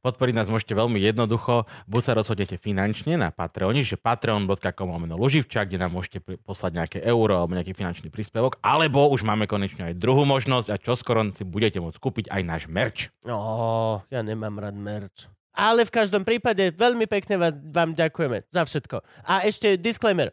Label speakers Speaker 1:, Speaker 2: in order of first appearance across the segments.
Speaker 1: Podporiť nás môžete veľmi jednoducho, buď sa rozhodnete finančne na Patreone, že patreon.com lomeno Luživčák, kde nám môžete pri- poslať nejaké euro alebo nejaký finančný príspevok, alebo už máme konečne aj druhú možnosť a čoskoro si budete môcť kúpiť aj náš merch.
Speaker 2: No, ja nemám rád merč. Ale v každom prípade veľmi pekne vás, vám ďakujeme za všetko. A ešte disclaimer.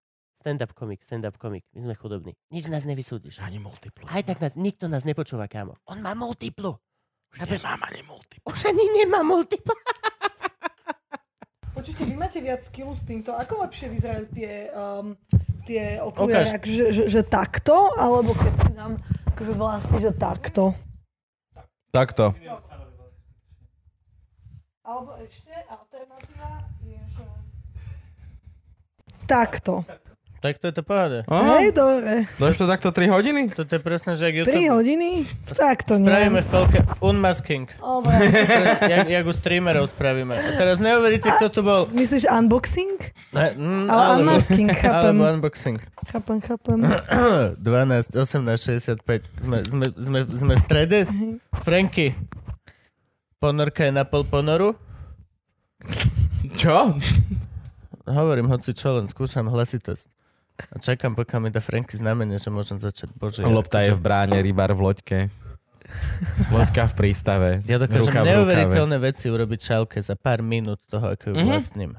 Speaker 2: Stand-up komik, stand-up komik. My sme chudobní. Nič nás nevysúdiš.
Speaker 1: Ani multiplu.
Speaker 2: Aj tak nás, nikto nás nepočúva, kámo. On má multiplu.
Speaker 1: Už nemám ani multiplu.
Speaker 2: Už ani nemá multiplu.
Speaker 3: Počujte, vy máte viac skillu s týmto. Ako lepšie vyzerajú tie, um, tie okuliare?
Speaker 2: Ukáž.
Speaker 3: Ak, že, že, že takto? Alebo keď si dám akože vlasy, že takto?
Speaker 4: Takto.
Speaker 3: Alebo ešte alternatíva je, že... Takto.
Speaker 2: Tak to je to pohode.
Speaker 4: Á,
Speaker 3: Hej, dobre.
Speaker 4: dáš No to takto 3 hodiny?
Speaker 2: Toto je presne, že jak
Speaker 3: 3
Speaker 2: YouTube.
Speaker 3: hodiny? Takto nie.
Speaker 2: Spravíme v polke unmasking.
Speaker 3: Dobre.
Speaker 2: Pres- jak, jak u streamerov spravíme. A teraz neuveríte, kto tu bol.
Speaker 3: Myslíš unboxing?
Speaker 2: Ne, mm,
Speaker 3: Ale unmasking, chápem.
Speaker 2: alebo unboxing.
Speaker 3: Chápem, chápem.
Speaker 2: 12, 18, 65. Sme, sme, sme, sme v strede? Franky. Ponorka je na pol ponoru?
Speaker 4: Čo?
Speaker 2: Hovorím hoci čo, len skúšam hlasitosť. A čakám, pokiaľ mi dá Franky znamenie, že môžem začať. Bože,
Speaker 4: Lopta
Speaker 2: ja,
Speaker 4: je v bráne, rybár v loďke. Loďka v prístave.
Speaker 2: ja dokážem
Speaker 4: ruka v rukave.
Speaker 2: neuveriteľné veci urobiť čálke za pár minút toho, ako ju
Speaker 4: Mhm.
Speaker 2: vlastním.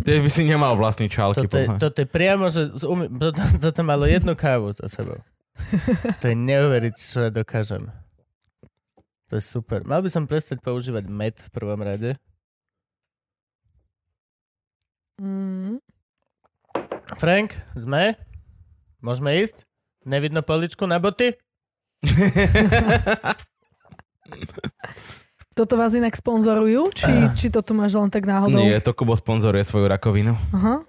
Speaker 4: Ty by si nemal vlastný čálky.
Speaker 2: Toto je,
Speaker 4: podľa-
Speaker 2: toto je priamo, že z umy... toto, toto malo jednu kávu za sebou. To je neuveriteľné, čo ja dokážem. To je super. Mal by som prestať používať med v prvom rade.
Speaker 3: Mm.
Speaker 2: Frank, sme? Môžeme ísť? Nevidno poličku na boty?
Speaker 3: Toto vás inak sponzorujú? Či,
Speaker 2: Eh.
Speaker 3: či toto máš len tak náhodou?
Speaker 4: Nie, to Kubo sponzoruje svoju rakovinu.
Speaker 3: Aha.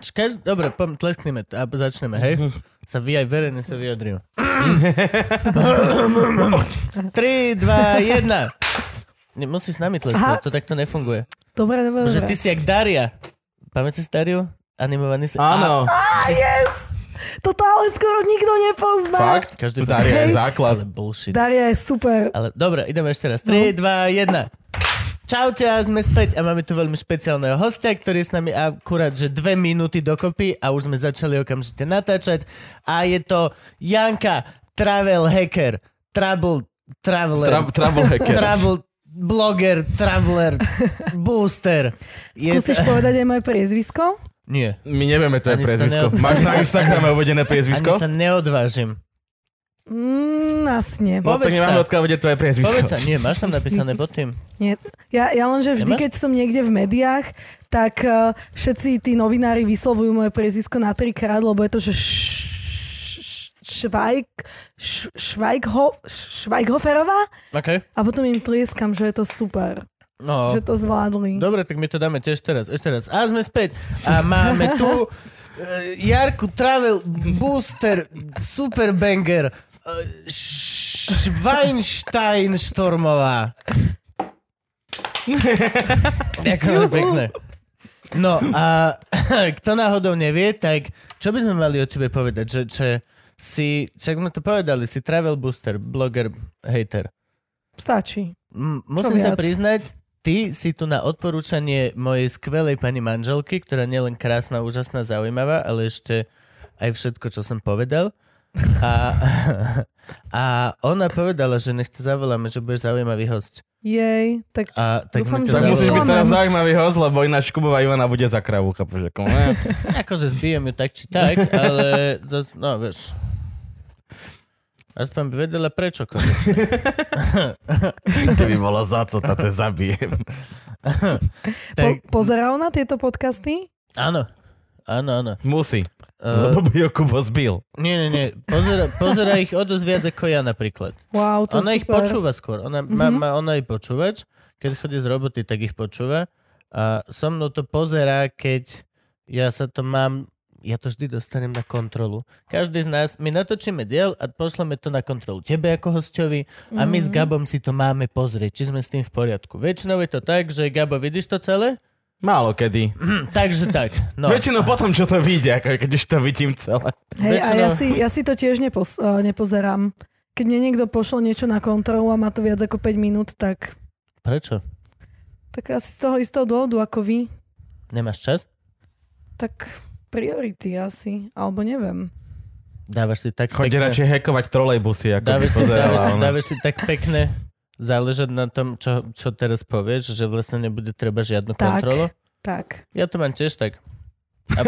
Speaker 2: Čakáš? Dobre, pom, tleskneme t- a začneme, hej? Sa vy aj verejne sa vyjadrím. 3, 2, 1. Musíš s nami tlesknúť,
Speaker 3: Aha.
Speaker 2: to takto nefunguje.
Speaker 3: Dobre, dobre,
Speaker 2: Že
Speaker 3: dobre.
Speaker 2: ty si jak Daria. Pamätáš si Dariu? Animovaný sa...
Speaker 4: Áno,
Speaker 3: Yes! Toto ale skoro nikto nepozná.
Speaker 4: fakt?
Speaker 2: Každý
Speaker 4: Daria je
Speaker 2: Ale
Speaker 3: Hej.
Speaker 4: základ.
Speaker 2: bullshit.
Speaker 3: Daria je super.
Speaker 2: Ale dobre, ideme ešte raz. 3, 2, 1. Čaute a sme späť a máme tu veľmi špeciálneho hostia, ktorý je s nami akurát, že dve minúty dokopy a už sme začali okamžite natáčať a je to Janka Travel Hacker, Trouble Traveler,
Speaker 4: Tra- trouble hacker.
Speaker 2: Travel Blogger, Traveler, Booster. Je
Speaker 3: Musíš
Speaker 2: to-
Speaker 3: povedať aj moje priezvisko?
Speaker 2: Nie,
Speaker 4: My nevieme
Speaker 2: Ani
Speaker 4: tvoje
Speaker 2: si to
Speaker 4: priezvisko.
Speaker 2: neo-
Speaker 4: Máš
Speaker 2: ani
Speaker 4: na
Speaker 2: sa-
Speaker 4: Instagrame
Speaker 2: ani
Speaker 4: uvedené
Speaker 2: sa
Speaker 4: priezvisko? No,
Speaker 2: neodvážim.
Speaker 3: Mm, asi nie.
Speaker 4: No
Speaker 2: Povedz
Speaker 4: tak
Speaker 2: sa.
Speaker 4: nemáme odkiaľ vedieť tvoje priezvisko.
Speaker 2: Povedz sa, nie, máš tam napísané pod tým?
Speaker 3: nie. Ja, ja lenže vždy,
Speaker 2: Nemáš?
Speaker 3: keď som niekde v médiách, tak uh, všetci tí novinári vyslovujú moje priezvisko na trikrát, lebo je to, že š- š- Švajk, š- Švajkho, Švajkhoferová
Speaker 2: OK.
Speaker 3: a potom im tlieskam, že je to super,
Speaker 2: No.
Speaker 3: že to zvládli.
Speaker 2: Dobre, tak my to dáme tiež teraz, ešte raz. A sme späť. A máme tu e, Jarku Travel Booster Superbanger e, Schweinstein Štormová. Ďakujem pekne. No a kto náhodou nevie, tak čo by sme mali o tebe povedať? Že, že si, však sme to povedali, si travel booster, bloger, hater.
Speaker 3: Stačí.
Speaker 2: M- musím sa
Speaker 3: viac?
Speaker 2: priznať, ty si tu na odporúčanie mojej skvelej pani manželky, ktorá nie len krásna, úžasná, zaujímavá, ale ešte aj všetko, čo som povedal. A, a ona povedala, že nech ťa zavoláme, že budeš zaujímavý host.
Speaker 3: Jej, tak
Speaker 2: A tak
Speaker 3: Dúfam,
Speaker 2: sme ťa
Speaker 3: že-
Speaker 4: Tak musíš byť
Speaker 2: zavolali.
Speaker 3: Klamem.
Speaker 4: teraz zaujímavý host, lebo ináč Kubová Ivana bude za kravu, chápeš? ako, ne?
Speaker 2: Akože zbijem ju tak či tak, ale zas, no vieš. Aspoň by vedela prečo. konečne.
Speaker 4: Keby bolo za co, tá te zabijem.
Speaker 3: po,
Speaker 2: Tak,
Speaker 3: pozeral na tieto podcasty?
Speaker 2: áno. A Áno, áno.
Speaker 4: Musí,
Speaker 2: Uh,
Speaker 4: lebo by ju Kubo zbil.
Speaker 2: nie, nie, nie. Pozera, pozera ich o dosť viac ako ja napríklad.
Speaker 3: Wow, to
Speaker 2: ona
Speaker 3: super. Mhm.
Speaker 2: ich počúva skôr. Ona, má, má ona ich počúvač. Keď chodí z roboty, tak ich počúva. A so mnou to pozerá, keď ja sa to mám... Ja to vždy dostanem na kontrolu. Každý z nás, my natočíme diel a pošleme to na kontrolu tebe ako hostovi a my s
Speaker 3: Mhm.
Speaker 2: Gabom si to máme pozrieť, či sme s tým v poriadku. Väčšinou je to tak, že Gabo, vidíš to celé?
Speaker 4: Málo kedy.
Speaker 2: Hm, takže tak. No.
Speaker 4: No. Väčšinou potom, čo to vyjde, ako keď už to vidím celé.
Speaker 3: Hej, a ja
Speaker 2: väčšinou-
Speaker 3: si, ja si to tiež nepos, uh, nepozerám. Keď mne niekto pošle niečo na kontrolu a má to viac ako 5 minút, tak,
Speaker 2: Prečo?
Speaker 3: tak asi z toho istého dôvodu ako vy,
Speaker 2: Nemáš čas?
Speaker 3: tak priority asi, alebo neviem.
Speaker 2: Dávaš si tak
Speaker 4: Chodí
Speaker 2: pekné...
Speaker 4: radšej hackovať trolejbusy, ako by no.
Speaker 2: Dávaš si,
Speaker 4: pozerala
Speaker 2: dávaš, si,
Speaker 4: ona.
Speaker 2: dávaš si tak pekné záležať na tom, čo, čo teraz povieš, že vlastne nebude treba žiadnu
Speaker 3: Tak.
Speaker 2: kontrolu.
Speaker 3: Tak.
Speaker 2: Ja to mám tiež tak. A,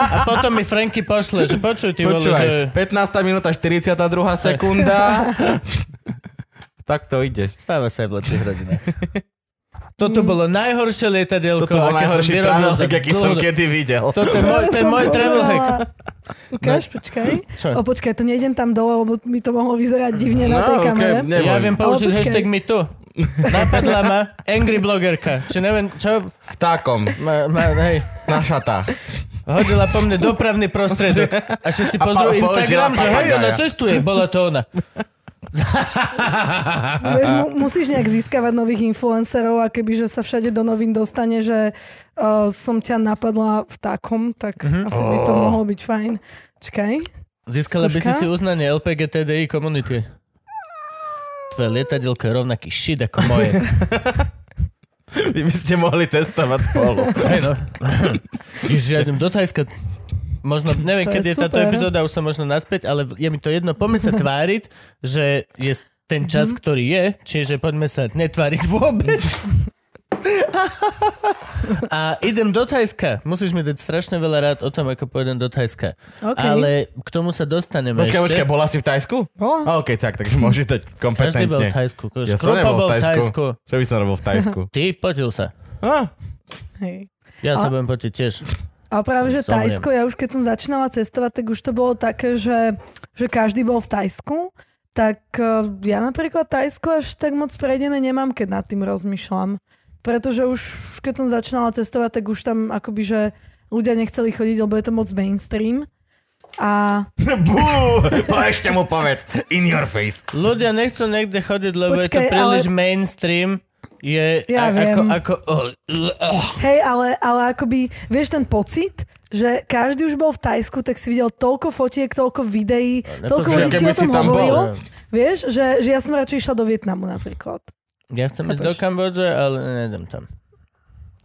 Speaker 2: a potom mi Franky pošle, že počuj, ty vole, že...
Speaker 4: Počúvaj, 15. minúta, 42. sekunda. tak to ideš.
Speaker 2: Stáva sa aj v lepších rodinách.
Speaker 3: Mm.
Speaker 2: Toto bolo najhoršie lietadielko,
Speaker 4: Toto bol
Speaker 2: aké
Speaker 4: najhorší
Speaker 2: som vyrobil
Speaker 4: travel
Speaker 2: za
Speaker 4: hack, aký som
Speaker 2: dlhodobo.
Speaker 4: kedy videl.
Speaker 2: Toto je môj,
Speaker 3: Teraz
Speaker 2: to je
Speaker 3: som
Speaker 2: môj travel hack.
Speaker 3: povedala. Ukáž, počkaj.
Speaker 2: Čo?
Speaker 3: O, počkaj, to nejdem tam dole, lebo mi to mohlo vyzerať divne na tej
Speaker 4: No, okej,
Speaker 3: kamere.
Speaker 4: ne-
Speaker 2: Ja
Speaker 4: neboj.
Speaker 2: viem použiť
Speaker 3: Ale počkaj.
Speaker 2: hashtag mi tu. Napadla ma angry blogerka. Či neviem, čo...
Speaker 4: V takom,
Speaker 2: Ma, ma, hej.
Speaker 4: na šatách.
Speaker 2: Hodila po mne dopravný prostriedok a všetci
Speaker 4: A pa-
Speaker 2: pozrú Instagram,
Speaker 4: položila
Speaker 2: že hej,
Speaker 4: papagája.
Speaker 2: ona cestuje. Bola to ona.
Speaker 3: Vieš, mu, musíš nejak získavať nových influencerov a kebyže sa všade do novín dostane, že uh, som ťa napadla v takom, tak asi by to mohlo byť fajn. Čakaj.
Speaker 2: Získala by si
Speaker 3: Skúška?
Speaker 2: si uznanie LPG TDI komunity. Tvoje lietadielko je rovnaký shit ako moje.
Speaker 4: Vy by ste mohli testovať spolu.
Speaker 2: Hej no. Ježiš, ja idem do Thajska. Možno, neviem,
Speaker 3: To je
Speaker 2: kedy je táto
Speaker 3: super.
Speaker 2: epizóda, už som možno naspäť, ale je mi to jedno. Poďme sa tváriť, že je ten
Speaker 3: Mhm.
Speaker 2: čas, ktorý je, čiže poďme sa netváriť vôbec. A idem do Thajska. Musíš mi dať strašne veľa rád o tom, ako pôjdem do Thajska.
Speaker 3: OK.
Speaker 2: Ale k tomu sa dostaneme
Speaker 4: Počkaj,
Speaker 2: ešte.
Speaker 4: počkaj, bola si v Tajsku?
Speaker 3: Bola.
Speaker 4: OK, tak, takže môžeš dať
Speaker 2: No. Každý bol v
Speaker 4: kompetentne.
Speaker 2: Thajsku.
Speaker 4: Ja som
Speaker 2: Škrupa
Speaker 4: nebol
Speaker 2: bol v Thajsku.
Speaker 4: Čo by som robil v Tajsku?
Speaker 2: Ty, potil sa.
Speaker 4: Ah,
Speaker 3: Hej.
Speaker 2: Ja sa
Speaker 3: A-
Speaker 2: budem potiť tiež.
Speaker 3: A práve, že
Speaker 2: Zomriem.
Speaker 3: Tajsko, ja už keď som začínala cestovať, tak už to bolo také, že, že každý bol v Tajsku, tak eh, ja napríklad Tajsko až tak moc prejdené nemám, keď nad tým rozmýšľam. Pretože už už keď som začínala cestovať, tak už tam akoby, že ľudia nechceli chodiť, lebo je to moc mainstream. A
Speaker 4: bú, to ešte mu povedz. In your face.
Speaker 2: Ľudia nechcú niekde chodiť, lebo Počkej, je to
Speaker 3: Počkaj,
Speaker 2: príliš ale... mainstream. Je a,
Speaker 3: Ja viem.
Speaker 2: ako... ako oh, oh,
Speaker 3: Hej, ale, ale akoby, vieš ten pocit, že každý už bol v Tajsku, tak si videl toľko fotiek, toľko videí, toľko
Speaker 2: nepozeraj,
Speaker 3: ľudí ti o
Speaker 4: keby
Speaker 3: tom
Speaker 4: si tam bol.
Speaker 3: hovorilo. Vieš, že, že ja som radšej išla do Vietnamu napríklad.
Speaker 2: ja chcem ísť
Speaker 3: Chápeš?
Speaker 2: do Kambodže, ale nejdem tam.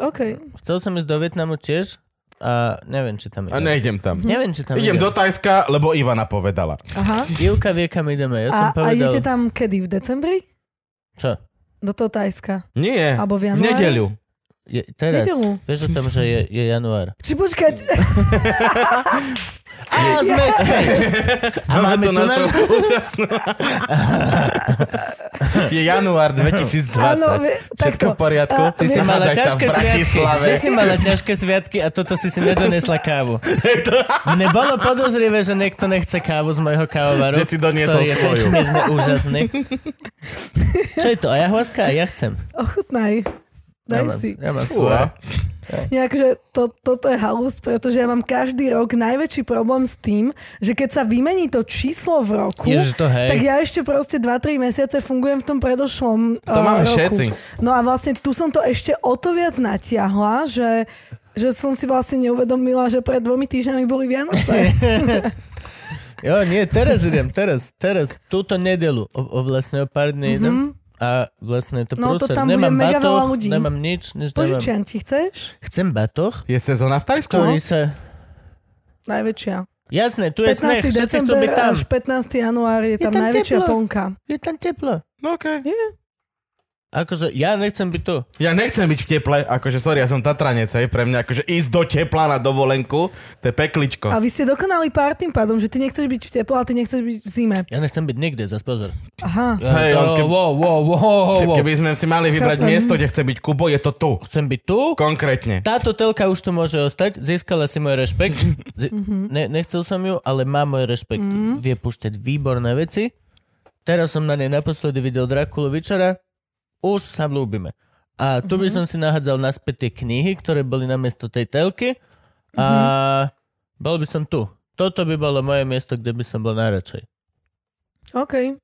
Speaker 3: OK.
Speaker 2: Chcel som ísť do Vietnamu tiež a neviem, či tam idem.
Speaker 4: A nejdem tam.
Speaker 2: Neviem, či tam
Speaker 4: Idem do Tajska, lebo Ivana povedala.
Speaker 3: Aha.
Speaker 2: Ivka vie, kam ideme. Ja som
Speaker 3: a, a
Speaker 2: povedal...
Speaker 3: idete tam kedy? V decembri?
Speaker 2: Čo?
Speaker 3: Do toho Tajska.
Speaker 4: Nie,
Speaker 3: Alebo v
Speaker 4: v
Speaker 2: no,
Speaker 3: januári?
Speaker 4: nedeľu.
Speaker 2: Je, teraz.
Speaker 3: Nedelu.
Speaker 2: Vieš o tom, že je, je január.
Speaker 3: Či počkať,
Speaker 2: A sme späť! A máme tu náš...
Speaker 4: úžasnú. Je január 2020.
Speaker 3: áno, vie-
Speaker 4: Všetko
Speaker 3: takto.
Speaker 4: v poriadku?
Speaker 3: A-
Speaker 4: Ty si
Speaker 2: Si mala
Speaker 4: nachádzaj sa v
Speaker 2: ťažké sviatky,
Speaker 4: Bratislave.
Speaker 2: že si mala ťažké sviatky a toto si si nedonesla kávu. Mne bolo podozrivé, že niekto nechce kávu z mojho kávovaru.
Speaker 4: Že si doniesol
Speaker 2: ktorý je
Speaker 4: svoju.
Speaker 2: nesmierne úžasný. Čo je to? Ayahuasca? Ja chcem.
Speaker 3: Ochutnaj. Daj
Speaker 2: ja mám,
Speaker 3: si.
Speaker 2: Ja mám svoje.
Speaker 4: Fúha.
Speaker 3: Nie, akože to, toto je halus, pretože ja mám každý rok najväčší problém s tým, že keď sa vymení to číslo v roku,
Speaker 2: Ježiš, to hej.
Speaker 3: tak ja ešte proste 2-3 mesiace fungujem v tom predošlom
Speaker 4: To
Speaker 3: eh,
Speaker 4: máme
Speaker 3: roku.
Speaker 4: všetci.
Speaker 3: No a vlastne tu som to ešte o to viac natiahla, že, že som si vlastne neuvedomila, že pred dvomi týždňami boli Vianoce.
Speaker 2: Jo, nie, teraz idem, teraz, teraz. Túto nedelu, o, o vlastne o pár dní idem. A vlastne je to
Speaker 3: Mhm. No, to
Speaker 2: prúser.
Speaker 3: tam bude
Speaker 2: nemám
Speaker 3: mega veľa
Speaker 2: batoh,
Speaker 3: ľudí.
Speaker 2: nemám nič, nič nemám.
Speaker 3: Požičiam ti, chceš?
Speaker 2: Chcem batoh,
Speaker 3: No.
Speaker 4: Je sezóna v Tajsku?
Speaker 2: ktorý sa...
Speaker 3: Najväčšia.
Speaker 2: Jasné, tu je sneh,
Speaker 3: 15.
Speaker 2: všetci chcú
Speaker 3: december
Speaker 2: byť tam.
Speaker 3: až 15. január je,
Speaker 2: Je
Speaker 3: tam,
Speaker 2: tam
Speaker 3: najväčšia
Speaker 2: teplo.
Speaker 3: plnka.
Speaker 2: Je tam teplo.
Speaker 4: No okej.
Speaker 3: Je.
Speaker 2: Akože ja nechcem byť tu.
Speaker 4: Ja nechcem byť v teple, akože sorry, ja som Tatranec, hej, pre mňa akože ísť do tepla na dovolenku, to je pekličko.
Speaker 3: A vy ste dokonali pár tým pádom, že ty nechceš byť v teple a ty nechceš byť v zime.
Speaker 2: Ja nechcem byť nikde, zase pozor.
Speaker 3: Aha.
Speaker 2: Ja,
Speaker 4: Hej, on
Speaker 2: to,
Speaker 4: keby-
Speaker 2: wow, wow, wow, wow, wow.
Speaker 4: Keby sme si mali vybrať
Speaker 3: Chápem.
Speaker 4: miesto, kde chce byť Kubo, je to tu.
Speaker 2: Chcem byť tu?
Speaker 4: Konkrétne.
Speaker 2: Táto telka už tu môže ostať, získala si môj rešpekt. Z-
Speaker 3: Mhm.
Speaker 2: ne, nechcel som ju, ale má môj rešpekt. Vie púšťať výborné veci. Teraz som na nej naposledy videl Drakulu Vyčera. Už sa ľúbime. A tu by som si nahádzal naspäť tie knihy, ktoré boli namiesto tej telky. A bol by som tu. Toto by bolo moje miesto, kde by som bol najradšej.
Speaker 3: OK.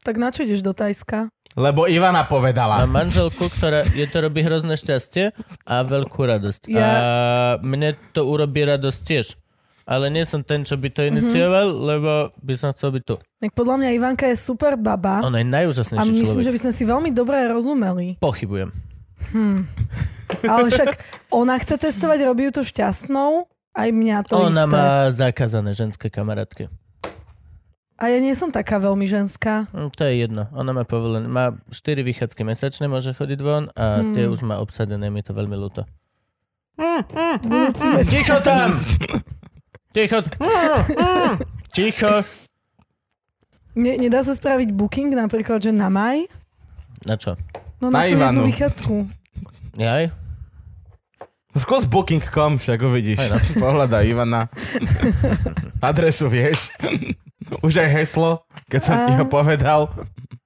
Speaker 3: Tak na čo ideš do Tajska?
Speaker 4: Lebo Ivana
Speaker 2: Mám
Speaker 4: povedala.
Speaker 2: manželku, ktorá je to robí hrozné šťastie a veľkú radosť.
Speaker 3: Ja-
Speaker 2: A mne to urobí radosť tiež. Ale nie som ten, čo by
Speaker 3: Mhm.
Speaker 2: to inicioval, mm-hmm. lebo by som chcel byť tu.
Speaker 3: Tak podľa mňa Ivanka je super baba.
Speaker 2: Ona je
Speaker 3: A
Speaker 2: najúžasnejší
Speaker 3: myslím,
Speaker 2: človek.
Speaker 3: že by sme si veľmi dobre rozumeli.
Speaker 2: Pochybujem.
Speaker 3: Ale však ona chce cestovať, robí ju to šťastnou. Aj mňa to
Speaker 2: Ona
Speaker 3: isté.
Speaker 2: má zakázané ženské kamarátky.
Speaker 3: A ja nie som taká veľmi ženská.
Speaker 2: Hm, To je jedno. Ona má povolené. Má 4 vychádzky mesačné, môže chodiť von a tie
Speaker 3: Mhm.
Speaker 2: už má obsadené. Mi to veľmi ľúto.
Speaker 4: Mm,
Speaker 2: Ticho tam! Ticho! Hm? Ticho!
Speaker 3: Ne, nedá sa spraviť booking napríklad, že na maj?
Speaker 2: Na čo?
Speaker 3: No na,
Speaker 4: Na
Speaker 3: tú jednu
Speaker 4: Ivanu.
Speaker 3: vychádzku.
Speaker 2: Jaj?
Speaker 4: Skôr booking.com, však uvidíš. Pohľada Ivana. Adresu vieš. Už aj heslo, keď som ti ho povedal.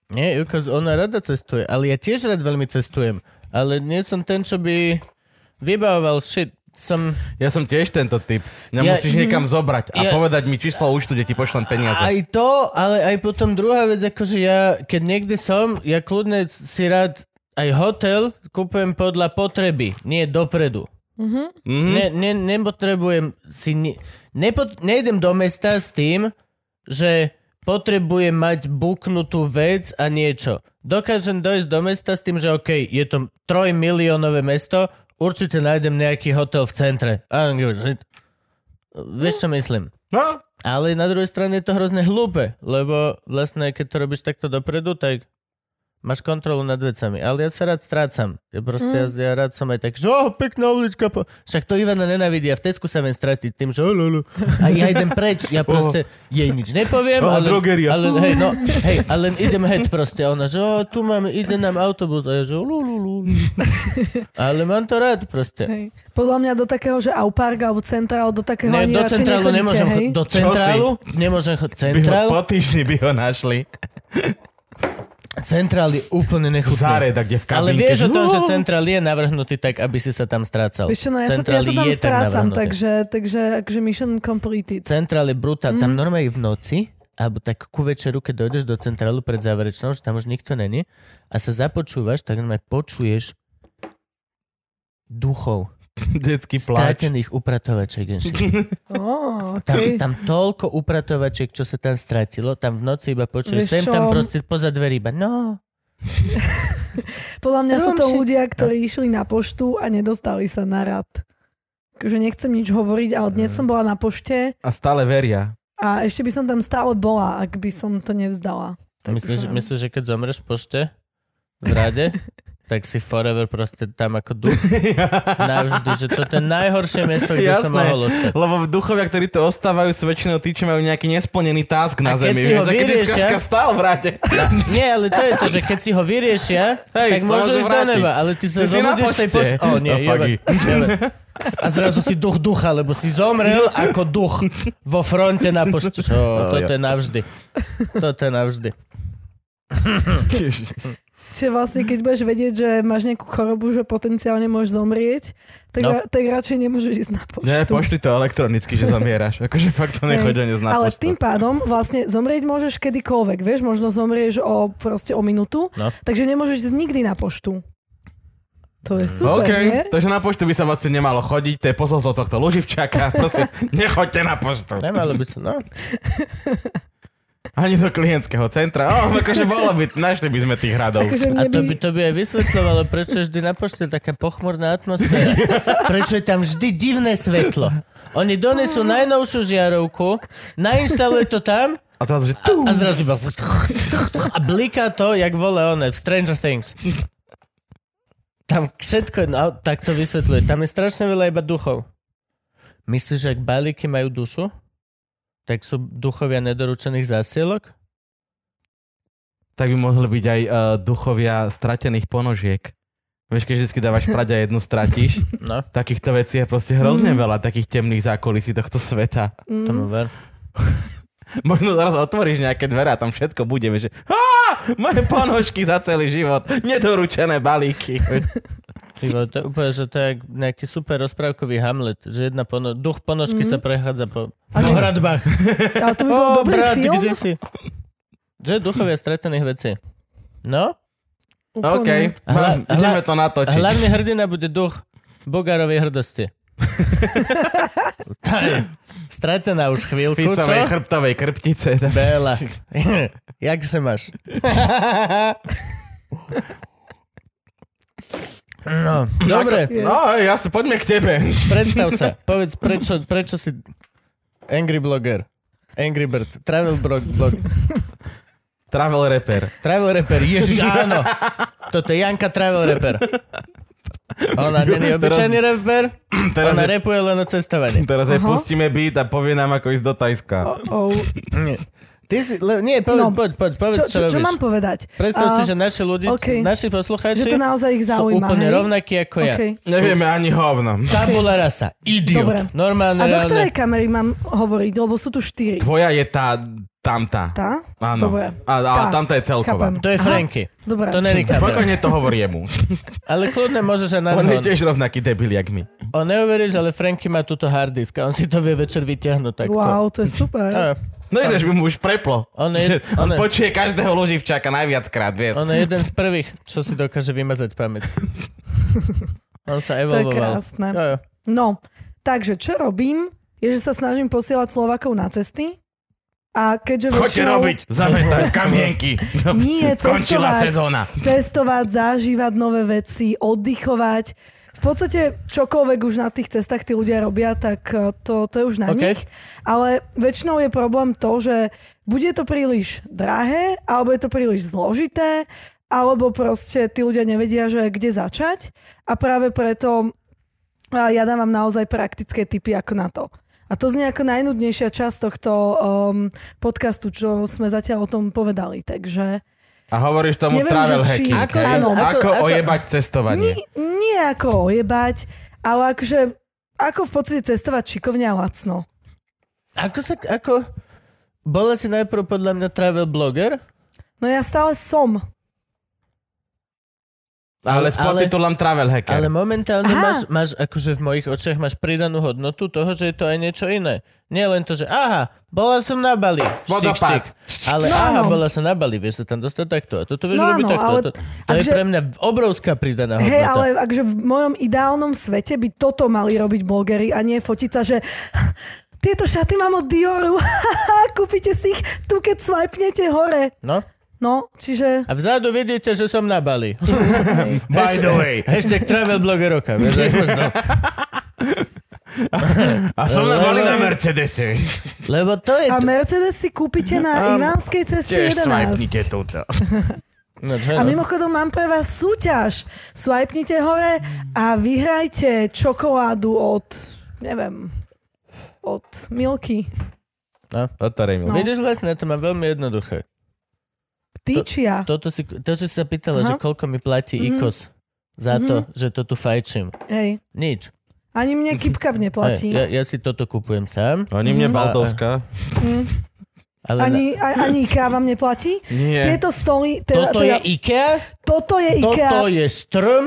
Speaker 2: Nie, Juka, ona rada cestuje, ale ja tiež rád veľmi cestujem. Ale nie som ten, čo by vybavoval shit. Som...
Speaker 4: Ja som tiež tento typ. Mňa
Speaker 2: Ja-
Speaker 4: musíš niekam zobrať
Speaker 2: Ja-
Speaker 4: a povedať mi číslo účtu, kde ti pošlem peniaze.
Speaker 2: Aj to, ale aj potom druhá vec, akože ja, keď niekde som, ja kľudne si rád aj hotel kúpujem podľa potreby, nie dopredu. Mm-hmm. Ne, ne, nepotrebujem si... Ne, nepot, nejdem do mesta s tým, že potrebujem mať buknutú vec a niečo. Dokážem dojsť do mesta s tým, že OK, je to trojmiliónové mesto, určite nájdem nejaký hotel v centre. I don't give a shit. Vieš, čo myslím?
Speaker 4: No,
Speaker 2: Ale na druhej strane je to hrozne hlúpe, lebo vlastne keď to robíš takto dopredu, tak máš kontrolu nad vecami. Ale ja sa rád strácam. Ja proste, mm. ja, ja rád som aj tak, že oh, pekná ulička. Po... Však to Ivana nenavidí a v Tesku sa viem stratiť tým, že oh, lulu. A ja idem preč, ja proste jej nič nepoviem.
Speaker 4: Oh,
Speaker 2: ale,
Speaker 4: drogeria.
Speaker 2: ale, hej, no, hej, ale idem head proste. A ona, že oh, tu máme, ide nám autobus. A ja, že oh, lulu, lulu. Ale mám to rád proste.
Speaker 3: Hej. Podľa mňa do takého, že Aupark alebo Centrál, do takého
Speaker 2: Ne,
Speaker 3: ani
Speaker 2: do
Speaker 3: radšej
Speaker 2: centrálu
Speaker 3: nechodíte,
Speaker 2: nemôžem
Speaker 3: hej?
Speaker 2: chodiť. Do centrálu nemôžem chodiť.
Speaker 4: by ho,
Speaker 2: Centrál?
Speaker 4: po týždni by ho našli.
Speaker 2: Centrál je úplne nechutný.
Speaker 4: Záreda, kde v
Speaker 2: Ale
Speaker 4: kabínke.
Speaker 2: vieš o tom, že
Speaker 4: Uú.
Speaker 2: centrál je navrhnutý tak, aby si sa tam strácal.
Speaker 3: Vieš čo, no ja, sa, ja
Speaker 2: Centrál
Speaker 3: sa
Speaker 2: je
Speaker 3: tam
Speaker 2: no, tak
Speaker 3: strácam,
Speaker 2: navrhnutý.
Speaker 3: takže, takže, takže mission completed.
Speaker 2: Centrál je brutál.
Speaker 3: Mhm.
Speaker 2: Tam normálne v noci, alebo tak ku večeru, keď dojdeš do centrálu pred záverečnou, že tam už nikto není, a sa započúvaš, tak normálne počuješ duchov.
Speaker 4: Detský pláč.
Speaker 2: Strátených upratovačiek. Jenži.
Speaker 3: Oh,
Speaker 2: Tam,
Speaker 3: okay.
Speaker 2: tam toľko upratovačiek, čo sa tam stratilo, tam v noci iba počuješ.
Speaker 3: Vieš
Speaker 2: Sem
Speaker 3: čo?
Speaker 2: tam proste poza dverí iba, no.
Speaker 3: Podľa mňa sú to
Speaker 2: Romsi.
Speaker 3: ľudia, ktorí išli na poštu a nedostali sa na rad. Že nechcem nič hovoriť, ale dnes som bola na pošte
Speaker 4: A stále veria.
Speaker 3: a ešte by som tam stále bola, ak by som to nevzdala.
Speaker 4: Tak,
Speaker 2: Myslíš, myslíš, že keď zomreš v pošte v rade, tak si forever proste tam ako duch navždy, že to je najhoršie miesto, kde som
Speaker 4: Jasné.
Speaker 2: mohol ostať.
Speaker 4: Lebo duchovia, ktorí to ostávajú, sú väčšinou tí, čo majú nejaký nesplnený task
Speaker 2: A
Speaker 4: na
Speaker 2: keď
Speaker 4: zemi.
Speaker 2: si ho
Speaker 4: vieš, a keď si
Speaker 2: vyriešia-
Speaker 4: skrátka stál v rade.
Speaker 2: Tak. Nie, ale to je to, že keď si ho vyriešia,
Speaker 4: Hej,
Speaker 2: tak
Speaker 4: sa
Speaker 2: môžeš
Speaker 4: môže
Speaker 2: ísť do
Speaker 4: vrátiť.
Speaker 2: neba, ale ty sa
Speaker 4: Ty si na
Speaker 2: zobudíš v tej
Speaker 4: pošte.
Speaker 2: pošte. O, nie,
Speaker 4: No,
Speaker 2: jebe,
Speaker 4: fuck
Speaker 2: jebe. A zrazu si duch ducha, lebo si zomrel ako duch vo fronte na pošte. O, toto je navždy. Toto je navždy.
Speaker 3: Čiže vlastne, keď budeš vedieť, že máš nejakú chorobu, že potenciálne môžeš zomrieť, tak,
Speaker 2: No.
Speaker 3: no. ra- tak radšej nemôžeš ísť na poštu.
Speaker 4: Nie, pošli to elektronicky, že zamieraš. Akože fakt to nechodenie zná
Speaker 3: Ale
Speaker 4: poštu.
Speaker 3: tým pádom vlastne zomrieť môžeš kedykoľvek, vieš, možno zomrieš o, proste o minútu,
Speaker 2: No.
Speaker 3: takže nemôžeš ísť nikdy na poštu. To je super,
Speaker 4: OK,
Speaker 3: nie?
Speaker 4: takže na poštu by sa vlastne nemalo chodiť, to je posolstvo tohto Luživčaka, prosím, nechoďte na poštu.
Speaker 2: Nemalo by sa, no.
Speaker 4: Ani do klientského centra, oh, akože bolo by, našli by sme tých hradov.
Speaker 3: Takže
Speaker 2: A
Speaker 3: mne
Speaker 2: to by, to by aj vysvetľovalo, prečo je vždy na pošte taká pochmurná atmosféra. Prečo je tam vždy divné svetlo. Oni donesú najnovšiu žiarovku, nainštaluje to tam
Speaker 4: A A teraz, že tu.
Speaker 2: A zrazu iba... A bliká to, jak vole one v Stranger Things. Tam všetko je... No, tak to vysvetľuje. Tam je strašne veľa iba duchov. Myslíš, že ak balíky majú dušu, tak sú duchovia nedoručených zásielok?
Speaker 4: Tak by mohli byť aj uh, duchovia stratených ponožiek. Vieš, keď vždy dávaš prať a jednu stratíš,
Speaker 2: No,
Speaker 4: takýchto vecí je proste hrozne veľa, takých temných zákulisí tohto sveta.
Speaker 2: tomu ver.
Speaker 4: Možno teraz otvoríš nejaké dvere a tam všetko bude, vieš, že "Á, moje ponožky za celý život, nedoručené balíky.
Speaker 2: Ty vole, to je úplne, že to je jak nejaký super rozprávkový Hamlet, že jedna pono- duch ponožky mm. sa prechádza po, po hradbách.
Speaker 3: Ale No to by bol
Speaker 2: Ó,
Speaker 3: dobrý
Speaker 2: brat,
Speaker 3: film.
Speaker 2: kde si? Že duchovia stratených vecí. No?
Speaker 3: Úplne.
Speaker 4: OK,
Speaker 2: Hla-
Speaker 4: mám, ideme
Speaker 2: hla-
Speaker 4: to natočiť.
Speaker 2: Hlavný hrdina bude duch Bogarovej hrdosti. tá je stratená už chvíľku, čo?
Speaker 4: Ficovej chrbtovej krptice.
Speaker 2: Bela. Jak sa máš? No,
Speaker 3: Tak.
Speaker 2: dobre,
Speaker 4: No, ja sa, poďme k tebe.
Speaker 2: predstav sa. Povedz, prečo, prečo si angry blogger? Angry Bird, travel blog, blog,
Speaker 4: Travel rapper.
Speaker 2: travel rapper, ježiš, áno. Toto je Janka travel rapper. Ona není obyčajný rapper,
Speaker 4: Teraz,
Speaker 2: ona
Speaker 4: je,
Speaker 2: repuje len o cestovaní.
Speaker 4: teraz
Speaker 3: Aha.
Speaker 4: jej pustíme beat a povie nám, ako ísť do Tajska.
Speaker 3: Oh.
Speaker 2: Nie. Ty si, le, nie, povedz, no.
Speaker 3: No.
Speaker 2: poď, poď, povedz, čo,
Speaker 3: Čo, čo, čo
Speaker 2: robíš.
Speaker 3: mám povedať?
Speaker 2: Predstav si,
Speaker 3: A,
Speaker 2: že naši ľudí,
Speaker 3: okej.
Speaker 2: naši poslucháči
Speaker 3: že to naozaj ich
Speaker 2: sú
Speaker 3: zaujíma.
Speaker 2: úplne
Speaker 3: hej?
Speaker 2: rovnakí ako ja.
Speaker 3: Okej.
Speaker 4: Nevieme ani hovno.
Speaker 2: Tabula rasa, idiot.
Speaker 3: Dobre.
Speaker 2: Normálne,
Speaker 3: A do ktorej
Speaker 2: reálne.
Speaker 3: kamery mám hovoriť? Lebo sú tu štyri.
Speaker 4: Tvoja je tá tamtá.
Speaker 3: Tá?
Speaker 4: Áno.
Speaker 3: Dobre.
Speaker 4: A, a
Speaker 3: Tá.
Speaker 4: tamtá je celková.
Speaker 3: Chápem.
Speaker 2: To je
Speaker 3: Aha.
Speaker 2: Franky.
Speaker 3: Dobre.
Speaker 2: To není kamera.
Speaker 4: Pokojne to hovor jemu.
Speaker 2: Ale kľudne môžeš aj na on,
Speaker 4: On je tiež rovnaký debil, jak my.
Speaker 2: on neuveríš, ale Franky má túto hard disk a on si to vie večer vyťahnuť takto.
Speaker 3: Wow, to je super.
Speaker 2: Á,
Speaker 4: No ideš by mu už preplo.
Speaker 2: On je-
Speaker 4: Že on
Speaker 2: on je-
Speaker 4: počuje každého loživčáka najviackrát, vieš.
Speaker 2: on je jeden z prvých, čo si dokáže vymazať pamäť. On sa
Speaker 3: To je
Speaker 2: evolvoval.
Speaker 3: krásne.
Speaker 2: Jo, jo.
Speaker 3: No, takže čo robím, je, že sa snažím posielať Slovakov na cesty. A keďže
Speaker 4: Choďte
Speaker 3: väčšinou
Speaker 4: robiť, zametať kamienky.
Speaker 3: Nie,
Speaker 4: Skončila
Speaker 3: cestovať.
Speaker 4: sezóna.
Speaker 3: cestovať, zažívať nové veci, oddychovať, v podstate čokoľvek už na tých cestách tí ľudia robia, tak eh, to, to je už na
Speaker 2: OK.
Speaker 3: nich. Ale väčšinou je problém to, že bude to príliš drahé, alebo je to príliš zložité, alebo proste tí ľudia nevedia, že kde začať. A práve preto A ja dávam naozaj praktické tipy ako na to. A to znie ako najnudnejšia časť tohto um, podcastu, čo sme zatiaľ o tom povedali. Takže
Speaker 4: A hovoríš tomu
Speaker 3: Neviem, že
Speaker 4: travel
Speaker 3: či-
Speaker 4: hacking.
Speaker 2: Ako
Speaker 4: hej?
Speaker 2: sa-
Speaker 4: ako,
Speaker 2: ako- ako-
Speaker 4: ojebať cestovanie.
Speaker 3: nie, nie ako ojebať, ale akože ako v podstate cestovať šikovne a lacno.
Speaker 2: Ako sa, ako... Bola si najprv podľa mňa travel blogger,
Speaker 3: No ja stále som.
Speaker 4: Ale s
Speaker 2: ale-
Speaker 4: podtitulom travel hacker.
Speaker 2: Ale momentálne
Speaker 3: Aha.
Speaker 2: máš, máš, akože v mojich očiach máš pridanú hodnotu toho, že je to aj niečo iné. Nie len to, že aha, bola som na Bali. štik, štik.
Speaker 4: Vodopád.
Speaker 2: Ale
Speaker 3: No
Speaker 2: aha,
Speaker 3: áno.
Speaker 2: bola som na Bali, vieš sa tam dostať takto. A toto vieš
Speaker 3: No
Speaker 2: robiť
Speaker 3: áno,
Speaker 2: takto.
Speaker 3: ale-
Speaker 2: to to je
Speaker 3: akže-
Speaker 2: pre mňa obrovská pridaná hodnota.
Speaker 3: Hej, ale akže v mojom ideálnom svete by toto mali robiť blogery a nie fotiť sa, že tieto šaty mám od Dioru, kúpite si ich tu, keď swipenete hore.
Speaker 2: No?
Speaker 3: No, čiže...
Speaker 2: A vzadu vidíte, že som na Bali.
Speaker 3: Hej.
Speaker 4: By the way.
Speaker 2: Hashtag travel blogger roka. Vieš, ako to-
Speaker 4: A som na
Speaker 2: Ale-
Speaker 4: bali na Mercedese.
Speaker 2: Lebo to je...
Speaker 3: A Mercedes si kúpite na
Speaker 4: Áno.
Speaker 3: Ivánskej ceste
Speaker 4: Tiež
Speaker 3: 11.
Speaker 4: swipenite túto.
Speaker 2: No, čo,
Speaker 3: A
Speaker 2: no?
Speaker 3: mimochodom mám pre vás súťaž. Swipenite hore a vyhrajte čokoládu od, neviem, od Milky.
Speaker 4: Toto Rejmil.
Speaker 3: No.
Speaker 2: Vidíš vlastne, ja to mám veľmi jednoduché.
Speaker 3: Tyčia.
Speaker 2: Toto si, to, čo si sa pýtala,
Speaker 3: Aha.
Speaker 2: že koľko mi platí IKOS za to, že to tu fajčím.
Speaker 3: Hej.
Speaker 2: Nič.
Speaker 3: Ani mne kipkap neplatí.
Speaker 2: Ja, ja si toto kupujem sám.
Speaker 4: Oni mne Baldovská.
Speaker 2: Ale na...
Speaker 3: Ani, a- ani IKEA vám neplatí?
Speaker 4: Nie.
Speaker 3: Tieto stoly... Teda,
Speaker 2: Toto je
Speaker 3: teda,
Speaker 2: IKEA,
Speaker 3: toto je IKEA.
Speaker 2: toto je strm,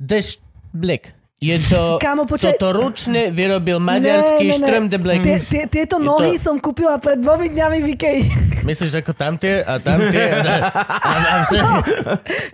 Speaker 2: deš blek. Je to,
Speaker 3: Kámo, počkaj.
Speaker 2: toto ručne vyrobil maďarský
Speaker 3: Ne, ne, ne.
Speaker 2: strm de blek.
Speaker 3: Tie, tie, tieto nohy som kúpila pred dvomi dňami v Ikei.
Speaker 2: Myslíš, ako tamtie a tamtie a, a, a všetko,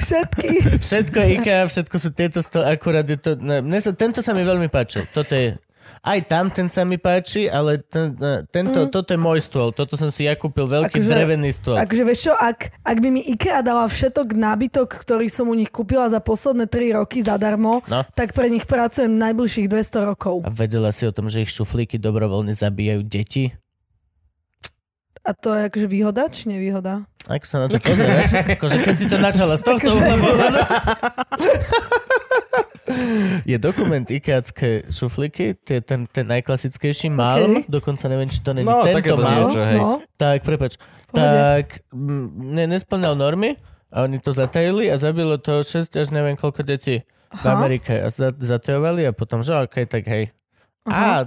Speaker 3: Všetky.
Speaker 2: všetko IKEA, všetko sú tieto sto, akurát je to, ne, mne sa, tento sa mi veľmi páčil. Toto je, aj tam ten sa mi páči, ale ten, ne, tento, toto je môj stôl. Toto som si ja kúpil, veľký
Speaker 3: Mm. Akože-
Speaker 2: drevený stôl.
Speaker 3: Takže vieš čo, ak, ak by mi IKEA dala všetok nábytok, ktorý som u nich kúpila za posledné 3 roky zadarmo,
Speaker 2: No.
Speaker 3: tak pre nich pracujem najbližších 200 rokov.
Speaker 2: A vedela si o tom, že ich šuflíky dobrovoľne zabíjajú deti?
Speaker 3: A to je akože výhoda, či nevýhoda?
Speaker 2: Ak sa na to pozeráš, akože keď si to načala z tohto
Speaker 3: Akože-
Speaker 2: uhla pohľadu. Je dokument ikeacké šuflíky, to je ten, ten najklasickejší Malm,
Speaker 3: Okej.
Speaker 2: dokonca neviem, či to není
Speaker 4: No,
Speaker 2: tento
Speaker 4: takéto
Speaker 2: Malm.
Speaker 4: niečo, hej.
Speaker 3: no.
Speaker 2: Tak, prepač.
Speaker 3: Pohode.
Speaker 2: Tak, m, ne, nesplňal normy a oni to zatajili a zabilo to 6 až neviem koľko detí v
Speaker 3: Aha.
Speaker 2: Amerike a za, zatajovali a potom, že okej, tak hej.
Speaker 3: Aha.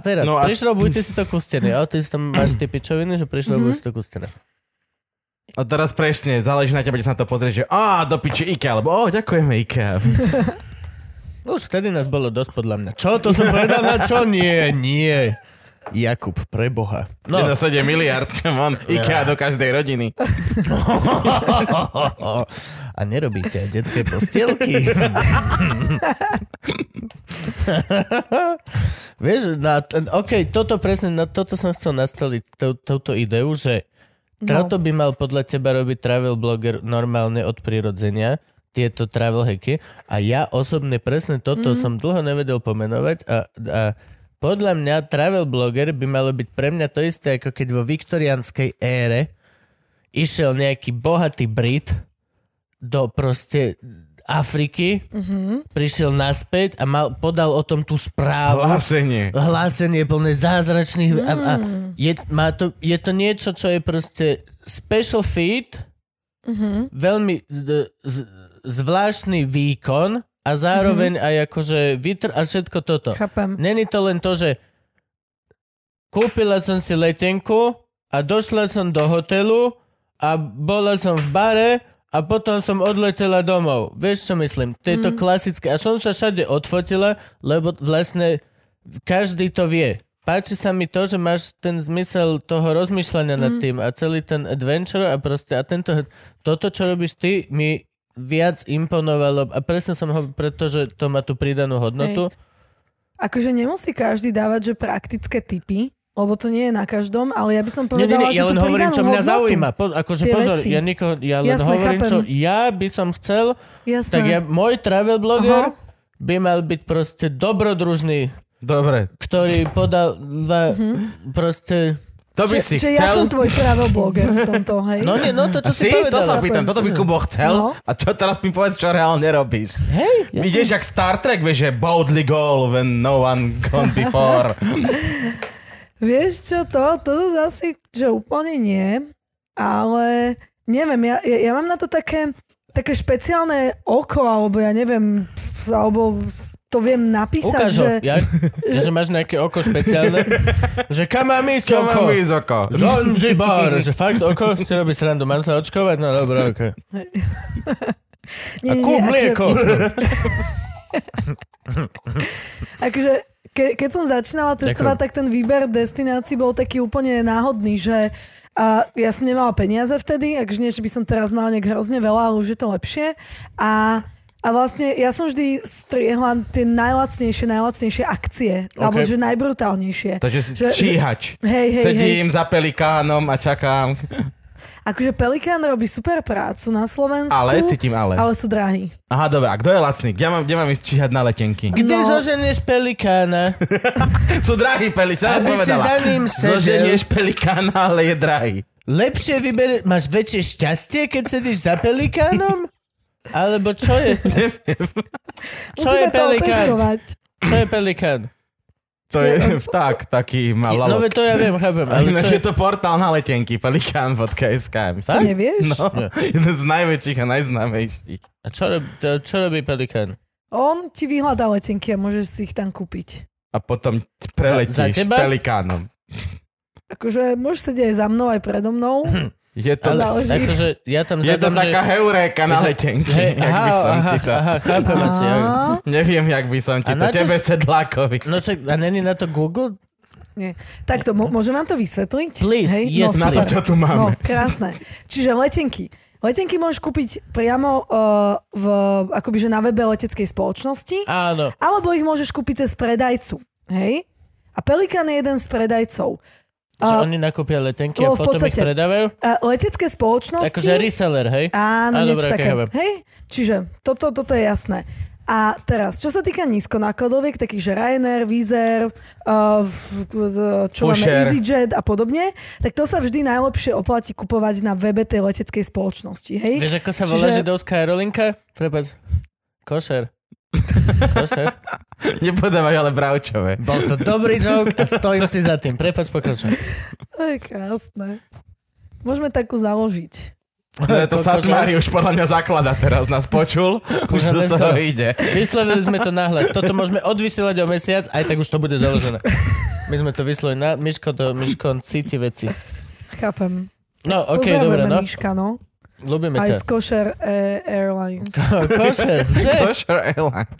Speaker 2: Aha. A teraz, no
Speaker 4: No
Speaker 2: a...
Speaker 4: a-
Speaker 2: prišrobujte si to kustené. A ty si tam máš tie pičoviny, že
Speaker 3: Mhm.
Speaker 2: prišrobujú si to kustené.
Speaker 4: A teraz presne, záleží na tebe, kde sa na to pozrieš, že a do piče IKEA, alebo o, ďakujeme IKEA.
Speaker 2: No Už vtedy nás bolo dosť podľa mňa. Čo to som povedal na čo? Nie, nie. Jakub, preboha.
Speaker 4: No.
Speaker 2: No,
Speaker 4: 1,7 miliard, come on, IKEA do každej rodiny.
Speaker 2: a nerobíte aj detské postielky. Vieš, na, OK, toto presne, na toto som chcel nastoliť, tou- touto ideu, že Trato by mal podľa teba robiť travel blogger normálne od prirodzenia, tieto travel hacky. A ja osobne presne toto som dlho nevedel pomenovať a, a podľa mňa travel blogger by malo byť pre mňa to isté, ako keď vo viktorianskej ére išiel nejaký bohatý Brit do proste Afriky,
Speaker 3: Mhm.
Speaker 2: prišiel naspäť a mal, podal o tom tú správu
Speaker 4: Hlásenie.
Speaker 2: hlásenie plné zázračných... Mm. A, a
Speaker 3: Mhm.
Speaker 2: je, má to, je to niečo, čo je proste special feed,
Speaker 3: Mhm.
Speaker 2: mm-hmm. veľmi z, z, zvláštny výkon a zároveň mm-hmm. aj akože vytr a všetko toto.
Speaker 3: Chápem.
Speaker 2: Není to len to, že kúpila som si letenku a došla som do hotelu a bola som v bare a potom som odletela domov. Vieš, čo myslím? To je to klasické. A som sa všade odfotila, lebo vlastne každý to vie. Páči sa mi to, že máš ten zmysel toho rozmýšľania nad tým a celý ten adventure a proste a tento, toto, čo robíš ty, mi viac imponovalo a presne som ho, pretože to má tú pridanú hodnotu.
Speaker 3: Akože nemusí každý dávať, že praktické typy, lebo to nie je na každom, ale ja by som
Speaker 2: Nie, nie,
Speaker 3: povedala,
Speaker 2: nie, ja
Speaker 3: že
Speaker 2: len
Speaker 3: tú
Speaker 2: hovorím,
Speaker 3: pridanú
Speaker 2: čo mňa
Speaker 3: hodnotu.
Speaker 2: zaujíma. Po, akože
Speaker 3: Tie
Speaker 2: pozor,
Speaker 3: veci.
Speaker 2: ja, niko, ja len
Speaker 3: Jasné,
Speaker 2: hovorím, čo
Speaker 3: chápem.
Speaker 2: ja by som chcel,
Speaker 3: Jasné.
Speaker 2: tak ja, môj travel blogger
Speaker 3: Aha.
Speaker 2: by mal byť proste dobrodružný,
Speaker 4: Dobre,
Speaker 2: ktorý podáva
Speaker 3: Mhm.
Speaker 2: proste...
Speaker 4: to by
Speaker 3: Že-
Speaker 4: si
Speaker 3: že
Speaker 4: chcel.
Speaker 3: ja som tvoj travel blogger v tomto, hej.
Speaker 2: No nie, no to, čo si,
Speaker 4: si, to sa
Speaker 2: povedala.
Speaker 4: pýtam, toto by Kubo chcel.
Speaker 3: No.
Speaker 4: A čo teraz mi povedz, čo reálne robíš?
Speaker 2: Hej, ja
Speaker 4: Ideš jak Star Trek, vieš, že boldly goal when no one gone before.
Speaker 3: Vieš čo, to, to zase, že úplne nie, ale neviem, ja, ja, ja mám na to také, také špeciálne oko, alebo ja neviem, pf, alebo to viem napísať,
Speaker 2: ukáž ho.
Speaker 3: že...
Speaker 2: Ja, že máš nejaké oko špeciálne. že kam mám ísť
Speaker 4: Čo
Speaker 2: oko?
Speaker 4: mám ísť oko?
Speaker 2: Zanzibar, že fakt oko, si robí srandu, mám sa očkovať? No dobré, ok. A
Speaker 3: Nie, nie,
Speaker 2: kúp
Speaker 3: nie, akože-
Speaker 2: mlieko.
Speaker 3: Akože, ke, keď som začínala cestovať,
Speaker 2: Ďakujem.
Speaker 3: tak ten výber destinácií bol taký úplne náhodný, že a ja som nemala peniaze vtedy, takže nie, že by som teraz mala nejak hrozne veľa, ale už je to lepšie. A, a vlastne ja som vždy striehla tie najlacnejšie, najlacnejšie akcie. Okay. Alebo že najbrutálnejšie.
Speaker 4: Takže si
Speaker 3: Že-
Speaker 4: číhač.
Speaker 3: Hej, hej,
Speaker 4: Sedím za pelikánom a čakám.
Speaker 3: Akože Pelikán robí super prácu na Slovensku.
Speaker 4: Ale, cítim ale.
Speaker 3: Ale sú drahí.
Speaker 4: Aha, dobre, a kto je lacný? Kde mám, kde mám ísť číhať na letenky?
Speaker 2: Kde
Speaker 3: No.
Speaker 2: zoženieš pelikána?
Speaker 4: Sú drahí pelici, teraz
Speaker 2: Aby si
Speaker 4: povedala.
Speaker 2: za ním sedel.
Speaker 4: Zoženieš pelikána, ale je drahý.
Speaker 2: Lepšie vyber... Máš väčšie šťastie, keď sedíš za pelikánom? Alebo čo je... Čo je
Speaker 3: Musíme to
Speaker 2: pelikán?
Speaker 3: otestovať.
Speaker 2: Čo je pelikán?
Speaker 4: To je vták, taký má
Speaker 2: No
Speaker 4: lalo.
Speaker 2: veď to ja viem, chápem.
Speaker 4: A
Speaker 2: Ale
Speaker 4: Ináč
Speaker 2: čo
Speaker 4: je
Speaker 2: je...
Speaker 4: to portál na letenky, pelikán.sk.
Speaker 2: Tak?
Speaker 3: Nevieš?
Speaker 4: No, jeden z najväčších a najznámejších.
Speaker 2: A čo, rob, to, čo robí pelikán?
Speaker 3: On ti vyhľadá letenky a môžeš si ich tam kúpiť.
Speaker 4: A potom t- preletíš
Speaker 2: Za- za teba?
Speaker 4: pelikánom.
Speaker 3: Akože môžeš sedieť aj za mnou, aj predo mnou.
Speaker 4: Je to,
Speaker 2: Ale,
Speaker 4: ale,
Speaker 3: záleží.
Speaker 2: akože ja tam
Speaker 4: je to
Speaker 2: zadám,
Speaker 4: taká
Speaker 2: že...
Speaker 4: heuréka na
Speaker 2: že-
Speaker 4: letenky.
Speaker 2: Hej,
Speaker 4: jak
Speaker 2: aha,
Speaker 4: by som
Speaker 2: aha,
Speaker 4: ti to...
Speaker 2: aha, chápem asi. Ja.
Speaker 3: Á,
Speaker 4: Neviem, jak by som ti
Speaker 2: A
Speaker 4: to...
Speaker 2: na čo
Speaker 4: Tebe
Speaker 2: s-
Speaker 4: sedlákovi.
Speaker 2: No však, a není na to Google?
Speaker 3: Nie. Takto, mo- môžem vám to vysvetliť?
Speaker 2: Please, yes,
Speaker 3: no,
Speaker 4: Na to,
Speaker 2: please.
Speaker 3: super.
Speaker 4: čo tu
Speaker 3: No,
Speaker 4: máme.
Speaker 3: krásne. Čiže letenky. Letenky môžeš kúpiť priamo uh, v, akoby, že na webe leteckej spoločnosti,
Speaker 2: Áno.
Speaker 3: alebo ich môžeš kúpiť cez predajcu. Hej? A Pelikan je jeden z predajcov.
Speaker 2: Že
Speaker 3: A-
Speaker 2: oni nakúpia letenky a
Speaker 3: Lebo v
Speaker 2: potom ich
Speaker 3: podstate-
Speaker 2: predávajú?
Speaker 3: Uh, letecké spoločnosti...
Speaker 2: Akože reseller, hej? Á,
Speaker 3: Áno, no, niečo
Speaker 2: dobre, ok,
Speaker 3: také.
Speaker 2: chápem.
Speaker 3: Hej? Čiže toto, toto je jasné. A A teraz, čo sa týka nízkonákladoviek, takých že Ryanair, Vizer, uh, v- v- čo
Speaker 4: Pusher.
Speaker 3: máme, EasyJet a podobne, tak to sa vždy najlepšie oplatí kupovať na webe tej leteckej spoločnosti, hej?
Speaker 2: Vieš, ako sa volá
Speaker 3: Čiže-
Speaker 2: židovská aerolinka? Prepač. Košer. Košer.
Speaker 4: Nepodávaj, ale bravčové.
Speaker 2: Bol to dobrý joke a stojím si za tým. Prepač, pokračuj.
Speaker 3: To je krásne. Môžeme takú založiť.
Speaker 4: Ne, to
Speaker 2: Koľko
Speaker 4: Satmári už podľa mňa zaklada teraz, nás počul. Už do
Speaker 2: Kožanesko.
Speaker 4: toho ide.
Speaker 2: Vyslovili sme to nahlas. Toto môžeme odvysielať o mesiac, aj tak už to bude založené. My sme to vyslovili na... Miško, to, Miško cíti veci.
Speaker 3: Chápem.
Speaker 2: No, okej,
Speaker 3: Pozdravujeme
Speaker 2: dobre, no.
Speaker 3: Miška, no.
Speaker 2: Ľubíme
Speaker 3: Aj
Speaker 2: ťa. No,
Speaker 3: z Košer eh, Airlines.
Speaker 2: Košer, že?
Speaker 4: Kosher Airlines.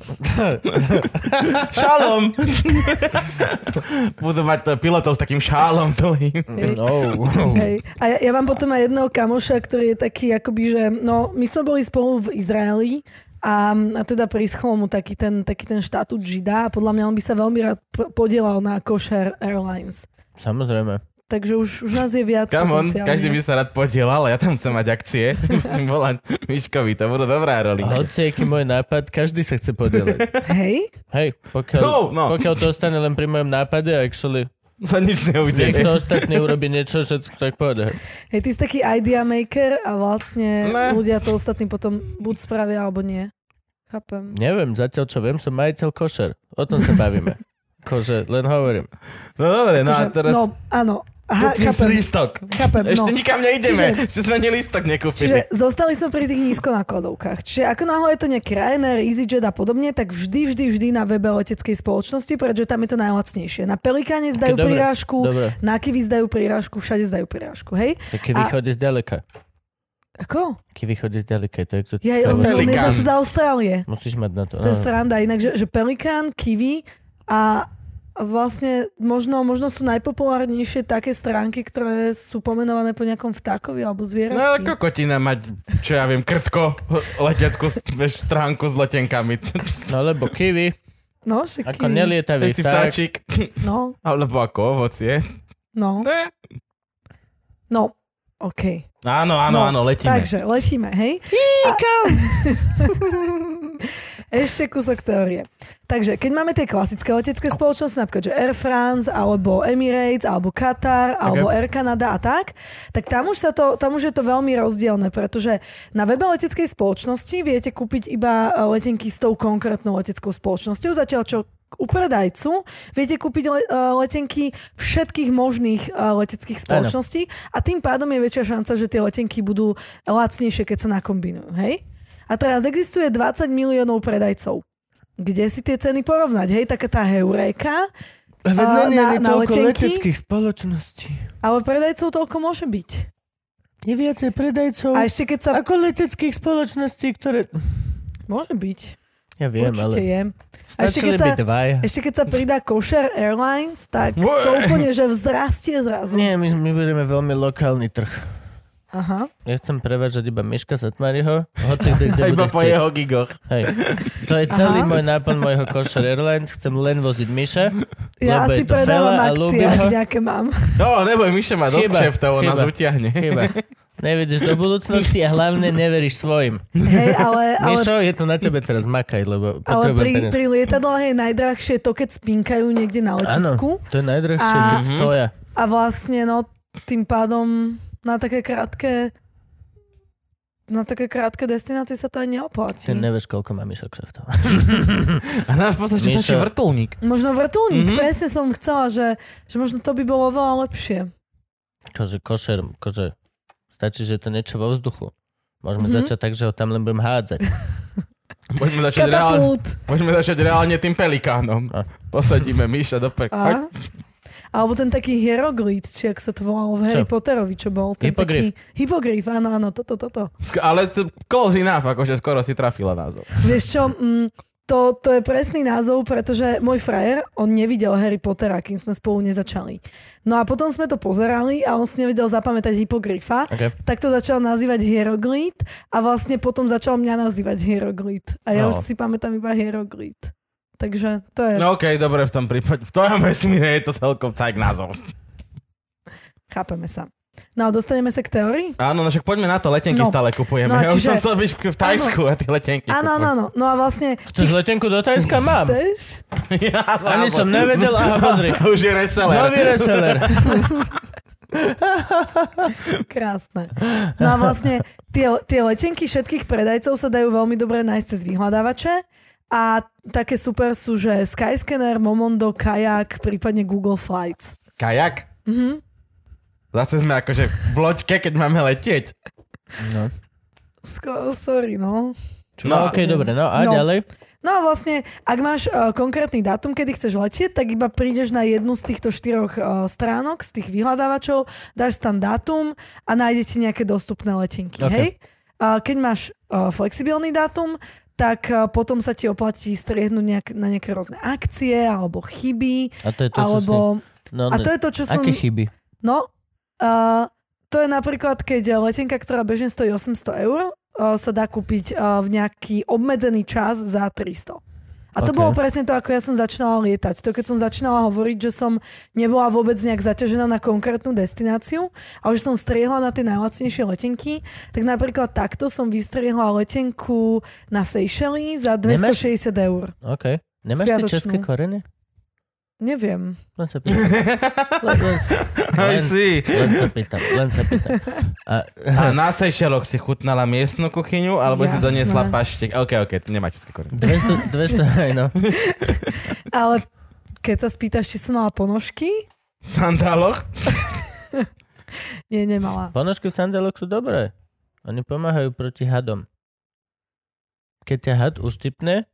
Speaker 4: Šalom! Budú mať to pilotov s takým šálom dlhým.
Speaker 2: No.
Speaker 3: Hej. A ja, ja mám potom aj jedného kamoša, ktorý je taký akoby, že no, my sme boli spolu v Izraeli a, a teda prischol mu taký ten, taký ten štatút žida a podľa mňa on by sa veľmi rád p- podielal na Košer Airlines.
Speaker 2: Samozrejme.
Speaker 3: Takže už, už nás je viac
Speaker 4: Come on,
Speaker 3: potenciálne.
Speaker 4: každý by sa rád podielal, ale ja tam chcem mať akcie. Musím volať Miškovi, to budú dobrá
Speaker 2: A
Speaker 4: rolinka.
Speaker 2: hoci aký môj nápad, každý sa chce podeliť.
Speaker 3: Hej?
Speaker 2: Hej, pokiaľ,
Speaker 4: No, no.
Speaker 2: pokiaľ to ostane len pri mojom nápade, actually,
Speaker 4: Sa nič neudeje.
Speaker 2: niekto ostatný urobí niečo, všetko tak povede.
Speaker 3: Hej, ty si taký idea maker a vlastne
Speaker 4: Ne.
Speaker 3: ne. ľudia to ostatní potom buď spravia, alebo nie. Chápem.
Speaker 2: Neviem, zatiaľ čo viem, som majiteľ košer. O tom sa bavíme. Kože, len hovorím.
Speaker 4: No dobre, no a
Speaker 3: Akože-
Speaker 4: teraz...
Speaker 3: no áno. Aha,
Speaker 4: Kúpim si
Speaker 3: chápem,
Speaker 4: lístok.
Speaker 3: chápem, no.
Speaker 4: Ešte nikam neideme,
Speaker 3: Čiže-
Speaker 4: ešte sme ani lístok nekúpili.
Speaker 3: Čiže zostali sme pri tých nízkonákladovkách. Čiže ako náhle je to nejaký Ryanair, EasyJet a podobne, tak vždy, vždy, vždy na webe leteckej spoločnosti, pretože tam je to najlacnejšie. Na Pelikáne zdajú
Speaker 2: Dobre,
Speaker 3: prirážku,
Speaker 2: dobre.
Speaker 3: na Kiwi zdajú prirážku, všade zdajú prirážku, hej?
Speaker 2: Tak kivy
Speaker 3: A-
Speaker 2: chodí zďaleka.
Speaker 3: Ako?
Speaker 2: Kivy chodí zďaleka, je to exotické.
Speaker 3: Ja, on, on je
Speaker 4: Pelikán.
Speaker 3: zase z Austrálie.
Speaker 2: Musíš mať na to. No,
Speaker 3: To je
Speaker 2: áno.
Speaker 3: sranda. Inak, že, že Pelikán, Kiwi a a vlastne možno, možno sú najpopulárnejšie také stránky, ktoré sú pomenované po nejakom vtákovi alebo zvierati.
Speaker 4: No ale kokotina mať, čo ja viem, krtko, leteckú vieš, stránku s letenkami.
Speaker 2: No lebo kivy,
Speaker 3: no však
Speaker 2: ako
Speaker 3: kiwi.
Speaker 2: nelietavý
Speaker 4: Veci
Speaker 2: vták.
Speaker 4: vtáčik.
Speaker 3: No,
Speaker 4: Alebo ako ovocie.
Speaker 3: no,
Speaker 4: Ne.
Speaker 3: no, okej.
Speaker 4: Áno,
Speaker 3: No,
Speaker 4: áno, áno, letíme.
Speaker 3: Takže, letíme, hej? Jíkam! Ešte kúsok teórie. Takže, keď máme tie klasické letecké spoločnosti, napríklad, že Air France, alebo Emirates, alebo Qatar, alebo Air Canada a tak, tak tam už, sa to, tam už je to veľmi rozdielne, pretože na webe leteckej spoločnosti viete kúpiť iba e, letenky s tou konkrétnou leteckou spoločnosťou, zatiaľ čo u predajcu viete kúpiť le- e, letenky všetkých možných e, leteckých
Speaker 2: Áno.
Speaker 3: spoločností spoločnosti a tým pádom je väčšia šanca, že tie letenky budú lacnejšie, keď sa nakombinujú, hej? A teraz existuje 20 miliónov predajcov. Kde si tie ceny porovnať, hej? Taká tá heuréka,
Speaker 2: Veď
Speaker 3: A
Speaker 2: není
Speaker 3: na-
Speaker 2: ani
Speaker 3: na
Speaker 2: toľko
Speaker 3: letenky?
Speaker 2: leteckých spoločností.
Speaker 3: ale predajcov toľko môže byť.
Speaker 2: Je viacej predajcov
Speaker 3: A ešte keď sa...
Speaker 2: ako leteckých spoločností, ktoré...
Speaker 3: Môže byť,
Speaker 2: Ja viem, ale
Speaker 3: určite je. A ešte
Speaker 2: stačili
Speaker 3: keď
Speaker 2: by
Speaker 3: sa-
Speaker 2: dvaja.
Speaker 3: Ešte keď sa pridá Kosher Airlines, tak to
Speaker 4: Ué.
Speaker 3: úplne, že vzrastie zrazu.
Speaker 2: Nie, my, my budeme veľmi lokálny trh.
Speaker 3: Aha.
Speaker 2: Ja chcem prevážať iba Miška Satmariho, hoci kde, kde bude
Speaker 4: Iba po
Speaker 2: chcieť.
Speaker 4: jeho gigoch.
Speaker 2: Hej. To je celý
Speaker 3: Aha.
Speaker 2: môj náplň mojho Kosher Airlines. Chcem len voziť Miša,
Speaker 3: Ja
Speaker 2: lebo je
Speaker 3: asi
Speaker 2: to veľa
Speaker 3: predávam
Speaker 2: a
Speaker 3: akcie,
Speaker 2: ľúbim ho.
Speaker 3: ak nejaké mám.
Speaker 4: No, neboj, Miša má dosť
Speaker 2: Chyba,
Speaker 4: kšeftov, on
Speaker 2: chyba.
Speaker 4: nás utiahne.
Speaker 2: Chyba. Nevidíš do budúcnosti a hlavne neveríš svojim.
Speaker 3: Hej, No, ale, ale
Speaker 2: Mišo, je to na tebe teraz makaj, lebo
Speaker 3: Ale pri,
Speaker 2: potrebujem peniaze.
Speaker 3: pri lietadlách je najdrahšie to, keď spinkajú niekde na
Speaker 2: Áno,
Speaker 3: letisku.
Speaker 2: to je najdrahšie,
Speaker 3: A-
Speaker 2: keď stoja.
Speaker 3: A vlastne no, tým pádom na také krátke na také krátke destinácie sa to aj
Speaker 2: Ty
Speaker 3: neoplatí.
Speaker 2: nevieš, koľko má Mišo kšeftov.
Speaker 4: A nás poznaš, že
Speaker 2: Miša.
Speaker 4: točí vrtulník.
Speaker 3: Možno vrtulník,
Speaker 4: Mhm.
Speaker 3: mm-hmm. presne som chcela, že, že možno to by bolo veľa lepšie.
Speaker 2: Kože košer, kože stačí, že je to niečo vo vzduchu. Môžeme
Speaker 3: Mhm.
Speaker 2: začať tak, že ho tam len budem hádzať.
Speaker 4: Môžeme začať, reálne,
Speaker 3: Katapult.
Speaker 4: môžeme začať reálne tým pelikánom.
Speaker 2: A.
Speaker 4: Posadíme Miša do pek.
Speaker 3: A? Alebo ten taký hieroglyt, či ak sa to volalo v Harry Potterovi, čo bol. Ten
Speaker 2: Hypogryf.
Speaker 3: Taký, hypogryf, áno, áno, toto, toto.
Speaker 4: Ale c- close enough, akože skoro si trafila názov.
Speaker 3: Vieš čo, mm, to, to je presný názov, pretože môj frajer, on nevidel Harry Pottera, kým sme spolu nezačali. No a potom sme to pozerali a on si nevedel zapamätať hypogryfa,
Speaker 2: Okay.
Speaker 3: tak to začal nazývať hieroglyt a vlastne potom začal mňa nazývať hieroglyt. A ja
Speaker 2: No.
Speaker 3: no. už si pamätám iba hieroglyt. Takže to je, no.
Speaker 4: No okej, dobre, v tom prípade. V tvojom vesmíre je to celkom cajk názov.
Speaker 3: chápeme sa. No, dostaneme sa k teórii?
Speaker 4: Áno, no však poďme na to, letenky
Speaker 3: No.
Speaker 4: stále kupujeme.
Speaker 3: No a
Speaker 4: Ja už
Speaker 3: čiže-
Speaker 4: som chcel byť v- v Tajsku a tie letenky
Speaker 3: Áno, áno, áno. No a vlastne...
Speaker 2: Chceš letenku do Tajska? Mám.
Speaker 3: Chceš?
Speaker 4: Ja
Speaker 2: Ani som nevedel, aha, pozri.
Speaker 4: Už je reseller.
Speaker 2: Nový reseller.
Speaker 3: Krásne. No a vlastne tie, tie letenky všetkých predajcov sa dajú veľmi dobre nájsť cez vyhľadávače a také super sú, že Skyscanner, Momondo, Kajak, prípadne Google Flights.
Speaker 4: Kajak? Mhm. Zase sme akože v loďke, keď máme letieť.
Speaker 3: Skoro, sorry, no.
Speaker 2: No okej, dobre, no a
Speaker 3: No.
Speaker 2: ďalej.
Speaker 3: No a vlastne, ak máš uh, konkrétny dátum, kedy chceš letieť, tak iba prídeš na jednu z týchto štyroch uh, stránok, z tých vyhľadávačov, dáš tam dátum a nájdete nejaké dostupné letenky,
Speaker 2: Ok.
Speaker 3: okay. hej? Uh, keď máš uh, flexibilný dátum, tak uh, potom sa ti oplatí striehnuť nejak, na nejaké rôzne akcie alebo chyby,
Speaker 2: A to je to, čo si...
Speaker 3: alebo...
Speaker 2: No,
Speaker 3: A to je to, čo som...
Speaker 2: Aké chyby?
Speaker 3: No, uh, to je napríklad, keď letenka, ktorá bežne stojí 800 eur, uh, sa dá kúpiť uh, v nejaký obmedzený čas za 300. A
Speaker 2: Ok.
Speaker 3: to okay. bolo presne to, ako ja som začínala lietať. To, keď som začínala hovoriť, že som nebola vôbec nejak zaťažená na konkrétnu destináciu a už som striehla na tie najlacnejšie letenky, tak napríklad takto som vystriehla letenku na Seychelles za 260
Speaker 2: Nemáš-
Speaker 3: eur.
Speaker 2: OK. Nemáš ty
Speaker 3: Spiatočnú.
Speaker 2: české korene?
Speaker 3: Neviem.
Speaker 2: Len sa pýtam. Len, len, len,
Speaker 4: I see.
Speaker 2: len sa pýtam, len sa pýtam. A,
Speaker 4: A na Seychelloch si chutnala miestnu kuchyňu, alebo si
Speaker 3: Jasné.
Speaker 4: doniesla paštek. OK, OK, to nemá české korene.
Speaker 2: 200, 200, aj no.
Speaker 3: Ale keď sa spýtaš, či som mala ponožky,
Speaker 4: V sandáloch?
Speaker 3: nie, nemala.
Speaker 2: Ponožky v sandáloch sú dobré. Oni pomáhajú proti hadom. Keď ťa had uštipne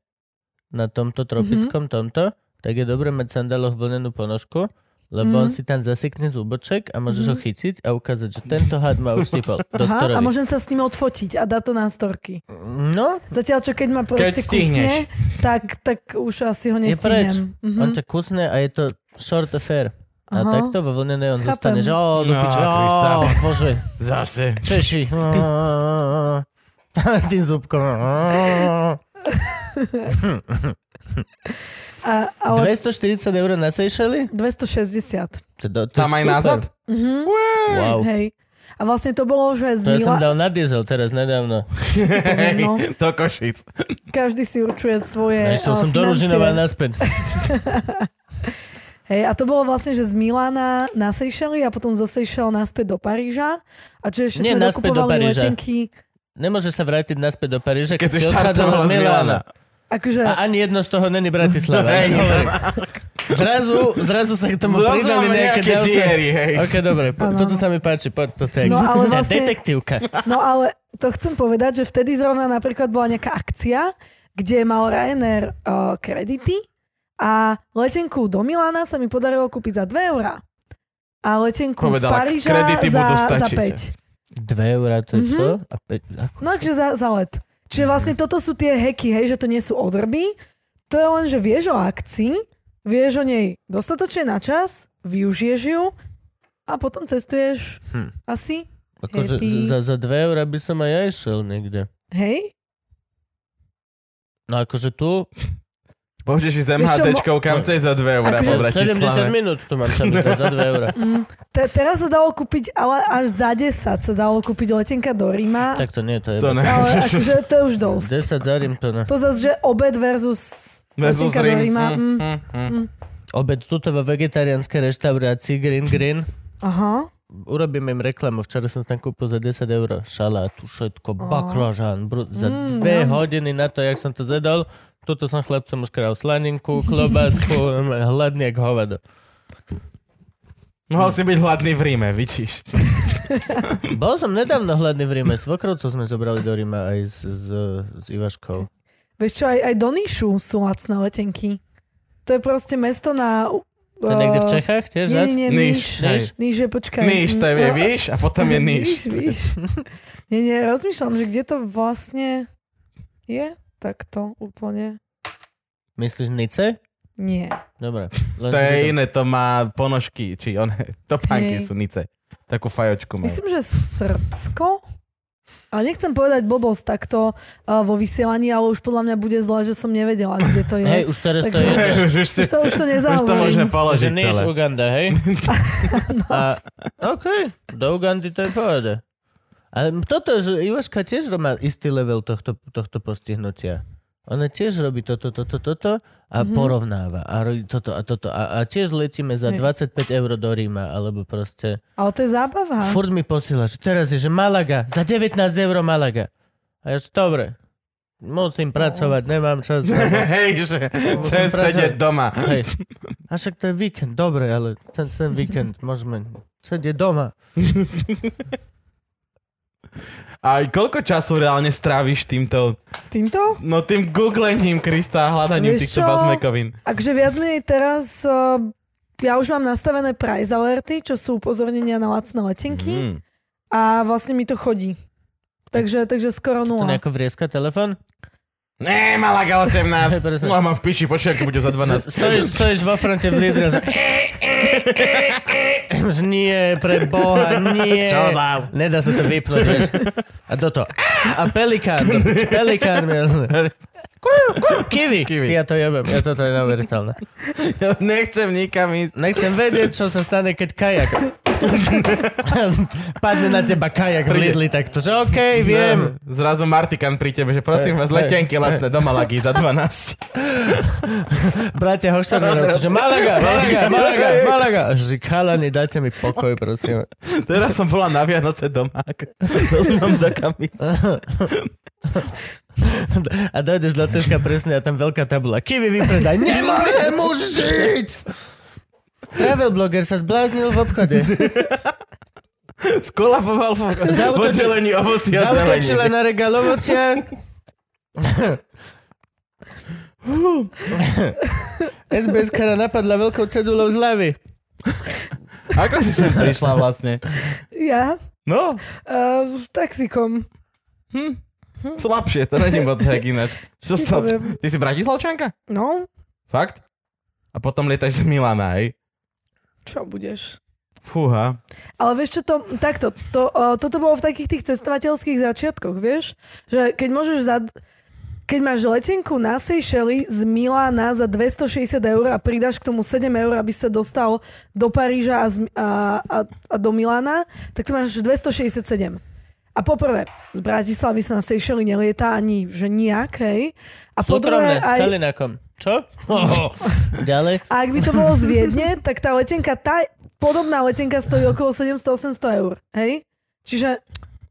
Speaker 2: na tomto
Speaker 3: Mhm.
Speaker 2: tropickom tomto, tak je dobré mať v sandáloch vlnenú ponožku, lebo on
Speaker 3: Mhm.
Speaker 2: si tam zasekne zúboček a môžeš ho
Speaker 3: Mhm.
Speaker 2: chytiť a ukázať, že tento had ma uštipol.
Speaker 3: Aha, a
Speaker 2: Doktorovi.
Speaker 3: môžem sa s ním odfotiť a dá to na storky.
Speaker 2: No,
Speaker 3: Zatiaľ, čo keď ma proste
Speaker 4: stihneš.
Speaker 3: kusne, tak, tak už asi ho
Speaker 2: Je preč.
Speaker 3: nestihnem. Mhm.
Speaker 2: on ťa kusne a je to short affair. A
Speaker 3: Aha.
Speaker 2: takto vo vlnenej on
Speaker 3: Chápem.
Speaker 2: zostane, že o, do
Speaker 4: No,
Speaker 2: piče,
Speaker 4: Krista.
Speaker 2: o, bože,
Speaker 4: Zase.
Speaker 2: Češi. S tým zúbkom.
Speaker 3: A, ale
Speaker 2: 240 eur na Seychelles?
Speaker 3: 260.
Speaker 2: To, do- to
Speaker 4: Tam
Speaker 2: je
Speaker 4: aj
Speaker 2: super.
Speaker 4: nazad?
Speaker 3: Mhm.
Speaker 2: Wow.
Speaker 3: Hej. A vlastne to bolo, že z
Speaker 2: To ja som
Speaker 3: Mila...
Speaker 2: dal na diesel teraz nedávno.
Speaker 4: Hej,
Speaker 3: no.
Speaker 4: do Košic.
Speaker 3: Každý si určuje svoje
Speaker 2: No, Išiel
Speaker 3: eh,
Speaker 2: som do
Speaker 3: financie.
Speaker 2: Ružinova naspäť.
Speaker 3: Hej, a to bolo vlastne, že z Milána na Seychelles a potom zo Seychelles naspäť do Paríža. A čo ešte
Speaker 2: Nie,
Speaker 3: sme
Speaker 2: naspäť do
Speaker 3: dokupovali
Speaker 2: Paríža.
Speaker 3: letenky.
Speaker 2: Nemôže sa vrátiť naspäť do Paríža, keď,
Speaker 4: Keď si
Speaker 2: si odchádzala
Speaker 4: štartovala
Speaker 2: z Milána.
Speaker 3: Akože...
Speaker 2: A ani jedno z toho není Bratislava. Ja
Speaker 4: Hej.
Speaker 2: hovorím. zrazu, zrazu sa k tomu
Speaker 4: Zrazu
Speaker 2: pridali
Speaker 4: máme
Speaker 2: nejaké
Speaker 4: nejaké
Speaker 2: ďalšie.
Speaker 4: diery, hej.
Speaker 2: Ok, dobre, po,
Speaker 3: Áno.
Speaker 2: toto sa mi páči. Po, toto je
Speaker 3: No, ale
Speaker 2: Tá
Speaker 3: vlastne-
Speaker 2: detektívka.
Speaker 3: No ale to chcem povedať, že vtedy zrovna napríklad bola nejaká akcia, kde mal Ryanair uh, kredity a letenku do Milána sa mi podarilo kúpiť za 2 eurá. A letenku z
Speaker 4: Povedala,
Speaker 3: Paríža
Speaker 4: kredity
Speaker 3: za,
Speaker 4: budú
Speaker 3: za
Speaker 4: stačiť.
Speaker 3: 5.
Speaker 2: 2 eurá, to je
Speaker 3: Mhm.
Speaker 2: čo? A pe- ako
Speaker 3: No takže za, za let. Čiže vlastne toto sú tie heky, hej, že to nie sú odrby. To je len, že vieš o akcii, vieš o nej dostatočne na čas, využiješ ju a potom cestuješ
Speaker 2: Hm.
Speaker 3: asi,
Speaker 2: Akože
Speaker 3: Happy.
Speaker 2: za, za 2 eurá by som aj ja išiel niekde.
Speaker 3: hej?
Speaker 2: No akože tu,
Speaker 3: Vieš
Speaker 4: Môžeš ísť
Speaker 3: čo,
Speaker 4: MHDčkou, kam chceš za 2 eurá
Speaker 3: Akože
Speaker 2: 70
Speaker 4: po Bratislave.
Speaker 2: minút tu mám sa mi zdá, za 2 eurá.
Speaker 3: Mm, te, teraz sa dalo kúpiť, ale až za 10 sa dalo kúpiť letenka do Ríma.
Speaker 2: Tak to nie, to je...
Speaker 4: To ne.
Speaker 3: Ale akože to je už dosť.
Speaker 2: 10 za Rím to ne.
Speaker 3: To zase, že obed versus,
Speaker 4: Versus
Speaker 3: letenka do
Speaker 4: Rím.
Speaker 3: Ríma.
Speaker 4: Mm,
Speaker 3: Mm.
Speaker 4: mm, mm.
Speaker 2: Obed tuto vo vegetariánskej reštaurácii Green Green.
Speaker 3: Aha.
Speaker 2: Urobím im reklamu. Včera som tam kúpil za 10 eur šalátu, všetko, baklažán. Bru- za
Speaker 3: Mm,
Speaker 2: 2 hodiny na to, jak som to zjedol, tuto som chlapcom už kral slaninku, klobásku, mm, hladný jak hovado.
Speaker 4: Mohol si byť hladný v Ríme, vidíš.
Speaker 2: Bol som nedávno hladný v Ríme. Svokrovcov sme zobrali do Ríma aj s, s, s Ivaškou.
Speaker 3: Vieš čo, aj, aj do Níšu sú lacné letenky. To je proste mesto na... eh,
Speaker 2: To je niekde v Čechách tiež?
Speaker 3: Nie,
Speaker 2: zas?
Speaker 3: nie, nie,
Speaker 4: Níš,
Speaker 3: Níš.
Speaker 4: hej.
Speaker 3: Níš, Níš je, počkaj.
Speaker 4: Níž, to je
Speaker 3: Mm,
Speaker 4: výš a potom je níž.
Speaker 3: Níš, níž. nie, nie, rozmýšľam, že kde to vlastne je takto úplne.
Speaker 2: Myslíš Nice?
Speaker 3: Nie.
Speaker 2: Dobre. Len teda-
Speaker 4: To je
Speaker 2: že-
Speaker 4: iné, to má ponožky, či one, topánky
Speaker 3: Hej.
Speaker 4: sú nice. Takú fajočku majú.
Speaker 3: Myslím, že Srbsko? Ale nechcem povedať blbosť takto uh, vo vysielaní, ale už podľa mňa bude zle, že som nevedela, kde to je.
Speaker 2: Hej, už teraz to
Speaker 3: Takže-
Speaker 2: je.
Speaker 4: už,
Speaker 3: Už to, už to
Speaker 4: už to môžeme
Speaker 3: nezahovorím.
Speaker 2: Že
Speaker 4: položiť
Speaker 2: nie z
Speaker 4: celé.
Speaker 2: Uganda, hej? A, OK, do Ugandy to je pohode. Ale toto, že Ivaška tiež má istý level tohto, tohto postihnutia. Ona tiež robí toto, toto, toto a mm-hmm. porovnáva a robí toto a toto. A, a tiež letíme za
Speaker 3: Hej.
Speaker 2: 25 eur do Ríma, alebo proste...
Speaker 3: Ale to je zábava.
Speaker 2: Furt mi posiela, že teraz je, že Malaga, za 19 eur Malaga. A ja, že dobre, musím pracovať, nemám čas.
Speaker 4: Hej, že chcem
Speaker 2: pracovať.
Speaker 4: sedieť doma.
Speaker 2: Hej. A však to je víkend, dobre, ale ten, ten víkend môžeme sedieť doma.
Speaker 4: A koľko času reálne stráviš týmto,
Speaker 3: Týmto?
Speaker 4: no tým googlením Krista a hľadaním
Speaker 3: Vieš
Speaker 4: týchto
Speaker 3: čo?
Speaker 4: bazmekovín?
Speaker 3: Takže viac menej teraz... Uh, ja už mám nastavené price alerty, čo sú upozornenia na lacné letenky
Speaker 4: Mm.
Speaker 3: a vlastne mi to chodí. Takže, takže skoro
Speaker 2: To
Speaker 3: nula.
Speaker 2: nejako vrieska telefon?
Speaker 4: Ne, Malaga 18.
Speaker 2: Presne.
Speaker 4: No a mám v piči, počkaj, keď bude za 12.
Speaker 2: Stojíš, stojíš vo fronte v lídre za... Že nie, pre boha, nie.
Speaker 4: Čo zás?
Speaker 2: Nedá sa to vypnúť, vieš. A toto. A pelikán, do piči, pelikán. jasne. Kiwi.
Speaker 4: Kiwi.
Speaker 2: Ja to jebem, ja toto je neuveriteľné.
Speaker 4: Nechcem nikam ísť.
Speaker 2: Nechcem vedieť, čo sa stane, keď kajak. Padne na teba kajak v
Speaker 4: Príde.
Speaker 2: Lidli takto, že okej, viem.
Speaker 4: No, Zrazu Martikan pri tebe, že prosím vás, letenky lacné do Malagy za 12.
Speaker 2: Bratia Hošerovci, že Malaga, Malaga, Malaga, Malaga. Že chalani, dajte mi pokoj, prosím.
Speaker 4: Teraz som bola na Vianoce doma. To som do kam ísť.
Speaker 2: A dojdeš do Teška presne a tam veľká tabula. Kiwi vypredaj. Nemôžem už žiť! Travel blogger sa zbláznil v obchode.
Speaker 4: Skolaboval v v
Speaker 2: Zautočil-
Speaker 4: oddelení ovocia a
Speaker 2: Zautočila
Speaker 4: zeleniny.
Speaker 2: na regál ovocia. SBS kara napadla veľkou cedulou z hlavy.
Speaker 4: Ako si sem prišla vlastne?
Speaker 3: Ja?
Speaker 4: No,
Speaker 3: Uh, taxikom.
Speaker 4: Hm? slabšie, to není moc hek ináč. Čo
Speaker 3: Ti
Speaker 4: slab...
Speaker 3: poviem.
Speaker 4: Ty si bratislavčanka?
Speaker 3: No,
Speaker 4: Fakt? A potom lietaš z Milana, hej?
Speaker 3: čo budeš?
Speaker 4: Fúha.
Speaker 3: Ale vieš čo, to, takto, to, uh, toto bolo v takých tých cestovateľských začiatkoch, vieš? Že keď môžeš za... Keď máš letenku na Seychely z Milána za 260 eur a pridáš k tomu 7 eur, aby sa dostal do Paríža a, z, a, a, a do Milána, tak tu máš 267. A poprvé, z Bratislavy sa na Seychely nelieta ani, že nejakej. A po
Speaker 2: Súkromné,
Speaker 3: druhé,
Speaker 2: s
Speaker 3: aj,
Speaker 2: Kalinákom. Čo? Oho. Ďalej.
Speaker 3: A ak by to bolo z Viedne, tak tá letenka, tá podobná letenka stojí okolo 700-800 eur. Hej? Čiže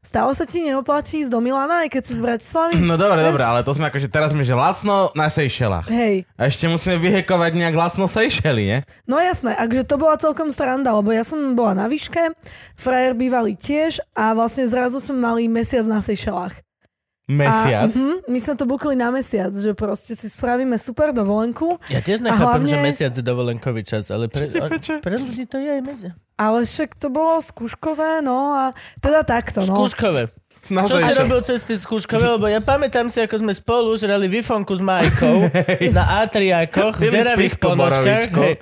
Speaker 3: stále sa ti neoplatí ísť do Milána, aj keď si z Bratislavy?
Speaker 4: No dobre,
Speaker 3: Vieš?
Speaker 4: dobre, ale to sme akože teraz sme, že lacno na Sejšelách.
Speaker 3: Hej,
Speaker 4: A ešte musíme vyhekovať nejak lacno Sejšely, nie?
Speaker 3: no jasné, akže to bola celkom sranda, lebo ja som bola na výške, frajer bývalý tiež a vlastne zrazu sme mali mesiac na Seychellách. A,
Speaker 4: Mesiac.
Speaker 3: uh-huh, my sme to bukli na mesiac, že proste si spravíme super dovolenku,
Speaker 2: Ja tiež nechápem,
Speaker 3: hlavne-
Speaker 2: že mesiac je dovolenkový čas, ale pre, on, pre ľudí to je aj mesiac.
Speaker 3: ale však to bolo skúškové, no a teda takto, no.
Speaker 2: Skúškové.
Speaker 4: Na
Speaker 2: Čo si
Speaker 4: Seychelle.
Speaker 2: robil cez tie skúškové? Lebo ja pamätám si, ako sme spolu žrali vifonku s Majkou na Atriákoch v
Speaker 4: Pili
Speaker 2: deravých
Speaker 4: spisku
Speaker 2: ponožkách.
Speaker 4: borovičku.
Speaker 2: Hej.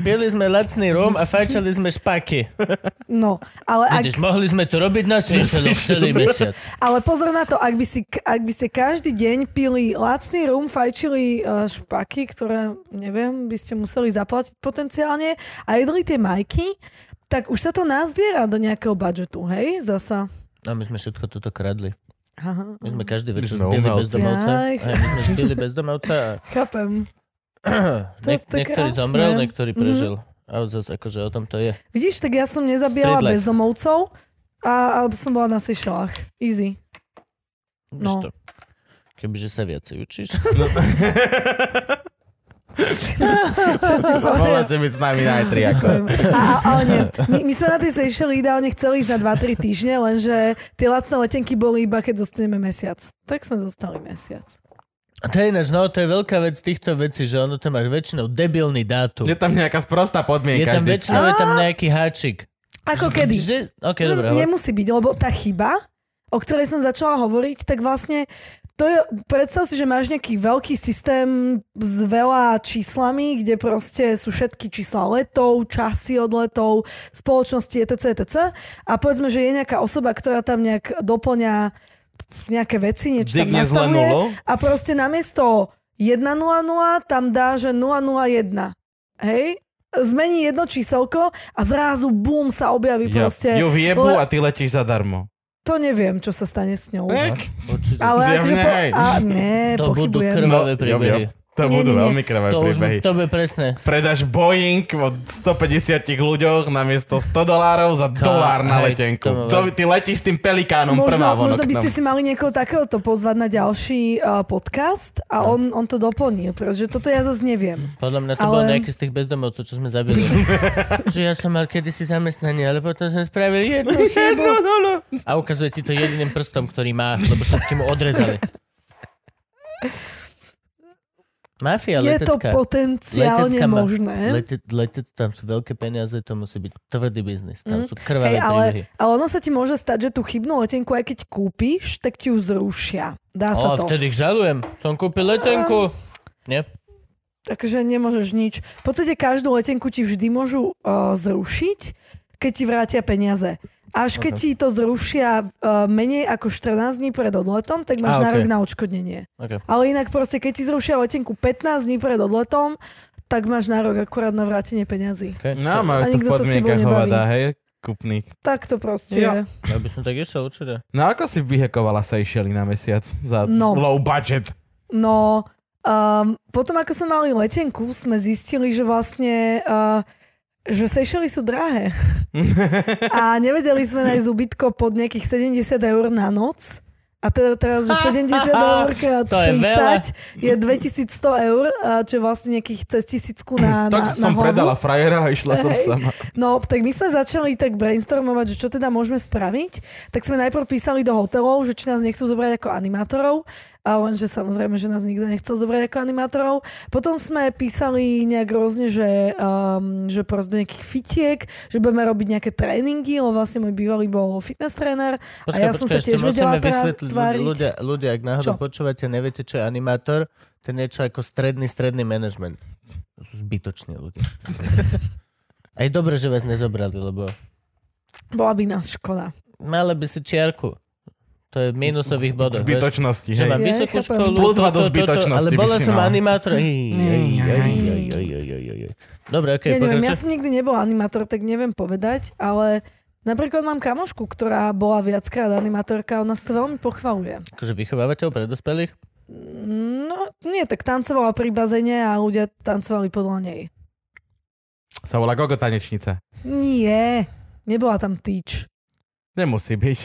Speaker 2: Pili sme lacný rum a fajčali sme špaky.
Speaker 3: No, ale ak...
Speaker 2: Vidíš, mohli sme to robiť na Seychelloch celý mesiac.
Speaker 3: Ale pozor na to, ak by, si, ak by ste každý deň pili lacný rum, fajčili eh, špaky, ktoré, neviem, by ste museli zaplatiť potenciálne a jedli tie majky, tak už sa to nazbiera do nejakého budžetu, hej? Zasa.
Speaker 2: No my sme všetko toto kradli.
Speaker 3: Aha,
Speaker 2: My sme každý večer spili
Speaker 4: sme umelci.
Speaker 2: bezdomovca.
Speaker 3: Jaj.
Speaker 2: Hej, my sme spili bezdomovca a
Speaker 3: chápem. To je-
Speaker 2: niek-
Speaker 3: to je
Speaker 2: niektorý
Speaker 3: krásne. Mhm.
Speaker 2: zomrel, niektorý prežil. A zase akože o tom to je.
Speaker 3: Vidíš, tak ja som
Speaker 2: Street
Speaker 3: nezabíjala
Speaker 2: life.
Speaker 3: bezdomovcov, a, alebo som bola na Seychellách. Easy.
Speaker 2: Víš to.
Speaker 3: No.
Speaker 2: Kebyže sa viacej učíš.
Speaker 4: A mohla si byť s nami na E3, ako.
Speaker 3: A, a, ale nie, my, my sme na tej Seychelles ideálne chceli ísť na 2-3 týždne, lenže tie lacné letenky boli iba keď zostaneme mesiac. Tak sme zostali mesiac.
Speaker 2: A to je ináč, no to je veľká vec týchto vecí, že ono to máš väčšinou debilný dátum.
Speaker 4: Je tam nejaká sprostá
Speaker 2: Je
Speaker 4: podmienka.
Speaker 2: tam
Speaker 4: vždycky.
Speaker 2: väčšinou je tam nejaký háčik.
Speaker 3: Ako kedy?
Speaker 2: Že, ok,
Speaker 3: No,
Speaker 2: dobre. hovor.
Speaker 3: Nemusí byť, lebo tá chyba, o ktorej som začala hovoriť, tak vlastne to je, predstav si, že máš nejaký veľký systém s veľa číslami, kde proste sú všetky čísla letov, časy od letov, spoločnosti etc. etc. A povedzme, že je nejaká osoba, ktorá tam nejak doplňa nejaké veci, niečo tam
Speaker 4: Digne zle
Speaker 3: nastavuje
Speaker 4: nulou.
Speaker 3: a proste namiesto 1.00 tam dá, že 001. Hej? Zmení jedno číselko a zrazu bum sa objaví
Speaker 4: Ja,
Speaker 3: proste...
Speaker 4: ju
Speaker 3: le-
Speaker 4: viebu a ty letíš zadarmo.
Speaker 3: To neviem, čo sa stane s ňou.
Speaker 2: Určite.
Speaker 3: Ale akože
Speaker 4: Zjavne
Speaker 3: po...
Speaker 4: hej.
Speaker 3: A ne,
Speaker 2: To budú
Speaker 3: pochybujem.
Speaker 4: No,
Speaker 2: krvavé
Speaker 4: jo,
Speaker 2: príbehy.
Speaker 4: jo. To
Speaker 3: Nie,
Speaker 4: budú
Speaker 3: nie, nie.
Speaker 4: veľmi krvavé
Speaker 2: To už
Speaker 4: príbehy.
Speaker 2: to bude presne.
Speaker 4: Predáš Boeing od 150 ľuďoch namiesto 100 dolárov za
Speaker 2: Ka-
Speaker 4: dolár
Speaker 2: hej, to
Speaker 4: na
Speaker 2: no,
Speaker 4: letenku.
Speaker 2: bolo-
Speaker 4: To, ty letíš s tým pelikánom
Speaker 3: Možno,
Speaker 4: prvá von
Speaker 3: možno by
Speaker 4: oknom.
Speaker 3: ste si mali niekoho takéhoto pozvať na ďalší uh, podcast a on, on to doplní, pretože toto ja zase neviem.
Speaker 2: Podľa mňa to
Speaker 3: Ale-
Speaker 2: bol nejaký z tých bezdomovcov, čo sme zabili. že ja som mal kedysi zamestnanie, ale potom som spravil jednu chybu. A ukazuje ti to jediným prstom, ktorý má, lebo všetky mu odrezali. Mafia
Speaker 3: Je to
Speaker 2: letecká.
Speaker 3: potenciálne
Speaker 2: Letecká ma-
Speaker 3: možné.
Speaker 2: Lete, lete, tam sú veľké peniaze, to musí byť tvrdý biznis. Tam
Speaker 3: Mm.
Speaker 2: sú krvavé
Speaker 3: Hej, ale,
Speaker 2: príbehy.
Speaker 3: ale ono sa ti môže stať, že tú chybnú letenku, aj keď kúpiš, tak ti ju zrušia. Dá
Speaker 2: O,
Speaker 3: sa to.
Speaker 2: vtedy ich žalujem. Som kúpil letenku. Nie?
Speaker 3: Takže nemôžeš nič. V podstate každú letenku ti vždy môžu uh, zrušiť, keď ti vrátia peniaze. Až keď ti to zrušia uh, menej ako 14 dní pred odletom, tak máš
Speaker 2: A,
Speaker 3: nárok
Speaker 2: okej.
Speaker 3: na odškodnenie.
Speaker 2: Okay.
Speaker 3: Ale inak proste, keď ti zrušia letenku 15 dní pred odletom, tak máš nárok akurát na vrátenie peňazí.
Speaker 2: Okay.
Speaker 3: A
Speaker 4: No, máme
Speaker 3: nikto sa s
Speaker 4: to v
Speaker 3: tebou
Speaker 4: podmienkach
Speaker 3: nebaví.
Speaker 4: hovada, hej, kupných.
Speaker 3: Tak to proste
Speaker 4: Jo.
Speaker 3: je.
Speaker 2: Ja by som tak išiel, určite.
Speaker 4: No ako si vyhekovala Seychely na mesiac za
Speaker 3: No.
Speaker 4: low budget?
Speaker 3: No, um, potom ako sme mali letenku, sme zistili, že vlastne, uh, že Seychely sú drahé. a nevedeli sme nájsť ubytko pod nejakých 70 eur na noc. A teda teraz, že 70 eur krát
Speaker 2: To je veľa.
Speaker 3: 30 je 2100 eur, a čo je vlastne nejakých cez tisícku na, na,
Speaker 4: Tak
Speaker 3: na
Speaker 4: som
Speaker 3: hlavu.
Speaker 4: predala frajera a išla som
Speaker 3: Hej.
Speaker 4: sama.
Speaker 3: No, tak my sme začali tak brainstormovať, že čo teda môžeme spraviť. Tak sme najprv písali do hotelov, že či nás nechcú zobrať ako animátorov, a lenže samozrejme, že nás nikto nechcel zobrať ako animátorov. Potom sme písali nejak rôzne, že, um, že proste do nejakých fitiek, že budeme robiť nejaké tréningy, lebo vlastne môj bývalý bol fitness tréner a ja som sa tiež vedela teda tváriť.
Speaker 2: ľudia, ľudia, ak náhodou
Speaker 3: Čo?
Speaker 2: počúvate a neviete, čo je animátor, to je niečo ako stredný, stredný manažment. To sú zbytoční ľudia. Aj dobre, že vás nezobrali, lebo
Speaker 3: Bola by nás škoda.
Speaker 2: mala by si čiarku. To je v minusových bodoch. vieš.
Speaker 4: Zbytočnosti,
Speaker 2: Že
Speaker 4: hej.
Speaker 2: mám
Speaker 3: Ja
Speaker 2: vysokú
Speaker 3: chápem.
Speaker 2: školu,
Speaker 4: Splodva
Speaker 2: toto,
Speaker 4: do
Speaker 2: toto,
Speaker 4: zbytočnosti
Speaker 2: ale
Speaker 4: by
Speaker 2: bola
Speaker 4: si
Speaker 2: som
Speaker 4: mala.
Speaker 2: animátor. Ej, ej, ej, ej, ej, ej, ej, ej. Dobre, okej,
Speaker 3: Ja neviem, ja
Speaker 2: pokračuj.
Speaker 3: som nikdy nebol animátor, tak neviem povedať, ale napríklad mám kamošku, ktorá bola viackrát animátorka, ona sa to veľmi pochvaluje.
Speaker 2: Akože vychovávateľ pre dospelých?
Speaker 3: No, nie, tak tancovala pri bazene a ľudia tancovali podľa nej.
Speaker 4: Sa volá Gogo tanečnica.
Speaker 3: Nie, nebola tam tyč.
Speaker 4: Nemusí byť.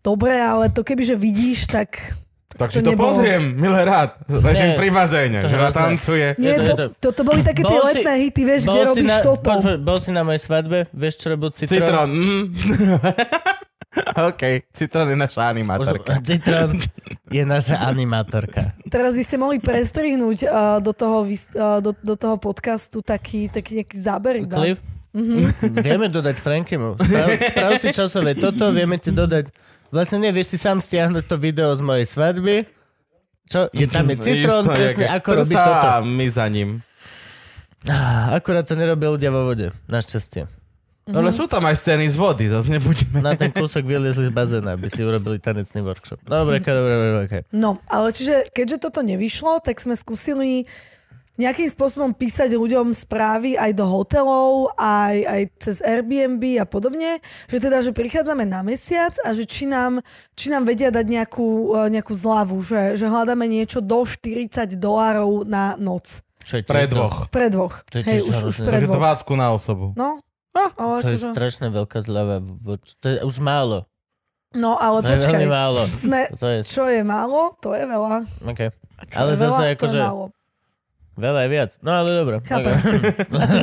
Speaker 3: Dobre, ale to kebyže vidíš, tak...
Speaker 4: Tak
Speaker 3: to
Speaker 4: si to
Speaker 3: nebolo.
Speaker 4: pozriem, milé rád. Ležím
Speaker 2: Nie.
Speaker 4: pri bazéne,
Speaker 2: To
Speaker 4: že
Speaker 2: hrozné.
Speaker 4: tancuje.
Speaker 2: Je
Speaker 3: Nie,
Speaker 2: to-
Speaker 3: to,
Speaker 2: je
Speaker 3: to, to boli také tie
Speaker 2: Bol si-
Speaker 3: letné hity, vieš, kde
Speaker 2: si
Speaker 3: robíš
Speaker 2: na,
Speaker 3: toto.
Speaker 2: počkaj, bol si na mojej svadbe? Vieš, čo robil citrón?
Speaker 4: Citrón. Mm. OK, Citrón je naša animátorka.
Speaker 2: Už- Citrón je naša animátorka.
Speaker 3: Teraz by ste mohli prestrihnúť uh, do, toho, vys- uh, do, do toho podcastu taký, taký nejaký záber. iba.
Speaker 2: Cliff?
Speaker 3: Mhm.
Speaker 2: Vieme dodať Frankimu. Sprav, sprav si časové toto, vieme ti dodať. Vlastne nie, vieš si sám stiahnuť to video z mojej svadby. Čo? Je, tam je citrón,
Speaker 4: Mhm. Isto,
Speaker 2: presne
Speaker 4: jak-
Speaker 2: ako
Speaker 4: to
Speaker 2: robiť
Speaker 4: sa
Speaker 2: toto.
Speaker 4: my za ním.
Speaker 2: Á, Akurát to nerobia ľudia vo vode, našťastie.
Speaker 3: Mhm.
Speaker 4: No ale sú tam aj scény z vody, zase nebuďme.
Speaker 2: Na ten kúsok vyliezli z bazéna, aby si urobili tanecný workshop. Dobre, okay, dobre, dobre, okay.
Speaker 3: No, ale čiže keďže toto nevyšlo, tak sme skúsili nejakým spôsobom písať ľuďom správy aj do hotelov, aj, aj cez Airbnb a podobne, že teda, že prichádzame na mesiac a že či nám, či nám vedia dať nejakú, e, nejakú zľavu, že, že hľadáme niečo do 40 dolárov na noc.
Speaker 2: Čo je tiež
Speaker 4: Pre
Speaker 2: dosť.
Speaker 4: dvoch.
Speaker 3: Pre dvoch.
Speaker 2: To je
Speaker 3: Hej,
Speaker 2: tiež
Speaker 3: už, už
Speaker 2: hrozné.
Speaker 3: pre
Speaker 4: Takže
Speaker 3: dvoch.
Speaker 4: dvácku na osobu.
Speaker 3: No, ale
Speaker 2: To je
Speaker 3: akože-
Speaker 2: strašne veľká zľava. voč- To je už málo.
Speaker 3: no, ale
Speaker 2: To je
Speaker 3: počkaj.
Speaker 2: veľmi málo.
Speaker 3: Sme,
Speaker 2: To je,
Speaker 3: čo je málo, to je veľa.
Speaker 2: okay.
Speaker 3: Čo
Speaker 2: Ale
Speaker 3: je veľa,
Speaker 2: zase
Speaker 3: to je
Speaker 2: akože-
Speaker 3: málo.
Speaker 2: Veľa je viac. No ale dobre.
Speaker 3: Chápem.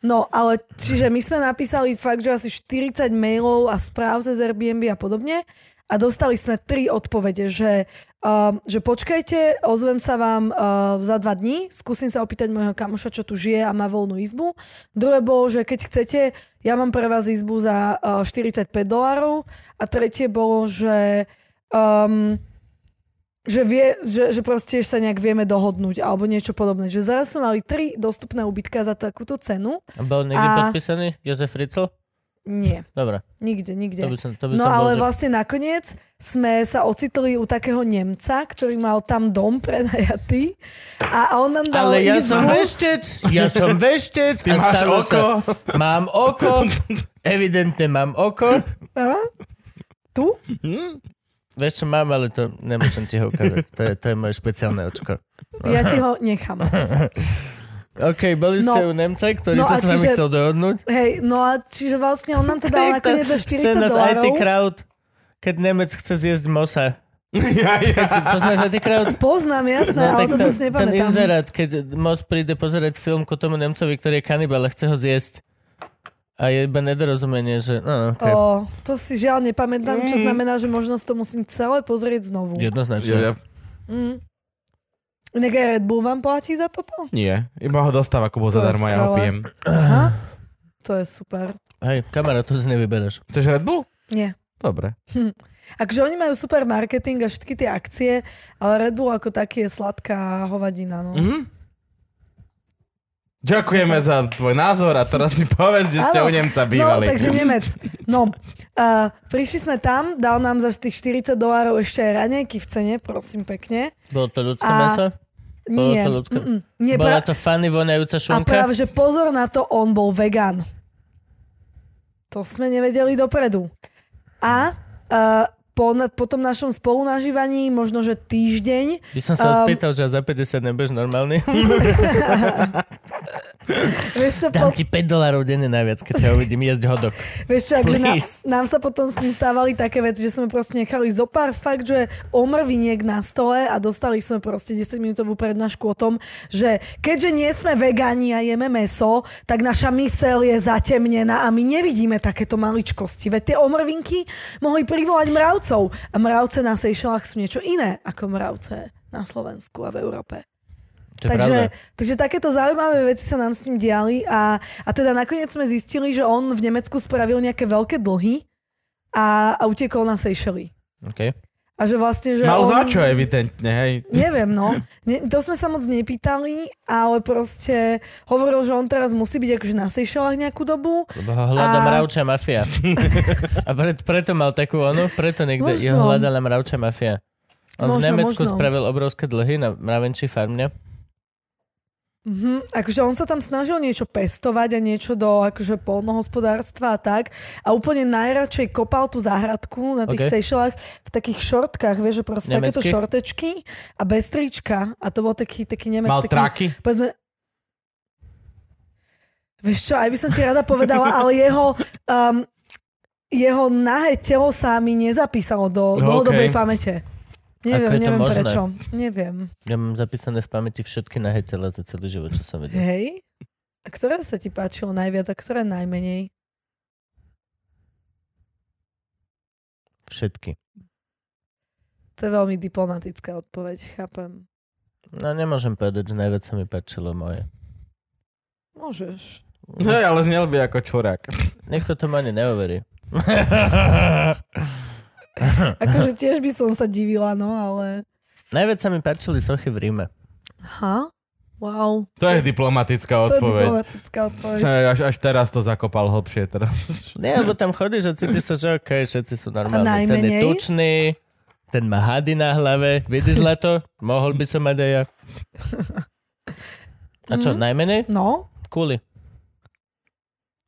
Speaker 3: No, ale čiže my sme napísali fakt, že asi 40 mailov a správ cez Airbnb a podobne a dostali sme tri odpovede, že, um, že počkajte, ozvem sa vám uh, za dva dní, skúsim sa opýtať môjho kamoša, čo tu žije a má voľnú izbu. Druhé bolo, že keď chcete, ja mám pre vás izbu za uh, 45 dolárov a tretie bolo, že... Um, že, vie, že, že proste sa nejak vieme dohodnúť alebo niečo podobné. Že zaraz sme mali tri dostupné ubytka za takúto cenu
Speaker 2: A bol niekde
Speaker 3: A-
Speaker 2: podpísaný Jozef Ritzel?
Speaker 3: Nie,
Speaker 2: Dobre,
Speaker 3: nikde, nikde.
Speaker 2: to by som, to by som
Speaker 3: No ale
Speaker 2: bol, že...
Speaker 3: vlastne nakoniec sme sa ocitli u takého Nemca, ktorý mal tam dom prenajatý a a on nám dal
Speaker 2: Ale ja
Speaker 3: izbu.
Speaker 2: som veštec, ja som veštec.
Speaker 4: Ty
Speaker 2: a
Speaker 4: máš
Speaker 2: stalo
Speaker 4: oko.
Speaker 2: Sa, mám oko, evidentne mám oko.
Speaker 3: A? Tu?
Speaker 2: Vieš, čo mám, ale to nemôžem ti ho ukázať. To je, to je moje špeciálne očko.
Speaker 3: Ja ti ho nechám.
Speaker 2: OK, boli ste u
Speaker 3: No.
Speaker 2: Nemca, ktorý
Speaker 3: No
Speaker 2: sa
Speaker 3: a
Speaker 2: s vami
Speaker 3: čiže-
Speaker 2: chcel dohodnúť.
Speaker 3: Hej, no a čiže vlastne on nám to dal nakoniec za 40
Speaker 2: Scéna z IT
Speaker 3: dolárov.
Speaker 2: Crowd, keď Nemec chce zjesť mosa.
Speaker 4: ja, ja.
Speaker 2: Si Poznáš IT Crowd?
Speaker 3: Poznám, jasné, ale
Speaker 2: No, tak
Speaker 3: toto si
Speaker 2: ten
Speaker 3: No, nepamätám.
Speaker 2: inzerát, keď Mos príde pozerať film ku tomu Nemcovi, ktorý je kanibál a chce ho zjesť. A je iba nedorozumenie, že... No, okay.
Speaker 3: O, to si žiaľ
Speaker 2: Mm.
Speaker 3: nepamätám, čo znamená, že možno si to musím celé pozrieť znovu.
Speaker 2: Jednoznačne.
Speaker 4: ja, ja.
Speaker 3: Mm. Inak aj Red Bull vám platí za toto?
Speaker 4: Nie, iba ho dostáva Kubo
Speaker 3: To je
Speaker 4: zadarmo, ja ho
Speaker 3: skvelé.
Speaker 4: pijem.
Speaker 2: Ah.
Speaker 3: Aha. To je super.
Speaker 2: Hej, kamera, to si nevybereš.
Speaker 4: Chceš Red Bull?
Speaker 3: Nie.
Speaker 4: Dobre.
Speaker 3: Akže oni majú super marketing a všetky tie akcie, ale Red Bull ako taký je sladká
Speaker 2: Mm,
Speaker 3: hovadina. No.
Speaker 4: Mhm. Ďakujeme za tvoj názor a teraz mi povedz, že ste
Speaker 3: Áno.
Speaker 4: u Nemca
Speaker 3: No,
Speaker 4: bývali.
Speaker 3: takže Nemec. No, uh, prišli sme tam, dal nám za tých 40 dolárov ešte aj raňajky v cene, prosím pekne.
Speaker 2: Bolo to ľudské
Speaker 3: A-
Speaker 2: meso? Bolo
Speaker 3: Nie,
Speaker 2: to ľudské?
Speaker 3: mm, mm, nie
Speaker 2: Bola
Speaker 3: pra-
Speaker 2: to fany vonajúca
Speaker 3: a
Speaker 2: šunka?
Speaker 3: práve, že pozor na to, on bol vegan. To sme nevedeli dopredu. A uh, po, na, po tom našom spolunažívaní, možno že týždeň,
Speaker 2: By som sa
Speaker 3: Um,
Speaker 2: um, spýtal, že za 50 nebudeš normálny.
Speaker 3: vieš čo, po,
Speaker 2: Dám ti 5 dolárov denne najviac, keď ťa uvidím jesť hodok.
Speaker 3: Vieš čo, akože nám,
Speaker 2: Please.
Speaker 3: nám sa potom s tým stávali také veci, že sme proste nechali zo pár fakt, že omrviniek na stole a dostali sme proste 10-minútovú prednášku o tom, že keďže nie sme vegáni a jeme meso, tak naša myseľ je zatemnená a my nevidíme takéto maličkosti. Veď tie omrvinky mohli privolať mravcov a mravce na Seychellách sú niečo iné ako mravce na Slovensku a v Európe.
Speaker 2: To je pravda.
Speaker 3: Takže, takže takéto zaujímavé veci sa nám s ním diali a, a teda nakoniec sme zistili, že on v Nemecku spravil nejaké veľké dlhy a, a utekol na Seychely.
Speaker 2: Okay.
Speaker 3: A že vlastne, že
Speaker 4: Mal
Speaker 3: on...
Speaker 4: za čo, evidentne, hej.
Speaker 3: Neviem, no. Ne, to sme sa moc nepýtali, ale proste hovoril, že on teraz musí byť akože na Seychellách nejakú dobu.
Speaker 2: Lebo ho hľadá
Speaker 3: A-
Speaker 2: mravčia mafia. A pre, preto mal takú onu, preto niekde
Speaker 3: Možno.
Speaker 2: jeho hľadala mravčia mafia. On v
Speaker 3: Možno,
Speaker 2: Nemecku
Speaker 3: možno.
Speaker 2: spravil obrovské dlhy na mravenčí farmne.
Speaker 3: Mhm, akože on sa tam snažil niečo pestovať a niečo do akože polnohospodárstva a tak. A úplne najradšej kopal tú záhradku na
Speaker 2: Ok.
Speaker 3: tých okay. Seychellách v takých šortkách, vieš, že proste takéto
Speaker 2: Nemeckých?
Speaker 3: šortečky a bez trička. A to bol taký, taký Nemec.
Speaker 4: Mal
Speaker 3: taký,
Speaker 4: traky?
Speaker 3: Povedzme, Vieš čo, aj by som ti rada povedala, ale jeho, um, jeho nahé telo sa mi nezapísalo do
Speaker 4: No,
Speaker 3: dlhodobej
Speaker 4: okej.
Speaker 3: pamäte.
Speaker 2: Ako
Speaker 3: Neviem,
Speaker 2: je to
Speaker 3: neviem
Speaker 2: možné?
Speaker 3: prečo. Neviem.
Speaker 2: Ja mám zapísané v pamäti všetky nahé tela za celý život, čo som videl.
Speaker 3: Hej. A ktoré sa ti páčilo najviac a ktoré najmenej?
Speaker 2: Všetky.
Speaker 3: To je veľmi diplomatická odpoveď, chápem.
Speaker 2: No nemôžem povedať, že najviac sa mi páčilo moje.
Speaker 3: Môžeš.
Speaker 4: No, ale znel by ako čurák.
Speaker 2: Niekto tomu ani neuverí.
Speaker 3: Akože tiež by som sa divila, no ale...
Speaker 2: najviac sa mi páčili sochy v Ríme.
Speaker 3: Ha? Wow.
Speaker 4: To je diplomatická
Speaker 3: To je
Speaker 4: odpoveď.
Speaker 3: diplomatická odpoveď.
Speaker 4: To je až, až teraz to zakopal hlbšie. Teraz.
Speaker 2: Nie, lebo tam chodíš a cítiš sa, že okej, všetci sú normálni. Ten je
Speaker 3: najmenej?
Speaker 2: tučný, ten má hady na hlave. Vidíš zlato? Mohol by som mať aj ja. A čo, najmenej?
Speaker 3: No,
Speaker 2: Kuli.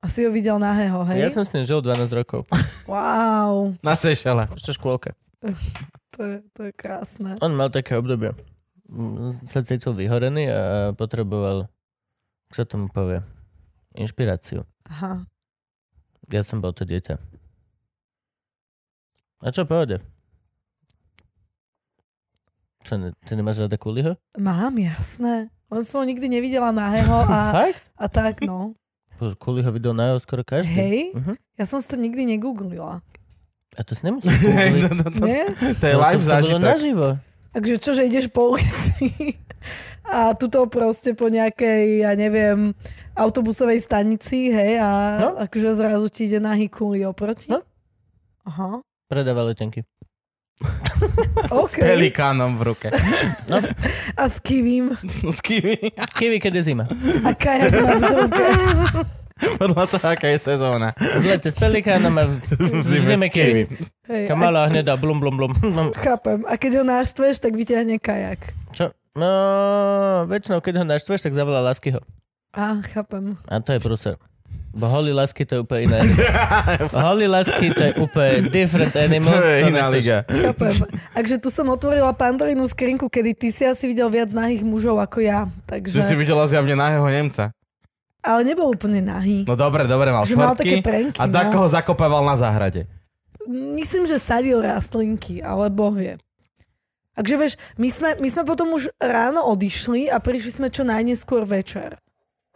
Speaker 3: asi ho videl nahého, hej?
Speaker 2: Ja som s ním žil 12 rokov.
Speaker 3: Wow,
Speaker 4: Na Sešele.
Speaker 2: Ešte v škôlke.
Speaker 3: to je, to je krásne.
Speaker 2: On mal také obdobie. Mm, Sa cítil vyhorený a potreboval, ako sa tomu povie, inšpiráciu.
Speaker 3: Aha.
Speaker 2: Ja som bol to dieťa. A čo povede? Čo, ne, ty nemáš rada kuliho?
Speaker 3: Mám, jasné. Len som ho nikdy nevidela nahého a,
Speaker 2: Fakt?
Speaker 3: a tak, no.
Speaker 2: Bože, Kuliho video na skoro každý.
Speaker 3: Hej?
Speaker 2: Mhm.
Speaker 3: Ja som si to nikdy negooglila.
Speaker 2: A to si nemusíš googliť.
Speaker 3: no, Nie?
Speaker 4: no To je live
Speaker 2: to, to bolo
Speaker 4: zážitok.
Speaker 2: naživo.
Speaker 3: Takže čo, že ideš po ulici a tuto proste po nejakej, ja neviem, autobusovej stanici, hej, a
Speaker 2: No.
Speaker 3: no? akože zrazu ti ide nahý kuli oproti.
Speaker 2: No.
Speaker 3: Aha,
Speaker 2: Predávali tenky.
Speaker 3: OK.
Speaker 4: Pelikánom v ruke. No,
Speaker 3: A s kivím.
Speaker 4: S kými?
Speaker 2: Kiwi, keď je zima.
Speaker 3: A kajak na v ruke.
Speaker 4: Podľa toho, aká je sezóna.
Speaker 2: V lete s pelikánom a v, v zime no kiwi.
Speaker 3: Hej, a,
Speaker 2: Kamala hnedá blum, blum, blum.
Speaker 3: chápem. A keď ho naštveš, tak vyťahne kajak.
Speaker 2: Čo? No, väčšinou, keď ho naštveš, tak zavolá Laskyho.
Speaker 3: Á, chápem.
Speaker 2: A to je prúser. Bo holý lásky to je úplne iné. holý lásky to je úplne different animal.
Speaker 4: To je iná
Speaker 2: nechceš.
Speaker 4: liga.
Speaker 3: Chápem. Takže tu som otvorila Pandorinu skrinku, kedy ty si asi videl viac nahých mužov ako ja.
Speaker 4: Že
Speaker 3: Takže...
Speaker 4: si videla zjavne nahého Nemca.
Speaker 3: Ale nebol úplne nahý.
Speaker 4: No dobre, dobre, mal
Speaker 3: Že mal také
Speaker 4: švartky
Speaker 3: prenky,
Speaker 4: a tak
Speaker 3: no.
Speaker 4: ho zakopával na záhrade.
Speaker 3: Myslím, že sadil rastlinky, ale boh vie. Takže vieš, my sme, my sme potom už ráno odišli a prišli sme čo najneskôr večer.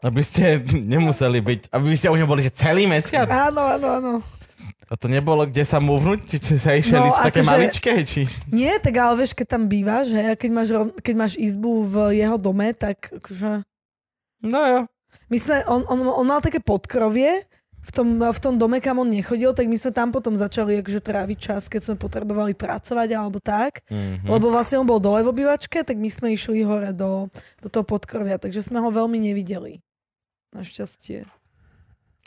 Speaker 4: Aby ste nemuseli byť, aby ste u neho boli že celý mesiac.
Speaker 3: Áno, áno, áno.
Speaker 4: A to nebolo kde sa múvnuť? Či ste sa išeli
Speaker 3: No,
Speaker 4: no, také
Speaker 3: akože-
Speaker 4: maličké? Či...
Speaker 3: Nie, tak ale vieš, keď tam bývaš, hej, a keď máš, rov- keď máš izbu v jeho dome, tak akože...
Speaker 4: No jo.
Speaker 3: My sme, on, on, on mal také podkrovie v tom, v tom dome, kam on nechodil, tak my sme tam potom začali akože tráviť čas, keď sme potrebovali pracovať alebo tak.
Speaker 2: Hm.
Speaker 3: Mm-hmm. Lebo vlastne on bol dole v obývačke, tak my sme išli hore do, do toho podkrovia, takže sme ho veľmi nevideli. Našťastie.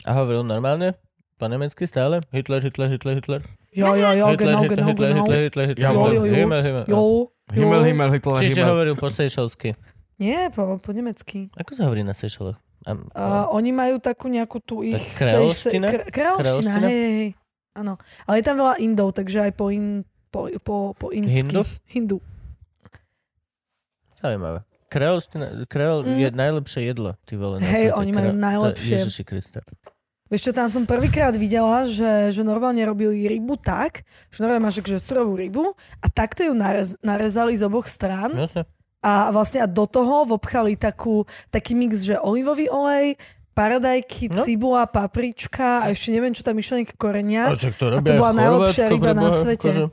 Speaker 2: A hovoril normálne? Po nemecky stále? Hitler, Hitler, Hitler, Hitler.
Speaker 3: Jo, jo, jo,
Speaker 2: Hitler,
Speaker 3: genau,
Speaker 2: Hitler,
Speaker 3: genau,
Speaker 2: Hitler,
Speaker 3: genau.
Speaker 2: Hitler, Hitler, Hitler.
Speaker 4: Ja bol-
Speaker 2: Himmel, Himmel, Himmel.
Speaker 3: Jo,
Speaker 4: Himmel,
Speaker 3: jo.
Speaker 4: himmel, Hitler,
Speaker 2: Čiže
Speaker 4: himmel.
Speaker 2: hovoril po sejšelsky.
Speaker 3: Nie, po, po nemecky.
Speaker 2: Ako sa hovorí na sejšeloch? Am-
Speaker 3: Uh, oni majú takú nejakú tú ich...
Speaker 2: kráľovština?
Speaker 3: kr- kráľovština,
Speaker 2: Kráľovština?
Speaker 3: hej, hej, hej. Áno. Ale je tam veľa Indov, takže aj po, in, po, po, po indsky.
Speaker 2: Hindu?
Speaker 3: Hindu.
Speaker 2: Zaujímavé. Kreolština, kreol je najlepšie jedlo, ty vole. Na
Speaker 3: Mm. Hej,
Speaker 2: svete.
Speaker 3: oni majú
Speaker 2: Kreol- to-
Speaker 3: najlepšie.
Speaker 2: Ježiši Krista.
Speaker 3: Vieš čo, tam som prvýkrát videla, že, že normálne robili rybu tak, že normálne máš akože surovú rybu a takto ju narez, narezali z oboch strán
Speaker 2: Jasne.
Speaker 3: a vlastne a do toho vopchali takú, taký mix, že olivový olej, paradajky,
Speaker 2: No.
Speaker 3: no. cibula, paprička a ešte neviem, čo tam išlo nejaké korenia.
Speaker 2: A čak to
Speaker 3: A
Speaker 2: robia
Speaker 3: to bola
Speaker 2: aj v
Speaker 3: najlepšia
Speaker 2: Chorvátsku,
Speaker 3: ryba na
Speaker 2: preboha,
Speaker 3: svete.
Speaker 2: akože.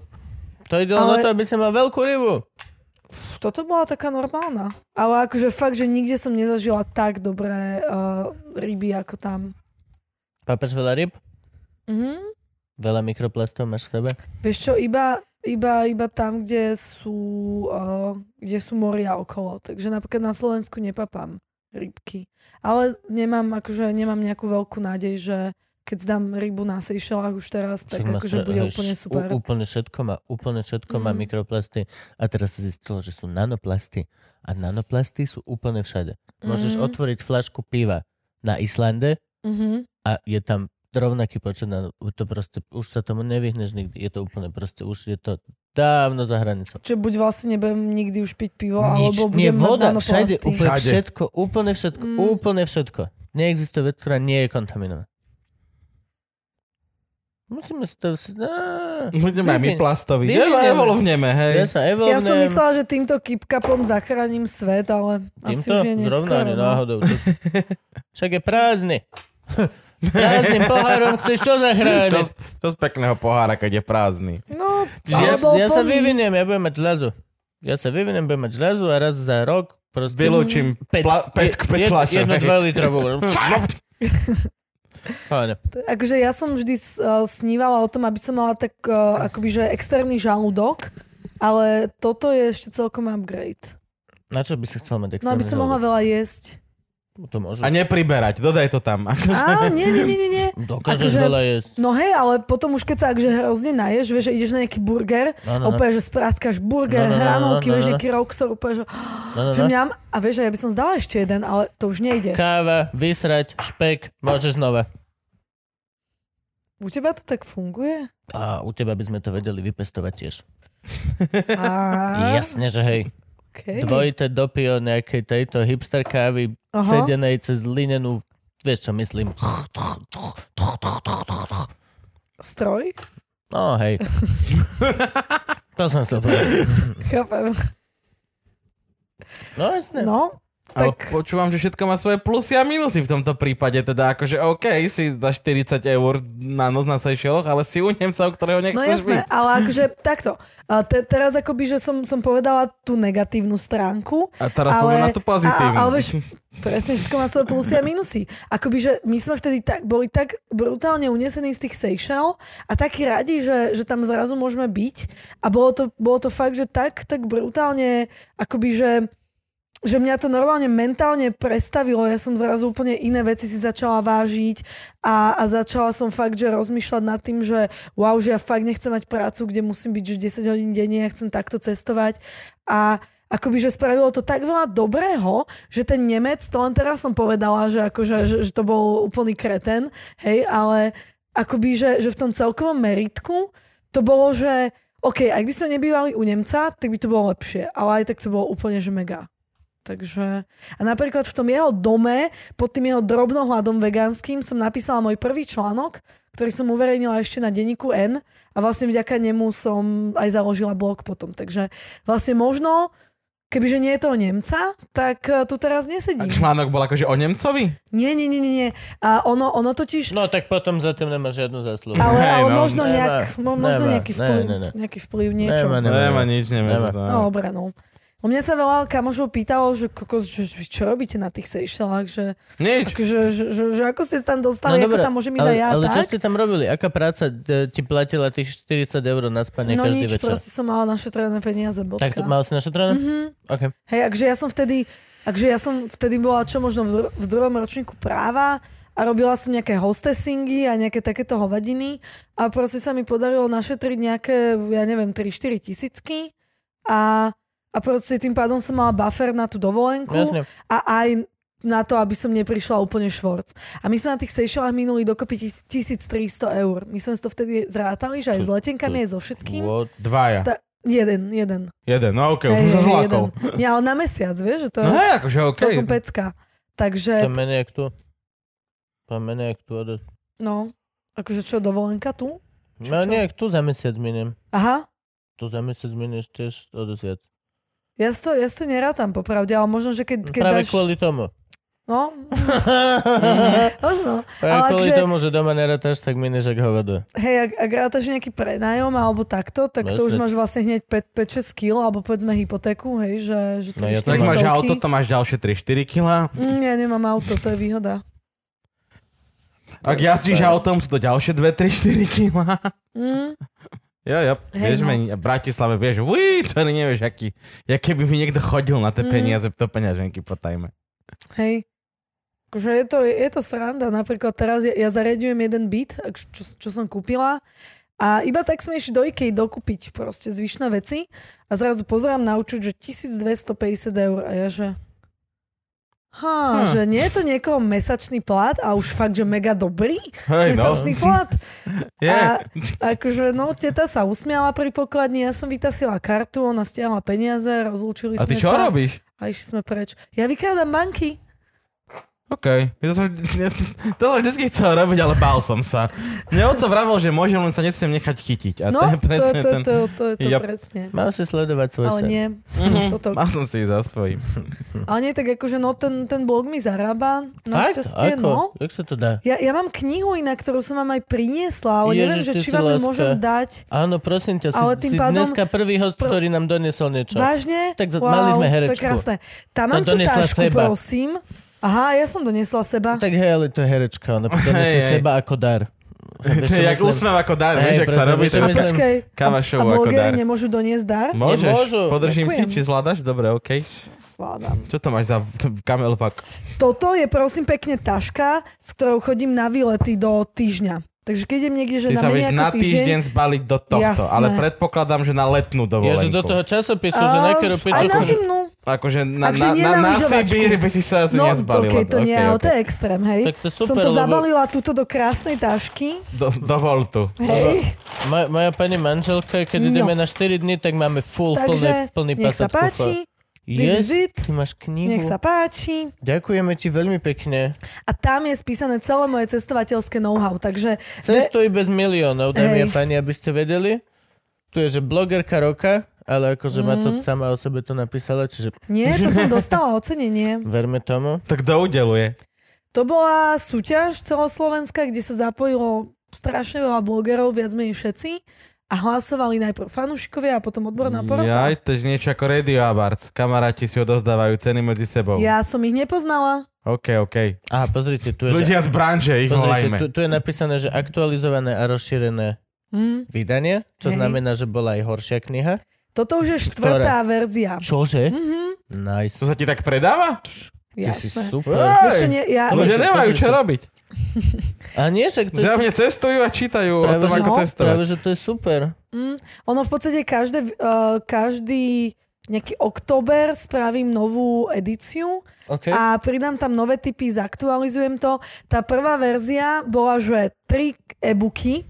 Speaker 2: To ide len na
Speaker 3: Ale-
Speaker 2: to, aby si mal veľkú rybu.
Speaker 3: Toto bola taká normálna. Ale akože fakt, že nikde som nezažila tak dobré uh, ryby ako tam.
Speaker 2: Pápaš veľa ryb?
Speaker 3: Mhm.
Speaker 2: Veľa mikroplastov máš v sebe?
Speaker 3: Vieš čo, iba, iba, iba tam, kde sú, uh, kde sú moria okolo. Takže napríklad na Slovensku nepapám rybky. Ale nemám, akože, nemám nejakú veľkú nádej, že keď dám rybu na Seychellách už teraz, tak
Speaker 2: Však má
Speaker 3: akože
Speaker 2: stra-
Speaker 3: bude
Speaker 2: hej,
Speaker 3: úplne
Speaker 2: š-
Speaker 3: super.
Speaker 2: ú- úplne všetko má, úplne všetko má
Speaker 3: Mm.
Speaker 2: mikroplasty. A teraz sa zistilo, že sú nanoplasty. A nanoplasty sú úplne všade. Môžeš
Speaker 3: Mhm.
Speaker 2: otvoriť flašku piva na Islande
Speaker 3: Mhm.
Speaker 2: a je tam rovnaký počet nano- to proste, už sa tomu nevyhneš nikdy. Je to úplne proste, už je to dávno za hranicou.
Speaker 3: Čiže buď vlastne nebudem nikdy už piť pivo, alebo
Speaker 2: Nič, nie
Speaker 3: budem mať
Speaker 2: voda,
Speaker 3: nanoplasty.
Speaker 2: všade, úplne
Speaker 4: Všade.
Speaker 2: všetko, úplne všetko,
Speaker 3: Mm.
Speaker 2: úplne všetko. Neexistuje vec, ktorá nie je kontaminovaná. Musíme si to... vs- Á.
Speaker 4: Budeme aj my
Speaker 2: Vyvin-
Speaker 4: plastovi.
Speaker 2: vyvinieme.
Speaker 4: Ja volovneme, hej.
Speaker 2: Ja sa
Speaker 3: Ja som
Speaker 2: evolvnem.
Speaker 3: myslela, že týmto kipkapom zachránim svet, ale asi
Speaker 2: Týmto?
Speaker 3: už je
Speaker 2: Zrovna
Speaker 3: neskoro.
Speaker 2: ani
Speaker 3: no.
Speaker 2: náhodou. čo- Však je prázdny. S Prázdnym pohárom chceš čo
Speaker 4: To,
Speaker 2: zachrániť?
Speaker 4: z- to z pekného pohára, keď je prázdny.
Speaker 3: No,
Speaker 2: Ja,
Speaker 3: ale
Speaker 2: ja,
Speaker 3: bol
Speaker 2: ja sa
Speaker 3: plný.
Speaker 2: vyviniem, ja budem mať žľazu. Ja sa vyviniem, budem mať žľazu a raz za rok proste...
Speaker 4: Vylúčim
Speaker 2: Pet,
Speaker 4: pla- pet,
Speaker 2: je-
Speaker 4: pet
Speaker 2: jed-
Speaker 4: fľašov,
Speaker 2: Jednu
Speaker 4: hej.
Speaker 2: dva litrovú. Páne.
Speaker 3: Akože ja som vždy s- eh, snívala o tom, aby som mala tak eh, akoby, že externý žalúdok, ale toto je ešte celkom upgrade.
Speaker 2: Na čo by si chcel mať
Speaker 3: No aby som mohla veľa jesť.
Speaker 2: To môžeš.
Speaker 4: A nepriberať, dodaj to tam. Akože,
Speaker 3: Á, nie, nie, nie, nie, nie.
Speaker 2: Dokážeš
Speaker 3: akože-
Speaker 2: veľa jesť.
Speaker 3: No hej, ale potom už keď sa akže hrozne naješ, vieš, že ideš na nejaký burger,
Speaker 2: No, no,
Speaker 3: no,
Speaker 2: no.
Speaker 3: úplne, že sprátkaš burger,
Speaker 2: No, no, no, no,
Speaker 3: hranolky,
Speaker 2: no, no,
Speaker 3: vieš,
Speaker 2: no.
Speaker 3: nejaký rockstar, úplne, že,
Speaker 2: No, no,
Speaker 3: že
Speaker 2: no.
Speaker 3: mňam, a vieš, že ja by som zdala ešte jeden, ale to už nejde.
Speaker 2: Káva, vysrať, špek, môžeš znova.
Speaker 3: U teba to tak funguje?
Speaker 2: A u teba by sme to vedeli vypestovať tiež.
Speaker 3: Á,
Speaker 2: Jasne, že hej.
Speaker 3: okay.
Speaker 2: Dvojité dopio nejakej tejto hipster kávy
Speaker 3: Aha.
Speaker 2: sedenej cez linenú, vieš čo myslím.
Speaker 3: Stroj?
Speaker 2: No hej. to som chcel povedať.
Speaker 3: Chápem.
Speaker 2: No jasne. No.
Speaker 3: No,
Speaker 4: ale
Speaker 3: tak-
Speaker 4: počúvam, že všetko má svoje plusy a minusy v tomto prípade. Teda akože OK, si za 40 eur na noc na Seychelloch, ale si u Nemca, u ktorého
Speaker 3: No
Speaker 4: nechceš
Speaker 3: jasné,
Speaker 4: byť.
Speaker 3: ale akože takto. A te, teraz akoby, že som, som povedala tú negatívnu stránku.
Speaker 4: A teraz
Speaker 3: ale,
Speaker 4: poďme na tú pozitívnu.
Speaker 3: A, a, ale vieš, presne všetko má svoje plusy a minusy. Akoby, že my sme vtedy tak, boli tak brutálne unesení z tých Seychelles a takí radi, že, že tam zrazu môžeme byť. A bolo to, bolo to fakt, že tak, tak brutálne, akoby, že že mňa to normálne mentálne prestavilo. Ja som zrazu úplne iné veci si začala vážiť a, a začala som fakt, že rozmýšľať nad tým, že wow, že ja fakt nechcem mať prácu, kde musím byť že 10 hodín denne, ja chcem takto cestovať. A akoby, že spravilo to tak veľa dobrého, že ten Nemec, to len teraz som povedala, že, akože, že, že to bol úplný kreten, hej, ale akoby, že, že v tom celkovom meritku to bolo, že OK, ak by sme nebývali u Nemca, tak by to bolo lepšie, ale aj tak to bolo úplne, že mega. Takže... A napríklad v tom jeho dome, pod tým jeho drobnohľadom vegánskym, som napísala môj prvý článok, ktorý som uverejnila ešte na denníku N a vlastne vďaka nemu som aj založila blog potom. Takže vlastne možno, kebyže nie je toho Nemca, tak eh, tu teraz
Speaker 4: A
Speaker 3: nesedím.
Speaker 4: článok bol akože o Nemcovi?
Speaker 3: Nie, nie, nie, nie. nie. A ono, ono totiž...
Speaker 2: No tak potom za tým nemá žiadnu zásluhu.
Speaker 3: Ale,
Speaker 4: Hej,
Speaker 3: ale
Speaker 4: no.
Speaker 3: možno,
Speaker 2: Nemá,
Speaker 3: nejak, mo, možno
Speaker 2: nemá,
Speaker 3: nejaký
Speaker 2: ne,
Speaker 3: vplyv,
Speaker 2: ne, ne.
Speaker 3: nejaký vplyv niečo.
Speaker 2: Nemá, nemá.
Speaker 4: Nemá nič, nemá.
Speaker 2: Nemá.
Speaker 3: No,
Speaker 4: No.
Speaker 3: dobre, no. U mňa sa veľa kamošov pýtalo, že, kokos, že vy čo robíte na tých Seychellách, že,
Speaker 4: Nič.
Speaker 3: že, že, že, že ako ste tam dostali, no, ako
Speaker 2: dobre,
Speaker 3: tam môžem ísť
Speaker 2: ale,
Speaker 3: aj ja,
Speaker 2: ale čo
Speaker 3: tak?
Speaker 2: ste tam robili? Aká práca e, ti platila tých 40 eur na spanie
Speaker 3: no
Speaker 2: každý
Speaker 3: nič,
Speaker 2: večer?
Speaker 3: proste som mala našetrené peniaze, bodka.
Speaker 2: Tak to mal si našetrené?
Speaker 3: Mhm.
Speaker 2: Okay.
Speaker 3: Hej, akže ja som vtedy, akže ja som vtedy bola čo možno v, dru- v druhom ročníku práva a robila som nejaké hostessingy a nejaké takéto hovadiny a proste sa mi podarilo našetriť nejaké, ja neviem, 3-4 tisícky a, a proste tým pádom som mala buffer na tú dovolenku
Speaker 2: Jasne.
Speaker 3: a aj na to, aby som neprišla úplne švorc. A my sme na tých Seychellách minuli dokopy tis- 1300 eur. My sme si to vtedy zrátali, že aj s letenkami, aj so všetkým.
Speaker 2: What?
Speaker 4: Dvaja.
Speaker 3: Ta- jeden, jeden.
Speaker 4: Jeden, no okej,
Speaker 3: Hej,
Speaker 4: už som
Speaker 3: hej,
Speaker 4: zlákol.
Speaker 3: jeden. Nie, ale na mesiac, vieš, že to
Speaker 4: No hej, akože okej.
Speaker 3: celkom pecka.
Speaker 2: To je
Speaker 3: Takže,
Speaker 2: menej jak tu. To je menej jak tu. ale-
Speaker 3: no, akože čo, dovolenka tu? Čo,
Speaker 2: No
Speaker 3: čo?
Speaker 2: nie, tu za mesiac miniem.
Speaker 3: Aha,
Speaker 2: Tu za mesiac minieš tiež o dosť viac.
Speaker 3: ja si to, ja si to nerátam popravde, ale možno, že keď, keď
Speaker 2: Práve
Speaker 3: dáš...
Speaker 2: kvôli tomu.
Speaker 3: No, možno.
Speaker 2: Práve
Speaker 3: Mhm. Ale
Speaker 2: kvôli
Speaker 3: akže-
Speaker 2: tomu, že doma nerátaš, tak minieš jak hovado.
Speaker 3: Hej, ak, ak rátaš nejaký prenájom alebo takto, tak to
Speaker 2: Jasne.
Speaker 3: už máš vlastne hneď 5-6 kg, alebo povedzme hypotéku, hej, že... že
Speaker 2: No, ja to
Speaker 4: Tak
Speaker 2: mám.
Speaker 4: máš
Speaker 3: stovky.
Speaker 4: auto, tam máš ďalšie 3-4 kila.
Speaker 3: Mm, ja nemám auto, to je výhoda.
Speaker 4: Ak jazdíš autom, sú to ďalšie 2-3-4 kila.
Speaker 3: Mm,
Speaker 4: Jo, jo,
Speaker 3: Hej,
Speaker 4: vieš,
Speaker 3: no.
Speaker 4: meni, v Bratislave vieš, uí, to ani nevieš, aký, ja keby mi niekto chodil na tie
Speaker 3: Mm.
Speaker 4: peniaze, to peňaženky po tajme.
Speaker 3: hej. Akože je to, je to sranda. Napríklad teraz ja, ja zariadujem jeden byt, ak- čo, čo som kúpila a iba tak smieš do IKEA dokúpiť proste zvyšné veci a zrazu pozerám na účet, že 1250 eur a ja že... Ha,
Speaker 4: Hm.
Speaker 3: že nie je to niekoho mesačný plat a už fakt, že mega dobrý
Speaker 4: Hej, no.
Speaker 3: mesačný plat.
Speaker 4: Je.
Speaker 3: A akože, no, teta sa usmiala pri pokladni, ja som vytasila kartu, ona stiahla peniaze, rozlúčili
Speaker 4: A
Speaker 3: sme
Speaker 4: ty čo
Speaker 3: sa.
Speaker 4: robíš?
Speaker 3: A išli sme preč. Ja vykrádam banky.
Speaker 4: OK. Ja som, ja, som- to som vždy chcel robiť, ale bál som sa. Mne oco vravel, že môžem, len sa nesmiem nechať chytiť. A
Speaker 3: no,
Speaker 4: to je presne
Speaker 3: to,
Speaker 4: ten...
Speaker 3: to, to, to, to
Speaker 4: Ja-
Speaker 3: presne.
Speaker 2: Mal si sledovať svoj
Speaker 3: Ale
Speaker 2: sen.
Speaker 3: nie.
Speaker 2: Mhm.
Speaker 3: Toto.
Speaker 4: Mhm. Mal som si ísť za svojím.
Speaker 3: Ale nie, tak akože, no, ten, ten blog mi zarába.
Speaker 2: Fakt? Ako?
Speaker 3: Našťastie, no.
Speaker 2: Jak sa to dá?
Speaker 3: Ja, ja mám knihu inak, ktorú som vám aj priniesla, ale neviem,
Speaker 2: Ježiš,
Speaker 3: že
Speaker 2: ty
Speaker 3: či
Speaker 2: si
Speaker 3: vám ju
Speaker 2: láska.
Speaker 3: môžem dať.
Speaker 2: Áno, prosím ťa, si,
Speaker 3: Ale
Speaker 2: si
Speaker 3: tým pádom-
Speaker 2: dneska prvý host,
Speaker 3: Pr-
Speaker 2: ktorý nám doniesol niečo.
Speaker 3: Vážne?
Speaker 2: Tak za-
Speaker 3: wow,
Speaker 2: mali sme
Speaker 3: To je
Speaker 2: herečku.
Speaker 3: krásne. Tam mám
Speaker 2: Tá
Speaker 3: tú
Speaker 2: doniesla
Speaker 3: tášku,
Speaker 2: seba.
Speaker 3: prosím. Aha, ja som donesla seba.
Speaker 2: Tak hej, ale to je herečka, ona donesie
Speaker 4: hej.
Speaker 2: seba ako dar. Chápeš, čo
Speaker 4: To je jak
Speaker 2: myslím?
Speaker 4: úsmev ako dar,
Speaker 2: Hej,
Speaker 4: vieš, ak sa
Speaker 2: presne,
Speaker 4: robí.
Speaker 2: vieš, čo
Speaker 4: tak-
Speaker 2: myslím.
Speaker 3: Počkej, a, a
Speaker 4: Kavašovu ako
Speaker 3: blogery
Speaker 4: dar.
Speaker 3: nemôžu doniesť dar?
Speaker 4: Môžeš,
Speaker 2: Nemôžu.
Speaker 4: podržím ti,
Speaker 3: Ďakujem.
Speaker 4: či zvládaš? Dobre, OK.
Speaker 3: Svádam.
Speaker 4: Čo to máš za kamelpak?
Speaker 3: Toto je prosím pekne taška, s ktorou chodím na výlety do týždňa. Takže keď idem niekde, že
Speaker 4: Ty
Speaker 3: na
Speaker 4: sa
Speaker 3: menej
Speaker 4: vieš
Speaker 3: ako
Speaker 4: na
Speaker 3: týždeň...
Speaker 4: týždeň zbaliť do tohto,
Speaker 3: Jasné.
Speaker 4: ale predpokladám, že na letnú
Speaker 2: Ježe
Speaker 4: dovolenku.
Speaker 2: do toho časopisu, že na ktorú
Speaker 3: aj
Speaker 2: piču
Speaker 3: na
Speaker 2: kúži-
Speaker 3: zimnú.
Speaker 4: Akože na,
Speaker 3: Takže
Speaker 4: na,
Speaker 3: nie
Speaker 4: na,
Speaker 3: na
Speaker 4: na
Speaker 3: lyžovačku.
Speaker 4: Sibír by si sa asi
Speaker 3: No,
Speaker 4: nezbalila.
Speaker 3: okay, to nie,
Speaker 4: Okej,
Speaker 3: ale to
Speaker 4: okej.
Speaker 3: je extrém, hej.
Speaker 2: Tak to
Speaker 3: Som
Speaker 2: super,
Speaker 3: to
Speaker 2: lebo-
Speaker 3: zabalila tuto do krásnej tašky.
Speaker 4: Do, dovol tu.
Speaker 3: Hej,
Speaker 2: Moja, moja pani manželka, keď
Speaker 3: No.
Speaker 2: ideme na 4 dny, tak máme full
Speaker 3: takže
Speaker 2: plný, plný
Speaker 3: nech
Speaker 2: pasat
Speaker 3: sa
Speaker 2: kufor.
Speaker 3: páči,
Speaker 2: Yes,
Speaker 3: is it.
Speaker 2: ty máš knihu.
Speaker 3: nech sa páči.
Speaker 2: Ďakujeme ti veľmi pekne.
Speaker 3: A tam je spísané celé moje cestovateľské know-how, takže...
Speaker 2: Cestuj bez miliónov, dámy a
Speaker 3: Hej.
Speaker 2: páni, aby ste vedeli. Tu je, že blogerka roka, ale akože mm. ma
Speaker 3: Mhm.
Speaker 2: to sama o sebe to napísala, čiže
Speaker 3: Nie, to som dostala ocenenie.
Speaker 2: verme tomu.
Speaker 4: Tak kto udeluje?
Speaker 3: To bola súťaž celoslovenská, kde sa zapojilo strašne veľa blogerov, viac menej všetci. A hlasovali najprv fanúšikovia a potom odborná
Speaker 5: Mm,
Speaker 3: porota.
Speaker 4: Jaj, to je niečo ako Radio Awards. Kamaráti si odozdávajú ceny medzi sebou.
Speaker 3: Ja som ich nepoznala.
Speaker 4: OK, OK.
Speaker 2: Aha, pozrite, tu je, že,
Speaker 4: Ľudia z branže, ich
Speaker 2: pozrite, tu,
Speaker 4: volajme.
Speaker 2: tu je napísané, že aktualizované a rozšírené
Speaker 3: Hm.
Speaker 2: vydanie, čo
Speaker 3: Hej.
Speaker 2: znamená, že bola aj horšia kniha.
Speaker 3: Toto už je štvrtá verzia.
Speaker 2: Čože?
Speaker 3: Mhm.
Speaker 2: Nice.
Speaker 4: To sa ti tak predáva?
Speaker 5: Ty
Speaker 3: Jasné.
Speaker 5: si super.
Speaker 3: Vieš čo,
Speaker 4: Aj,
Speaker 3: nie, ja,
Speaker 2: Ale-
Speaker 4: ľudia nemajú čo robiť.
Speaker 2: A nie, však to je
Speaker 4: Zjavne cestujú a čítajú o
Speaker 2: Práve,
Speaker 4: tom,
Speaker 2: že-
Speaker 4: ako
Speaker 3: no,
Speaker 4: cestovať.
Speaker 2: Práve, že to je super.
Speaker 3: Mm, ono v podstate každé, uh, každý nejaký október spravím novú edíciu
Speaker 2: OK.
Speaker 3: a pridám tam nové typy, zaktualizujem to. Tá prvá verzia bola, že tri e-booky,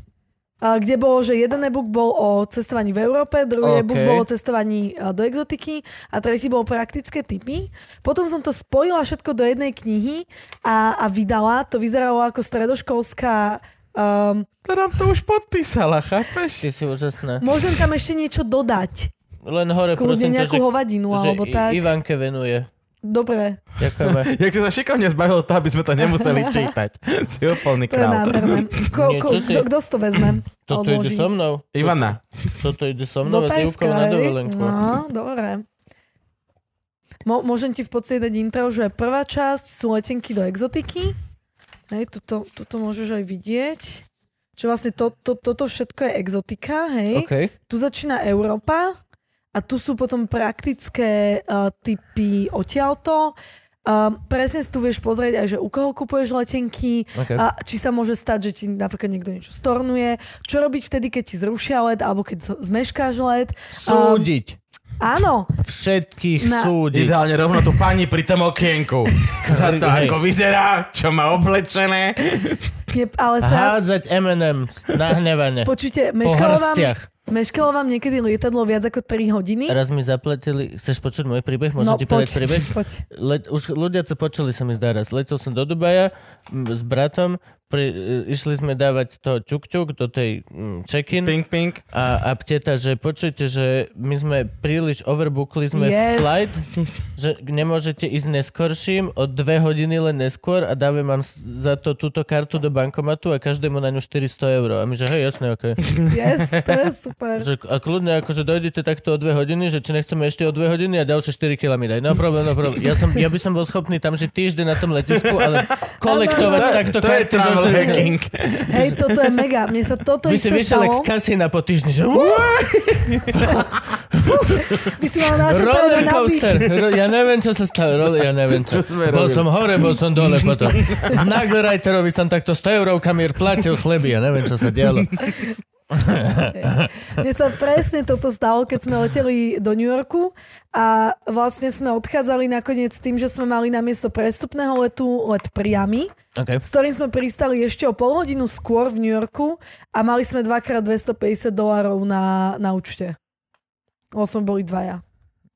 Speaker 3: a kde bolo, že jeden e-book bol o cestovaní v Európe, druhý
Speaker 2: OK.
Speaker 3: e-book bol o cestovaní a, do exotiky a tretí bol praktické typy. Potom som to spojila všetko do jednej knihy a, a vydala. To vyzeralo ako stredoškolská... Um,
Speaker 4: To Teda nám to už podpísala, chápeš?
Speaker 2: Ty si úžasná.
Speaker 3: môžem tam ešte niečo dodať.
Speaker 2: Len hore,
Speaker 3: Kľudne
Speaker 2: prosím ťa,
Speaker 3: nejakú
Speaker 2: že,
Speaker 3: hovadinu
Speaker 2: že
Speaker 3: alebo tak.
Speaker 2: I- Ivanke venuje.
Speaker 3: Dobre,
Speaker 2: Ďakujeme.
Speaker 4: Jak si sa šikovne zbavil to, aby sme to nemuseli čítať. Si úplný
Speaker 3: to je
Speaker 4: král.
Speaker 3: nádherné. Ko,
Speaker 2: Nie,
Speaker 3: ko,
Speaker 2: čo si-
Speaker 3: kto, kto si to vezme?
Speaker 2: Toto
Speaker 3: Alebo
Speaker 2: ide
Speaker 3: že-
Speaker 2: so mnou.
Speaker 4: Ivana,
Speaker 2: Toto ide so
Speaker 3: Do
Speaker 2: mnou a s Júkou
Speaker 3: Tajska,
Speaker 2: na
Speaker 3: hej?
Speaker 2: dovolenku.
Speaker 3: No, dobre. Mo, môžem ti v podstate dať intro, že prvá časť sú letenky do exotiky. Hej, tuto, tuto môžeš aj vidieť. Čo vlastne to, to, toto všetko je exotika, hej.
Speaker 2: OK.
Speaker 3: Tu začína Európa a tu sú potom praktické uh, typy odtiaľto. Uh, presne si tu vieš pozrieť aj, že u koho kupuješ letenky,
Speaker 2: OK.
Speaker 3: a či sa môže stať, že ti napríklad niekto niečo stornuje, čo robiť vtedy, keď ti zrušia let, alebo keď z- zmeškáš let.
Speaker 2: Súdiť.
Speaker 3: Áno,
Speaker 2: Všetkých
Speaker 3: um, Na-
Speaker 2: súdiť.
Speaker 4: ideálne rovno tú pani pri tom okienku. Za to,
Speaker 2: Hej.
Speaker 4: ako vyzerá, čo má oblečené.
Speaker 3: nie, ale sa...
Speaker 2: Hádzať M&M's nahnevane.
Speaker 3: Počujte,
Speaker 2: Po
Speaker 3: meškalo vám,
Speaker 2: hrstiach.
Speaker 3: meškalo vám niekedy lietadlo viac ako 3 hodiny?
Speaker 2: Raz mi zapletili... Chceš počuť môj príbeh? Môžem
Speaker 3: No,
Speaker 2: ti povedať
Speaker 3: poď,
Speaker 2: príbeh?
Speaker 3: poď.
Speaker 2: Let, už ľudia to počuli sa mi zdá raz. Letel som do Dubaja m, s bratom, pri, e, išli sme dávať to čuk-čuk do tej mm, check-in.
Speaker 4: Ping, ping.
Speaker 2: A, a pteta, že počujte, že my sme príliš overbookli sme yes.
Speaker 3: Yes.
Speaker 2: flight, že nemôžete ísť neskorším, o dve hodiny len neskôr a dávam vám s- za to túto kartu do bankomatu a každému na ňu 400 eur. A my že hej, jasné, ok.
Speaker 3: Yes, to je super.
Speaker 2: Že, a kľudne akože dojdete takto o dve hodiny, že či nechceme ešte o dve hodiny a ďalšie 4 kila mi daj. No problém, no problém. Ja, som, ja by som bol schopný tam žiť týždeň na tom letisku, ale kolektovať takto
Speaker 4: To je
Speaker 2: karty za
Speaker 4: travel
Speaker 2: 4 kila.
Speaker 4: hacking.
Speaker 3: Hej, toto je mega. Mne sa toto
Speaker 2: Vy si
Speaker 3: isté
Speaker 2: vyšiel
Speaker 3: stalo.
Speaker 2: jak z kasína po týždni, že "Uuu,
Speaker 3: Vy si mal naše
Speaker 2: Roller
Speaker 3: na byk.
Speaker 2: coaster. Ro- ja neviem, čo sa stalo. Roller, ja neviem, čo.
Speaker 4: Čo sme
Speaker 2: Bol
Speaker 4: robili?
Speaker 2: som hore, bol som dole potom. V Nagelreiterovi som takto 100 eurovkami platil chleby. Ja neviem, čo sa dialo.
Speaker 3: Mne sa presne toto stalo, keď sme leteli do New Yorku a vlastne sme odchádzali nakoniec tým, že sme mali namiesto prestupného letu let priamy,
Speaker 2: Okay.
Speaker 3: s ktorým sme pristali ešte o pol hodinu skôr v New Yorku a mali sme dvakrát 250 dolárov na, na účte. Lebo sme boli dvaja.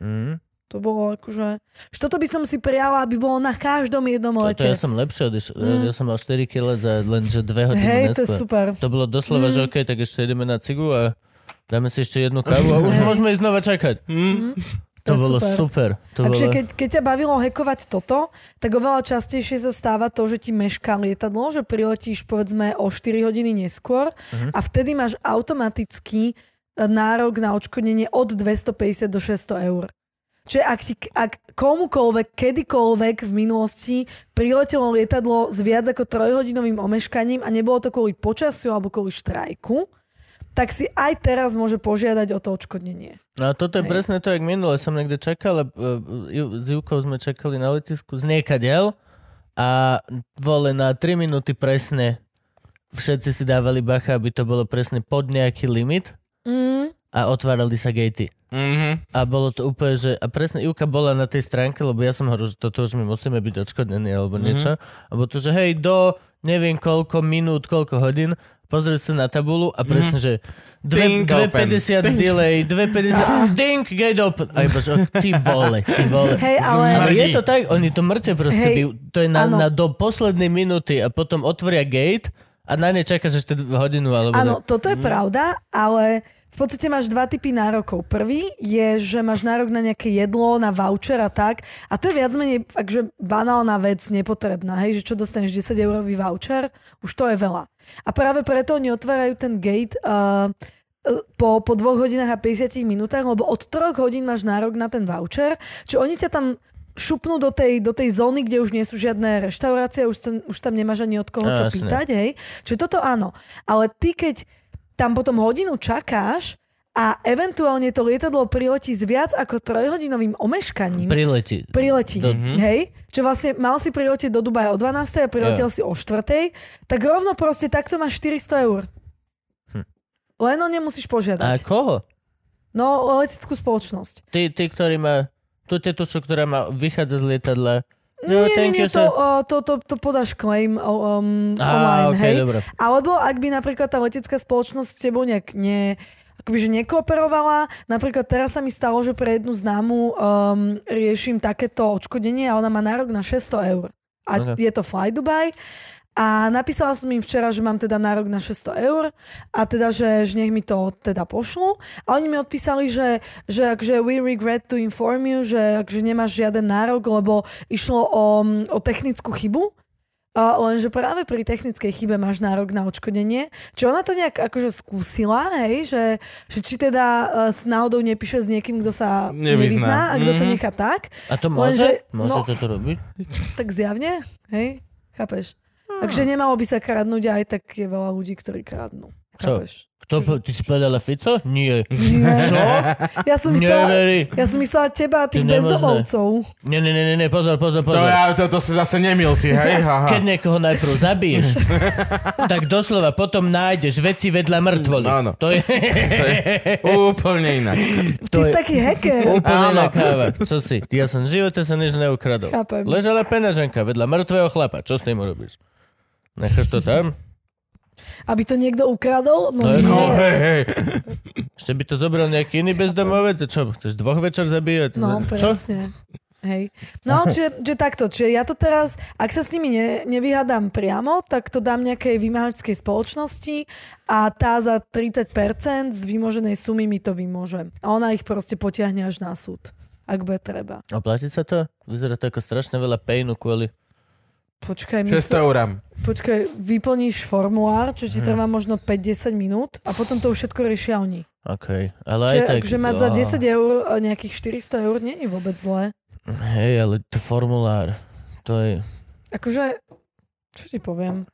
Speaker 2: Mm.
Speaker 3: To bolo akože... Že toto by som si prijala, aby bolo na každom jednom
Speaker 2: To ja
Speaker 3: lete.
Speaker 2: som lepšie odišiel. Ja som mal 4 kg za lenže 2 hodiny
Speaker 3: Mm. Hej, to Mm. je
Speaker 2: neskôr.
Speaker 3: super.
Speaker 2: To bolo doslova, že OK, tak ešte ideme na cigu a dáme si ešte jednu kávu a už
Speaker 3: Hej.
Speaker 2: môžeme ísť znova čakať.
Speaker 3: Mm.
Speaker 2: To
Speaker 3: To je
Speaker 2: bolo
Speaker 3: super.
Speaker 2: super. To
Speaker 3: Takže
Speaker 2: bolo...
Speaker 3: keď, keď ťa bavilo hekovať toto, tak oveľa častejšie sa stáva to, že ti mešká lietadlo, že priletíš povedzme o 4 hodiny neskôr
Speaker 2: Mhm.
Speaker 3: a vtedy máš automaticky e, nárok na odškodnenie od 250 do 600 eur. Čiže ak, ti, ak komukoľvek, kedykoľvek v minulosti priletelo lietadlo s viac ako trojhodinovým omeškaním a nebolo to kvôli počasiu alebo kvôli štrajku, tak si aj teraz môže požiadať o to odškodnenie.
Speaker 2: No a toto je
Speaker 3: Hej.
Speaker 2: presne to, jak minule som niekde čakal, a, e, Ju- s Jukou sme čakali na letisku z niekadiaľ a vole na 3 minúty presne všetci si dávali bacha, aby to bolo presne pod nejaký limit
Speaker 3: Mm,
Speaker 2: a otvárali sa gatey.
Speaker 4: Mhm.
Speaker 2: A bolo to úplne, že... A presne Ivka bola na tej stránke, lebo ja som hovoril, že toto už my musíme byť odškodnení alebo
Speaker 4: Mhm.
Speaker 2: niečo. A bolo to, že hej, do neviem koľko minút, koľko hodín, pozri sa na tabulu a presne, že dve-
Speaker 4: Mhm. Ding, open.
Speaker 2: 2,50 delay, 2,50... Ding, gate open. Aj bože, o, ty vole, ty vole.
Speaker 3: hej, ale...
Speaker 2: Ale je
Speaker 4: Mrdí.
Speaker 2: to tak, oni to mŕte proste,
Speaker 3: Hej,
Speaker 2: by- to je na,
Speaker 3: áno.
Speaker 2: na do poslednej minúty a potom otvoria gate a na ne čakáš ešte dv- hodinu alebo...
Speaker 3: Áno, toto je pravda, ale v podstate máš dva typy nárokov. Prvý je, že máš nárok na nejaké jedlo, na voucher a tak. A to je viac menej takže banálna vec, nepotrebná. Hej, že čo dostaneš 10 eurový voucher, už to je veľa. A práve preto oni otvárajú ten gate uh, po, po dvoch hodinách a 50 minútach, lebo od troch hodín máš nárok na ten voucher. Čiže oni ťa tam šupnú do tej, do tej zóny, kde už nie sú žiadne reštaurácie, už, ten, už tam nemáš ani od koho čo
Speaker 2: Jasne.
Speaker 3: pýtať, hej. Čiže toto áno. Ale ty, keď tam potom hodinu čakáš a eventuálne to lietadlo priletí s viac ako trojhodinovým omeškaním.
Speaker 2: Priletí.
Speaker 3: priletí.
Speaker 2: Do-
Speaker 3: Mm-hmm. Hej? Čo vlastne mal si priletieť do Dubaja o 12. a priletel si o 4. Tak rovno proste takto máš 400 eur.
Speaker 2: Hm.
Speaker 3: Len o ne musíš
Speaker 2: A
Speaker 3: požiadať.
Speaker 2: koho?
Speaker 3: No, leteckú spoločnosť.
Speaker 2: Ty, ty ktorý má... Tu je to, čo, ktorá má, vychádza z lietadla. No,
Speaker 3: nie,
Speaker 2: thank
Speaker 3: nie,
Speaker 2: you,
Speaker 3: nie,
Speaker 2: sir.
Speaker 3: to, o, to, to, to podáš claim o, um,
Speaker 2: Á,
Speaker 3: online,
Speaker 2: ok,
Speaker 3: hej?
Speaker 2: dobre.
Speaker 3: Alebo ak by napríklad tá letecká spoločnosť s tebou nejak ne, akoby, že nekooperovala, napríklad teraz sa mi stalo, že pre jednu známu um, riešim takéto odškodenie a ona má nárok na 600 eur. A
Speaker 2: Ok.
Speaker 3: je to Fly Dubai. A napísala som im včera, že mám teda nárok na 600 eur a teda, že, že nech mi to teda pošlu. A oni mi odpísali, že, že akže we regret to inform you, že akže nemáš žiaden nárok, lebo išlo o, o technickú chybu. A lenže práve pri technickej chybe máš nárok na odškodenie. Čo ona to nejak akože skúsila, hej? Že, že či teda e, s náhodou nepíše s niekým, kto sa nevyzná, a
Speaker 4: Nevyzná.
Speaker 3: kto to
Speaker 4: Mhm.
Speaker 3: nechá tak,
Speaker 2: A to môže?
Speaker 3: Lenže-
Speaker 2: Môže
Speaker 3: no.
Speaker 2: toto robiť?
Speaker 3: tak zjavne, hej? Chápeš? Takže nemalo by sa kradnúť a aj tak je veľa ľudí, ktorí kradnú.
Speaker 2: Čo?
Speaker 3: Chápeš?
Speaker 2: Kto, po- ty si povedala Fico? Nie.
Speaker 3: Hm. Čo? Ja som myslela,
Speaker 2: Neverí.
Speaker 3: ja som myslela teba a
Speaker 2: To je
Speaker 3: tých
Speaker 2: nemožné.
Speaker 3: bezdomovcov.
Speaker 2: Nie, nie, nie, nie, nie, pozor, pozor,
Speaker 4: To,
Speaker 2: pozor.
Speaker 4: ja, to, to si zase nemil si, hej? Aha.
Speaker 2: Keď niekoho najprv zabiješ, tak doslova potom nájdeš veci vedľa mŕtvoly.
Speaker 4: Áno.
Speaker 2: To je
Speaker 4: Úplne inak.
Speaker 2: To
Speaker 3: Ty
Speaker 2: je-
Speaker 3: si taký hacker.
Speaker 2: úplne
Speaker 4: Áno.
Speaker 2: iná káva. Čo si? Ja som v živote sa nič neukradol.
Speaker 3: Chápem.
Speaker 2: Ležala peňaženka vedľa mŕtvého chlapa. Čo s tým urobíš? Necháš to tam?
Speaker 3: Aby to niekto ukradol? No,
Speaker 2: No,
Speaker 3: nie.
Speaker 4: No hej, hej.
Speaker 2: Ešte by to zobral nejaký iný bezdomovec? A Čo, chceš dvoch večer zabíjať?
Speaker 3: No,
Speaker 2: Čo?
Speaker 3: presne. Hej. No, čiže, čiže takto, čiže ja to teraz, ak sa s nimi ne, nevyhádam priamo, tak to dám nejakej vymáhačskej spoločnosti a tá za 30% z vymoženej sumy mi to vymôže. A ona ich proste potiahne až na súd, ak bude treba.
Speaker 2: Oplatí sa to? Vyzerá to ako strašne veľa painu kvôli...
Speaker 3: Počkaj, my sa,
Speaker 4: 600 eur.
Speaker 3: počkaj, vyplníš formulár, čo ti trvá možno 5-10 minút a potom to už všetko riešia oni.
Speaker 2: OK, ale aj
Speaker 3: Čiže
Speaker 2: tak...
Speaker 3: akože mať za
Speaker 2: Á,
Speaker 3: 10 eur e, nejakých 400 eur nie je vôbec zlé.
Speaker 2: Hej, ale to formulár, to je...
Speaker 3: Akože, čo ti poviem?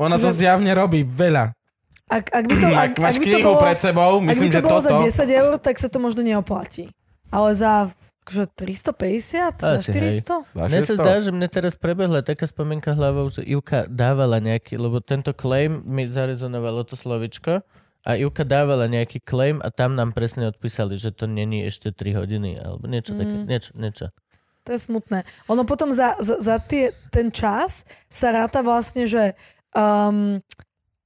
Speaker 4: Ona to
Speaker 3: Že-
Speaker 4: zjavne robí veľa.
Speaker 3: Ak, ak by to, ak,
Speaker 4: Ak
Speaker 3: ak
Speaker 4: máš
Speaker 3: by to
Speaker 4: knihu
Speaker 3: bolo,
Speaker 4: pred sebou,
Speaker 3: ak
Speaker 4: myslím,
Speaker 3: by to
Speaker 4: že
Speaker 3: bolo
Speaker 4: toto...
Speaker 3: za 10 eur, tak sa to možno neoplatí. Ale za akože 350? za
Speaker 2: Asi,
Speaker 3: 400?
Speaker 4: Za
Speaker 2: Mne sa
Speaker 4: 600?
Speaker 2: zdá, že mne teraz prebehla taká spomienka hlavou, že Ivka dávala nejaký, lebo tento claim mi zarezonovalo to slovičko a Ivka dávala nejaký claim a tam nám presne odpísali, že to není ešte 3 hodiny alebo niečo mm. také,
Speaker 3: Mhm.
Speaker 2: niečo, niečo.
Speaker 3: To je smutné. Ono potom za, za, za tie, ten čas sa ráta vlastne, že um,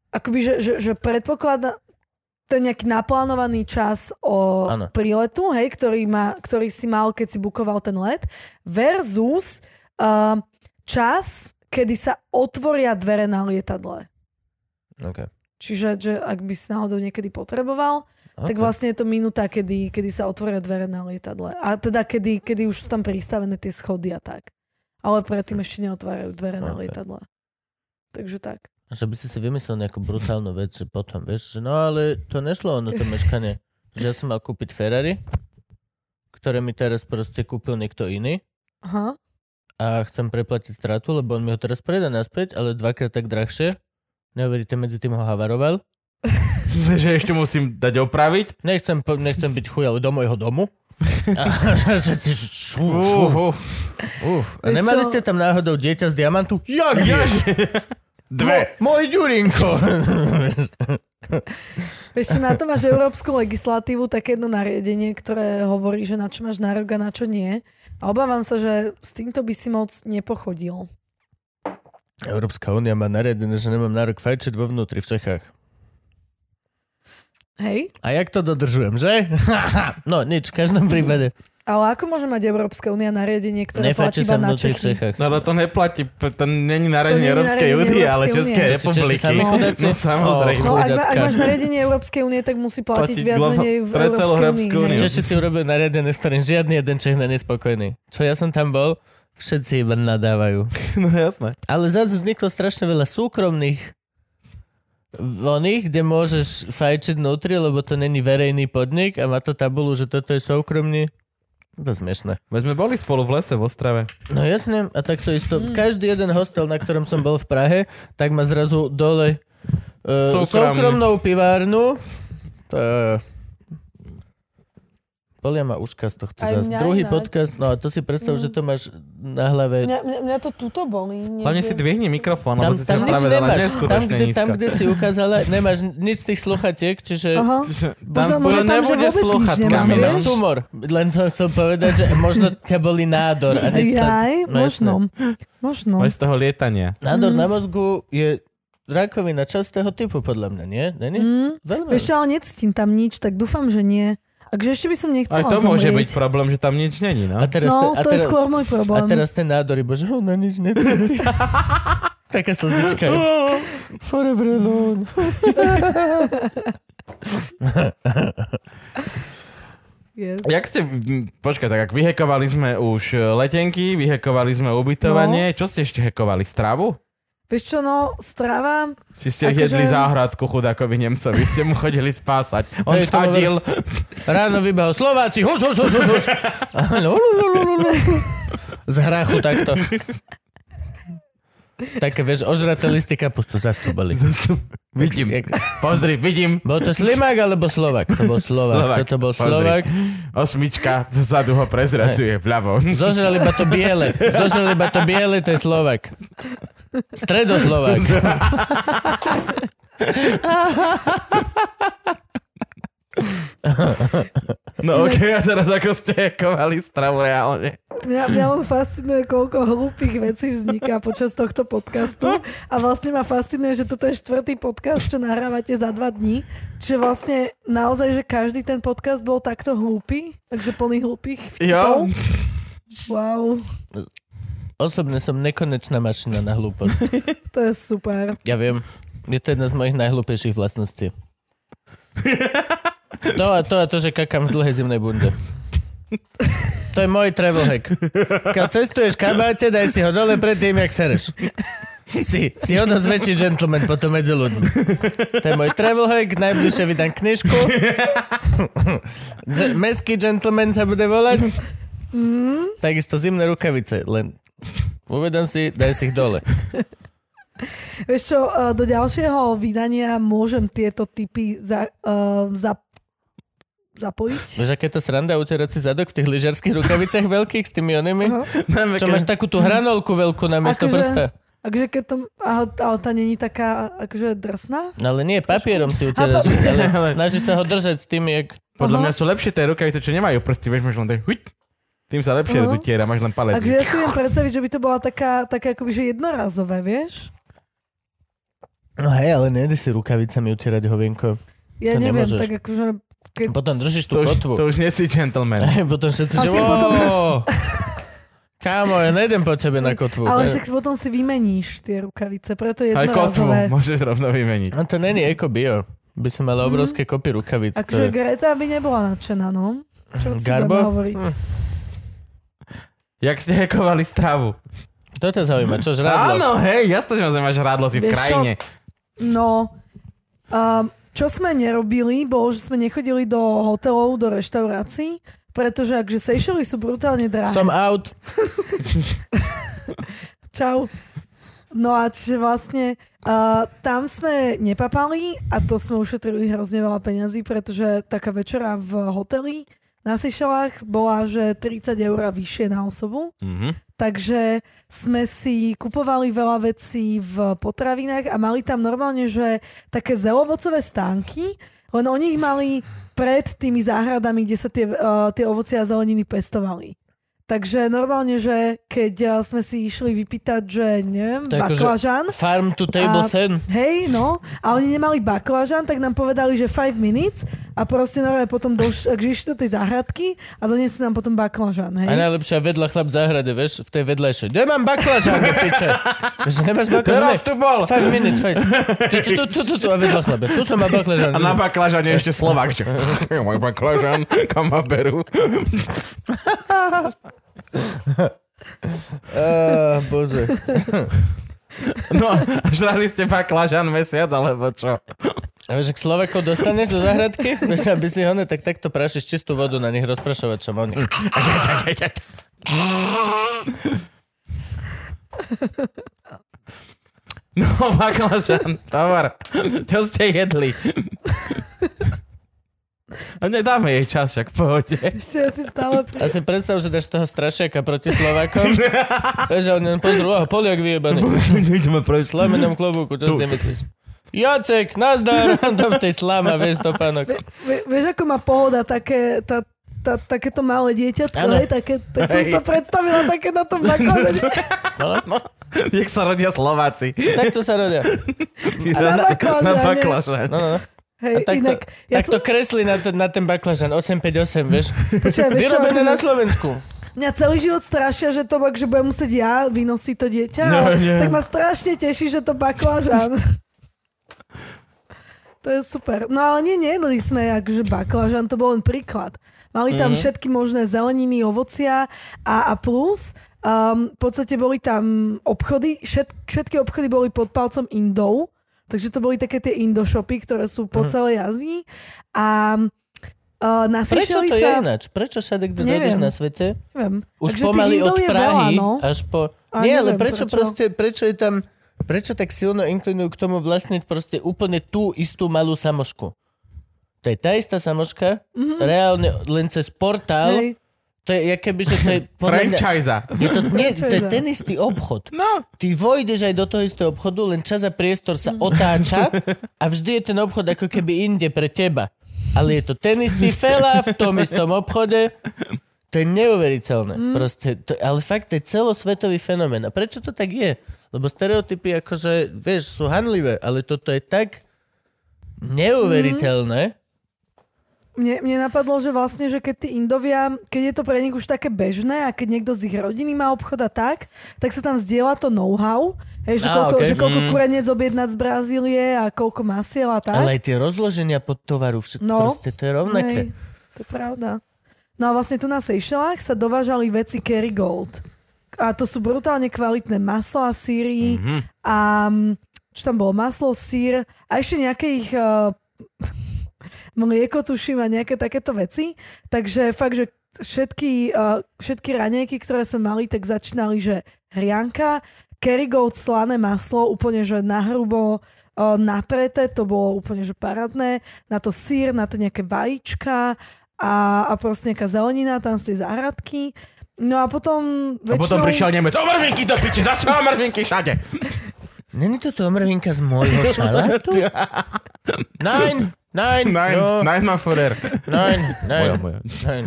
Speaker 3: akoby, že, že, že predpokladá ten nejaký naplánovaný čas o
Speaker 2: Áno.
Speaker 3: príletu, hej, ktorý, má, ktorý si mal, keď si bukoval ten let, versus um, čas, kedy sa otvoria dvere na lietadle.
Speaker 2: Okay.
Speaker 3: Čiže že ak by si náhodou niekedy potreboval, okay. tak vlastne je to minúta, kedy, kedy sa otvoria dvere na lietadle. A teda kedy, kedy už sú tam pristavené tie schody a tak. Ale predtým ešte neotvárajú dvere okay. na
Speaker 2: Ok.
Speaker 3: lietadle. Takže tak.
Speaker 2: Že by si si vymyslel nejakú brutálnu vec, že potom, vieš, že no ale to nešlo ono to meškanie. Že ja som mal kúpiť Ferrari, ktoré mi teraz proste kúpil niekto iný
Speaker 3: Aha.
Speaker 2: a chcem preplatiť stratu, lebo on mi ho teraz predá naspäť, ale dvakrát tak drahšie. Neuveríte, medzi tým ho havaroval.
Speaker 4: že ešte musím dať opraviť.
Speaker 2: Nechcem, po- nechcem byť chuj, ale do môjho domu. A všetci, š- šu, šu,
Speaker 4: Uh, uh,
Speaker 2: uf. A
Speaker 3: Vieš
Speaker 2: nemali
Speaker 3: čo?
Speaker 2: ste tam náhodou dieťa z diamantu? Jak vieš?
Speaker 4: dve.
Speaker 2: Môj ďurinko.
Speaker 3: Ešte na to máš európsku legislatívu, také jedno nariadenie, ktoré hovorí, že na čo máš nárok a na čo nie. A obávam sa, že s týmto by si moc nepochodil.
Speaker 2: Európska únia má nariadené, že nemám nárok fajčiť vo vnútri v Čechách.
Speaker 3: Hej?
Speaker 2: A jak to dodržujem, že? no nič, v každom prípade.
Speaker 3: Ale ako môže mať Európska únia nariadenie, ktoré platí
Speaker 2: Nefajči
Speaker 3: iba
Speaker 2: sa
Speaker 3: na
Speaker 2: vnútri v
Speaker 3: Čechy?
Speaker 2: Čechách.
Speaker 4: No ale to neplatí, pre- to není
Speaker 3: To
Speaker 4: nariadenie
Speaker 3: není
Speaker 4: Európskej
Speaker 3: nariadenie
Speaker 4: únie, ale
Speaker 3: Európskej únie.
Speaker 4: Českej
Speaker 2: To sú Češi
Speaker 4: republiky.
Speaker 2: sami chudáci?
Speaker 4: No samozrejme.
Speaker 3: No, ak, ma, ak
Speaker 2: Chudátka.
Speaker 3: máš nariadenie Európskej únie, tak musí platiť,
Speaker 4: Platiť
Speaker 3: viac
Speaker 4: glava-
Speaker 3: menej v
Speaker 4: pre celú
Speaker 3: Európskej
Speaker 4: Európsku
Speaker 3: únii.
Speaker 4: úniu.
Speaker 3: hej.
Speaker 2: Češi si urobili nariadené, s ktorým žiadny jeden Čech nie je spokojný. Čo ja som tam bol, všetci iba nadávajú.
Speaker 4: No jasné.
Speaker 2: Ale zase vzniklo strašne veľa súkromných voných, kde môžeš fajčiť vnútri, lebo to není verejný podnik a má to tabulu, že toto je súkromný. To je smiešné.
Speaker 4: My sme boli spolu v lese v Ostrave.
Speaker 2: No jasne, a takto isto. Každý jeden hostel, na ktorom som bol v Prahe, tak ma zrazu dole e,
Speaker 4: Súkromný.
Speaker 2: súkromnou pivárnu To je... Bolia ma uška z tohto
Speaker 3: Aj
Speaker 2: zás.
Speaker 3: mňa
Speaker 2: Druhý
Speaker 3: ináč.
Speaker 2: podcast, no a to si predstav, že to máš na hlave.
Speaker 3: Mňa, mňa, mňa to tuto boli.
Speaker 4: Hlavne si
Speaker 3: niekde.
Speaker 4: dvihni
Speaker 2: Mhm.
Speaker 4: mikrofón,
Speaker 2: Tam,
Speaker 4: No, lebo si
Speaker 2: tam
Speaker 4: tam
Speaker 2: nič
Speaker 4: práve dala
Speaker 2: nemáš. Tam
Speaker 4: neskutočne
Speaker 2: kde, tam,
Speaker 4: nízko.
Speaker 2: kde si ukázala, nemáš nič z tých sluchatiek, čiže...
Speaker 3: Aha.
Speaker 4: Tam
Speaker 3: Možno- možno
Speaker 4: bude-
Speaker 3: tam, že
Speaker 4: nebude
Speaker 3: vôbec nič
Speaker 4: sluchatkami.
Speaker 3: nemáš,
Speaker 2: Možno máš
Speaker 3: vieš?
Speaker 2: tumor. Len som chcel povedať, že možno ťa boli nádor. A nič to...
Speaker 3: Jaj,
Speaker 2: No,
Speaker 3: možno. Možno.
Speaker 4: Aj z toho lietania.
Speaker 2: Nádor
Speaker 3: Mhm.
Speaker 2: na mozgu je rakovina častého typu, podľa mňa, nie? Není?
Speaker 3: Mm.
Speaker 2: Veľmi.
Speaker 3: Vieš čo, ale necítim tam nič, tak dúfam, že nie. Akže ešte by som nechcela
Speaker 4: Aj to môže byť
Speaker 3: zomrieť.
Speaker 4: problém, že tam nič není, no.
Speaker 2: A teraz,
Speaker 3: No,
Speaker 2: te- a
Speaker 3: to je
Speaker 2: teraz,
Speaker 3: skôr
Speaker 2: a
Speaker 3: môj problém.
Speaker 2: teraz ten nádor, je, bože, ona nič necíti. Taká slzička. Forever alone.
Speaker 3: Yes.
Speaker 4: Jak ste, m, počkaj, tak ak vyhekovali sme už e, letenky, vyhekovali sme
Speaker 3: No.
Speaker 4: ubytovanie, čo ste ešte hekovali? Stravu?
Speaker 3: Vieš čo, no, strava,
Speaker 4: Či ste
Speaker 3: Akože-
Speaker 4: Ako jedli záhradku chudákovi Nemcovi, ste mu chodili spásať. On
Speaker 2: Hej, to bolo-
Speaker 4: sadil,
Speaker 2: Ráno vybehol Slováci, hus, hus, hus, hus, hus. A no, no, no, no, no. Z hrachu takto. Také, vieš, ožraté listy kapustu zastúbali.
Speaker 4: vidím, pozri, vidím,
Speaker 2: Bol to Slimák alebo Slovak? To bol Slovak.
Speaker 4: Slovak,
Speaker 2: Slovak. Toto bol
Speaker 4: pozri.
Speaker 2: Slovak.
Speaker 4: osmička vzadu ho prezracuje vľavo.
Speaker 2: Zožral iba to biele. Zožral iba to biele, to je Slovak. Stredoslovak.
Speaker 4: No okej, a teraz ako ste hekovali stravu reálne.
Speaker 3: mňa, mňa len fascinuje, koľko hlúpých vecí vzniká počas tohto podcastu. A vlastne ma fascinuje, že toto je štvrtý podcast, čo nahrávate za dva dní. Čiže vlastne naozaj, že každý ten podcast bol takto hlúpy, takže plný hlúpých vtipov.
Speaker 4: Jo.
Speaker 3: Wow,
Speaker 2: Osobne som nekonečná mašina na hlúposť.
Speaker 3: to je super.
Speaker 2: Ja viem. Je to jedna z mojich najhlúpejších vlastností. To a to a to, že kakám v dlhej zimnej bunde. To je môj travel hack. Keď cestuješ kabáte, daj si ho dole predtým, jak sereš. Si, si o dosť väčší gentleman potom medzi ľuďmi. To je môj travel hack, najbližšie vydám knižku. Dž- Meský gentleman sa bude volať. Takisto zimné rukavice, len uvedom si, daj si ich dole.
Speaker 3: Vieš čo, eh, do ďalšieho vydania môžem tieto typy za, uh, za, zapojiť.
Speaker 2: Vieš, aké to sranda utierať si zadok v tých lyžiarských rukavicách veľkých s tými onými?
Speaker 3: Aha.
Speaker 2: Čo máš takú tú hranolku veľkú na miesto
Speaker 3: Akože-
Speaker 2: prsta?
Speaker 3: Takže keď to, ale, ale tá není taká akože drsná?
Speaker 2: No ale nie, papierom si utieraš, ale snaží sa ho držať tým, jak...
Speaker 4: Podľa
Speaker 3: Aha.
Speaker 4: mňa sú lepšie tie rukavice, čo nemajú prsty, vieš, máš len tak huď. Tým sa lepšie
Speaker 3: Aha.
Speaker 4: dutiera, máš len palec.
Speaker 3: Takže ja si viem predstaviť, že by to bola taká, taká akoby, že jednorázové, vieš?
Speaker 2: No hej, ale nejde si rukavicami utierať hovienko.
Speaker 3: Ja
Speaker 2: To
Speaker 3: neviem,
Speaker 2: nemôžeš.
Speaker 3: tak akože... Keď...
Speaker 2: Potom držíš
Speaker 4: To
Speaker 2: tú
Speaker 4: už,
Speaker 2: kotvu.
Speaker 4: to už nie si gentleman.
Speaker 2: Hej, Potom všetci, že...
Speaker 3: Asi potom-
Speaker 2: "Ó, Kámo, ja nejdem po tebe na kotvu.
Speaker 3: Ale
Speaker 2: Ne.
Speaker 3: však potom si vymeníš tie rukavice, preto
Speaker 4: Aj kotvu
Speaker 3: jednorázové.
Speaker 4: môžeš rovno vymeniť.
Speaker 2: A No, to není ekobio. By som mala obrovské kopy rukavic.
Speaker 3: Akože
Speaker 2: ktoré-
Speaker 3: Greta by nebola nadšená, no. Čo si
Speaker 2: Garbo?
Speaker 3: budeme hovoriť?
Speaker 4: Jak ste hekovali stravu?
Speaker 2: To ťa zaujíma, čo žrádlo?
Speaker 4: Áno, hej, jasno, že máš rádlo si v
Speaker 3: Vieš čo?
Speaker 4: krajine.
Speaker 3: No, um, čo sme nerobili, bolo, že sme nechodili do hotelov, do reštaurácií, pretože akže Seychely sú brutálne drahé.
Speaker 2: Som out.
Speaker 3: Čau. No a čiže vlastne uh, tam sme nepapali a to sme ušetrili hrozne veľa peňazí, pretože taká večera v hoteli na Seychellách bola, že 30 eur a vyššie na osobu.
Speaker 4: Mhm.
Speaker 3: Takže sme si kupovali veľa vecí v potravinách a mali tam normálne, že také zelovocové stánky, len oni ich mali pred tými záhradami, kde sa tie, uh, tie ovocie a zeleniny pestovali. Takže normálne, že keď uh, sme si išli vypýtať, že neviem,
Speaker 2: To je akože-
Speaker 3: baklažan,
Speaker 2: Farm to table
Speaker 3: A-
Speaker 2: sen.
Speaker 3: Hej, no, a oni nemali baklažan, tak nám povedali, že 5 minutes a proste normálne potom doš- k žiš do tej záhradky a doniesli nám potom baklažan, hej.
Speaker 4: Hm?
Speaker 2: A najlepšia vedľa chlap v záhrade, vieš, v tej vedľajšej. Kde mám baklažan, do piče? Vieš, nemáš baklažan?
Speaker 4: Teraz tu bol.
Speaker 2: 5 minút, fajn. Tu, tu, tu, tu, tu, tu, a vedľa chlape. Tu som má baklažan.
Speaker 4: A na baklažane ešte Slovak. Že... Môj baklažan, kam ma berú.
Speaker 2: Á, bože.
Speaker 4: No, a žrali ste baklažan mesiac, alebo čo?
Speaker 2: A vieš, ak Slovakov dostaneš do záhradky, vieš, aby si ho ne, tak takto prašíš čistú vodu na nich rozprašovačom. Oni.
Speaker 4: No, baklažan, hovor. Čo ste jedli? A nedáme jej čas, však v pohode.
Speaker 3: Ešte ja si stále pri...
Speaker 2: A si predstav, že dáš toho strašiaka proti Slovákom. Vieš, a on len pozrú, aha, Poliak vyjebaný.
Speaker 4: Ideme prejsť.
Speaker 2: Slajme nám klobúku, čo s
Speaker 4: Tu,
Speaker 2: tým myslíš? Jacek, nazdar! Do tej slama, vieš, topánok.
Speaker 3: Ve- Vieš, ako má pohoda také, tá, tá, takéto malé dieťatko,
Speaker 2: Áno.
Speaker 3: hej, také, tak som si to predstavila také na tom nakone. že-
Speaker 2: No,
Speaker 4: Jak sa rodia Slováci.
Speaker 2: takto sa rodia.
Speaker 3: na baklažane.
Speaker 4: na baklažane.
Speaker 2: No, no, no.
Speaker 3: Hej,
Speaker 2: A takto,
Speaker 3: inak, ja
Speaker 2: takto
Speaker 3: som,
Speaker 2: kresli na, ten- na ten baklažan 858, vieš.
Speaker 3: počúaj, vieš, čo,
Speaker 2: Vyrobené
Speaker 3: akože
Speaker 2: na Slovensku.
Speaker 3: mňa celý život strašia, že to bak, že budem musieť ja vynosiť to dieťa,
Speaker 4: No,
Speaker 3: ale
Speaker 4: nie.
Speaker 3: tak ma strašne teší, že to baklažan. to je super. No ale nie, nejedli sme akože baklažan, to bol len príklad. Mali
Speaker 2: Mhm.
Speaker 3: tam mm-hmm. všetky možné zeleniny, ovocia a, a plus um, v podstate boli tam obchody, všet, všetky obchody boli pod palcom Indou, takže to boli také tie Indoshopy, ktoré sú po celej Ázii a uh,
Speaker 2: Mhm. Prečo
Speaker 3: nasýšali
Speaker 2: to
Speaker 3: sa...
Speaker 2: je ináč? Prečo všade, kde dojdeš
Speaker 3: Neviem.
Speaker 2: na svete,
Speaker 3: Neviem.
Speaker 2: Už
Speaker 3: Takže
Speaker 2: pomaly
Speaker 3: tých
Speaker 2: od
Speaker 3: Indov je
Speaker 2: Prahy
Speaker 3: Veľa, no.
Speaker 2: až po...
Speaker 3: A
Speaker 2: Nie,
Speaker 3: neviem,
Speaker 2: ale prečo,
Speaker 3: prečo.
Speaker 2: Proste, prečo je tam... Prečo tak silno inklinujú k tomu vlastniť proste úplne tú istú malú samošku? To je tá istá samoška, mm-hmm. reálne len cez portál.
Speaker 3: Mhm. Hej.
Speaker 2: Hej. To je, keby, že to je... podľa mňa-
Speaker 4: Franchise.
Speaker 2: Je to, nie, to je
Speaker 3: Franchise.
Speaker 2: ten istý obchod.
Speaker 4: No.
Speaker 2: Ty vojdeš aj do toho istého obchodu, len čas a priestor sa otáča a vždy je ten obchod ako keby inde pre teba. Ale je to ten istý fela v tom istom obchode. To je neuveriteľné.
Speaker 3: Mm.
Speaker 2: Proste, to, ale fakt to je celosvetový fenomén. A prečo to tak je? Lebo stereotypy akože, vieš, sú hanlivé, ale toto je tak neuveriteľné.
Speaker 3: Mm. Mne, mne napadlo, že vlastne, že keď tí Indovia, keď je to pre nich už také bežné a keď niekto z ich rodiny má obchod a tak, tak sa tam zdieľa to know-how, hej,
Speaker 2: Á,
Speaker 3: že,
Speaker 2: Mm.
Speaker 3: koľko,
Speaker 2: okej.
Speaker 3: že koľko kurenec objednať z Brazílie a koľko masiel a tak.
Speaker 2: Ale aj tie rozloženia pod tovaru, všetko
Speaker 3: No.
Speaker 2: proste, to je rovnaké.
Speaker 3: Hej, to je pravda. No a vlastne tu na Seychellách sa dovážali veci Kerrygold. A to sú brutálne kvalitné maslo a
Speaker 2: Mhm.
Speaker 3: síry mm-hmm. a mm, čo tam bolo, maslo, sír a ešte nejaké ich uh, mlieko tuším a nejaké takéto veci. Takže fakt, že všetky, uh, všetky ranejky, ktoré sme mali, tak začínali, že hrianka, Kerrygold slané maslo, úplne že nahrubo uh, natreté, to bolo úplne že parádne, na to sír, na to nejaké vajíčka a, a proste nejaká zelenina, tam z tej záhradky. No a potom
Speaker 4: A
Speaker 3: väčšinou...
Speaker 4: potom prišiel Nemec. O mrvinky do piče, zase o mrvinky všade.
Speaker 2: Není toto omrvinka z môjho šalátu? Nein, nein,
Speaker 4: Nein,
Speaker 2: no,
Speaker 4: nein, ma furer.
Speaker 2: nein, nein,
Speaker 4: Moja, moja.
Speaker 2: nein.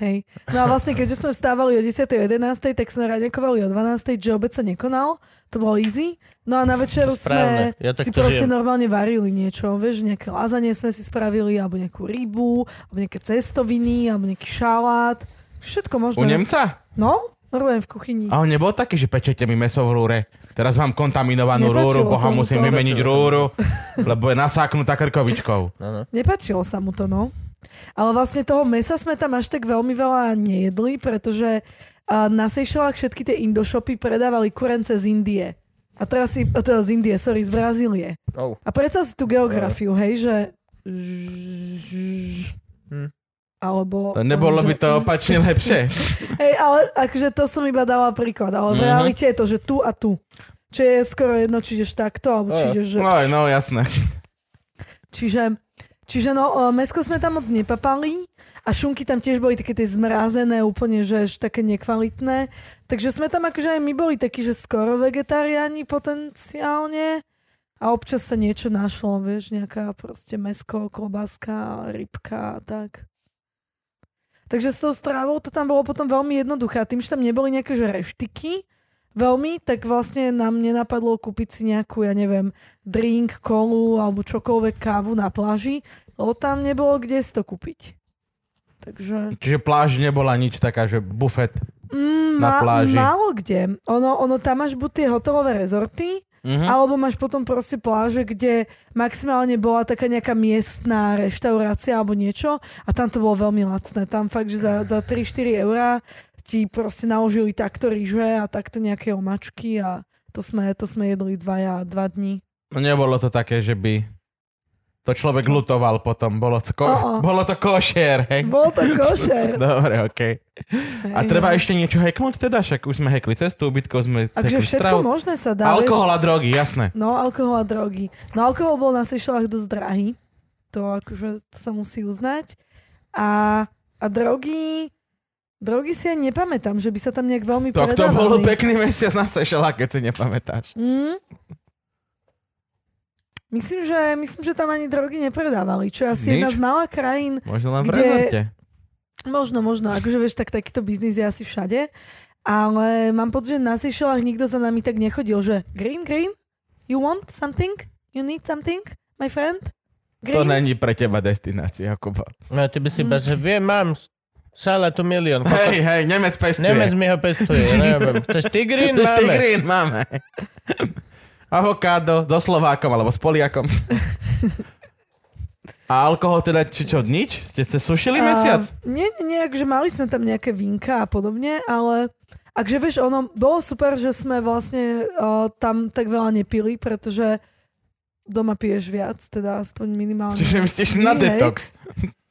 Speaker 3: Hej. No a vlastne, keďže sme vstávali o 10. 11., tak sme raňakovali o 12., že obec sa nekonal. To bolo easy. No a na večeru
Speaker 2: Správne.
Speaker 3: sme
Speaker 2: Ja
Speaker 3: si
Speaker 2: takto
Speaker 3: proste
Speaker 2: žijem.
Speaker 3: normálne varili niečo. Vieš, nejaké lazanie sme si spravili, alebo nejakú rybu, alebo nejaké cestoviny, alebo nejaký šalát. Všetko možno.
Speaker 4: U Nemca?
Speaker 3: No, normálne v kuchyni.
Speaker 4: A on nebol taký, že pečete mi meso v rúre. Teraz mám kontaminovanú
Speaker 3: Nepačilo
Speaker 4: rúru, boha
Speaker 3: sa mu
Speaker 4: musím
Speaker 3: to.
Speaker 4: vymeniť rúru, lebo je nasáknutá krkovičkou.
Speaker 3: No, Nepačilo sa mu to, no. Ale vlastne toho mesa sme tam až tak veľmi veľa nejedli, pretože a, na Seychellách všetky tie indoshopy predávali kurence z Indie. A teraz si, a teda z Indie, sorry, z Brazílie.
Speaker 2: Oh.
Speaker 3: A predstav si tú geografiu, hej, že... Alebo...
Speaker 4: To nebolo by to opačne lepšie.
Speaker 3: Hej, ale akože to som iba dala príklad, ale v
Speaker 4: Mhm.
Speaker 3: realite je to, že tu a tu. Čo je skoro jedno, či ideš takto, alebo
Speaker 2: Áno.
Speaker 3: či ideš... Že...
Speaker 4: No, no jasné.
Speaker 3: Čiže, čiže no, e, mesko sme tam moc nepapali a šunky tam tiež boli také tie zmrazené, úplne, že až také nekvalitné. Takže sme tam akože aj my boli takí, že skoro vegetariáni potenciálne a občas sa niečo našlo, vieš, nejaká proste mesko, klobáska, rybka a tak. Takže s tou strávou to tam bolo potom veľmi jednoduché. A tým, že tam neboli nejaké že reštiky veľmi, tak vlastne nám nenapadlo kúpiť si nejakú, ja neviem, drink, kolu alebo čokoľvek kávu na pláži, lebo tam nebolo kde si to kúpiť. Takže
Speaker 4: Čiže pláž nebola nič taká, že bufet.
Speaker 3: mm,
Speaker 4: Na pláži.
Speaker 3: málo kde. Ono, ono tam máš buď tie hotelové rezorty,
Speaker 4: Mhm.
Speaker 3: alebo máš potom proste pláže, kde maximálne bola taká nejaká miestná reštaurácia alebo niečo a tam to bolo veľmi lacné. Tam fakt, že za, za 3-4 eurá ti proste naložili takto ryže a takto nejaké omačky a to sme, to sme jedli dvaja, dva dní.
Speaker 4: No nebolo to také, že by to človek lutoval potom. Bolo to, ko-
Speaker 3: O, o.
Speaker 4: bolo to košer, hej.
Speaker 3: Bol to košer.
Speaker 4: Dobre, okej. A treba ešte niečo heknúť teda? Však už sme hekli cestu, ubytkov sme
Speaker 3: Takže
Speaker 4: hekli
Speaker 3: všetko
Speaker 4: stravu.
Speaker 3: možné sa dá. vieš.
Speaker 4: Alkohol a drogy, jasné.
Speaker 3: No, alkohol a drogy. No, alkohol bol na Seychellách dosť drahý. To akože to sa musí uznať. A, a drogy... Drogy si ja nepamätám, že by sa tam nejak veľmi
Speaker 4: To, to
Speaker 3: predávali.
Speaker 4: bol pekný mesiac na Sešela, keď si nepamätáš.
Speaker 3: Mm. Myslím, že, myslím, že tam ani drogy nepredávali, čo je asi
Speaker 4: Nič.
Speaker 3: jedna z mála krajín,
Speaker 4: Možno len v
Speaker 3: Kde-
Speaker 4: rezorte.
Speaker 3: Možno, možno. Akože vieš, tak takýto biznis je asi všade. Ale mám pocit, že na Seychellách nikto za nami tak nechodil, že green, green, you want something? You need something, my friend?
Speaker 4: To
Speaker 3: Green?
Speaker 4: není pre teba destinácia, Kuba.
Speaker 2: No ty by si iba, že viem, mám s- šalatu milión.
Speaker 4: Hej, hej, Nemec pestuje.
Speaker 2: Nemec mi ho pestuje, neviem. Chceš tigrín?
Speaker 4: Máme.
Speaker 2: Máme.
Speaker 4: Tigrín máme. Avokádo so Slovákom alebo s Poliakom. A alkohol teda, či čo, nič? Ste sa sušili mesiac?
Speaker 3: A, nie, nie, nie, akože mali sme tam nejaké vinka a podobne, ale akže vieš, ono, bolo super, že sme vlastne uh, tam tak veľa nepili, pretože doma piješ viac, teda aspoň minimálne.
Speaker 4: Čiže vy ste išli na
Speaker 3: Hej.
Speaker 4: detox.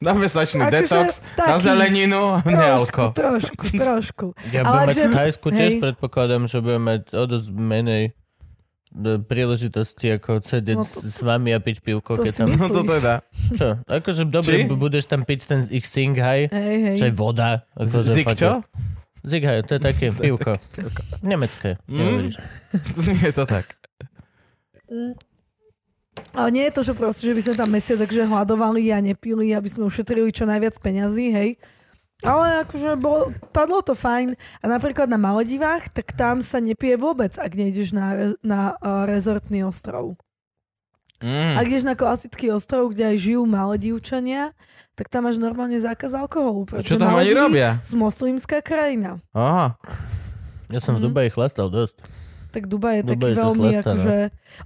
Speaker 4: Na mesačný
Speaker 3: Akože
Speaker 4: detox, na
Speaker 3: taký-
Speaker 4: zeleninu,
Speaker 3: Trošku,
Speaker 4: nealko.
Speaker 3: trošku, trošku.
Speaker 2: Ja
Speaker 3: Ale
Speaker 2: budem mať
Speaker 3: že-
Speaker 2: v Thajsku tiež
Speaker 3: hej.
Speaker 2: predpokladám, že budem mať o dosť menej e, príležitosti ako sedieť no,
Speaker 3: No to-
Speaker 2: s vami a piť pivko,
Speaker 3: to
Speaker 2: keď
Speaker 3: si
Speaker 2: tam...
Speaker 3: myslím.
Speaker 4: No to teda.
Speaker 2: Čo? Akože dobre,
Speaker 4: Či?
Speaker 2: bu- budeš tam piť ten ich Singhai,
Speaker 3: Hej, hej.
Speaker 2: čo je voda. Akože
Speaker 4: Zik
Speaker 2: fakt-
Speaker 4: čo?
Speaker 2: Singhai, to je také pivko. Nemecké.
Speaker 4: Mm.
Speaker 2: nehovoríš.
Speaker 4: Znie to tak.
Speaker 3: Ale nie je to, že proste, že by sme tam mesiac takže hľadovali a nepili, aby sme ušetrili čo najviac peňazí, hej. Ale akože bolo, padlo to fajn. A napríklad na Maledivách, tak tam sa nepije vôbec, ak nejdeš na, re, na uh, rezortný ostrov.
Speaker 4: Mm.
Speaker 3: Ak ideš na klasický ostrov, kde aj žijú Maledivčania, tak tam máš normálne zákaz alkoholu.
Speaker 4: Čo
Speaker 3: pretože
Speaker 4: tam oni
Speaker 3: Maledivy
Speaker 4: robia?
Speaker 3: Sú moslimská krajina.
Speaker 4: Aha.
Speaker 2: Ja som v
Speaker 3: Mm.
Speaker 2: Dubaji chlastal dosť.
Speaker 3: Tak Dubaj
Speaker 2: Dubaj
Speaker 3: je taký
Speaker 2: sa
Speaker 3: veľmi
Speaker 2: chlastá, no.
Speaker 3: akože...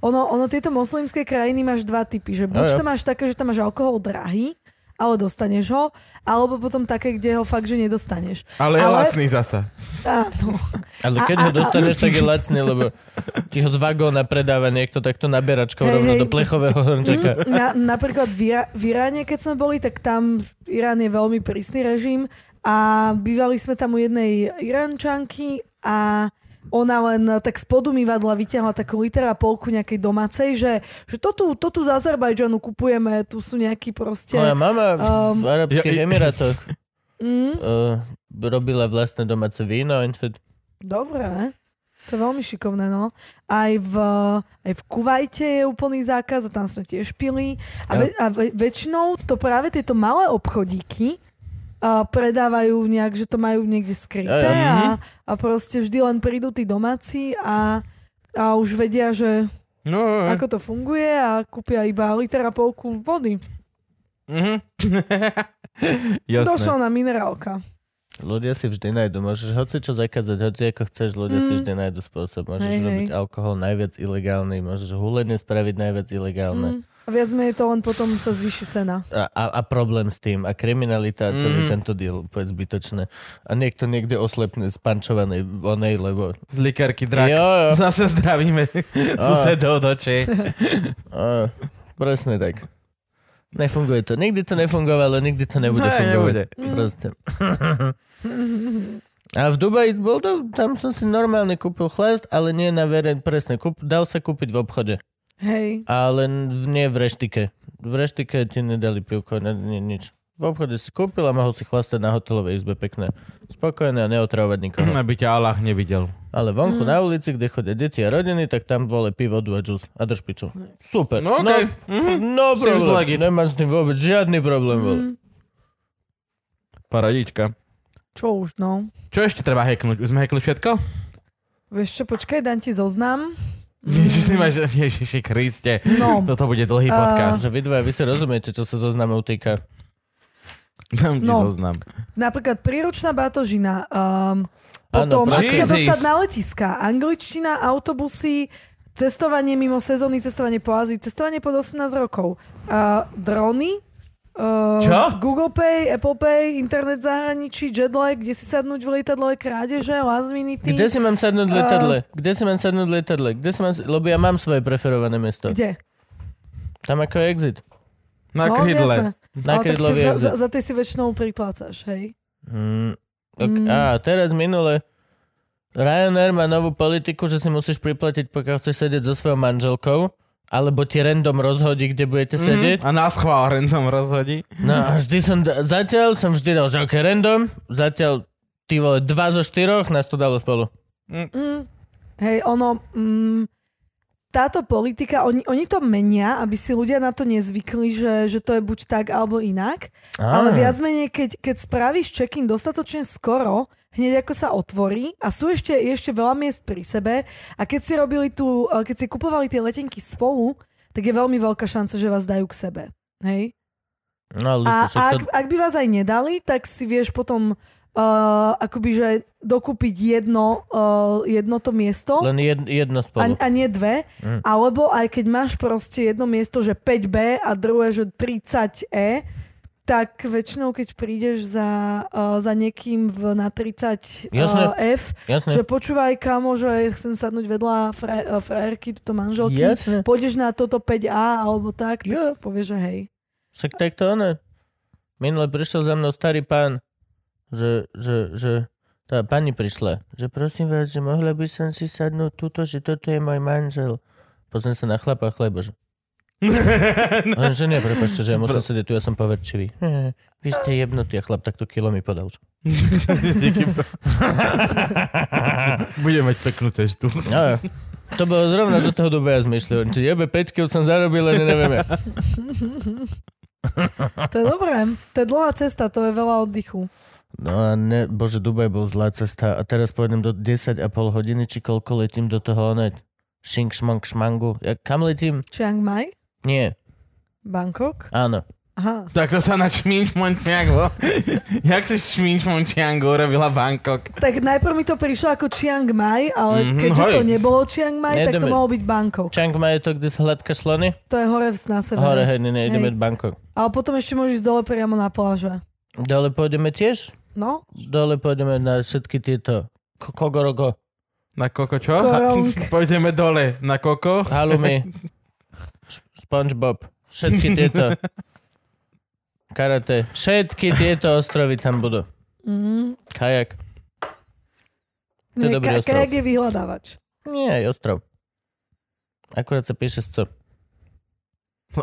Speaker 3: Ono, ono tieto moslimské krajiny máš dva typy, že buď
Speaker 2: Jo, jo.
Speaker 3: to máš také, že tam máš alkohol drahý, ale dostaneš ho, alebo potom také, kde ho fakt, že nedostaneš.
Speaker 4: Ale je
Speaker 3: Ale-
Speaker 4: lacný zasa.
Speaker 3: Áno.
Speaker 2: Ale keď
Speaker 3: A-
Speaker 2: ho
Speaker 3: a- a-
Speaker 2: dostaneš, tak je lacný, lebo ti ho z vagóna predáva niekto takto naberačkou
Speaker 3: Hej,
Speaker 2: rovno
Speaker 3: hej.
Speaker 2: do plechového hrnčeka.
Speaker 3: Mm, Na, napríklad v, Ira- v Iráne, keď sme boli, tak tam Irán je veľmi prísny režim a bývali sme tam u jednej Iránčanky a ona len tak spodu myvadla vyťahla takú litera polku nejakej domácej, že, že to, tu, to tu z Azerbajdžanu kupujeme, tu sú nejakí proste...
Speaker 2: Moja mama
Speaker 3: Um,
Speaker 2: v Arabských
Speaker 4: Ja- ja-
Speaker 2: Emirátoch
Speaker 3: Mm,
Speaker 2: uh, robila vlastné domáce víno. and shit.
Speaker 3: Dobre, to je veľmi šikovné, no. Aj v, aj v Kuvajte je úplný zákaz a tam sme tiež pili. A, ve, a ve, väčšinou to práve tieto malé obchodíky a predávajú nejak, že to majú niekde skryté
Speaker 2: Aj, aj,
Speaker 3: a, a proste vždy len prídu tí domáci a, a už vedia, že
Speaker 4: No, jo, jo.
Speaker 3: ako to funguje a kúpia iba liter a polku vody.
Speaker 4: Mhm. Jasné.
Speaker 3: Došla na minerálka.
Speaker 2: Ľudia si vždy nájdu, môžeš hoci čo zakázať, hoci ako chceš, ľudia si
Speaker 3: Mm.
Speaker 2: vždy nájdu spôsob. Môžeš
Speaker 3: Hej, hej.
Speaker 2: robiť alkohol najviac ilegálny, môžeš hulenie spraviť najviac ilegálne.
Speaker 3: Mm. A viac menej to len potom sa zvýši cena.
Speaker 2: A, a, a problém s tým, a kriminalita a celý
Speaker 4: Mm.
Speaker 2: tento diel, úplne zbytočné. A niekto niekde oslepne z pančovanej onej, lebo...
Speaker 4: Z likerky drak.
Speaker 2: Jo, jo.
Speaker 4: Zase zdravíme susedov do Čech.
Speaker 2: A, presne tak. Nefunguje to. Nikdy to nefungovalo, nikdy to nebude
Speaker 4: Ne,
Speaker 2: fungovať.
Speaker 4: nebude.
Speaker 2: Proste. A v Dubaji bol to, tam som si normálne kúpil chlast, ale nie na verejný, presne, kúp, dal sa kúpiť v obchode,
Speaker 3: Hej.
Speaker 2: ale n- v- nie v reštike. V reštike ti nedali pivko, ne, nie, nič. V obchode si kúpil a mohol si chlastať na hotelovej izbe pekné. Spokojné a neotravovať nikoho.
Speaker 3: Mm.
Speaker 4: Aby ťa Allah nevidel.
Speaker 2: Ale vonku na ulici, kde chodia deti a rodiny, tak tam vole pivo, dva džús a drž piču. Super.
Speaker 4: No okej.
Speaker 2: no,
Speaker 3: Mhm.
Speaker 2: no
Speaker 4: Seems
Speaker 2: problém.
Speaker 4: like it.
Speaker 2: Nemám s tým vôbec žiadny problém. Vole.
Speaker 3: Mm.
Speaker 4: Paradička.
Speaker 3: Čo už, no.
Speaker 4: Čo ešte treba hacknúť? Už sme hackli všetko?
Speaker 3: Vieš čo, počkaj, dám ti zoznam. Mm.
Speaker 4: Ježiš, ty máš, Ježiši Kriste.
Speaker 3: No,
Speaker 4: Toto bude dlhý
Speaker 3: A-
Speaker 4: podcast.
Speaker 2: Že vy dva, vy si rozumiete, čo sa zoznamov týka.
Speaker 4: Dám ti
Speaker 3: No.
Speaker 4: zoznam.
Speaker 3: napríklad príručná batožina, um,
Speaker 2: Áno,
Speaker 3: potom ako sa
Speaker 4: Jesus.
Speaker 3: dostať na letiska, angličtina, autobusy, cestovanie mimo sezóny, cestovanie po Ázii, cestovanie pod 18 rokov, uh, drony, Uh,
Speaker 4: Čo?
Speaker 3: Google Pay, Apple Pay, internet v zahraničí, jetlag, kde si sadnúť v lietadle, krádeže, last minute.
Speaker 2: Kde si mám sadnúť v
Speaker 3: A-
Speaker 2: letadle? Kde si mám sadnúť v letadle? Kde si mám... Lebo ja mám svoje preferované miesto.
Speaker 3: Kde?
Speaker 2: Tam ako je exit.
Speaker 4: Na
Speaker 3: No,
Speaker 4: krydle.
Speaker 3: jasné.
Speaker 2: Na
Speaker 3: Ale tak
Speaker 2: krídlový
Speaker 3: ty za, za,
Speaker 2: exit.
Speaker 3: za tie si väčšinou priplácaš, hej?
Speaker 2: Mm, ok,
Speaker 3: Mm.
Speaker 2: Á, teraz minule Ryanair má novú politiku, že si musíš priplatiť, pokiaľ chceš sedieť so svojou manželkou Alebo ti random rozhodí, kde
Speaker 3: Mhm.
Speaker 2: budete sedieť.
Speaker 4: Mhm. A nás chvál random rozhodí.
Speaker 2: No a vždy som, da- zatiaľ som vždy dal, že ok, random, zatiaľ ty vole, dva zo štyroch nás to dalo spolu.
Speaker 3: Mm. Hej, ono... Mm, táto politika, oni, oni to menia, aby si ľudia na to nezvykli, že, že to je buď tak alebo inak. Ale viac menej, keď, keď spravíš check-in dostatočne skoro, hneď ako sa otvorí a sú ešte, je ešte veľa miest pri sebe a keď si robili tu, keď si kupovali tie letenky spolu, tak je veľmi veľká šanca, že vás dajú k sebe. Hej?
Speaker 2: No, ľudí,
Speaker 3: A,
Speaker 2: však
Speaker 3: a
Speaker 2: to...
Speaker 3: ak, ak by vás aj nedali, tak si vieš potom uh, akoby, že dokúpiť jedno, uh, jedno to miesto.
Speaker 2: Len jed, jedno
Speaker 3: A,
Speaker 2: spolu.
Speaker 3: a nie dve, mm. alebo aj keď máš proste jedno miesto, že 5B a druhé, že 30E, tak väčšinou, keď prídeš za, uh, za niekým v, na 30
Speaker 2: Jasné.
Speaker 3: uh, F,
Speaker 2: Jasné.
Speaker 3: že počúvaj kamo, že chcem sadnúť vedľa fraj, uh, frajerky, tuto manželky,
Speaker 2: Jasné.
Speaker 3: pôjdeš na toto 5A alebo tak, tak
Speaker 2: Jo.
Speaker 3: povieš, že hej.
Speaker 2: Však tak to ono. Minule prišiel za mnou starý pán, že, že, že tá pani prišla, že prosím vás, že mohla by som si sadnúť túto, že toto je môj manžel. Pozriem sa na chlapa, chlebo, že... Len, že nie, prepáčte, že ja musím sedieť tu, ja som poverčivý. Eh, Vy ste jebnutý a chlap takto kilo mi podal. že-
Speaker 4: Díky. Budeme mať peknú cestu.
Speaker 2: No, jo. to bolo zrovna do toho dobu ja zmyšľal. Či jebe 5 kil som zarobil, len nevieme.
Speaker 3: To je dobré, to je dlhá cesta, to je veľa oddychu.
Speaker 2: No a ne, bože, Dubaj bol zlá cesta. A teraz pôjdem do 10 a pol hodiny, či koľko letím do toho oneď. Šink, šmank, šmangu. Ja, kam letím?
Speaker 3: Chiang Mai,
Speaker 2: Nie.
Speaker 3: Bangkok,
Speaker 2: Áno.
Speaker 3: aha.
Speaker 4: Tak to sa na Čminč Montiango. Jak si Čminč Montiango robila Bangkok?
Speaker 3: Tak najprv mi to prišlo ako Chiang Mai, ale
Speaker 4: Mhm,
Speaker 3: keďže
Speaker 4: hej.
Speaker 3: to nebolo Chiang Mai, tak to
Speaker 2: Nejdeme.
Speaker 3: mohol byť Bangkok.
Speaker 2: Chiang Mai je to, kde sa hladka slony?
Speaker 3: To je hore v- na severe.
Speaker 2: Hore, hej, ne, ideme
Speaker 3: Hej.
Speaker 2: Bangkok.
Speaker 3: Ale potom ešte môžeš ísť dole priamo na pláže.
Speaker 2: Dole pôjdeme tiež?
Speaker 3: No,
Speaker 2: Dole pôjdeme na všetky tieto Ko- Kogorogo,
Speaker 4: Na koko čo?
Speaker 3: Korong.
Speaker 4: Pôjdeme dole na koko.
Speaker 2: Halumi, Š- Spongebob, všetky tieto. Karate. Všetky tieto ostrovy tam budú.
Speaker 3: mm,
Speaker 2: Kajak. To je
Speaker 3: nie,
Speaker 2: dobrý
Speaker 3: ka-
Speaker 2: ostrov.
Speaker 3: kajak je vyhľadávač.
Speaker 2: Nie, aj ostrov. Akurát sa píše s co.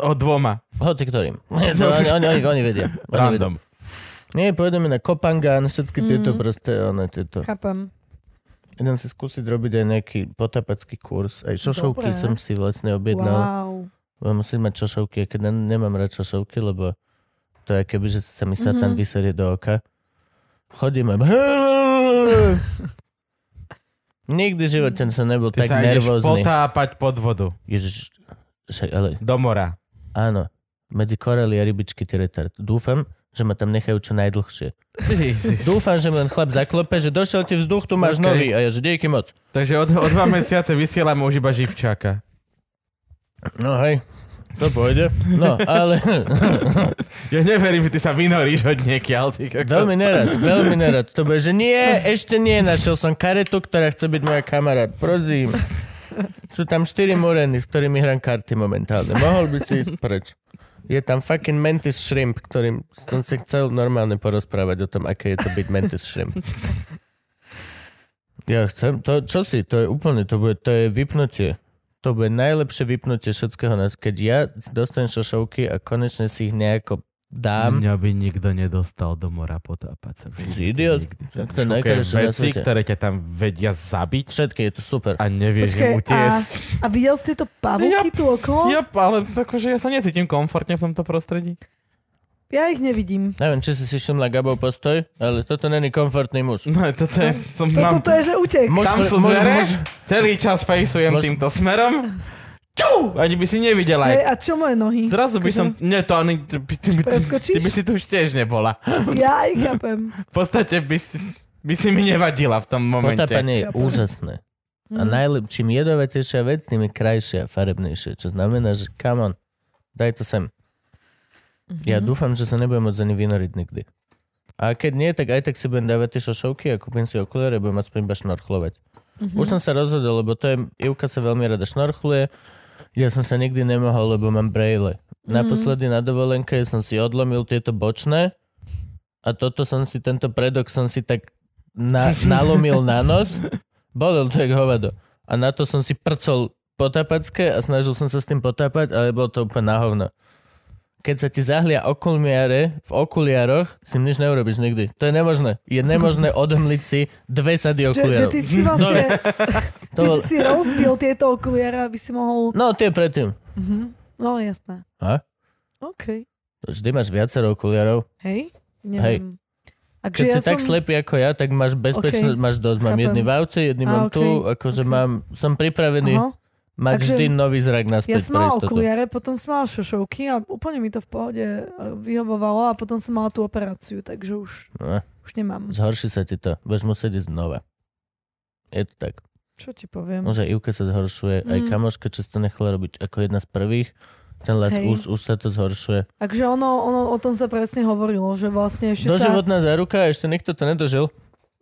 Speaker 4: O dvoma.
Speaker 2: Hoci ktorým. To oni, oni, oni, oni vedia. Oni
Speaker 4: Random.
Speaker 2: Vedia. Nie, pôjdeme na Kopangan, všetky tieto
Speaker 3: Mhm.
Speaker 2: proste, one, tieto.
Speaker 3: Chápem.
Speaker 2: Idem si skúsiť robiť aj nejaký potapacký kurz. Aj šošovky
Speaker 3: Dobre.
Speaker 2: som si vlastne objednal.
Speaker 3: Wow.
Speaker 2: Wow. Musím mať šošovky, aj keď ne- nemám rád šošovky, lebo to je keby, že sa mi satan
Speaker 3: Mhm.
Speaker 2: vyserie do oka. Chodím a... Nikdy v živote som nebol
Speaker 4: Ty
Speaker 2: tak
Speaker 4: sa ideš
Speaker 2: nervózny.
Speaker 4: potápať pod vodu.
Speaker 2: Ježiš, však, ale
Speaker 4: Do mora.
Speaker 2: Áno, medzi korely a rybičky ty retard. Dúfam, že ma tam nechajú čo najdlhšie. Dúfam, že mi len chlap zaklope, že došiel ti vzduch, tu máš
Speaker 4: OK.
Speaker 2: okay. nový. A ja, že díky moc.
Speaker 4: Takže o, o dva mesiace vysielame už iba živčáka.
Speaker 2: No hej, to pôjde. No, ale
Speaker 4: Ja neverím, že ty sa vynoríš od niekiaľ. Ty kokos.
Speaker 2: veľmi nerad, veľmi nerad. To bude, že nie, ešte nie, našiel som karetu, ktorá chce byť moja kamarát. Prosím. Sú tam štyri moreny, s ktorými hrám karty momentálne. Mohol by si ísť preč. Je tam fucking Mantis Shrimp, ktorým som si chcel normálne porozprávať o tom, aké je to byť Mantis Shrimp. Ja chcem, to, čo si, to je úplne, to, bude, to je vypnutie. To bude najlepšie vypnutie všetkého nás, keď ja dostanem šošovky a konečne si ich nejako dám.
Speaker 4: by nikto nedostal do mora potápať sa.
Speaker 2: Si idiot. Tak to je najkrajšie na
Speaker 4: veci,
Speaker 2: svete.
Speaker 4: ktoré ťa tam vedia zabiť
Speaker 2: Všetky, je to super.
Speaker 4: a nevieš
Speaker 3: Počkaj,
Speaker 4: im
Speaker 3: a,
Speaker 4: utiecť.
Speaker 3: a videl ste to pavúky
Speaker 4: Jap.
Speaker 3: tu okolo?
Speaker 4: Jop, ale akože ja sa necítim komfortne v tomto prostredí.
Speaker 3: Ja ich nevidím.
Speaker 2: Neviem, či si si všimla Gabov postoj, ale toto není komfortný muž.
Speaker 4: No toto je... To mám,
Speaker 3: Toto to je, že utek.
Speaker 2: Mo-
Speaker 4: tam
Speaker 2: Môž-
Speaker 4: sú
Speaker 2: môž-
Speaker 4: dvere,
Speaker 2: môž-
Speaker 4: celý čas fejsujem
Speaker 2: Môž-
Speaker 4: týmto smerom. Ču! Ani by si nevidela.
Speaker 3: Hej,
Speaker 4: Aj.
Speaker 3: a čo moje nohy?
Speaker 4: Zrazu by som... Nie, to ani... Ty, by- ty, by-
Speaker 3: Preskočíš?
Speaker 4: ty by si tu už tiež nebola.
Speaker 3: Ja ich chápem.
Speaker 4: V podstate by si, by si mi nevadila v tom momente.
Speaker 2: Potápanie je úžasné. pa
Speaker 3: Mm.
Speaker 2: A najlep, čím jedovatejšia vec, tým je krajšia a farebnejšia. Čo znamená, že come on, daj to sem.
Speaker 3: Mhm.
Speaker 2: Ja dúfam, že sa nebudem môcť ani vynoriť nikdy. A keď nie, tak aj tak si budem dávať tie šošovky a kúpim si okuliare a budem aspoň iba šnorchlovať.
Speaker 3: Mhm.
Speaker 2: Už
Speaker 3: No.
Speaker 2: som sa rozhodol, lebo to je, Ivka sa veľmi rada šnorchluje. Ja som sa nikdy nemohol, lebo mám braille.
Speaker 3: Mhm.
Speaker 2: Naposledy na dovolenke som si odlomil tieto bočné a toto som si, tento predok som si tak na, nalomil na nos. Bolel to jak hovado. A na to som si prcol po potápacké a snažil som sa s tým potápať, ale bolo to úplne na hovno. Keď sa ti zahlia okuliare v okuliároch, si nič neurobiš nikdy. To je nemožné. Je nemožné odhmliť si dve sady
Speaker 3: Že, že
Speaker 2: okuliarov.
Speaker 3: ty si vlastne,
Speaker 2: To
Speaker 3: ty
Speaker 2: bol-
Speaker 3: si rozbil tieto okuliare, aby si mohol...
Speaker 2: No, tie predtým.
Speaker 3: Mhm. No jasné.
Speaker 2: A?
Speaker 3: OK.
Speaker 2: Vždy máš viacero okuliarov.
Speaker 3: Hej? Neviem.
Speaker 2: Keď si tak slepý ako ja, tak máš bezpečnosť, okay. máš dosť. Mám
Speaker 3: Chápem.
Speaker 2: jedný v auce, jedný
Speaker 3: Á,
Speaker 2: mám tu,
Speaker 3: okej,
Speaker 2: akože
Speaker 3: okej.
Speaker 2: mám, som pripravený
Speaker 3: Aha.
Speaker 2: mať
Speaker 3: Takže-
Speaker 2: vždy nový zrak
Speaker 3: Ja
Speaker 2: naspäť pre
Speaker 3: som mala
Speaker 2: istotu.
Speaker 3: okuliare, potom som mala šošovky a úplne mi to v pohode e, vyhovovalo a potom som mala tú operáciu, takže už,
Speaker 2: No,
Speaker 3: už nemám.
Speaker 2: zhorší sa ti to, budeš musieť ísť znova. Je to tak.
Speaker 3: Čo ti poviem?
Speaker 2: Môže Ivke sa zhoršuje, aj
Speaker 3: Mm.
Speaker 2: kamoška často nechala robiť ako jedna z prvých. Ten les
Speaker 3: Hej.
Speaker 2: už, už sa to zhoršuje.
Speaker 3: Takže ono, ono, o tom sa presne hovorilo, že vlastne ešte sa...
Speaker 2: Doživotná záruka, ešte nikto to nedožil.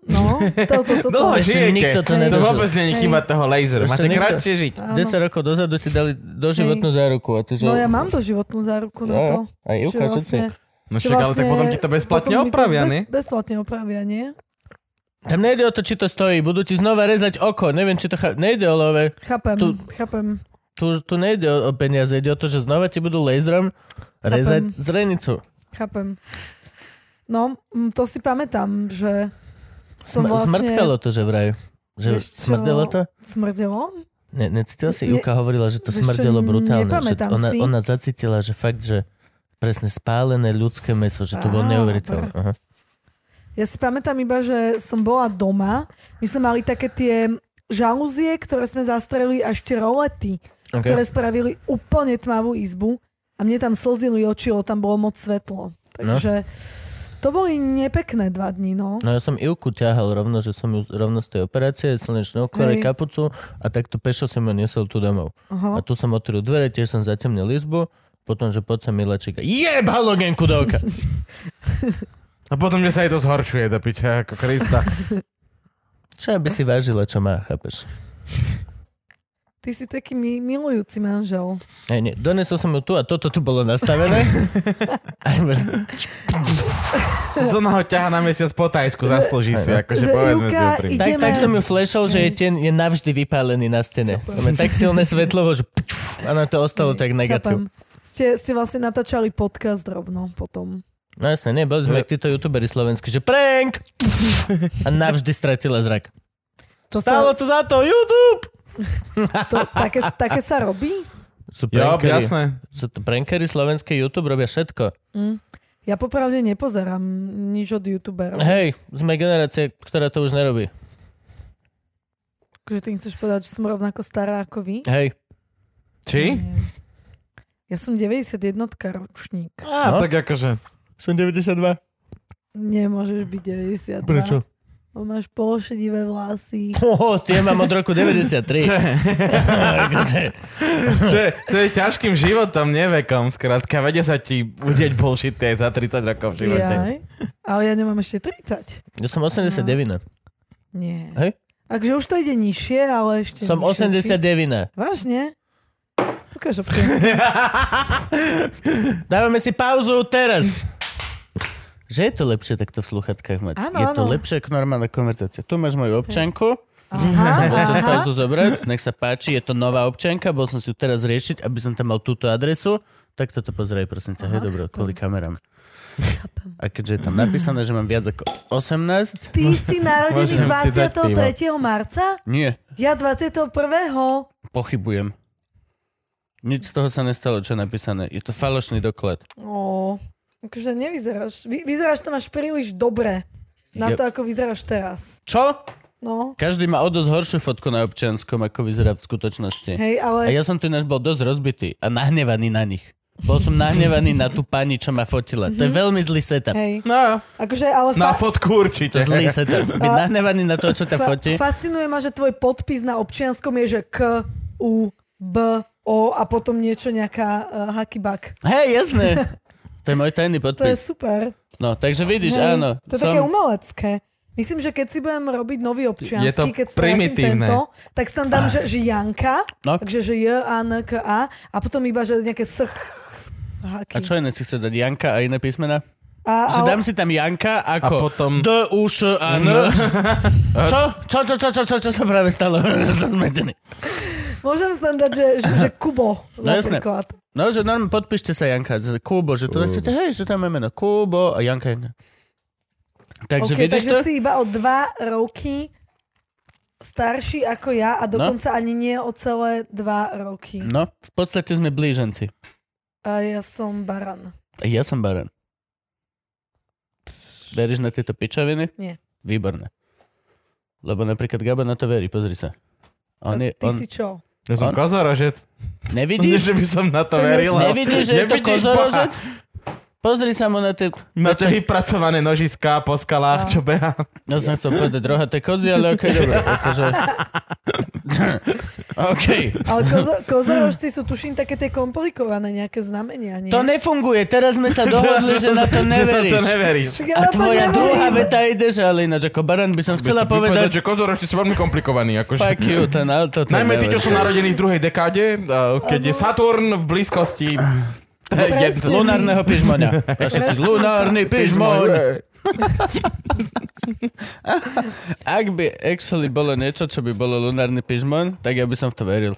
Speaker 3: No, to, to, to, to,
Speaker 4: Dlho
Speaker 2: Ešte
Speaker 4: žijete.
Speaker 2: nikto to
Speaker 4: to
Speaker 2: nedožil.
Speaker 4: vôbec nie je chyba toho laseru.
Speaker 2: Ešte
Speaker 4: Máte
Speaker 2: nikto-
Speaker 4: kratšie žiť.
Speaker 3: áno.
Speaker 2: 10 rokov dozadu ti dali doživotnú záruku. A ty, že...
Speaker 3: No ja mám doživotnú záruku
Speaker 2: No,
Speaker 3: na to.
Speaker 2: Aj Ivka,
Speaker 3: že vlastne-
Speaker 2: všetci.
Speaker 4: No
Speaker 3: že vlastne
Speaker 4: však, ale tak potom ti to bezplatne
Speaker 3: potom mi to
Speaker 4: opravia,
Speaker 3: bez-
Speaker 4: ne?
Speaker 3: Bezplatne opravia, nie?
Speaker 2: Tam nejde o to, či to stojí. Budú ti znova rezať oko. Neviem, či to... Cha... Nejde o love.
Speaker 3: Chápem,
Speaker 2: Tu-
Speaker 3: chápem.
Speaker 2: Tu, tu nejde o, o peniaze. Ide o to, že znova ti budú laserom rezať zrenicu.
Speaker 3: Chápem. No, mm, to si pamätám, že som
Speaker 2: Sm-
Speaker 3: vlastne...
Speaker 2: Smrtkalo to, že vraj. Že
Speaker 3: Vieš čo?
Speaker 2: smrdelo to?
Speaker 3: Smrdelo?
Speaker 2: Ne, necítila si?
Speaker 3: Ne-
Speaker 2: Ivka hovorila, že to
Speaker 3: vieš čo,
Speaker 2: smrdelo brutálne. Že
Speaker 3: nepamätám
Speaker 2: ona,
Speaker 3: si.
Speaker 2: ona zacítila, že fakt, že presne spálené ľudské meso, že to bolo
Speaker 3: Á,
Speaker 2: neuveriteľné. Aha.
Speaker 3: Ja si pamätám iba, že som bola doma. My sme mali také tie žalúzie, ktoré sme zastrelili a ešte rolety,
Speaker 2: Okay.
Speaker 3: ktoré spravili úplne tmavú izbu a mne tam slzili oči, lebo tam bolo moc svetlo. Takže to boli nepekné dva dní, no.
Speaker 2: No ja som Ivku ťahal rovno, že som ju rovno z tej operácie, slnečné okuliare,
Speaker 3: Hej.
Speaker 2: kapucu a takto pešo som ju nesol tu domov. A
Speaker 3: Aha.
Speaker 2: tu som otvoril dvere, tiež som zatemnil izbu, potom, že poď sa miláčika. Jeb halogenku do oka.
Speaker 4: A potom, že sa aj to zhoršuje do piča, ako Krista.
Speaker 2: Čo aby si vážila, čo má, chápeš?
Speaker 3: Ty si taký mi- milujúci manžel.
Speaker 2: Aj nie, donesol som ju tu a toto tu bolo nastavené. Aj bez-
Speaker 4: Zona ho ťaha na mesiac po Tajsku, zaslúži si, akože
Speaker 3: že
Speaker 4: povedzme si
Speaker 3: Ivka
Speaker 4: úprimne.
Speaker 3: ide-
Speaker 2: tak,
Speaker 3: Ideme.
Speaker 2: tak som ju flashol, že je, ten, je navždy vypálený na stene. Máme tak silné svetlo, že pčuf, a na to ostalo tak negatív.
Speaker 3: Chápem. Ste, ste vlastne natáčali podcast rovno potom.
Speaker 2: No jasne, nie, boli sme jak títo youtuberi slovenskí, že prank! A navždy stratila zrak.
Speaker 3: To
Speaker 2: Stálo
Speaker 3: sa,
Speaker 2: to za to, YouTube!
Speaker 3: to, také, také sa robí?
Speaker 2: Sú
Speaker 4: Jo,
Speaker 2: prankery,
Speaker 4: jasné.
Speaker 2: sú to prankery slovenské YouTube, robia všetko.
Speaker 3: Mm. Ja popravde nepozerám nič od youtuberov.
Speaker 2: Hej, sme generácia, ktorá to už nerobí.
Speaker 3: Takže Akože ty chceš povedať, že som rovnako stará ako vy?
Speaker 2: Hej.
Speaker 4: Či?
Speaker 3: Nie. Ja som 91 ročník.
Speaker 4: Á,
Speaker 2: No.
Speaker 4: tak akože.
Speaker 2: Som 92.
Speaker 3: Nemôžeš byť 92.
Speaker 2: Prečo?
Speaker 3: Lebo máš pološedivé vlasy.
Speaker 2: Oho, tie mám od roku 93. Akože,
Speaker 4: To je, to je ťažkým životom, nie vekom. Skrátka, vedia sa ti udeť bullshit aj za 30 rokov v živote.
Speaker 3: Jaj. Ale ja nemám ešte 30.
Speaker 2: ja som 89.
Speaker 3: Nie.
Speaker 2: Hej.
Speaker 3: Takže už to ide nižšie, ale ešte
Speaker 2: Som
Speaker 3: nižšie.
Speaker 2: 89.
Speaker 3: Vážne? Ukáž občiansky.
Speaker 2: Dávame si pauzu teraz. Že je to lepšie takto v sluchatkách mať.
Speaker 3: Áno,
Speaker 2: je to
Speaker 3: áno.
Speaker 2: lepšie ako normálna konverzácia. Tu máš moju občanku.
Speaker 3: Aha,
Speaker 2: Chceš
Speaker 3: aha.
Speaker 2: pauzu zobrať? Nech sa páči, je to nová občianka, bol som si ju teraz riešiť, aby som tam mal túto adresu. Tak toto pozeraj, prosím ťa. Hej, dobro, kvôli kamerám. A keďže je tam napísané, že mám viac ako 18,
Speaker 3: Ty si narodený
Speaker 4: Môžem si dať
Speaker 3: 23. marca?
Speaker 2: nie,
Speaker 3: Ja 21.
Speaker 2: pochybujem. Nič z toho sa nestalo, čo je napísané. Je to falošný doklad.
Speaker 3: Ó, akože nevyzeráš. Vy, vyzeráš to máš príliš dobre. Na
Speaker 2: Ja-
Speaker 3: to, ako vyzeráš teraz.
Speaker 2: Čo?
Speaker 3: No,
Speaker 2: Každý má o dosť horšiu fotku na občianskom, ako vyzerá v skutočnosti.
Speaker 3: hej,
Speaker 2: A
Speaker 3: ale...
Speaker 2: ja som tu ináč bol dosť rozbitý a nahnevaný na nich. Bol som nahnevaný na tú pani, čo ma fotila. To
Speaker 3: Mhm.
Speaker 2: je veľmi zlý setup.
Speaker 3: Hej.
Speaker 4: No,
Speaker 3: Akože, ale fa-
Speaker 4: na fotku
Speaker 2: To
Speaker 4: určite.
Speaker 2: je zlý setup. Byť nahnevaný na to, čo ťa
Speaker 3: fa-
Speaker 2: fotí.
Speaker 3: fascinuje ma, že tvoj podpis na občianskom je, že K, U, B, O a potom niečo nejaká uh, hacky bak.
Speaker 2: Hej, jasné. To je môj tajný
Speaker 3: To je
Speaker 2: podpis.
Speaker 3: super.
Speaker 2: No, takže vidíš,
Speaker 3: Hej,
Speaker 2: áno.
Speaker 3: To je také umelecké. Myslím, že keď si budem robiť nový občiansky,
Speaker 4: Je to
Speaker 3: keď strátim
Speaker 4: primitívne.
Speaker 3: tento, tak si tam dám, že, že Janka,
Speaker 2: No.
Speaker 3: takže že J, A, N, K, A a potom iba, že nejaké S, haky.
Speaker 2: A čo iné si chceš dať? Janka a iné písmena?
Speaker 3: A,
Speaker 2: Že
Speaker 3: ale-
Speaker 2: dám si tam Janka ako
Speaker 4: A potom- No.
Speaker 2: D, U, Š, A, N. Čo? Čo, čo, čo, čo, čo, čo sa práve stalo? Zmetený.
Speaker 3: Môžem sa tam dať, že, že, že Kubo
Speaker 2: No jasné.
Speaker 3: napríklad.
Speaker 2: No, že normálne podpíšte sa Janka, že Kubo, že to tak si, hej, že tam je meno Kubo a Janka. je- Takže
Speaker 3: okay,
Speaker 2: vidíš
Speaker 3: takže
Speaker 2: to?
Speaker 3: si iba o dva roky starší ako ja a dokonca ani nie o celé dva roky.
Speaker 2: No, v podstate sme blíženci.
Speaker 3: A ja som baran.
Speaker 2: A Ja som baran. Veríš na tieto pičoviny?
Speaker 3: Nie.
Speaker 2: Výborné. Lebo napríklad Gabo na to verí, pozri sa. On je,
Speaker 3: Ty
Speaker 2: on...
Speaker 3: si čo?
Speaker 4: Ja som
Speaker 2: On-
Speaker 4: kozorožec. Nie,
Speaker 2: Nevidíš?
Speaker 4: že by som na to
Speaker 3: To je-
Speaker 4: veril. ale-
Speaker 2: Nevidíš, že je to
Speaker 4: Nevidíš,
Speaker 2: kozorožec? Pozri sa mu na tie...
Speaker 4: Na tie
Speaker 2: Čo-
Speaker 4: vypracované nožiská po skalách, čo beha.
Speaker 2: No som chcel povedať rohaté kozy, ale okej, dobre. Akože... okej.
Speaker 3: Ale kozo- kozorožci sú tuším také tie komplikované nejaké znamenia, nie?
Speaker 2: To nefunguje, teraz sme sa dohodli, že na to
Speaker 4: Že na to
Speaker 2: neveríš.
Speaker 4: neveríš.
Speaker 3: Však ja
Speaker 2: A
Speaker 3: na to
Speaker 2: tvoja
Speaker 3: neverím.
Speaker 2: druhá veta ide, že ale ináč ako baran by som chcela povedať,
Speaker 4: že kozorožci sú veľmi komplikovaní. Akože.
Speaker 2: fuck you, ten auto. to
Speaker 4: Najmä tí,
Speaker 2: neverím.
Speaker 4: čo sú narodení v druhej dekáde, a keď je Saturn v blízkosti. To je
Speaker 3: Presne.
Speaker 4: jedno.
Speaker 2: Lunárneho pižmoňa. A všetci, Lunárny pižmoň. Ak by actually bolo niečo, čo by bolo lunárny pižmoň, tak ja by som v to veril.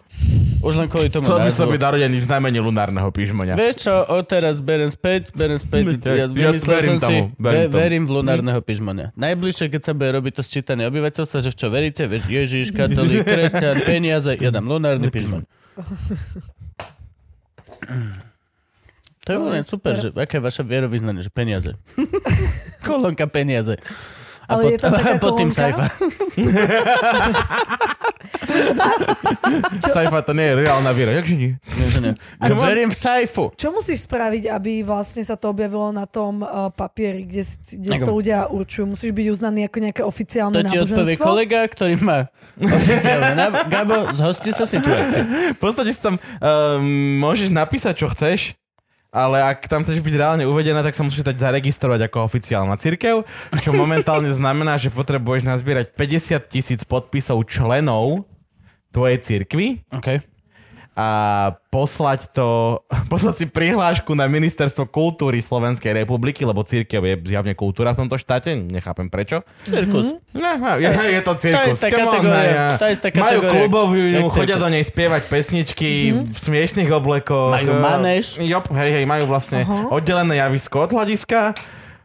Speaker 2: Už len kvôli tomu
Speaker 4: Chcel by som
Speaker 2: názvu.
Speaker 4: byť narodený v znamení lunárneho pížmoňa.
Speaker 2: Vieš čo, odteraz berem späť, berem späť, ja,
Speaker 4: Ja-
Speaker 2: ja,
Speaker 4: ja
Speaker 2: vymyslel
Speaker 4: verím
Speaker 2: som si,
Speaker 4: tomu, verím
Speaker 2: ve,
Speaker 4: tomu.
Speaker 2: verím v lunárneho pižmona. Najbližšie, keď sa bude robiť to sčítanie obyvateľstva, že v čo veríte, vieš, Ježiš, katolík, kresťan, peniaze, ja dám lunárny pižmon. To je
Speaker 3: To
Speaker 2: úplne
Speaker 3: je
Speaker 2: super, že aké je vaše vierovýznanie, že peniaze. Kolónka peniaze. A
Speaker 3: Ale je tam taká
Speaker 2: pod tým sajfa.
Speaker 3: kolónka?
Speaker 4: Sajfa to nie je reálna viera. Jakže nie?
Speaker 2: Nie, že nie. Ja
Speaker 4: Come on.
Speaker 2: verím v sajfu.
Speaker 3: Čo musíš spraviť, aby vlastne sa to objavilo na tom uh, papieri, kde, s- kde si
Speaker 2: Ako-
Speaker 3: to ľudia určujú? Musíš byť uznaný ako nejaké oficiálne
Speaker 2: To ti odpovie
Speaker 3: náboženstvo?
Speaker 2: kolega, ktorý má oficiálne. nábo- Gabo, zhosti sa situácie.
Speaker 4: V podstate si tam ehm, môžeš napísať, čo chceš, ale ak tam chceš byť reálne uvedená, tak sa musíš dať zaregistrovať ako oficiálna cirkev, čo momentálne znamená, že potrebuješ nazbierať 50 tisíc podpisov členov tvojej cirkvi
Speaker 2: Okay.
Speaker 4: a poslať to, poslať si prihlášku na ministerstvo kultúry Slovenskej republiky, lebo církev je zjavne kultúra v tomto štáte, nechápem prečo.
Speaker 2: Cirkus.
Speaker 4: Ne, ne, je, je to cirkus.
Speaker 2: To je istá
Speaker 4: Come on,
Speaker 2: kategória,
Speaker 4: ne,
Speaker 2: to je istá
Speaker 4: Majú
Speaker 2: kategória,
Speaker 4: klubovú,
Speaker 2: jak cirkus.
Speaker 4: chodia do nej spievať pesničky v smiešných oblekoch.
Speaker 2: Majú
Speaker 4: Eh,
Speaker 2: manéž.
Speaker 4: Jop, hej, hej, majú vlastne oddelené javisko od hľadiska.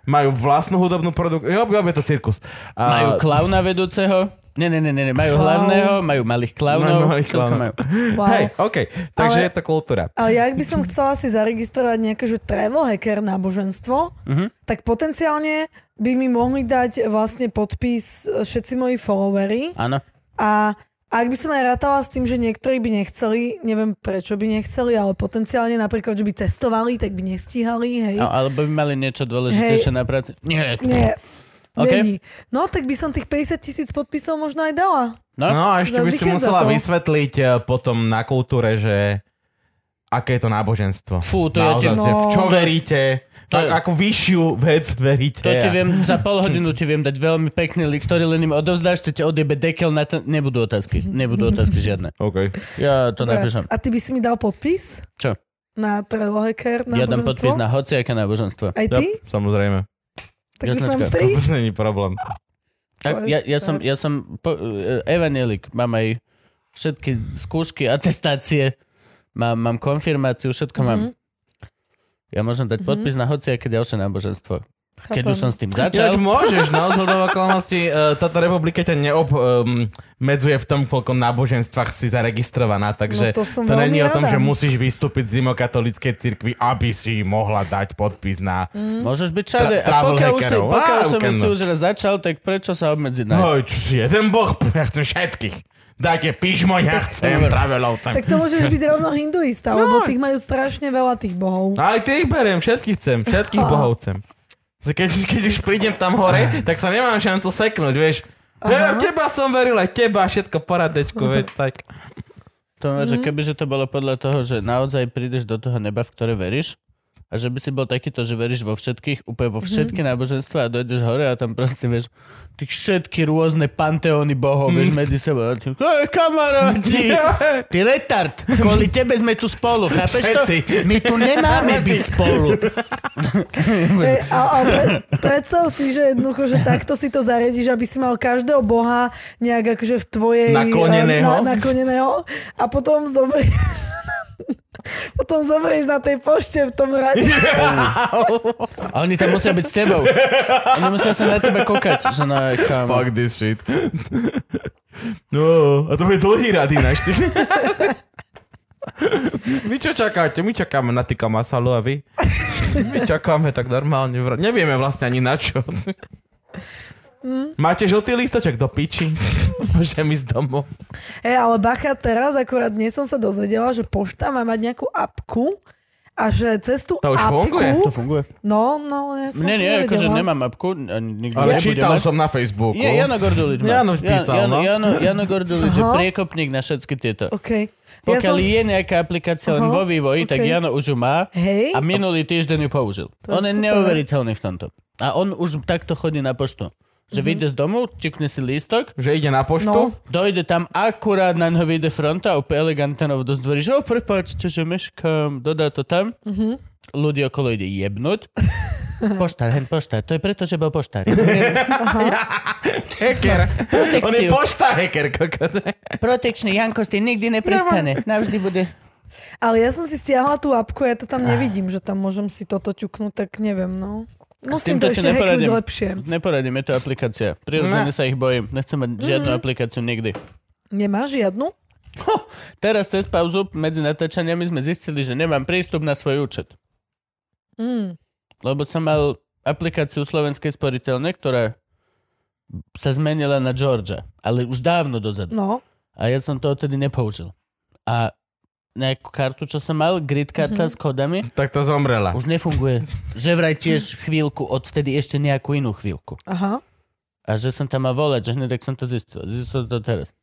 Speaker 4: Majú vlastnú hudobnú produkciu. Jop, jop, je to cirkus. A
Speaker 2: Majú klauna vedúceho. Nie, nie, nie, nie, nie, majú
Speaker 3: Klaun.
Speaker 2: hlavného, majú malých klaunov.
Speaker 4: Majú malých
Speaker 2: Koľko
Speaker 4: klaunov.
Speaker 2: majú?
Speaker 3: Wow.
Speaker 4: Hej, OK. Takže
Speaker 3: Ale-
Speaker 4: je to kultúra.
Speaker 3: Ale ja ak by som chcela si zaregistrovať nejaké, že travel hacker náboženstvo,
Speaker 2: Mhm.
Speaker 3: tak potenciálne by mi mohli dať vlastne podpis všetci moji followery
Speaker 2: Áno.
Speaker 3: a ak by som aj rátala s tým, že niektorí by nechceli, neviem prečo by nechceli, ale potenciálne napríklad, že by cestovali, tak by nestíhali, hej.
Speaker 2: No, alebo by mali niečo dôležitejšie na práci. Nie.
Speaker 3: Nie,
Speaker 2: OK.
Speaker 3: není. No tak by som tých 50 tisíc podpisov možno aj dala.
Speaker 2: No,
Speaker 4: No a ešte by si
Speaker 3: Vychádza
Speaker 4: musela
Speaker 3: to.
Speaker 4: vysvetliť eh, potom na kultúre, že aké je to náboženstvo.
Speaker 2: Fú, to ja ti-
Speaker 4: Naozaj, že v čo
Speaker 3: No.
Speaker 4: veríte,
Speaker 2: To je-
Speaker 4: ak, akú vyššiu vec veríte.
Speaker 2: to ti
Speaker 4: a-
Speaker 2: viem, za pol hodinu ti viem dať veľmi pekný lik, ktorý len im odovzdáš, to ti odjebe dekel na ten... Nebudú otázky, nebudú otázky žiadne.
Speaker 4: OK.
Speaker 2: Ja to
Speaker 3: Dobre.
Speaker 2: napíšem.
Speaker 3: A ty by si mi dal podpis
Speaker 2: Čo?
Speaker 3: na travel hacker
Speaker 2: Ja
Speaker 3: náboženstvo?
Speaker 2: dám podpis na hociaké náboženstvo.
Speaker 3: Aj ty?
Speaker 4: Yep, samozrejme.
Speaker 3: Tak ich mám
Speaker 2: Jasnačka.
Speaker 3: tri.
Speaker 4: Vôbec není problém.
Speaker 2: Tak,
Speaker 3: je
Speaker 2: ja, ja,
Speaker 3: super.
Speaker 2: som, ja som po, e, evanielik, mám aj všetky skúšky, atestácie, mám, mám konfirmáciu, všetko mám. Ja môžem dať podpis na hociaké ďalšie náboženstvo. Keď už som s tým
Speaker 4: Ináč
Speaker 2: začal,
Speaker 4: môžeš, no, z okolností eh, táto republika ťa neobmedzuje v tom, koľko náboženstvách si zaregistrovaná, takže
Speaker 3: No to som
Speaker 4: to
Speaker 3: veľmi
Speaker 4: není o tom,
Speaker 3: rada.
Speaker 4: že musíš vystúpiť z rimokatolíckej cirkvi, aby si mohla dať podpis na...
Speaker 3: Mm.
Speaker 2: môžeš byť všade.
Speaker 4: Tra-
Speaker 2: a
Speaker 4: travel
Speaker 2: pokiaľ už, si,
Speaker 4: hackerov.
Speaker 2: pokiaľ
Speaker 4: Á,
Speaker 2: som
Speaker 4: can
Speaker 2: si
Speaker 4: not.
Speaker 2: už raz začal, tak prečo sa obmedziť na...
Speaker 4: No, čo, jeden boh, p- ja chcem všetkých. Dajte píšmo, ja chcem
Speaker 3: Tak
Speaker 4: travelovcem.
Speaker 3: to môžeš byť rovno hinduista, no. lebo tých majú strašne veľa tých bohov.
Speaker 4: Aj ty ich beriem, všetkých chcem, všetkých bohov chcem. Keď, keď už prídem tam hore, tak sa nemám šancu seknúť, vieš. Ja, teba som veril, aj teba, všetko poradečku, vieš, tak. Mhm.
Speaker 2: To, že kebyže to bolo podľa toho, že naozaj prídeš do toho neba, v ktoré veríš, A že by si bol takýto, že veríš vo všetkých, úplne
Speaker 4: Mhm.
Speaker 2: vo všetky mm-hmm. náboženstva a dojdeš hore a tam proste, vieš, tí všetky rôzne panteóny bohov, vieš,
Speaker 4: Mhm.
Speaker 2: medzi sebou. A ty, "Ej, kamaráti, ty retard, kvôli tebe sme tu spolu, chápeš to?
Speaker 1: Všetci.
Speaker 2: My tu nemáme byť spolu. No,
Speaker 3: Hej, E, a, a pre, predstav si, že jednoducho, že takto si to zariadiš, aby si mal každého boha nejak akože v tvojej...
Speaker 4: Nakloneného.
Speaker 3: Na, nakloneného. A potom zoberieš... potom zoberieš na tej pošte v tom rade.
Speaker 2: A oni tam musia byť s tebou. Oni musia sa na teba kokať. Že no, kam.
Speaker 4: Fuck this shit. No, a to bude dlhý rad ináč. ty. My čo čakáte? My čakáme na týka masalu a vy? My čakáme tak normálne. vr- Nevieme vlastne ani na čo. Máte žltý lístoček do piči? Môžem ísť domov.
Speaker 3: Hej, ale bacha, teraz akurát dnes som sa dozvedela, že pošta má mať nejakú apku a že cez tú
Speaker 4: To už
Speaker 3: apku...
Speaker 4: funguje? To
Speaker 2: funguje.
Speaker 3: No, no, ja som
Speaker 2: Nie,
Speaker 3: to
Speaker 2: nie, akože
Speaker 3: nevedela.
Speaker 2: nemám apku. ani Nikdy
Speaker 4: Ale
Speaker 2: nebudem
Speaker 4: čítal
Speaker 2: mať.
Speaker 4: som na Facebooku.
Speaker 2: Je, Jano Gordulič má.
Speaker 4: Jano vpísal,
Speaker 2: Jan- Jano,
Speaker 4: no.
Speaker 2: Jano, Jano Gordulič je
Speaker 3: Aha.
Speaker 2: priekopník na všetky tieto.
Speaker 3: OK. Ja
Speaker 2: Pokiaľ
Speaker 3: som...
Speaker 2: je nejaká aplikácia len
Speaker 3: Aha,
Speaker 2: vo vývoji, tak
Speaker 3: okej.
Speaker 2: Jano už ju má
Speaker 3: Hej.
Speaker 2: a minulý týždeň ju použil.
Speaker 3: To je
Speaker 2: On je
Speaker 3: super.
Speaker 2: neuveriteľný v tomto. A on už takto chodí na poštu.
Speaker 3: Mhm.
Speaker 2: Že vyjde z domu, čikne si lístok,
Speaker 4: Že ide na
Speaker 3: No.
Speaker 4: poštu?
Speaker 2: Dojde tam akurát na ňo vyjde fronta, úplne elegantne ho dozvorí, že o, prepáčte, že meškám, dodá to tam.
Speaker 3: Mhm.
Speaker 2: Ľudí okolo ide jebnúť. Poštár, hen poštár, to je preto, že bol poštár.
Speaker 4: Hacker. On je
Speaker 2: Protekciu.
Speaker 4: pošta hacker, kokot.
Speaker 2: Protekčný Janko, ty nikdy neprestane. Navždy bude.
Speaker 3: Ale ja som si stiahla tú apku, ja to tam
Speaker 4: Ah.
Speaker 3: nevidím, že tam môžem si toto ťuknúť, tak neviem, no. Musím to
Speaker 2: ti
Speaker 3: ešte hacknúť lepšie.
Speaker 2: Neporadím, je to aplikácia. Prirodzene sa ich bojím. Nechcem mať žiadnu
Speaker 3: Mhm.
Speaker 2: aplikáciu nikdy.
Speaker 3: Nemáš žiadnu?
Speaker 2: Teraz cez pauzu medzi natáčaniami sme zistili, že nemám prístup na svoj účet.
Speaker 3: Mm.
Speaker 2: Lebo som mal aplikáciu slovenskej sporiteľne, ktorá sa zmenila na Georgia, ale už dávno dozadu.
Speaker 3: No,
Speaker 2: A ja som to odtedy nepoužil. A nejakú kartu, čo som mal, grid karta
Speaker 3: Mhm.
Speaker 2: mm-hmm. s kodami,
Speaker 4: Tak to zomrela.
Speaker 2: už nefunguje. Že vraj tiež chvíľku, odvtedy ešte nejakú inú chvíľku.
Speaker 3: aha.
Speaker 2: A že som tam mal volať, že hneď tak som to zistil. Zistil to teraz.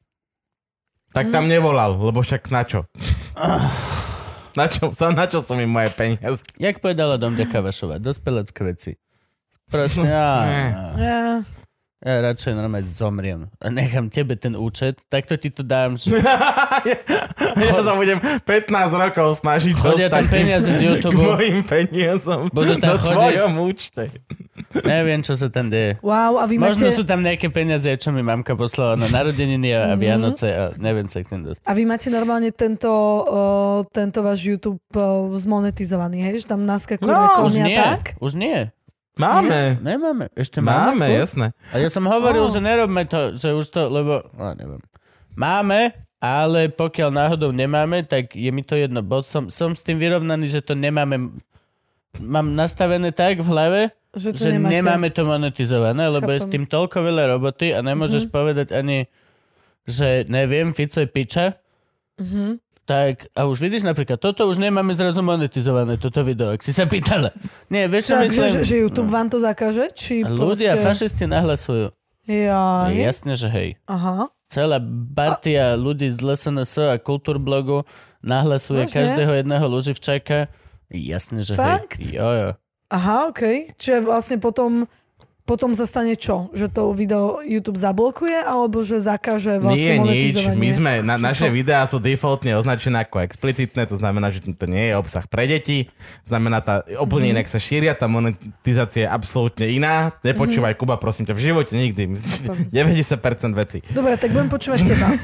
Speaker 2: Mm.
Speaker 4: Tak tam nevolal, lebo však na čo? Na čo, sa- na čo sú mi moje peniaze?
Speaker 2: Jak povedala Domďa Kavašová, dospelecké veci. Proste, á,
Speaker 4: ne.
Speaker 2: á.
Speaker 3: Ja,
Speaker 2: ja radšej normálne zomriem. A nechám tebe ten účet, takto ti to dám, že
Speaker 4: Ja sa budem 15 rokov snažiť
Speaker 2: Chodia tam
Speaker 4: dostať
Speaker 2: peniaze z
Speaker 4: k
Speaker 2: YouTube.
Speaker 4: mojim peniazom
Speaker 2: Budú tam
Speaker 4: na
Speaker 2: chodiť.
Speaker 4: tvojom účte.
Speaker 2: Neviem, čo sa tam deje.
Speaker 3: wow, a vy
Speaker 2: Možno sú
Speaker 3: máte...
Speaker 2: tam nejaké peniaze, čo mi mamka poslala na narodeniny a,
Speaker 3: Mhm.
Speaker 2: a Vianoce a neviem sa k tým dostať.
Speaker 3: A vy máte normálne tento, uh, tento váš YouTube uh, zmonetizovaný, hej? Že tam naskakujú
Speaker 4: No,
Speaker 3: no,
Speaker 2: Už
Speaker 3: konia
Speaker 2: nie,
Speaker 3: tak?
Speaker 2: už nie.
Speaker 4: Máme.
Speaker 2: Nemáme, ešte máme.
Speaker 4: Máme,
Speaker 2: furt?
Speaker 4: jasné.
Speaker 2: A ja som hovoril,
Speaker 3: Ó.
Speaker 2: že nerobme to, že už to, lebo, no, neviem. Máme, ale pokiaľ náhodou nemáme, tak je mi to jedno, bo som, som s tým vyrovnaný, že to nemáme, mám nastavené tak v hlave,
Speaker 3: Že to
Speaker 2: že
Speaker 3: nemáte.
Speaker 2: nemáme to monetizované, lebo je s
Speaker 3: Chápem. Mhm.
Speaker 2: tým toľko veľa roboty a nemôžeš mm-hmm. povedať ani, že neviem, Fico je piča,
Speaker 3: Mhm.
Speaker 2: tak a už vidíš napríklad, toto už nemáme zrazu monetizované, toto video, ak si sa pýtala. Nie, vieš čo
Speaker 3: Takže,
Speaker 2: myslím? No.
Speaker 3: že, že YouTube vám to zakaže? Či
Speaker 2: Ľudia,
Speaker 3: proste...
Speaker 2: fašisti nahlasujú.
Speaker 3: Jaj.
Speaker 2: Jasne, že hej.
Speaker 3: Aha.
Speaker 2: Celá partia ľudí z LSNS a kultúrblogu nahlasuje
Speaker 3: Vážne?
Speaker 2: každého jedného Luživčaka. Jasne, že
Speaker 3: Fakt?
Speaker 2: hej. Jo, jo.
Speaker 3: Aha, OK. Čiže vlastne potom, potom sa stane čo? Že to video YouTube zablokuje, alebo že zakaže
Speaker 4: Nie,
Speaker 3: vlastne
Speaker 4: nič.
Speaker 3: monetizovanie?
Speaker 4: My sme, na, naše videá sú defaultne označené ako explicitné, to znamená, že to nie je obsah pre deti. Znamená, tá úplne inak sa šíria, tá monetizácia je absolútne iná. Nepočúvaj, Kuba, prosím ťa, v živote nikdy. 90% vecí.
Speaker 3: Dobre, tak budem počúvať teba.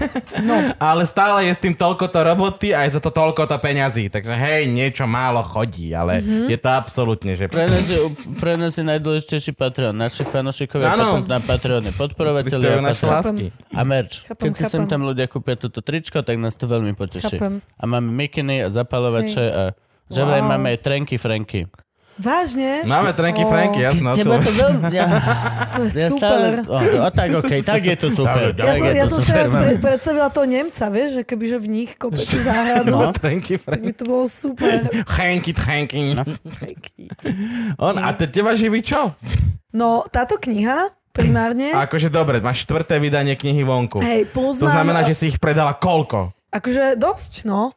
Speaker 3: No,
Speaker 4: Ale stále je s tým toľkoto roboty a je za to toľkoto peňazí. Takže hej, niečo málo chodí, ale mm-hmm. je to absolútne, že...
Speaker 2: Pre nás, je, pre nás je najdôležitejší Patreon. Naši fanošikovia ano.
Speaker 4: Áno.
Speaker 2: na Patreone. Podporovatelia
Speaker 4: Príspevok
Speaker 2: a
Speaker 4: naše
Speaker 2: Patreon.
Speaker 4: lásky.
Speaker 2: A merch.
Speaker 3: Chápem,
Speaker 2: Keď si sem
Speaker 3: chápem.
Speaker 2: tam ľudia kúpia toto tričko, tak nás to veľmi poteší.
Speaker 3: Chápem.
Speaker 2: A máme mikiny a zapalovače a že vraj
Speaker 3: Wow.
Speaker 2: máme aj trenky franky.
Speaker 3: vážne?
Speaker 4: Máme trenky, franky, jasno.
Speaker 2: Teba to veľmi... Ja,
Speaker 3: To je
Speaker 2: ja
Speaker 3: stále...
Speaker 2: stále...
Speaker 3: super.
Speaker 2: O, o, tak okej, tak je to super.
Speaker 4: Dobre,
Speaker 3: Ja
Speaker 2: Tak
Speaker 3: som,
Speaker 2: je
Speaker 3: ja
Speaker 2: to
Speaker 3: som
Speaker 2: super,
Speaker 3: si
Speaker 2: no.
Speaker 3: teraz
Speaker 2: máme.
Speaker 3: pre, predstavila toho Nemca, vieš, že kebyže v nich kope tú záhradu,
Speaker 4: No, trenky,
Speaker 3: tak by
Speaker 4: franky.
Speaker 3: to bolo super.
Speaker 4: Trenky, trenky. On, a te, teba živí čo?
Speaker 3: No, táto kniha primárne,
Speaker 4: Akože dobre, máš štvrté vydanie knihy vonku.
Speaker 3: hej, plus
Speaker 4: To
Speaker 3: mám,
Speaker 4: znamená, že si ich predala koľko?
Speaker 3: akože dosť, no.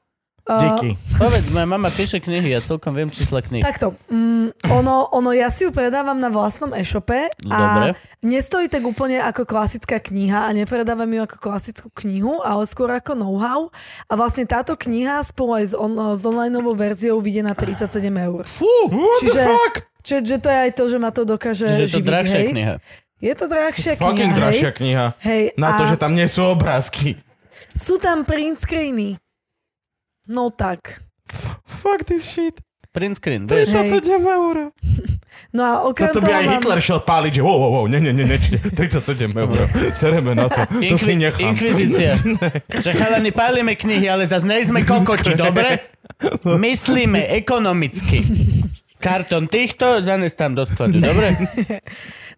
Speaker 3: Uh,
Speaker 1: Díky.
Speaker 2: Povedz, moja mama píše knihy, ja celkom viem čísla kníh.
Speaker 3: takto, mm, ono, ono, ja si ju predávam na vlastnom e-shope a
Speaker 2: Dobre.
Speaker 3: nestojí tak úplne ako klasická kniha a nepredávam ju ako klasickú knihu, ale skôr ako know-how. A vlastne táto kniha spolu aj s, on, s onlineovou verziou vyjde na 37 eur.
Speaker 4: Fú, what the
Speaker 3: Čiže-
Speaker 4: fuck?
Speaker 3: Čiže že to je aj to, že ma to dokáže
Speaker 2: Čiže je to
Speaker 3: živiť,
Speaker 2: drahšia
Speaker 3: hej?
Speaker 2: kniha.
Speaker 3: Je to drahšia kniha,
Speaker 4: Fucking drahšia
Speaker 3: hej?
Speaker 4: kniha.
Speaker 3: Hej,
Speaker 4: Na to,
Speaker 3: a
Speaker 4: že tam nie sú obrázky.
Speaker 3: sú tam print screeny. No tak.
Speaker 4: Fuck this shit.
Speaker 2: Print screen, vieš.
Speaker 4: 37 eur.
Speaker 3: No a okrem
Speaker 4: Toto
Speaker 3: toho
Speaker 4: by aj
Speaker 3: mám...
Speaker 4: Hitler šiel páliť, že wow, wow, wow, ne, ne, ne, ne, či- 37 eur. Sereme na to. To si
Speaker 2: Inkvi-
Speaker 4: nechám.
Speaker 2: Inkvizícia. že chalani, pálime knihy, ale zase nejsme kokoti, dobre? Myslíme ekonomicky. Karton týchto zanes tam do skladu, dobre?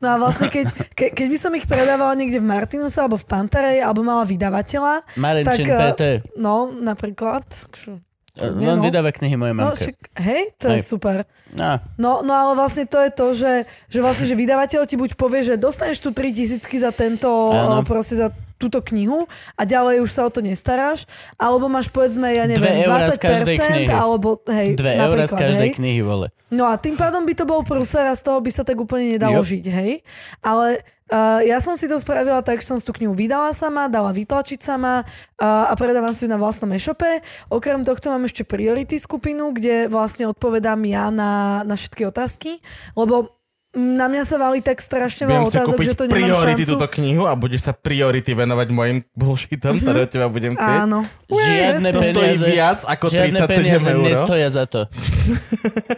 Speaker 3: No a vlastne, keď, ke, keď by som ich predávala niekde v Martinuse alebo v Pantarej, alebo mala vydavateľa,
Speaker 2: Marenčin
Speaker 3: Tak, eh,
Speaker 2: PT.
Speaker 3: no napríklad... čo- nie,
Speaker 2: Len
Speaker 3: no.
Speaker 2: vydáva knihy mojej
Speaker 3: No,
Speaker 2: mamke.
Speaker 3: však, hej, to
Speaker 2: Hej.
Speaker 3: je super.
Speaker 2: No,
Speaker 3: No, no ale vlastne to je to, že, že vlastne, že vydavateľ ti buď povie, že dostaneš tu 3000 za tento,
Speaker 2: Áno.
Speaker 3: o, proste za túto knihu a ďalej už sa o to nestaráš, alebo máš povedzme, ja
Speaker 2: Dve
Speaker 3: neviem,
Speaker 2: eurá z
Speaker 3: 20%,
Speaker 2: každej knihy.
Speaker 3: alebo hej,
Speaker 2: 2 eur z
Speaker 3: napríklad,
Speaker 2: každej
Speaker 3: hej.
Speaker 2: knihy, vole.
Speaker 3: No a tým pádom by to bol prúser a z toho by sa tak úplne nedalo
Speaker 2: Jo.
Speaker 3: žiť, hej? Ale uh, ja som si to spravila tak, že som si tú knihu vydala sama, dala vytlačiť sama uh, a predávam si ju na vlastnom e-shope. Okrem tohto mám ešte priority skupinu, kde vlastne odpovedám ja na, na všetky otázky, lebo na mňa sa valí tak strašne
Speaker 4: Viem
Speaker 3: veľa
Speaker 4: si
Speaker 3: otázok,
Speaker 4: kúpiť
Speaker 3: že to nemám
Speaker 4: priority
Speaker 3: šancu.
Speaker 4: túto knihu a budeš sa priority venovať mojim bullshitom, ktoré od teba budem chcieť.
Speaker 3: Áno.
Speaker 2: Žiadne
Speaker 4: To stojí
Speaker 2: peniaze,
Speaker 4: viac ako
Speaker 2: žiadne
Speaker 4: 37
Speaker 2: peniaze
Speaker 4: eur.
Speaker 2: nestoja za to.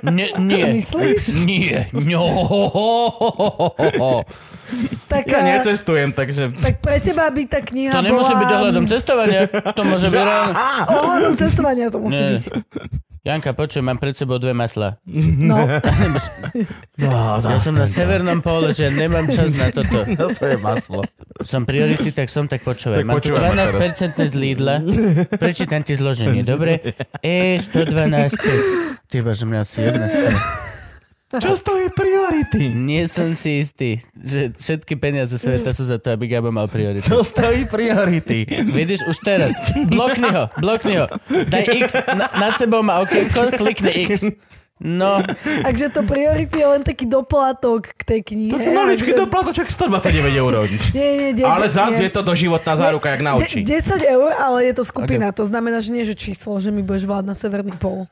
Speaker 2: Nie, nie.
Speaker 3: Myslíš?
Speaker 2: Nie. No, ho, ho, ho, ho, ho, ho.
Speaker 3: Tak,
Speaker 4: Ja
Speaker 3: eh,
Speaker 4: necestujem, takže...
Speaker 3: tak pre teba by tá kniha
Speaker 2: To nemusí
Speaker 3: bola...
Speaker 2: byť ohľadom cestovania. To môže byť len...
Speaker 3: Ohľadom cestovania to musí
Speaker 2: Nie.
Speaker 3: byť.
Speaker 2: Janka, počuj, mám pred sebou dve masla.
Speaker 3: No.
Speaker 4: No,
Speaker 2: Ja som na severnom pole, že nemám čas na toto.
Speaker 4: to je maslo.
Speaker 2: Som priority, tak som tak počúvaj.
Speaker 4: Tak
Speaker 2: Mám tu
Speaker 4: počúvaj ma
Speaker 2: 12% z Lidla. Prečítam ti zloženie, dobre? E, 112. Ty bože, mňa asi jedna strana.
Speaker 4: Čo z toho je priority?
Speaker 2: Nie som si istý, že všetky peniaze sveta sú za to, aby Gabo mal prioritu.
Speaker 4: Čo stojí priority?
Speaker 2: Vidíš, už teraz. Blokni ho, blokni ho. Daj X, na, nad sebou má okienko, klikni X. No,
Speaker 3: Takže to priority je len taký doplatok k tej knihe.
Speaker 4: Maličký
Speaker 3: Takže-
Speaker 4: doplatoček 129 eur.
Speaker 3: Nie, nie, nie,
Speaker 4: Ale
Speaker 3: nie,
Speaker 4: zás
Speaker 3: nie.
Speaker 4: je to doživotná záruka, jak na oči.
Speaker 3: De- 10 eur, ale je to skupina. To znamená, že nie že číslo, že mi budeš vládť na severný pol.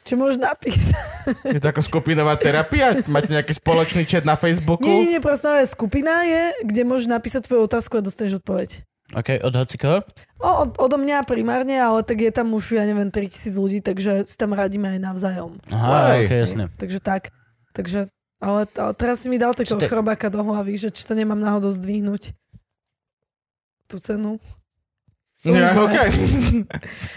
Speaker 3: Čo môžeš napísať?
Speaker 4: Je to ako skupinová terapia? Máte nejaký spoločný chat
Speaker 3: Nie,
Speaker 4: na
Speaker 3: nie,
Speaker 4: Facebooku?
Speaker 3: nie, proste ale skupina je, kde môžeš napísať tvoju otázku a dostaneš odpoveď.
Speaker 2: ok, od hocikoho.
Speaker 3: O, od, odo mňa primárne, ale tak je tam už, ja neviem, 3000 ľudí, takže si tam radíme aj navzájom.
Speaker 2: Aha,
Speaker 4: Aj.
Speaker 2: ok, jasné.
Speaker 3: Takže tak. Takže, ale, ale teraz si mi dal takého
Speaker 2: Či to-
Speaker 3: chrobáka do hlavy, že či to nemám náhodou zdvihnúť. Tú cenu.
Speaker 4: Nie, okej.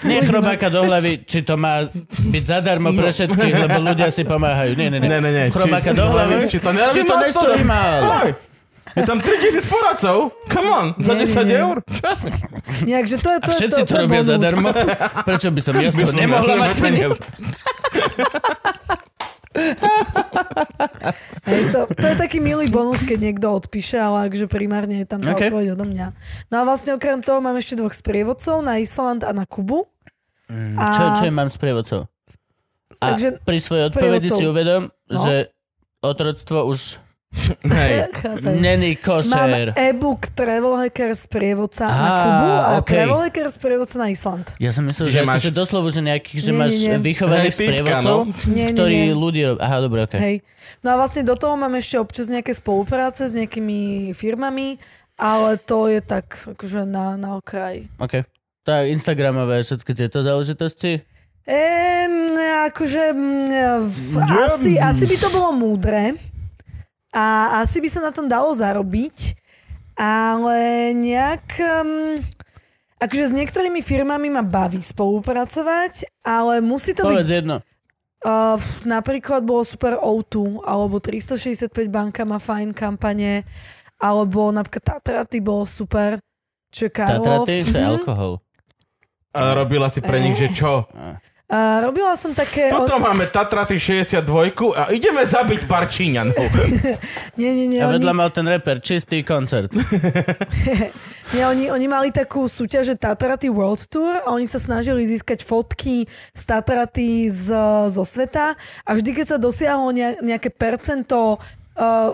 Speaker 2: Nie chrobáka do hlavy, či to má byť zadarmo pre všetkých, lebo ľudia si pomáhajú. Nie, nie, nie.
Speaker 4: No. Ne, ne, ne.
Speaker 2: Chrobáka do hlavy,
Speaker 4: Či to
Speaker 2: či
Speaker 4: nerobí
Speaker 2: to nestojí
Speaker 4: maslo?
Speaker 2: mal.
Speaker 4: Oj, Je tam 3000 poradcov? Come on, za
Speaker 3: Nie, nie,
Speaker 4: 10
Speaker 3: nie.
Speaker 4: eur?
Speaker 3: Nejak, že to je
Speaker 2: A
Speaker 3: to, je
Speaker 2: všetci
Speaker 3: to,
Speaker 2: to
Speaker 3: je
Speaker 2: robia
Speaker 3: bonus.
Speaker 2: zadarmo. Prečo by som ja z
Speaker 4: By
Speaker 2: toho
Speaker 4: som
Speaker 2: nemohla
Speaker 4: mal
Speaker 2: mať peniaze?
Speaker 3: Hej, to, to je taký milý bonus, keď niekto odpíše, ale akže primárne je tam tá
Speaker 2: Okay.
Speaker 3: okay. odpoveď odo mňa. No a vlastne okrem toho mám ešte dvoch sprievodcov na Island a na Kubu. A,
Speaker 2: Mm, Čo, čo mám s prievodcov? A
Speaker 3: takže,
Speaker 2: pri svojej
Speaker 3: s
Speaker 2: odpovedi si
Speaker 3: prievodcov.
Speaker 2: uvedom,
Speaker 3: No.
Speaker 2: že otroctvo už
Speaker 4: Hej.
Speaker 3: chápem.
Speaker 2: není
Speaker 3: Mám
Speaker 2: košer.
Speaker 3: e-book Travel Hacker sprievodca na
Speaker 2: Á,
Speaker 3: Kubu a
Speaker 2: okay.
Speaker 3: Travel Hacker sprievodca na Island.
Speaker 2: Ja som myslel, že,
Speaker 4: Že máš-
Speaker 2: akože doslovu, že nejakých, že
Speaker 3: Nie, nie,
Speaker 2: máš
Speaker 3: nie.
Speaker 2: vychovaných
Speaker 4: Hej, no. typka,
Speaker 2: sprievodcov,
Speaker 3: Nie, nie,
Speaker 2: ktorí
Speaker 3: nie.
Speaker 2: ľudí robia. Aha, dobre, okej.
Speaker 3: Hej. No a vlastne do toho mám ešte občas nejaké spolupráce s nejakými firmami, ale to je tak akože na, na okraj.
Speaker 2: Okay. Tá Instagramové všetky tieto záležitosti.
Speaker 3: E, akože mm, v- asi, asi by to bolo múdre a asi by sa na tom dalo zarobiť, ale nejak... Um, akože s niektorými firmami ma baví spolupracovať, ale musí to
Speaker 2: Povedz
Speaker 3: byť...
Speaker 2: jedno.
Speaker 3: Uh, f- napríklad bolo super O2, alebo 365 banka má fajn kampane, alebo napríklad Tatraty bolo super, čo je Karlov.
Speaker 2: Tatraty, to je
Speaker 3: Mhm.
Speaker 2: alkohol.
Speaker 4: A robila si pre nich, že čo?
Speaker 3: Uh, robila som také...
Speaker 4: Tuto máme Tatraty 62 a ideme zabiť Barčíňanov.
Speaker 3: Nie, nie, nie,
Speaker 2: A
Speaker 3: oni-
Speaker 2: vedľa mal ten reper čistý koncert.
Speaker 3: Nie, oni, oni mali takú súťaž, že Tataraty World Tour a oni sa snažili získať fotky z Tataraty z, zo sveta a vždy, keď sa dosiahlo ne- nejaké percento uh,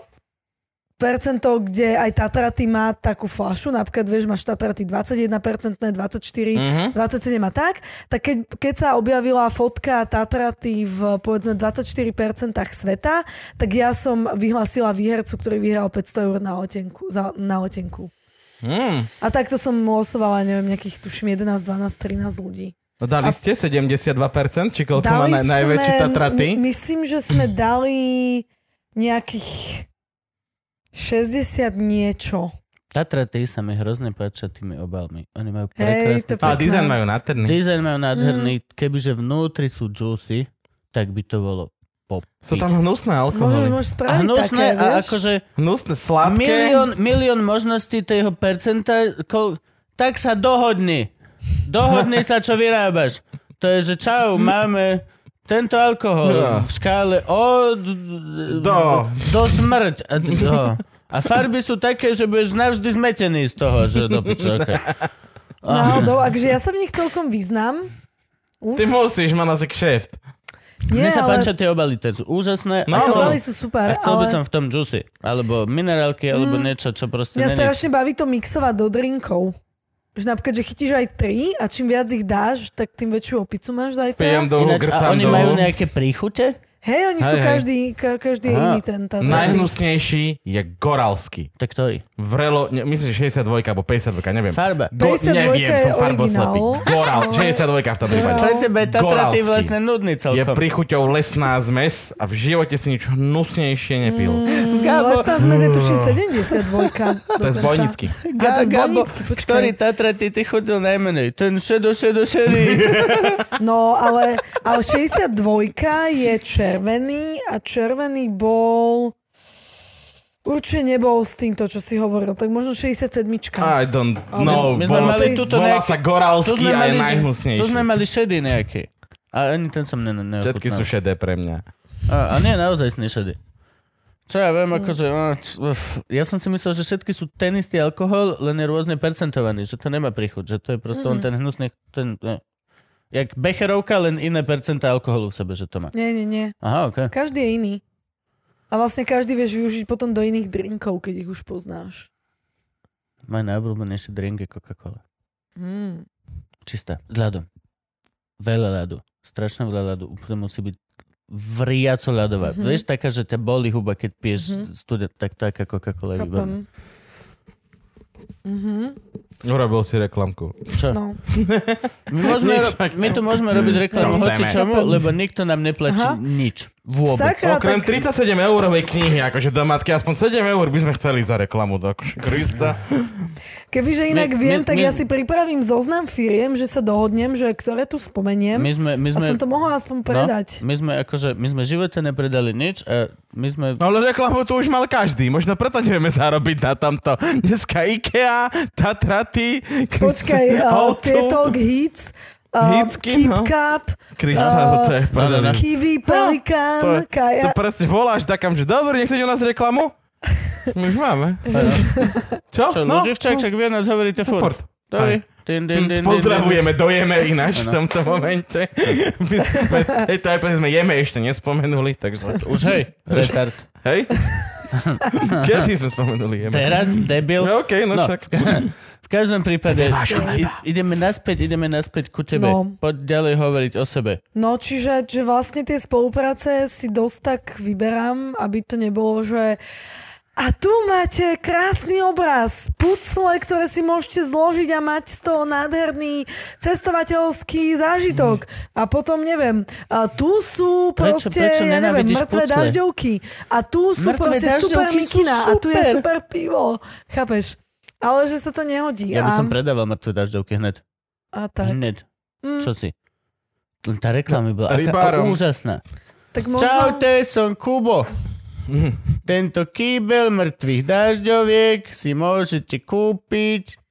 Speaker 3: percento, kde aj Tataraty má takú flašu, napríklad, vieš, máš Tataraty 21%, 24,
Speaker 4: Mhm.
Speaker 3: 27 a tak, tak keď, keď sa objavila fotka Tatraty v povedzme 24% sveta, tak ja som vyhlasila výhercu, ktorý vyhral 500 eur na letenku. Za, na letenku.
Speaker 4: Mm.
Speaker 3: A takto som losovala, neviem, nejakých tuším 11, 12, 13 ľudí.
Speaker 4: No
Speaker 3: A-
Speaker 4: dali ste 72%, či koľko má na, najväčší Tatraty?
Speaker 3: my- myslím, že sme dali nejakých 60 niečo.
Speaker 2: Tatraty sa mi hrozne páčia tými obalmi. Oni majú
Speaker 3: Hej,
Speaker 2: prekrásne...
Speaker 3: to Mhm.
Speaker 4: A
Speaker 3: pekné.
Speaker 4: dizajn majú nádherný.
Speaker 2: Dizajn majú nádherný. Kebyže vnútri sú juicy, tak by to bolo pop.
Speaker 4: Sú tam hnusné
Speaker 3: Môžeš,
Speaker 4: alkoholy.
Speaker 3: môžeš
Speaker 2: a
Speaker 3: spraviť
Speaker 2: hnusné,
Speaker 3: také,
Speaker 2: a
Speaker 3: vieš?
Speaker 2: akože
Speaker 4: Hnusné, sladké.
Speaker 2: milión, milión možností toho percenta, kol, tak sa dohodni. Dohodni sa, čo vyrábaš. To je, že čau, máme tento alkohol v škále od...
Speaker 1: Do.
Speaker 2: Do smrť. A, do. a farby sú také, že budeš navždy zmetený z toho, že do pičoka.
Speaker 3: Náhodou, No, akže ja sa v nich celkom vyznám.
Speaker 4: Ty musíš, má nás kšeft.
Speaker 2: Mne
Speaker 3: Nie,
Speaker 2: sa
Speaker 3: ale-
Speaker 2: páčia tie obaly, to je úžasné.
Speaker 4: No,
Speaker 2: a
Speaker 3: Tie
Speaker 2: chcel,
Speaker 3: obaly sú super,
Speaker 2: a chcel by
Speaker 3: ale-
Speaker 2: som v tom juicy. Alebo minerálky, alebo niečo, čo proste
Speaker 3: Mňa
Speaker 2: není.
Speaker 3: strašne baví to mixovať do drinkov. Že napríklad, že chytíš aj tri a čím viac ich dáš, tak tým väčšiu opicu máš
Speaker 4: Pijem
Speaker 3: zajtra.
Speaker 4: do
Speaker 2: Ináč, a
Speaker 4: grcam
Speaker 2: oni
Speaker 4: do
Speaker 2: majú nejaké príchute?
Speaker 3: Hej, oni
Speaker 4: Hej,
Speaker 3: sú
Speaker 4: hej.
Speaker 3: každý, ka, každý je
Speaker 2: Aha.
Speaker 3: iný ten. Tá,
Speaker 4: Najhnusnejší je Goralsky.
Speaker 2: Tak ktorý?
Speaker 4: Vrelo, ne, myslím, že 62 alebo 52, neviem.
Speaker 2: Farba.
Speaker 4: Go,
Speaker 3: 52
Speaker 4: neviem,
Speaker 3: je
Speaker 4: som farboslepý.
Speaker 3: originál.
Speaker 4: Goral, 62 v tom prípade.
Speaker 2: Pre tebe Tatra ty
Speaker 4: Goralský.
Speaker 2: vlastne nudný
Speaker 4: Je
Speaker 2: celkom.
Speaker 4: prichuťou lesná zmes a v živote si nič hnusnejšie nepil.
Speaker 3: Mm.
Speaker 2: Gabo,
Speaker 3: Lesná zmes je tuším 72.
Speaker 4: To je zbojnický.
Speaker 3: A to
Speaker 2: Ga,
Speaker 3: je
Speaker 2: Gabo,
Speaker 3: Zbojnický, počkaj.
Speaker 2: ktorý Tatra ty, ty chodil najmenej? Ten šedo, šedo, šedý.
Speaker 3: No, ale, ale 62 je červený a červený bol... Určite nebol s týmto, čo si hovoril. Tak možno 67.
Speaker 4: I don't know.
Speaker 2: my sme
Speaker 4: bolo-
Speaker 2: mali túto
Speaker 4: No, volá
Speaker 2: nejaký-
Speaker 4: sa Goralsky a je najhnusnejší.
Speaker 2: tu sme mali šedý nejaký. A ani ten som ne, ne,
Speaker 4: Všetky sú šedé pre mňa.
Speaker 2: A, a nie, naozaj snešady. Čo ja viem, akože... á, č- uf, Ja som si myslel, že všetky sú ten istý alkohol, len je rôzne percentovaný, že to nemá príchod, že to je prosto mm. on ten hnusný... Ten, ne. Jak becherovka, len iné percenta alkoholu v sebe, že to má.
Speaker 3: Nie, nie, nie.
Speaker 2: Aha, okej.
Speaker 3: Každý je iný. A vlastne každý vieš využiť potom do iných drinkov, keď ich už poznáš.
Speaker 2: Môj najobľúbenejší drink je Coca-Cola.
Speaker 3: Mm.
Speaker 2: Čistá. S ľadom. Veľa ľadu. Strašne veľa ľadu. Úplne musí byť vriaco ľadová.
Speaker 3: Mhm.
Speaker 2: Mm-hmm. Vieš, taká, že ťa boli huba, keď piješ
Speaker 3: Mhm.
Speaker 2: mm-hmm. student, tak taká Coca-Cola je výborná.
Speaker 3: Chápem. Mhm,
Speaker 4: Urobil si reklamku.
Speaker 2: Čo?
Speaker 3: no.
Speaker 2: My, môžeme,
Speaker 4: Nič.
Speaker 2: ro- my tu môžeme robiť reklamu
Speaker 4: Čo
Speaker 2: hoci
Speaker 4: chceme.
Speaker 2: čomu, lebo nikto nám neplatí
Speaker 3: Aha.
Speaker 2: nič. Vôbec. No,
Speaker 3: Sakra,
Speaker 4: Okrem
Speaker 3: tak-
Speaker 4: 37 eurovej knihy, akože do matky, aspoň 7 eur by sme chceli za reklamu do akože Krista.
Speaker 3: Kebyže inak
Speaker 2: My- my-
Speaker 3: viem, tak
Speaker 2: my-
Speaker 3: ja si pripravím zoznam firiem, že sa dohodnem, že ktoré tu spomeniem.
Speaker 2: My sme, my
Speaker 3: A
Speaker 2: sme,
Speaker 3: som to mohla aspoň predať.
Speaker 2: No, my sme akože, my sme v živote nepredali nič a my sme...
Speaker 4: No ale reklamu tu už mal každý, možno preto nevieme zarobiť na tamto. Dneska IKEA, Tatraty,
Speaker 3: Počkaj, uh,
Speaker 4: Outu.
Speaker 3: tieto hits, uh, Kit
Speaker 4: Hitsky, no.
Speaker 3: Cup,
Speaker 4: Krista,
Speaker 3: Eh,
Speaker 4: to je pravda.
Speaker 3: Kiwi,
Speaker 4: to,
Speaker 3: Pelikan,
Speaker 4: je- to
Speaker 3: Kaja.
Speaker 4: presne voláš takam, že dobre, nechcete u nás reklamu? My už máme. Čo?
Speaker 2: Čo,
Speaker 4: no,
Speaker 2: ľudí však, však vy o nás hovoríte
Speaker 4: to
Speaker 2: furt.
Speaker 4: furt. Hm,
Speaker 2: Dovi.
Speaker 4: Aj. Pozdravujeme, dojeme ináč v tomto momente. My sme, hej, to aj preto sme jeme ešte nespomenuli, takže...
Speaker 2: Už hej, retard.
Speaker 4: Hej? Kedy sme spomenuli jeme?
Speaker 2: Teraz, debil.
Speaker 4: No okej, no,
Speaker 2: No.
Speaker 4: však.
Speaker 2: V každom prípade, i, ideme naspäť, ideme naspäť ku tebe.
Speaker 3: No.
Speaker 2: Poď ďalej hovoriť o sebe.
Speaker 3: No, čiže že vlastne tie spolupráce si dosť tak vyberám, aby to nebolo, že a tu máte krásny obraz, pucle, ktoré si môžete zložiť a mať z toho nádherný cestovateľský zážitok. A potom, neviem, a tu sú
Speaker 2: Mm. Prečo-
Speaker 3: proste,
Speaker 2: prečo
Speaker 3: ja neviem,
Speaker 2: nenávidíš
Speaker 3: mrtvé
Speaker 2: pucle?
Speaker 3: dažďovky. A tu sú
Speaker 2: Mŕtve
Speaker 3: proste super
Speaker 2: dažďovky sú
Speaker 3: mikina. A tu je
Speaker 2: super.
Speaker 3: super pivo. Chápeš? Ale že sa to nehodí.
Speaker 2: Ja by
Speaker 3: a,
Speaker 2: som predával mŕtve dažďovky hned.
Speaker 3: a tak.
Speaker 2: Hneď.
Speaker 3: Mm,
Speaker 2: Čo si? Len tá reklama bola aká,
Speaker 4: Rybárom.
Speaker 2: úžasná.
Speaker 3: tak možno...
Speaker 2: Čaute, som Kubo. Tento kýbel mŕtvych dažďoviek si môžete kúpiť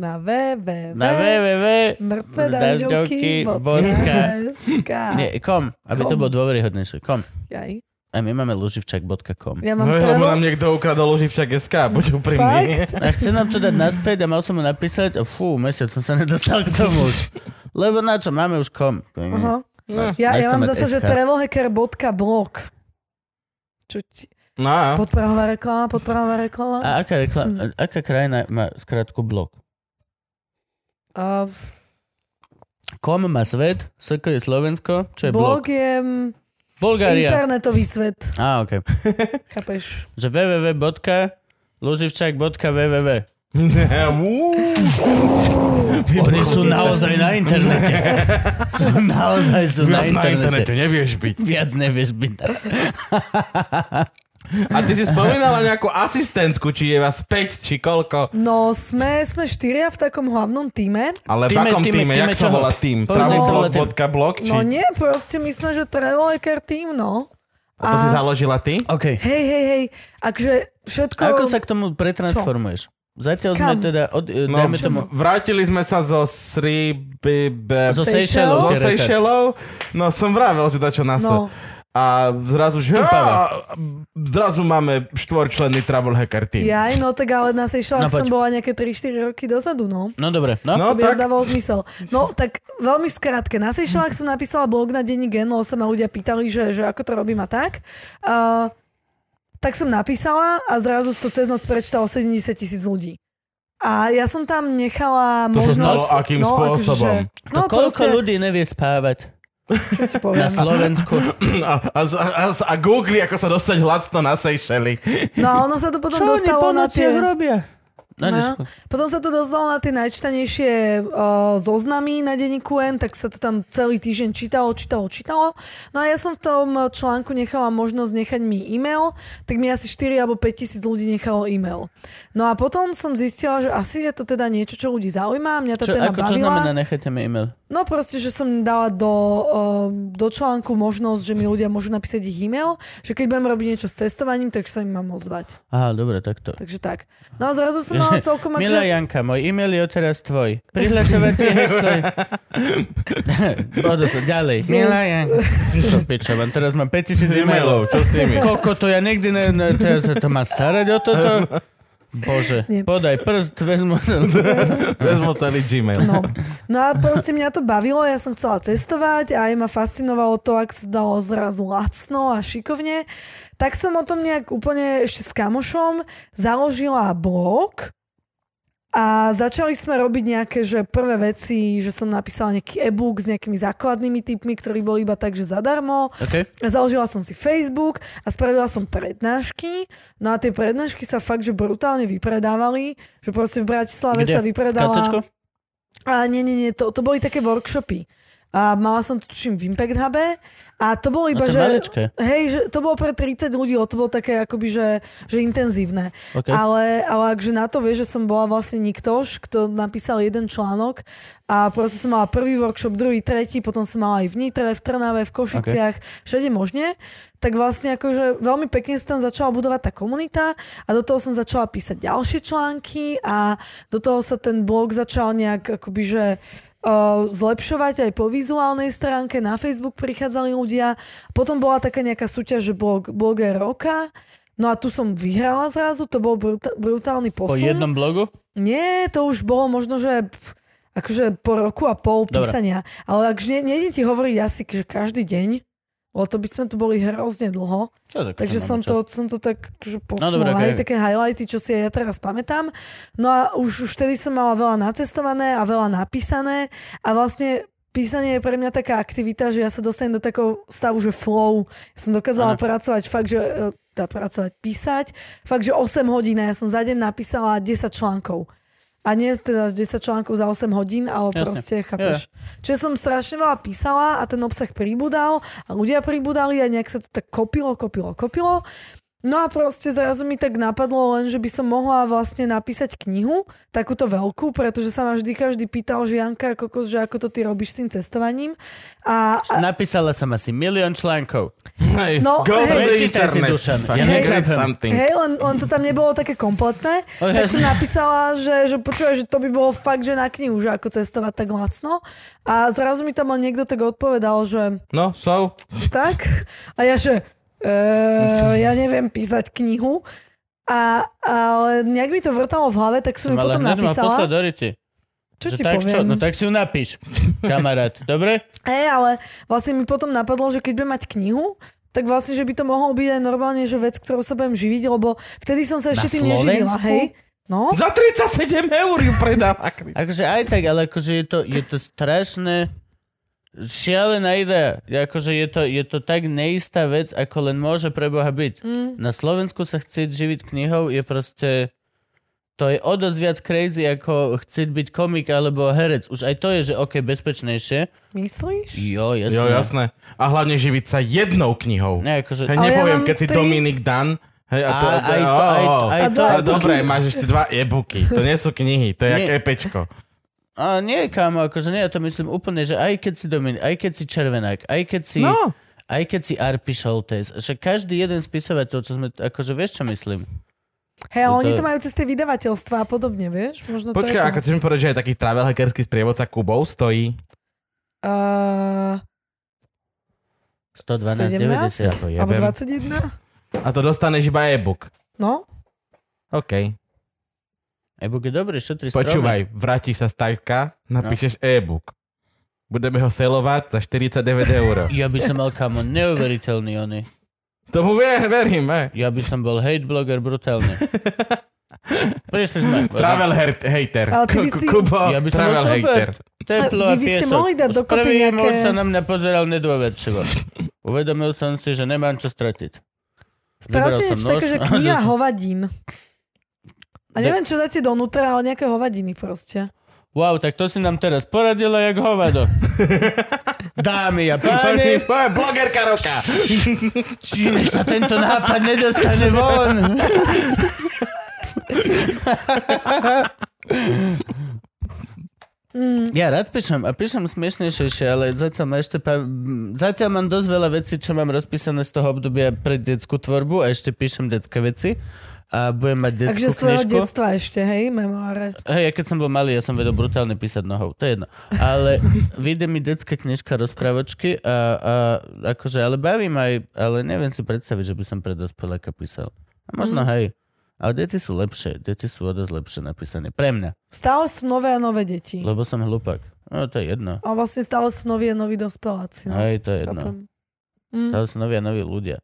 Speaker 3: Na www.
Speaker 2: na www.
Speaker 3: Mŕtve dažďovky.
Speaker 2: Dažďovky, bodka.
Speaker 3: SK.
Speaker 2: Nie, kom, aby to
Speaker 3: Kom.
Speaker 2: bolo dôveryhodnejšie. Kom.
Speaker 3: Jaj.
Speaker 2: A my máme luživčak.com.
Speaker 3: Ja mám
Speaker 4: No,
Speaker 3: právo...
Speaker 4: lebo nám niekto ukradol loživčak SK, buď úprimný.
Speaker 3: Fakt?
Speaker 2: A chce nám to dať naspäť a mal som mu napísať, a fú, mesiac som sa nedostal k tomu už. Lebo na čo, máme už kom.
Speaker 3: Aha.
Speaker 4: No.
Speaker 3: Uh-huh. Ja, ja mám
Speaker 2: Nechceme
Speaker 3: zase,
Speaker 2: SK.
Speaker 3: že travelhacker.blog. Čo ti...
Speaker 4: No, a-
Speaker 3: Podpravová reklama, podpravová reklama.
Speaker 2: A aká, rekla-
Speaker 3: Hm.
Speaker 2: aká krajina má skrátku blok?
Speaker 3: A
Speaker 2: Kom má svet, SK je Slovensko, čo je blok?
Speaker 3: blog je mm,
Speaker 2: Bulgária.
Speaker 3: internetový svet,
Speaker 2: Á, ok.
Speaker 3: chápeš?
Speaker 2: Že www.luživčak.www. Oni sú naozaj na internete. Sú naozaj sú na
Speaker 4: Viac na internete
Speaker 2: internete.
Speaker 4: nevieš byť.
Speaker 2: Viac nevieš byť.
Speaker 4: A ty si spomínala nejakú asistentku, či je vás 5, či koľko.
Speaker 3: No, sme, sme štyria v takom hlavnom týme.
Speaker 4: Ale
Speaker 2: Týme,
Speaker 4: v akom
Speaker 2: týme,
Speaker 4: týme,
Speaker 2: týme
Speaker 4: jak sa
Speaker 2: čoho?
Speaker 4: volá tým?
Speaker 2: Povedz, jak sa volá tým.
Speaker 4: Travelblog.blog, či...
Speaker 3: No nie, proste my sme, že travelhacker tým, no.
Speaker 4: A to si založila ty?
Speaker 2: OK.
Speaker 3: Hej, hej, hej, akže všetko...
Speaker 2: Ako sa k tomu pretransformuješ? Zatiaľ sme
Speaker 3: Kam?
Speaker 2: teda, od, e,
Speaker 4: No,
Speaker 2: dajme tomu,
Speaker 4: vrátili sme sa zo Sri... Bi, be,
Speaker 2: zo Seychellov.
Speaker 4: zo
Speaker 3: Seychellov?
Speaker 2: tie rekady.
Speaker 4: Seychellov? No som vravel, že dačo na no.
Speaker 3: No,
Speaker 4: A zrazu, že...
Speaker 2: Tupava.
Speaker 4: a- Zrazu máme štvorčlenný travel hacker tým.
Speaker 3: jaj, no tak ale na
Speaker 2: No,
Speaker 3: Seychellách
Speaker 2: poď.
Speaker 3: som bola nejaké 3-4 roky dozadu, no.
Speaker 2: No dobre, no.
Speaker 4: No
Speaker 3: to by tak...
Speaker 4: tak,
Speaker 3: dávalo zmysel. No tak veľmi skrátke. Na Seychellách
Speaker 4: Mhm.
Speaker 3: som napísala blog na denní gen, lebo sa ma ľudia pýtali, že, že ako to robím a tak. Uh, tak som napísala a zrazu to cez noc prečítalo 70 tisíc ľudí. A ja som tam nechala
Speaker 4: To sa
Speaker 3: možnosť... no,
Speaker 4: stalo akým spôsobom?
Speaker 3: Akože,
Speaker 2: To
Speaker 3: no,
Speaker 2: koľko
Speaker 3: proste,
Speaker 2: ľudí nevie spávať
Speaker 3: Čo ti poviem?
Speaker 2: na Slovensku?
Speaker 4: a, a, a, a googli, ako sa dostať lacno na Seychely.
Speaker 3: No a ono sa to potom dostalo na tie...
Speaker 2: robia? Na
Speaker 3: No.
Speaker 2: ničku.
Speaker 3: Potom sa to dostalo na tie najčítanejšie uh, zoznamy na denníku N, tak sa to tam celý týždeň čítalo, čítalo, čítalo. No a ja som v tom článku nechala možnosť nechať mi e-mail, tak mi asi 4 alebo 5 tisíc ľudí nechalo e-mail. No a potom som zistila, že asi je to teda niečo, čo ľudí zaujíma, mňa tá
Speaker 2: Čo,
Speaker 3: téma
Speaker 2: ako, čo
Speaker 3: bavila.
Speaker 2: znamená nechajte mi e-mail?
Speaker 3: No proste, že som dala do, eh, do článku možnosť, že mi ľudia môžu napísať ich e-mail, že keď budem robiť niečo s cestovaním, tak sa im mám ozvať.
Speaker 2: Aha, dobre, takto.
Speaker 3: Takže tak. No a zrazu som mala celkom... akože-
Speaker 2: Milá Janka, môj e-mail je teraz tvoj. Prihlašovacie heslo je... Bodo sa ďalej. Milá Janka. To piča, mám teraz mám 5000 e-mailov.
Speaker 4: čo s nimi?
Speaker 2: Koko, to ja nikdy ne... ne teraz sa to má starať o toto? Bože,
Speaker 3: Nie.
Speaker 2: podaj prst, vezmu...
Speaker 4: Vezmu celý Gmail.
Speaker 3: No. no a proste mňa to bavilo, ja som chcela cestovať a aj ma fascinovalo to, ak sa dalo zrazu lacno a šikovne. Tak som o tom nejak úplne ešte s kamošom založila blog a začali sme robiť nejaké že prvé veci, že som napísala nejaký e-book s nejakými základnými typmi, ktorí boli iba tak, že zadarmo.
Speaker 2: OK?
Speaker 3: Založila som si Facebook a spravila som prednášky. No a tie prednášky sa fakt, že brutálne vypredávali. Že proste v Bratislave
Speaker 2: Kde?
Speaker 3: sa vypredala...
Speaker 2: Kacečko?
Speaker 3: A nie, nie, nie, to, to boli také workshopy. A mala som to tuším v Impact Hube a to bolo iba,
Speaker 2: to je
Speaker 3: že...
Speaker 2: maličké.
Speaker 3: Hej, že to bolo pre 30 ľudí, lebo to bolo také akoby, že, že intenzívne.
Speaker 2: OK.
Speaker 3: Ale, ale akže na to vieš, že som bola vlastne niktož, kto napísal jeden článok a proste som mala prvý workshop, druhý, tretí, potom som mala aj v Nitre, v Trnave, v Košiciach, všade možne. Tak vlastne akože veľmi pekne sa tam začala budovať tá komunita a do toho som začala písať ďalšie články a do toho sa ten blog začal nejak akoby, že uh, zlepšovať aj po vizuálnej stránke, na Facebook prichádzali ľudia. Potom bola taká nejaká súťaž, že blog, bloger roka, No a tu som vyhrala zrazu, to bol brutá- brutálny
Speaker 2: Po
Speaker 3: posun.
Speaker 2: jednom blogu?
Speaker 3: Nie, to už bolo možno, že pf, akože po roku a pol
Speaker 2: Dobre.
Speaker 3: písania. Ale akže ne, nejde ti hovoriť asi, že každý deň, lebo to by sme tu boli hrozne dlho.
Speaker 2: Čo za
Speaker 3: Takže
Speaker 2: kurva
Speaker 3: som
Speaker 2: moča?
Speaker 3: to, som to tak že
Speaker 2: No dobre,
Speaker 3: posunula, no,
Speaker 2: okej.
Speaker 3: také highlighty, čo si aj ja teraz pamätám. No a už, už vtedy som mala veľa nacestované a veľa napísané a vlastne písanie je pre mňa taká aktivita, že ja sa dostanem do takého stavu, že flow. Ja som dokázala
Speaker 2: Áno.
Speaker 3: pracovať fakt, že e, teda pracovať, písať. Fakt, že 8 hodín a ja som za deň napísala 10 článkov. A nie teda 10 článkov za 8 hodín,
Speaker 2: Jasne.
Speaker 3: ale Jasne. proste, chápeš. Čiže som strašne veľa písala a ten obsah pribudal a ľudia pribudali a nejak sa to tak kopilo, kopilo, kopilo. No a proste zrazu mi tak napadlo len, že by som mohla vlastne napísať knihu, takúto veľkú, pretože sa ma vždy každý pýtal, že Janka, kokos, že ako to ty robíš s tým cestovaním. A, a
Speaker 2: Napísala som asi milión článkov.
Speaker 4: Hej,
Speaker 3: No,
Speaker 4: go
Speaker 3: hej.
Speaker 4: to the
Speaker 2: Prečítaj si,
Speaker 4: internet.
Speaker 2: Dušan, ja
Speaker 4: Fucking
Speaker 2: nechápem.
Speaker 4: read something.
Speaker 3: Hej, len, len to tam nebolo také kompletné.
Speaker 2: Oh,
Speaker 3: tak
Speaker 2: jasne.
Speaker 3: som napísala, že, že počúva, že to by bolo fakt, že na knihu, že ako cestovať tak lacno. A zrazu mi tam len niekto tak odpovedal, že
Speaker 4: No, so?
Speaker 3: tak. A ja že, Uh, ja neviem písať knihu. A, ale nejak mi to vrtalo v hlave, tak som ju
Speaker 2: ale
Speaker 3: No potom
Speaker 2: hneď ma poslať
Speaker 3: napísala.
Speaker 2: do ryti.
Speaker 3: Čo
Speaker 2: Že
Speaker 3: ti
Speaker 2: tak
Speaker 3: poviem?
Speaker 2: čo? No tak si ju napíš, kamarát. Dobre?
Speaker 3: Hej, ale vlastne mi potom napadlo, že keď budem mať knihu, tak vlastne, že by to mohol byť aj normálne, že vec, ktorou sa budem živiť, lebo vtedy som sa ešte tým neživila,
Speaker 2: Slovensku?
Speaker 3: hej. No,
Speaker 4: Za 37 eur ju predám. Akri.
Speaker 2: Akože aj tak, ale akože je to, je to strašné šialená idea. Akože je to, je to tak neistá vec, ako len môže pre Boha byť. Mm. Na Slovensku sa chcieť živiť knihou je proste... To je o dosť viac crazy, ako chcieť byť komik alebo herec. Už aj to je, že OK, bezpečnejšie.
Speaker 3: myslíš?
Speaker 2: Jo, jasné.
Speaker 4: Jo, jasné. A hlavne živiť sa jednou knihou.
Speaker 2: Ne, akože...
Speaker 4: Hej,
Speaker 3: Ale ja
Speaker 4: nepoviem,
Speaker 3: mám
Speaker 4: keď si
Speaker 3: tri.
Speaker 4: Dominik Dan. Hej, a to,
Speaker 2: Á, aj to,
Speaker 4: ó,
Speaker 2: aj to, aj
Speaker 3: A
Speaker 2: to.
Speaker 3: dva
Speaker 2: aj
Speaker 4: A
Speaker 2: to.
Speaker 4: dobre, máš ešte dva e-booky. To nie sú knihy, to je jak E
Speaker 2: Nie.
Speaker 4: epečko.
Speaker 2: A nie, kámo, akože nie, ja to myslím úplne, že aj keď si Domin, aj keď si Červenák, aj keď si,
Speaker 4: No.
Speaker 2: aj keď si Arpi Šoltes, že každý jeden spisovateľ, čo sme, akože vieš, čo myslím?
Speaker 3: Hej, ale
Speaker 2: No to
Speaker 3: oni
Speaker 2: je-
Speaker 3: to majú cez tie vydavateľstva a podobne, vieš? Možno to
Speaker 4: Počkaj,
Speaker 3: je to.
Speaker 4: ako chceš mi povedať, že aj taký travel hackerský sprievodca Kubov stojí?
Speaker 3: Uh,
Speaker 2: 112, 90.
Speaker 4: 17? To
Speaker 3: alebo
Speaker 4: jebem.
Speaker 3: 21?
Speaker 4: A to dostaneš iba e-book.
Speaker 3: No,
Speaker 4: OK.
Speaker 2: E-book je dobrý, šetri stromy.
Speaker 4: Počúvaj, vrátiš sa z Tajska, napíšeš e-book. Budeme ho selovať za 49 eur.
Speaker 2: Ja by som mal, kámo, neuveriteľný oni.
Speaker 4: Tomu vie, verím, eh.
Speaker 2: Ja by som bol hate blogger brutálne. Prišli sme.
Speaker 4: Travel her- hater.
Speaker 3: Ale ty by
Speaker 4: Ku-
Speaker 3: si-
Speaker 4: Kubo,
Speaker 2: Ja by som
Speaker 4: travel
Speaker 2: bol super.
Speaker 4: hater.
Speaker 2: Teplo a
Speaker 3: Vy by ste
Speaker 2: piesok.
Speaker 3: mohli dať
Speaker 2: Už
Speaker 3: dokopy
Speaker 2: prvý
Speaker 3: nejaké-
Speaker 2: muž sa na mňa pozeral nedôverčivo. Uvedomil som si, že nemám čo stratiť.
Speaker 3: spravte
Speaker 2: Vybral som
Speaker 3: niečo také,
Speaker 2: nož.
Speaker 3: že kniha hovadín. A
Speaker 2: Da-
Speaker 3: neviem, čo dáte donútra, ale nejaké hovadiny proste.
Speaker 2: Wow, tak to si nám teraz poradila jak hovado. Dámy a páni,
Speaker 4: Moja blogerka roka.
Speaker 2: či nech sa tento nápad nedostane von. Ja rád píšem a píšem smiešnejšie, ale zatiaľ, ma ešte pa... m, zatiaľ mám dosť veľa vecí, čo mám rozpísané z toho obdobia pre detskú tvorbu a ešte píšem detské veci a budem mať detskú
Speaker 3: Takže z tvojho
Speaker 2: knižku.
Speaker 3: detstva ešte, hej, memoáre.
Speaker 2: Hej, ja keď som bol malý, ja som vedel brutálne písať nohou, to je jedno. Ale vyjde mi detská knižka rozprávočky a, a akože, ale bavím aj, ale neviem si predstaviť, že by som pre dospeláka písal. A možno mm. hej, ale deti sú lepšie, deti sú o dosť lepšie napísané. Pre mňa,
Speaker 3: Stále sú nové a nové deti.
Speaker 2: lebo som hlupák. No to je jedno.
Speaker 3: A vlastne stále sú noví a noví dospeláci. No.
Speaker 2: Hej, to je jedno.
Speaker 3: Chápem. Mm.
Speaker 2: Stále sú noví a noví ľudia.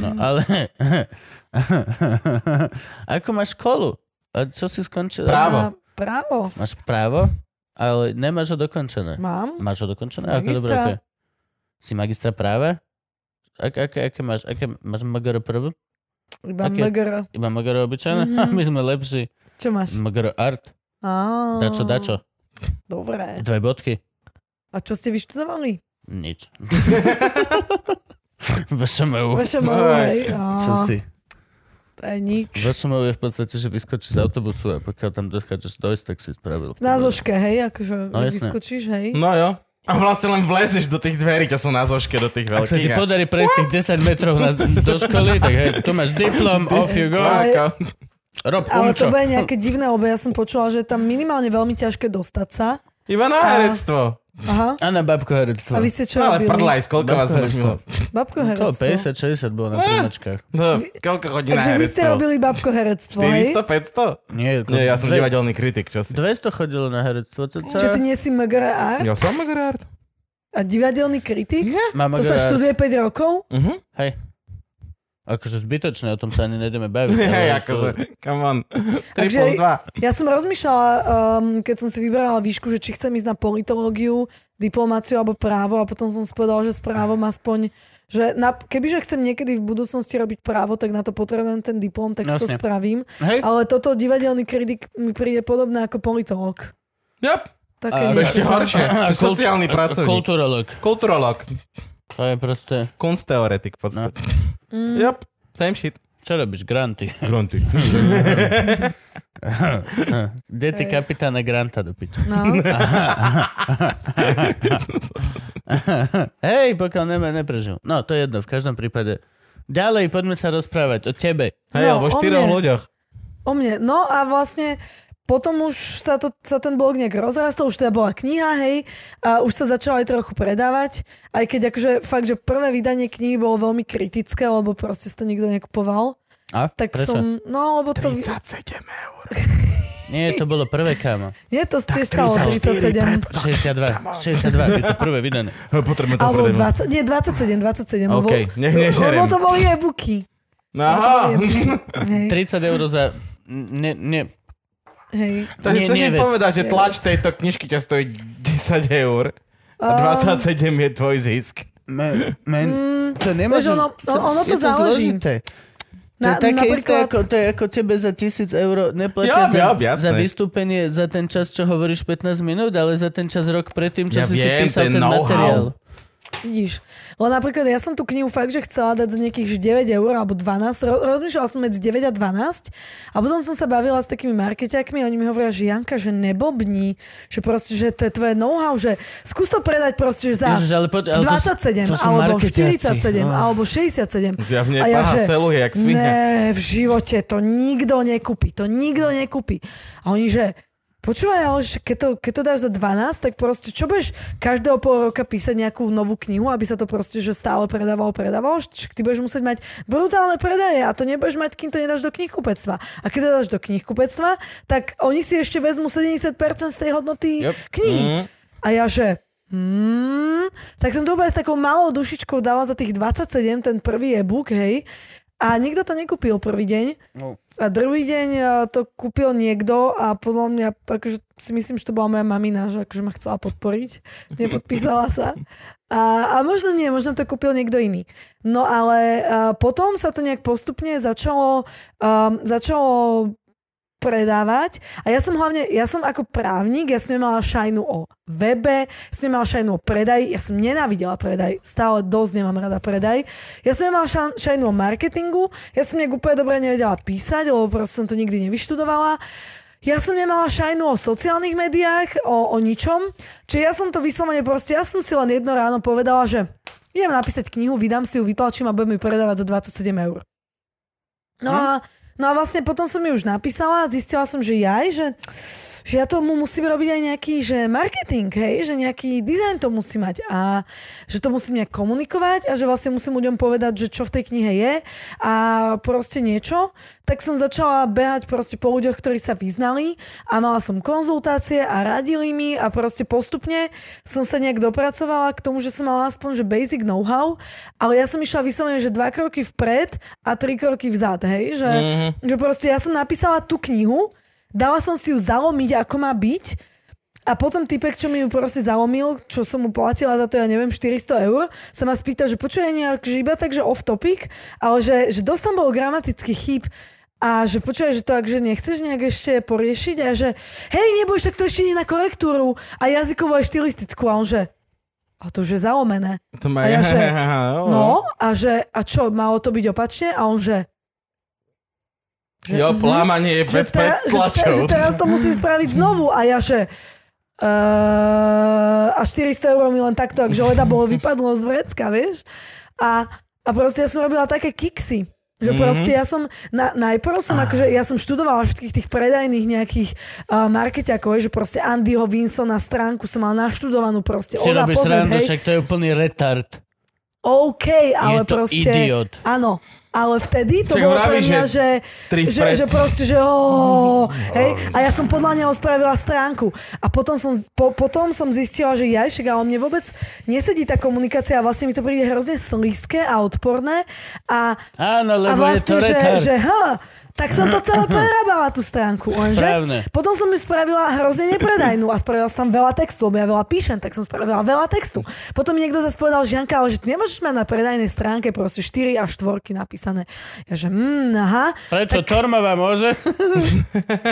Speaker 2: No ale... Ako máš školu? A čo si skončil?
Speaker 4: Právo.
Speaker 3: A Právo.
Speaker 2: Máš právo, ale nemáš ho dokončené.
Speaker 3: Mám.
Speaker 2: Máš ho dokončené?
Speaker 3: Som
Speaker 2: Ako dobré
Speaker 3: magistra.
Speaker 2: to je? Si magistra práva? Ak, aké, aké máš? Aké, máš MGR prvú?
Speaker 3: Iba
Speaker 2: Aké?
Speaker 3: MGR.
Speaker 2: Iba MGR obyčajné?
Speaker 3: Mhm.
Speaker 2: Mm-hmm. My sme lepší.
Speaker 3: Čo máš?
Speaker 2: MGR art.
Speaker 3: Á,
Speaker 2: Dačo, dačo.
Speaker 3: Dobre.
Speaker 2: Dve bodky.
Speaker 3: A čo ste vyštudovali?
Speaker 2: Nič. VŠMU.
Speaker 3: Vaše malé. á,
Speaker 2: Čo si?
Speaker 3: To je nič.
Speaker 2: VŠMU je v podstate, že vyskočíš z autobusu a pokiaľ tam dochádzaš dojsť, tak si spravil.
Speaker 3: Na zoške, hej, akože
Speaker 2: No, jasné.
Speaker 3: vyskočíš, hej.
Speaker 4: No jo. A vlastne len vlezeš do tých dverí, čo sú na zoške, do tých
Speaker 2: Ak sa ti
Speaker 4: veľkých. a-
Speaker 2: podarí prejsť tých 10 metrov na, do školy, tak hej, tu máš diplom, off you go.
Speaker 3: Ale-
Speaker 4: Ako-
Speaker 2: Rob
Speaker 3: Ale to
Speaker 2: umčo.
Speaker 3: bude nejaké divné, lebo ja som počula, že je tam minimálne veľmi ťažké dostať sa.
Speaker 4: Iba na
Speaker 3: A-
Speaker 4: herectvo.
Speaker 3: Aha.
Speaker 2: A na babko
Speaker 3: A
Speaker 2: herectvo.
Speaker 3: vy ste čo
Speaker 4: No, ale
Speaker 3: robili?
Speaker 4: prdlaj, koľko vás robilo?
Speaker 3: Babko
Speaker 2: Okolo
Speaker 3: herectvo.
Speaker 2: 50-60 bolo na príjmačkách.
Speaker 4: No, koľko hodín na
Speaker 3: Takže vy ste
Speaker 4: herectvo?
Speaker 3: robili babko herectvo, hej?
Speaker 4: 400, 500?
Speaker 2: Nie,
Speaker 4: Nie, ja som
Speaker 2: dve-
Speaker 4: divadelný kritik, čo si?
Speaker 2: 200 chodilo na herectvo, cca.
Speaker 3: Čiže ty nie si MGR art
Speaker 4: Ja som agrár.
Speaker 3: a divadelný kritik?
Speaker 2: Mám
Speaker 3: To sa
Speaker 2: akurát-
Speaker 3: študuje 5 rokov?
Speaker 4: Mhm.
Speaker 2: Hej. Akože zbytočné, o tom sa ani nejdeme baviť. ale-
Speaker 4: Hej, akože, come on. 3
Speaker 3: Takže-
Speaker 4: plus 2.
Speaker 3: Ja som rozmýšľala, um, keď som si vyberala výšku, že či chcem ísť na politológiu, diplomáciu alebo právo a potom som si povedala, že s právom aspoň že na, kebyže chcem niekedy v budúcnosti robiť právo, tak na to potrebujem ten diplom, tak si to
Speaker 2: Jasne.
Speaker 3: spravím.
Speaker 2: Hej,
Speaker 3: Ale toto divadelný kritik mi príde podobné ako politológ.
Speaker 4: Yep.
Speaker 3: Také
Speaker 2: A
Speaker 3: niečo,
Speaker 4: Ešte
Speaker 3: že-
Speaker 4: horšie.
Speaker 2: A kult-
Speaker 4: Sociálny pracovník.
Speaker 2: kulturolog.
Speaker 4: Kulturolog.
Speaker 2: To je proste...
Speaker 4: Kunstteoretik v podstate.
Speaker 3: Mm.
Speaker 4: Yep. Same shit.
Speaker 2: Čo robíš? No. Granty.
Speaker 4: Grunty.
Speaker 2: Deti kapitána Granta do piča.
Speaker 3: No.
Speaker 2: Hej, pokiaľ nema, neprežil. No, to je jedno, v každom prípade. Ďalej, poďme sa rozprávať o tebe.
Speaker 4: Hej,
Speaker 3: No,
Speaker 4: alebo
Speaker 3: o
Speaker 4: štyroch
Speaker 3: mne.
Speaker 4: ľuďoch.
Speaker 3: O mne. No a vlastne Potom už sa, to, sa ten blog nejak rozrastol, už teda bola kniha, hej, a už sa začala aj trochu predávať, aj keď akože fakt, že prvé vydanie knihy bolo veľmi kritické, lebo proste si to nikto nekupoval.
Speaker 2: A?
Speaker 3: Tak
Speaker 2: Prečo?
Speaker 3: som, no lebo to...
Speaker 4: 37 eur.
Speaker 2: Nie, to bolo prvé, kámo.
Speaker 3: Nie, to tiež stalo
Speaker 4: 34
Speaker 3: 37.
Speaker 4: prepa-
Speaker 2: 62, 62, je to prvé vydané.
Speaker 4: Potrebujeme to
Speaker 3: Alebo 20,
Speaker 4: predať.
Speaker 3: nie, 27, 27.
Speaker 4: OK, nech
Speaker 3: lebo, lebo
Speaker 4: nežerem.
Speaker 3: to boli e-booky.
Speaker 4: No, aha.
Speaker 3: Lebo to boli e-booky. Hej,
Speaker 2: 30 eur za... Ne, ne,
Speaker 3: hej.
Speaker 4: Takže
Speaker 2: Nie,
Speaker 4: chceš
Speaker 2: nie
Speaker 4: mi
Speaker 2: vec.
Speaker 4: povedať, že tlač tejto knižky ťa stojí 10 eur a 27 je tvoj zisk.
Speaker 2: Man, man, to nemôžeš...
Speaker 3: Mm. vieš, ono- ono to
Speaker 2: je
Speaker 3: záleží.
Speaker 2: zložité. To je
Speaker 3: Na-
Speaker 2: také isté,
Speaker 3: napríklad-
Speaker 2: ako, to je ako tebe za tisíc eur neplatia
Speaker 4: Ja,
Speaker 2: za,
Speaker 4: ja, jasné.
Speaker 2: za vystúpenie za ten čas, čo hovoríš 15 minút, ale za ten čas rok predtým, čo
Speaker 4: Ja
Speaker 2: si
Speaker 4: viem,
Speaker 2: si písal
Speaker 4: to je
Speaker 2: ten
Speaker 4: know-how.
Speaker 2: materiál.
Speaker 3: Vidíš. Lebo napríklad ja som tú knihu fakt, že chcela dať za nejakých že 9 eur alebo 12. Ro- rozmýšľala som medzi 9 a 12. A potom som sa bavila s takými marketiakmi a oni mi hovoria, že Janka, že neblbni. Že proste, že to je tvoje know-how, že skús to predať proste že za
Speaker 2: Ježiš, ale poď, ale to sú-
Speaker 3: 27
Speaker 2: to sú
Speaker 3: alebo
Speaker 2: marketiaci.
Speaker 3: 47
Speaker 2: Ah.
Speaker 3: alebo 67.
Speaker 4: Zjavne
Speaker 3: a ja,
Speaker 4: pána
Speaker 3: že,
Speaker 4: seluje, jak svinia.
Speaker 3: Ne, v živote to nikto nekúpi. To nikto nekúpi. A oni, že Počúvaj, ale že keď to, keď to dáš za 12, tak proste čo budeš každého pol roka písať nejakú novú knihu, aby sa to proste že stále predávalo, predávalo? Čiže ty budeš musieť mať brutálne predaje a to nebudeš mať, kým to nedáš do knihkupectva. A keď to dáš do knihkupectva, tak oni si ešte vezmú 70% z tej hodnoty
Speaker 2: Yep.
Speaker 3: knihy. A ja, že Hmm, tak som to úplne s takou malou dušičkou dala za tých 27, ten prvý e-book, hej. A nikto to nekúpil prvý deň.
Speaker 2: No.
Speaker 3: A druhý deň e, to kúpil niekto a podľa mňa, akože si myslím, že to bola moja mamina, že akože ma chcela podporiť. Nepodpísala sa. A, a možno nie, možno to kúpil niekto iný. No ale uh, potom sa to nejak postupne začalo, um, začalo predávať. A ja som hlavne, ja som ako právnik, ja som nemala šajnu o webe, som nemala šajnu o predaji, ja som nenávidela predaj, stále dosť nemám rada predaj. Ja som nemala šan- šajnu o marketingu, ja som nejak úplne dobre nevedela písať, lebo proste som to nikdy nevyštudovala. Ja som nemala šajnu o sociálnych médiách, o, o ničom. Čiže ja som to vyslovene proste, ja som si len jedno ráno povedala, že idem napísať knihu, vydám si ju, vytlačím a budem ju predávať za 27 eur. No a, no a vlastne potom som ju už napísala a zistila som, že jaj, že, že ja tomu musím robiť aj nejaký že marketing, hej, že nejaký dizajn to musí mať a že to musím nejak komunikovať a že vlastne musím ľuďom povedať, že čo v tej knihe je a proste niečo. Tak som začala behať proste po ľuďoch, ktorí sa vyznali a mala som konzultácie a radili mi a proste postupne som sa nejak dopracovala k tomu, že som mala aspoň že basic know-how, ale ja som išla vyslovene, že dva kroky vpred a tri kroky vzad, hej, že, mm. že proste ja som napísala tú knihu, dala som si ju zalomiť, ako má byť a potom typek, čo mi ju proste zalomil, čo som mu platila za to, ja neviem, 400 eur, sa ma spýta, že počuje nejak, že iba tak, že off topic, ale že, že dosť tam bolo gramatických chýb a že počuje, že to ak, že nechceš nejak ešte poriešiť a že hej, neboj, však to ešte ide na korektúru a jazykovú aj štilistickú a on že a to už je zalomené.
Speaker 4: To má...
Speaker 3: A ja, že-
Speaker 4: no.
Speaker 3: No a že a čo, malo to byť opačne a on že
Speaker 4: Jo, plámanie
Speaker 3: že,
Speaker 4: je pred, pred
Speaker 3: tera, že, te- že
Speaker 4: tlačou.
Speaker 3: teraz to musím spraviť znovu a ja že uh, a 400 eur mi len takto, akže leda bolo vypadlo z vrecka, vieš? A, a proste ja som robila také kiksy.
Speaker 2: Mhm.
Speaker 3: Že proste ja som, na, najprv som
Speaker 2: Ah.
Speaker 3: akože, ja som študovala všetkých tých predajných nejakých uh, marketiakov, vieš, že proste Andyho Vinsona stránku som mala naštudovanú proste.
Speaker 2: Si
Speaker 3: od A
Speaker 2: robíš
Speaker 3: po Z,
Speaker 2: srandu,
Speaker 3: hej.
Speaker 2: však to je úplný retard.
Speaker 3: OK, ale
Speaker 2: to
Speaker 3: proste...
Speaker 2: idiot.
Speaker 3: Áno, ale vtedy to
Speaker 4: Však
Speaker 3: bolo pre
Speaker 4: vravíš,
Speaker 3: mňa,
Speaker 4: že
Speaker 3: že,
Speaker 4: tri
Speaker 3: že,
Speaker 4: vpred.
Speaker 3: že proste, že ó, hej, a ja som podľa neho spravila stránku. A potom som, po, potom som zistila, že ja, však ale mne vôbec nesedí tá komunikácia a vlastne mi to príde hrozne slízke a odporné a,
Speaker 2: Áno,
Speaker 3: a
Speaker 2: lebo je to
Speaker 3: vlastne, že,
Speaker 2: retard.
Speaker 3: že ha, tak som to celé prerábala tú stránku, lenže
Speaker 2: Správne.
Speaker 3: potom som ju spravila hrozne nepredajnú a spravila som tam veľa textu, lebo ja veľa píšem, tak som spravila veľa textu. Potom mi niekto zase povedal, že Janka, ale že ty nemôžeš mať na predajnej stránke proste 4 až 4 napísané. Ja že, mm, aha,
Speaker 2: Prečo Tormová môže?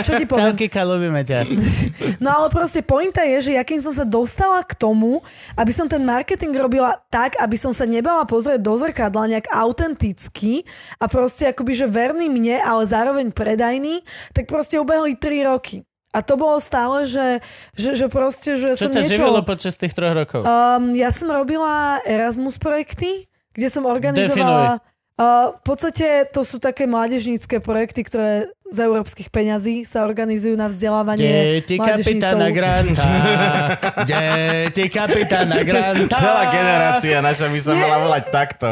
Speaker 3: čo ti poviem?
Speaker 2: Čauky, kalubíme ťa.
Speaker 3: No ale proste pointa je, že ja kým som sa dostala k tomu, aby som ten marketing robila tak, aby som sa nebala pozrieť do zrkadla nejak autenticky a proste akoby, že verný mne, ale zároveň predajný, tak proste ubehli 3 roky. A to bolo stále, že, že, že proste, že
Speaker 2: Čo
Speaker 3: som
Speaker 2: ťa
Speaker 3: niečo...
Speaker 2: živilo počas tých troch rokov?
Speaker 3: Um, ja som robila Erasmus projekty, kde som organizovala... Uh, v podstate to sú také mládežnícke projekty, ktoré z európskych peňazí sa organizujú na vzdelávanie
Speaker 2: Deti
Speaker 3: mládežnícov.
Speaker 2: kapitána Granta. Deti kapitána Granta.
Speaker 4: Celá generácia naša by sa mala volať takto.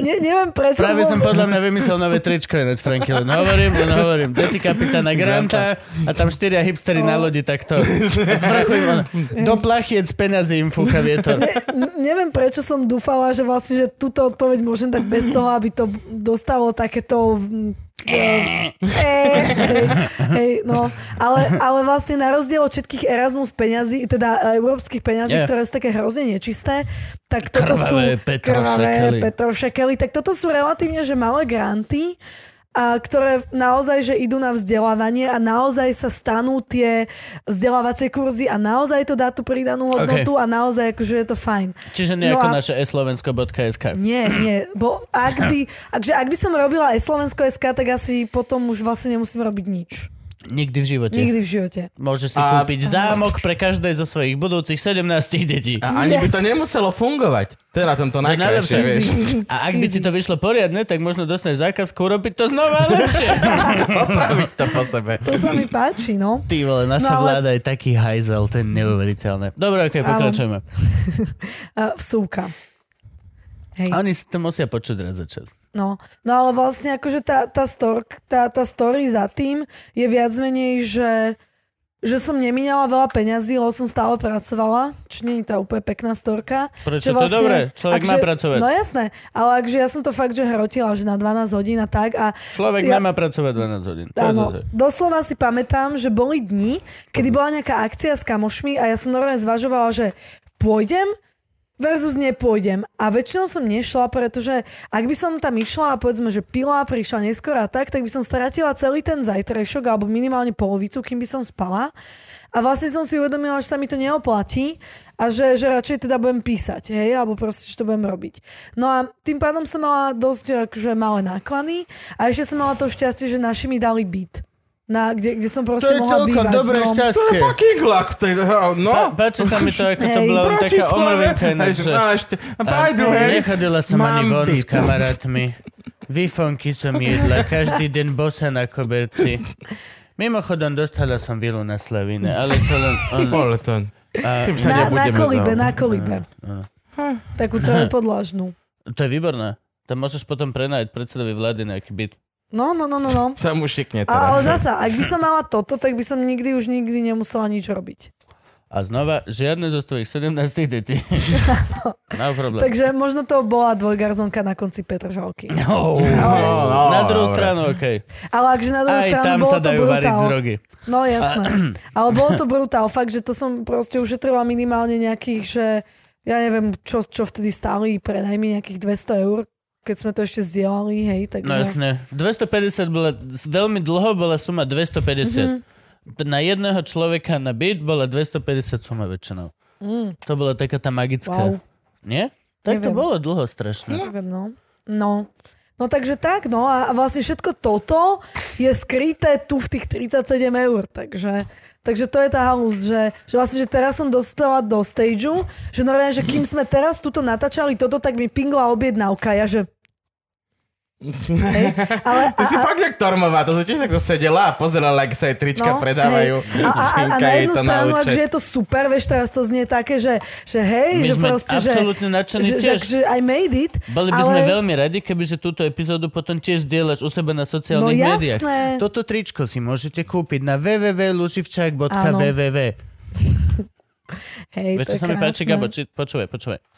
Speaker 3: Ne, neviem prečo.
Speaker 2: Práve
Speaker 3: zlo-
Speaker 2: som podľa mňa vymyslel nové tričko, ináč Franky, len hovorím, len hovorím. Deti kapitána Granta a tam štyria hipstery na lodi takto. A Z vrchu im ona- do plachiec peňazí im fúka vietor.
Speaker 3: Ne- neviem, prečo som dúfala, že vlastne, že túto odpoveď môžem dať bez toho, aby to dostalo takéto... mm, eh, eh, hej, hej, no. ale, ale vlastne na rozdiel od všetkých Erasmus peňazí, teda európskych peňazí,
Speaker 2: Je.
Speaker 3: yeah. ktoré sú také hrozne nečisté, tak toto
Speaker 2: Krvavé
Speaker 3: sú krvavé
Speaker 2: petrošekely.
Speaker 3: petrošekely, tak toto sú relatívne, že malé granty, a ktoré naozaj, že idú na vzdelávanie a naozaj sa stanú tie vzdelávacie kurzy a naozaj to dá tú pridanú hodnotu a naozaj akože je to fajn.
Speaker 2: Čiže nejako
Speaker 3: No a-
Speaker 2: naše eslovensko.sk.
Speaker 3: Nie, nie, bo ak by, akže ak by som robila aj Slovensko SK, tak asi potom už vlastne nemusím robiť nič.
Speaker 2: Nikdy v živote.
Speaker 3: Nikdy v živote.
Speaker 2: Môže si
Speaker 4: A-
Speaker 2: kúpiť zámok pre každé zo svojich budúcich 17 detí.
Speaker 4: A ani by to
Speaker 3: Yes.
Speaker 4: nemuselo fungovať. To je na tomto najkrajšie,
Speaker 2: najlepšie.
Speaker 4: vieš.
Speaker 2: A ak by ti to vyšlo poriadne, tak možno dostaneš zákazku urobiť to znova lepšie.
Speaker 4: Opraviť to po sebe.
Speaker 3: To sa mi páči, no.
Speaker 2: Ty vole, naša
Speaker 3: No, ale-
Speaker 2: vláda je taký hajzel, to je neuveriteľné. Dobre, ok, pokračujeme.
Speaker 3: Uh, vsúka. Hej.
Speaker 2: A Oni si to musia počuť raz za čas.
Speaker 3: No, no ale vlastne akože tá, tá, stork, tá, tá story za tým je viac menej, že, že som nemínala veľa peňazí, lebo som stále pracovala, čo nie je tá úplne pekná storka. vlastne
Speaker 2: Prečo? To je dobré, človek má pracovať.
Speaker 3: No jasné, ale akže ja som to fakt, že hrotila, že na 12 hodín a tak a
Speaker 2: Človek ja...
Speaker 3: Ja-
Speaker 2: nemá pracovať 12 hodín. To je
Speaker 3: Áno,
Speaker 2: zase-
Speaker 3: doslova si pamätám, že boli dni, kedy bola nejaká akcia s kamošmi a ja som normálne zvažovala, že pôjdem versus nepôjdem. A väčšinou som nešla, pretože ak by som tam išla a povedzme, že pila, prišla neskôr a tak, tak by som stratila celý ten zajtrajšok alebo minimálne polovicu, kým by som spala. A vlastne som si uvedomila, že sa mi to neoplatí a že, že radšej teda budem písať, hej, alebo proste, že to budem robiť. No a tým pádom som mala dosť akože malé náklady a ešte som mala to šťastie, že naši mi dali byt. Na, kde, kde som
Speaker 2: To
Speaker 3: proste
Speaker 2: je
Speaker 3: mohla
Speaker 2: celkom
Speaker 3: bývať.
Speaker 2: dobré
Speaker 3: no.
Speaker 4: To je
Speaker 2: šťastie.
Speaker 4: fucking luck. To je, no,
Speaker 2: Pá- Páči sa mi to, ako to
Speaker 3: Hej.
Speaker 2: bola len
Speaker 4: proti
Speaker 2: taká omrvenka. ináč, že-
Speaker 4: No, ešte, a by the
Speaker 2: A
Speaker 4: way,
Speaker 2: Nechodila som ani
Speaker 4: mám
Speaker 2: von s
Speaker 4: byt.
Speaker 2: kamarátmi. Vifonky som jedla, každý deň bosa na koberci. Mimochodom, dostala som vilu na Slavine, ale to len... Ono.
Speaker 4: Bol to. Tým sa
Speaker 3: Na, na
Speaker 4: nebudeme
Speaker 3: kolibe,
Speaker 4: zaoberať.
Speaker 3: na kolibe. Takú trojpodlažnú.
Speaker 2: To je výborné. To môžeš potom prenajať predsedovi vlády nejaký byt.
Speaker 3: No, no, no, no, no.
Speaker 4: Tam už šikne
Speaker 3: A, ale
Speaker 4: teraz.
Speaker 3: zasa, ak by som mala toto, tak by som nikdy už nikdy nemusela nič robiť.
Speaker 2: A znova, žiadne zo tvojich 17 detí. no problém.
Speaker 3: Takže možno to bola dvojgarzonka na konci Petržalky.
Speaker 2: No,
Speaker 4: no,
Speaker 2: na druhú
Speaker 4: dobre.
Speaker 2: stranu, okej.
Speaker 3: Ale akže na druhú
Speaker 2: Aj
Speaker 3: stranu
Speaker 2: tam
Speaker 3: bolo
Speaker 2: sa
Speaker 3: to
Speaker 2: dajú variť
Speaker 3: brutál.
Speaker 2: drogy.
Speaker 3: No jasné. Ale bolo to brutál. Fakt, že to som proste ušetrila minimálne nejakých, že ja neviem, čo, čo vtedy stáli prenajmy nejakých 200 eur, keď sme to ešte zdieľali, hej, takže...
Speaker 2: No jasne. 250 bola, s- veľmi dlho bola suma
Speaker 3: Mhm.
Speaker 2: 250. T- Na jedného človeka na byt bola 250 suma väčšinou.
Speaker 3: Mm,
Speaker 2: To bola taká tá magická.
Speaker 3: wow.
Speaker 2: Nie? Tak to
Speaker 3: Neviem.
Speaker 2: bolo dlho strašne.
Speaker 3: Neviem, no. No. No takže tak, no a a vlastne všetko toto je skryté tu v tých 37 eur, takže, takže to je tá halus, že, že vlastne, že teraz som dostala do stageu, že normálne, že kým sme teraz tuto natáčali toto, tak mi pingla objednávka, ja že... Hej, ale,
Speaker 4: Ty si fakt jak Tormová, to sa tiež takto sedela a pozerala, ak sa jej trička
Speaker 3: No,
Speaker 4: predávajú.
Speaker 3: hej. A, a, a, a na
Speaker 4: Žinka jej
Speaker 3: jednu
Speaker 4: to
Speaker 3: stranu,
Speaker 4: naučí.
Speaker 3: akže je to super, vieš, teraz to znie také, že, že hej,
Speaker 2: My
Speaker 3: že
Speaker 2: sme
Speaker 3: proste, že,
Speaker 2: absolútne nadšení
Speaker 3: že, že,
Speaker 2: tiež.
Speaker 3: že I made it.
Speaker 2: Boli by
Speaker 3: ale...
Speaker 2: sme veľmi radi, kebyže túto epizódu potom tiež zdieľaš u seba na sociálnych
Speaker 3: No
Speaker 2: médiách.
Speaker 3: jasné.
Speaker 2: Toto tričko si môžete kúpiť na www.luživčak.www.
Speaker 3: Hej,
Speaker 2: Vieš,
Speaker 3: to
Speaker 2: čo
Speaker 3: je
Speaker 2: sa mi páči,
Speaker 3: krásne.
Speaker 2: Gabo? Či, počúvaj, počúvaj.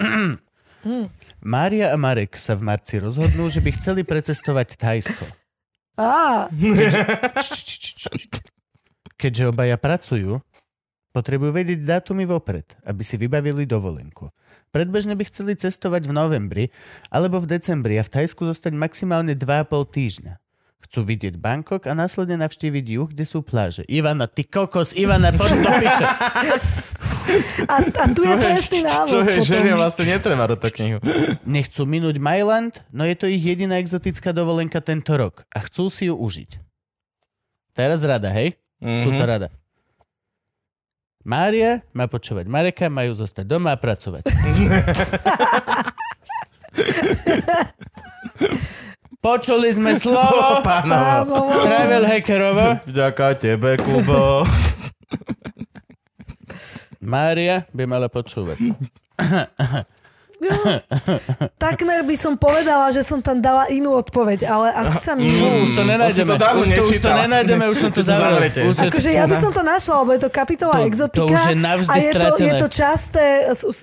Speaker 2: Mária a Marek sa v marci rozhodnú, že by chceli precestovať Thajsko.
Speaker 3: Á,
Speaker 2: Keďže obaja pracujú, potrebujú vedieť dátumy vopred, aby si vybavili dovolenku. Predbežne by chceli cestovať v novembri alebo v decembri a v Tajsku zostať maximálne 2,5 týždňa. Chcú vidieť Bangkok a následne navštíviť juh, kde sú pláže. Ivana, ty kokos, Ivana, poď do piče.
Speaker 3: a, a tu je presný návod.
Speaker 4: Tvoje
Speaker 3: potom.
Speaker 4: žene vlastne netreba do toho knihu.
Speaker 2: Nechcú minúť Mailand, no je to ich jediná exotická dovolenka tento rok a chcú si ju užiť. Teraz rada, hej?
Speaker 4: Mhm.
Speaker 2: Mm-hmm. Tuto rada. Mária má počúvať Mareka, majú zostať doma a pracovať. Počuli sme slovo
Speaker 4: Pánovo.
Speaker 2: Travel Hackerovo.
Speaker 4: Vďaka tebe, Kubo.
Speaker 2: Mária by mala počúvať.
Speaker 3: No, Takmer by som povedala, že som tam dala inú odpoveď, ale asi sa mi...
Speaker 2: Už to nenájdeme.
Speaker 4: Mhm. to dávno
Speaker 2: Už to, už to
Speaker 4: nečítal.
Speaker 2: nenájdeme, už som to
Speaker 4: To
Speaker 2: zavrel.
Speaker 4: zavrete.
Speaker 2: Už je to-
Speaker 3: Akože ja by som to našla, lebo je to kapitola
Speaker 2: teda. To- to
Speaker 3: exotika.
Speaker 2: už je navždy
Speaker 3: a je to, je
Speaker 2: stratené.
Speaker 3: to časté,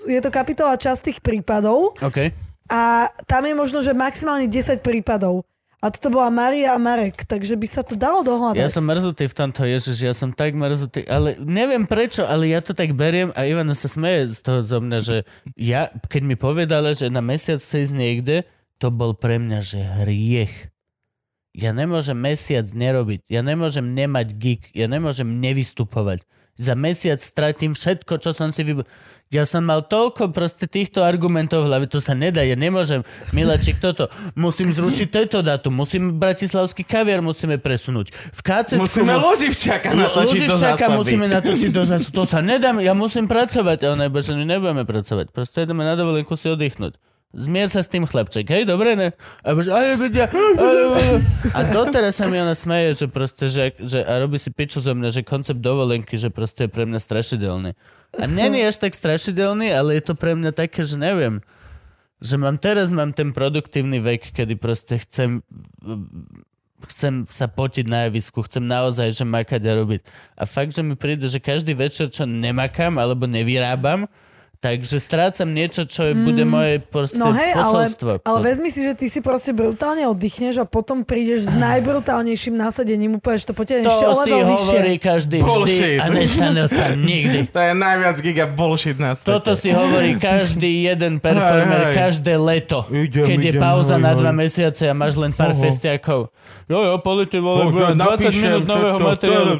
Speaker 3: je to kapitola častých prípadov
Speaker 2: OK.
Speaker 3: a tam je možno, že maximálne 10 prípadov. A toto bola Maria a Marek, takže by sa to dalo dohľadať.
Speaker 2: Ja som mrzutý v tomto, ježiš, ja som tak mrzutý, ale neviem prečo, ale ja to tak beriem a Ivana sa smeje z toho zo mňa, že ja, keď mi povedala, že na mesiac chce ísť niekde, to bol pre mňa, že hriech. Ja nemôžem mesiac nerobiť, ja nemôžem nemať gig, ja nemôžem nevystupovať. Za mesiac stratím všetko, čo som si vybo... Ja som mal toľko proste týchto argumentov v hlave, to sa nedá, ja nemôžem, miláčik, toto, musím zrušiť tento dátum, musím bratislavský kaviar musíme presunúť. V KCčku...
Speaker 4: Musíme
Speaker 2: mu-
Speaker 4: Luživčaka natočiť do
Speaker 2: Luživčaka
Speaker 4: zásady.
Speaker 2: musíme natočiť do zásady. To sa nedá, ja musím pracovať. A nebo, že my nebudeme pracovať. Proste ideme na dovolenku si oddychnúť. Zmier sa s tým chlapček, hej, dobre, ne? A, bože, aj, vedia, aj, aj. a doteraz sa mi ona smeje, že proste, že, že a robí si piču zo mňa, že koncept dovolenky, že proste je pre mňa strašidelný. A není až tak strašidelný, ale je to pre mňa také, že neviem, že mám teraz mám ten produktívny vek, kedy proste chcem chcem sa potiť na javisku, chcem naozaj, že makať a robiť. A fakt, že mi príde, že každý večer, čo nemakám alebo nevyrábam, takže strácam niečo, čo je, bude moje proste
Speaker 3: No hej, ale,
Speaker 2: posolstvo.
Speaker 3: ale vezmi si, že ty si proste brutálne oddychneš a potom prídeš s najbrutálnejším nasadením, úplne, že to potiaľ ešte
Speaker 2: to
Speaker 3: o
Speaker 2: si
Speaker 3: level vyššie.
Speaker 2: hovorí každý vždy
Speaker 4: Bullshit.
Speaker 2: a nestane sa nikdy.
Speaker 4: To je najviac giga bullshit na svete.
Speaker 2: Toto si hovorí každý jeden performer,
Speaker 4: Hej, hej.
Speaker 2: každé leto.
Speaker 4: Idem,
Speaker 2: keď je
Speaker 4: idem,
Speaker 2: pauza
Speaker 4: hoj,
Speaker 2: na
Speaker 4: hoj.
Speaker 2: dva mesiace a máš len pár
Speaker 4: Oho.
Speaker 2: festiakov. Jo, jo, polite, vole, budem 20 minút nového materiálu.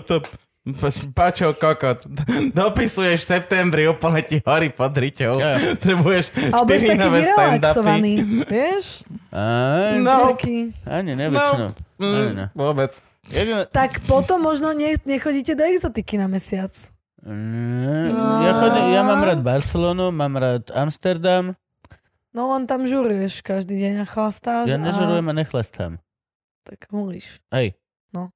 Speaker 4: Pačo, kokot. Dopisuješ v septembri, úplne ti horí pod riťou.
Speaker 2: Ja.
Speaker 4: Trebuješ
Speaker 3: Ale budeš
Speaker 4: 4
Speaker 3: taký
Speaker 4: nové
Speaker 3: vyrelaxovaný,
Speaker 4: stand-upy.
Speaker 3: vieš?
Speaker 2: Aj,
Speaker 3: No.
Speaker 4: No.
Speaker 3: Taký.
Speaker 2: Ani ne,
Speaker 4: No,
Speaker 2: väčšinou. Ani ne.
Speaker 4: Mm, vôbec.
Speaker 2: Jediné,
Speaker 3: Tak potom možno ne, nechodíte do exotiky na mesiac.
Speaker 2: Mm, Ja, chodím, ja mám rád Barcelonu, mám rád Amsterdam,
Speaker 3: No len tam žuruješ každý deň a chlastáš.
Speaker 2: ja nežerujem a
Speaker 3: A...
Speaker 2: nechlastám.
Speaker 3: Tak hulíš.
Speaker 2: Hej.
Speaker 3: No.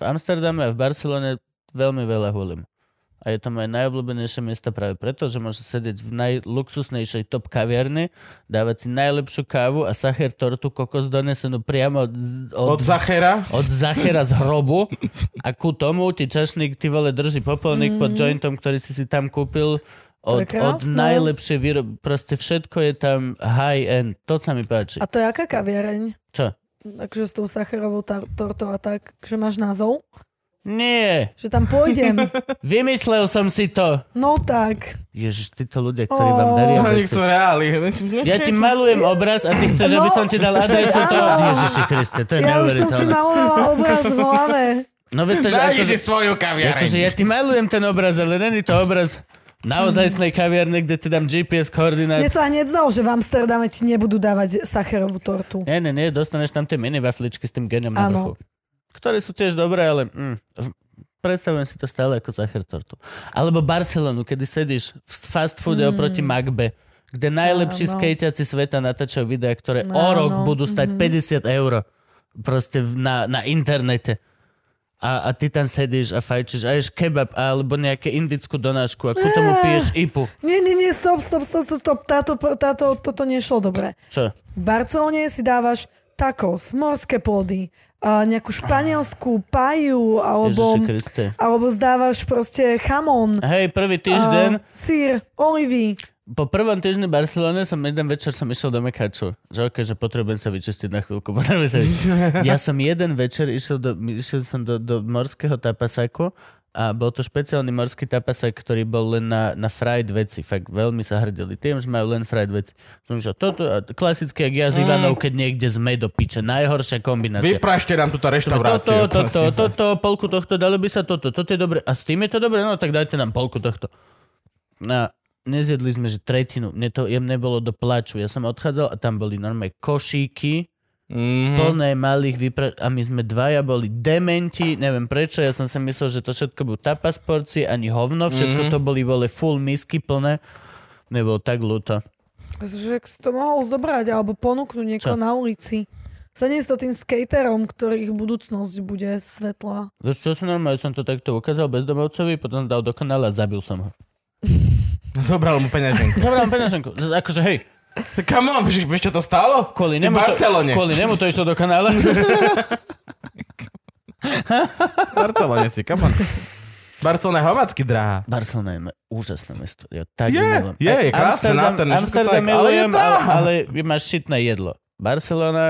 Speaker 2: V Amsterdame a v Barcelone veľmi veľa hulím. A je to moje najobľúbenejšie miesto práve preto, že môžeš sedieť v najluxusnejšej top kaviarni, dávať si najlepšiu kávu a sacher tortu kokos donesenú priamo z-
Speaker 4: Od Zachera?
Speaker 2: od zachera z hrobu a ku tomu ti čašník ty vole drží popolník mm. pod jointom, ktorý si si tam kúpil
Speaker 3: To
Speaker 2: od,
Speaker 3: Mhm. je
Speaker 2: od
Speaker 3: krásne.
Speaker 2: najlepšie výrob... Proste všetko je tam high-end. To sa mi páči.
Speaker 3: A to je aká kaviareň?
Speaker 2: Čo?
Speaker 3: Takže s tou sacharovou tar- tortou a tak, že máš názov?
Speaker 2: Nie,
Speaker 3: Že tam pôjdem.
Speaker 2: vymyslel som si to.
Speaker 3: No tak.
Speaker 2: Ježiš, títo ľudia, ktorí vám
Speaker 3: Oh.
Speaker 2: daria
Speaker 4: To
Speaker 2: veci.
Speaker 4: niekto reáli.
Speaker 2: Ja ti malujem obraz a ty chceš, aby
Speaker 3: No.
Speaker 2: som ti dal adresu toho.
Speaker 3: Áno.
Speaker 2: Ježiši Kriste, to je
Speaker 3: Ja už som si
Speaker 2: neuveriteľné.
Speaker 3: malovala obraz v hlave.
Speaker 2: No veď to, že
Speaker 4: Nájdi
Speaker 2: akože-
Speaker 4: si svoju
Speaker 2: Akože
Speaker 4: kaviareň.
Speaker 2: ja ti malujem ten obraz, ale není to obraz naozajstnej kaviarne, kde ti dám GPS koordinát.
Speaker 3: Mne sa hneď zdalo, že v Amsterdame ti nebudú dávať sacharovú tortu.
Speaker 2: Nie, nie, nie, dostaneš tam tie mini wafličky s tým geniom na
Speaker 3: Áno.
Speaker 2: vrchu. Ktoré sú tiež dobré, ale mm, v- predstavujem si to stále ako sachertortu. Alebo Barcelonu, kedy sedíš v s- fast foode oproti Magbe, kde najlepší
Speaker 3: Mm. Áno.
Speaker 2: skejťaci sveta natáčajú videá, ktoré o
Speaker 3: Áno, Mhm.
Speaker 2: rok budú stať 50 eur proste v- na, na internete. A, a ty tam sedíš a fajčíš a ješ kebab alebo nejaké indickú donášku a ku
Speaker 3: Eh.
Speaker 2: tomu piješ ipu.
Speaker 3: Nie, nie, nie, stop, stop, stop, stop, stop. Táto, táto, toto nešlo dobre.
Speaker 2: Čo?
Speaker 3: V Barcelone si dávaš tacos, morské plody, a nejakú španielskú paju, alebo,
Speaker 2: Ježiši Kriste.
Speaker 3: alebo zdávaš proste chamon,
Speaker 2: Hej, prvý týždeň
Speaker 3: a sír, olivy.
Speaker 2: po prvom týždni v Barcelone som jeden večer som išiel do Mekaču. Že ok, že potrebujem sa vyčistiť na chvíľku. potrebujem sa vyčistiť. ja som jeden večer išiel, do, išiel som do, do morského tapasaku a bol to špeciálny morský tapasak, ktorý bol len na, na fried veci. Fakt veľmi sa hrdili tým, že majú len fried veci. Som išiel toto, a klasicky, jak ja s Ivanou, keď niekde sme do piče. Najhoršia kombinácia.
Speaker 4: Vyprašte nám túto
Speaker 2: Toto,
Speaker 4: reštauráciu.
Speaker 2: toto,
Speaker 4: prosím vás.
Speaker 2: toto, polku tohto, dalo by sa toto, toto je dobre. A s tým je to dobre, no tak dajte nám polku tohto. A nezjedli sme, že tretinu. Mne to jemne bolo do plaču. Ja som odchádzal a tam boli normálne košíky,
Speaker 4: Mhm.
Speaker 2: plné malých vypra- a my sme dvaja boli dementi, neviem prečo, ja som si myslel, že to všetko budú tapas porcie, ani hovno, všetko to boli vole full misky plné. Nebolo tak ľúto.
Speaker 3: Že ak si to mohol zobrať alebo ponúknuť niekoho
Speaker 2: Čo?
Speaker 3: na ulici. Sadím si to tým skaterom, ktorých budúcnosť bude svetla.
Speaker 2: Vieš čo som normálne, som to takto ukázal bezdomovcovi, potom dal do kanála a zabil som ho.
Speaker 4: Zobral mu peňaženku.
Speaker 2: Zobrám peňaženku. Z- Akože hej,
Speaker 4: Come on, vieš, vieš, čo to stálo?
Speaker 2: kvôli
Speaker 4: si v
Speaker 2: nemu, to,
Speaker 4: Barcelone.
Speaker 2: kvôli nemu to išlo do kanála.
Speaker 4: V Barcelone si, come on. Barcelona je hovacky drahá.
Speaker 2: Barcelona je me- úžasné mesto. Ja tak
Speaker 4: Je,
Speaker 2: ju milujem.
Speaker 4: je, je
Speaker 2: Aj
Speaker 4: krásne,
Speaker 2: Amsterdam,
Speaker 4: nádherné, všetko
Speaker 2: Amsterdam
Speaker 4: celé, ale je
Speaker 2: milujem, ale,
Speaker 4: drahá.
Speaker 2: ale, máš šitné jedlo. Barcelona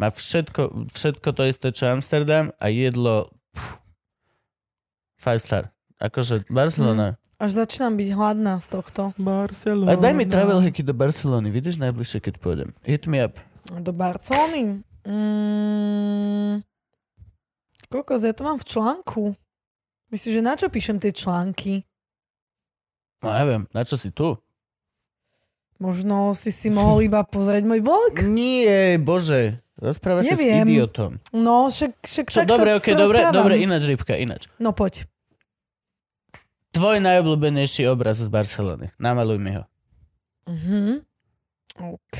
Speaker 2: má všetko, všetko to isté, čo Amsterdam a jedlo... Pff, five star. Akože Barcelona.
Speaker 3: Až začínam byť hladná z tohto.
Speaker 4: Barcelona.
Speaker 2: A daj mi travel hacky do Barcelony, vidíš najbližšie, keď pôjdem. Hit me up.
Speaker 3: Do Barcelony? Mm, koľko ja to mám v článku? Myslíš, že na čo píšem tie články?
Speaker 2: No neviem, na čo si tu?
Speaker 3: Možno si si mohol iba pozrieť môj blog?
Speaker 2: Nie, bože. Rozpráva sa s
Speaker 3: Neviem.
Speaker 2: idiotom.
Speaker 3: No, však, však
Speaker 2: Čo,
Speaker 3: tak
Speaker 2: dobre,
Speaker 3: sa,
Speaker 2: okej,
Speaker 3: sa
Speaker 2: dobre,
Speaker 3: rozprávam.
Speaker 2: dobre, ináč, Rybka, ináč.
Speaker 3: No poď.
Speaker 2: Tvoj najobľúbenejší obraz z Barcelony. Namaluj mi ho.
Speaker 3: Mhm. OK.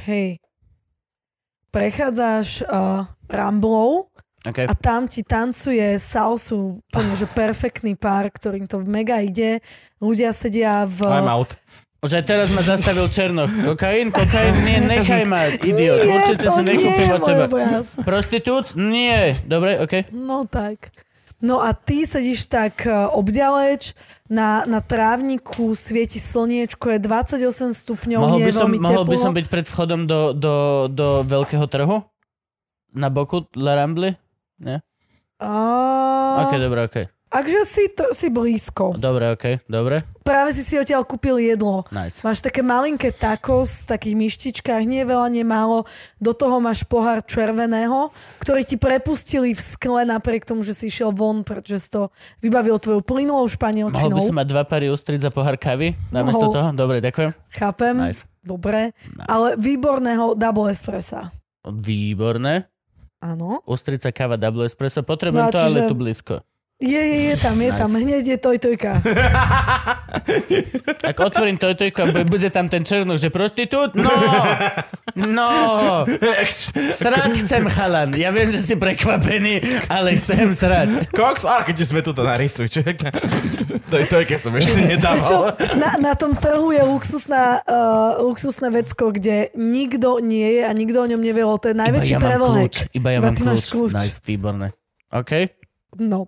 Speaker 3: Prechádzaš uh, Ramblou
Speaker 2: Okay.
Speaker 3: A tam ti tancuje salsu, úplne, že perfektný pár, ktorým to mega ide. Ľudia sedia v...
Speaker 4: I'm out.
Speaker 2: Už aj teraz ma zastavil Černoch. Kokain, kokain, nie, nechaj ma, idiot.
Speaker 3: Nie,
Speaker 2: Určite
Speaker 3: to
Speaker 2: si nekúpim
Speaker 3: nie je
Speaker 2: od
Speaker 3: môj
Speaker 2: teba.
Speaker 3: obraz.
Speaker 2: Prostitúc? Nie. Dobre, okej.
Speaker 3: No tak. No a ty sedíš tak e, obďaleč, na, na trávniku svieti slniečko, je 28 stupňov,
Speaker 2: Mohol,
Speaker 3: nie
Speaker 2: by
Speaker 3: je
Speaker 2: som,
Speaker 3: veľmi
Speaker 2: mohol
Speaker 3: teplo.
Speaker 2: by som byť pred vchodom do, do, do veľkého trhu? Na boku La Rambly?
Speaker 3: A...
Speaker 2: Ok, dobre, ok.
Speaker 3: Akže si, to, si blízko.
Speaker 2: Dobre, ok, dobre.
Speaker 3: Práve si si odtiaľ kúpil jedlo.
Speaker 2: Nice.
Speaker 3: Máš také malinké tacos v takých myštičkách, nie veľa, nemálo. Do toho máš pohár červeného, ktorý ti prepustili v skle napriek tomu, že si išiel von, pretože si to vybavil tvojou plynulou
Speaker 2: Mohol by
Speaker 3: španielčinou.
Speaker 2: som mať dva pary ostriť za pohár kavy? Namiesto
Speaker 3: Mohol.
Speaker 2: toho? Dobre, ďakujem.
Speaker 3: Chápem,
Speaker 2: Nice.
Speaker 3: dobre. Ale výborného double espressa.
Speaker 2: Výborné.
Speaker 3: Áno.
Speaker 2: Ostrica, káva, double espresso. Potrebujem
Speaker 3: No a
Speaker 2: to, ale
Speaker 3: čiže-
Speaker 2: tu blízko.
Speaker 3: Je, je, je tam, je
Speaker 2: Nice.
Speaker 3: tam. Hneď je toj, tojka.
Speaker 2: Ak otvorím to tojko a bu- bude tam ten černok, že prostitút? No! No! Srať chcem, chalan. Ja viem, že si prekvapený, ale chcem srať.
Speaker 4: Cox, a keď už sme tu to narysuj, čo je to? To je to, keď som ešte nedával.
Speaker 3: Čo, na, na tom trhu je luxusná, uh, luxusné vecko, kde nikto nie je a nikto o ňom nevie, lebo to je
Speaker 2: Iba
Speaker 3: najväčší
Speaker 2: ja mám
Speaker 3: travel hack.
Speaker 2: kľúč. Iba ja
Speaker 3: Iba
Speaker 2: mám
Speaker 3: ty máš
Speaker 2: kľúč.
Speaker 3: kľúč.
Speaker 2: Nice, výborné. OK?
Speaker 3: No.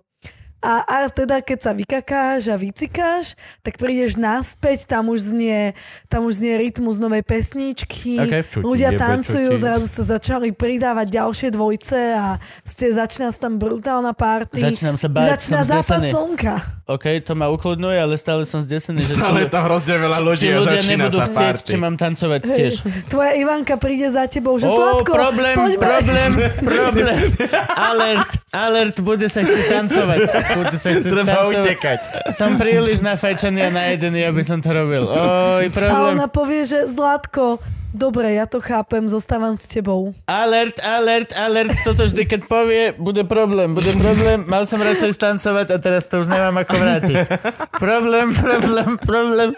Speaker 3: A, a teda keď sa vykakáš a vycikáš, tak prídeš naspäť, tam už znie, tam už znie rytmus novej pesničky,
Speaker 2: Ok.
Speaker 4: Čo ti
Speaker 3: ľudia
Speaker 4: jebe, čo
Speaker 3: tancujú,
Speaker 4: ti-
Speaker 3: zrazu sa začali pridávať ďalšie dvojce a ste, začína sa tam brutálna party.
Speaker 2: Začínam sa báť,
Speaker 3: Začína
Speaker 2: som
Speaker 3: západ
Speaker 2: zdesený.
Speaker 3: slnka.
Speaker 2: OK, to ma ukludňuje, ale stále som zdesený, že či,
Speaker 4: Ale tam hrozne veľa
Speaker 2: či
Speaker 4: ľudí a
Speaker 2: ľudia
Speaker 4: začína
Speaker 2: nebudú
Speaker 4: sa
Speaker 2: chcieť, či
Speaker 4: party.
Speaker 2: mám tancovať tiež.
Speaker 3: Tvoja Ivanka príde za tebou,
Speaker 2: Ó,
Speaker 3: že sladko,
Speaker 2: problém,
Speaker 3: poďme.
Speaker 2: problém, problém. Alert, alert, bude sa chcieť tancovať. Bude sa chcieť
Speaker 4: Treba
Speaker 2: tancovať.
Speaker 4: utekať.
Speaker 2: Som príliš nafajčený a najedený, aby som to robil. Oj,
Speaker 3: A
Speaker 2: problém.
Speaker 3: ona povie, že Zlatko, dobre, ja to chápem, zostávam s tebou.
Speaker 2: Alert, alert, alert. Toto vždy, keď povie, bude problém, bude problém. Mal som radšej stancovať a teraz to už nemám ako vrátiť. Problém, problém, problém.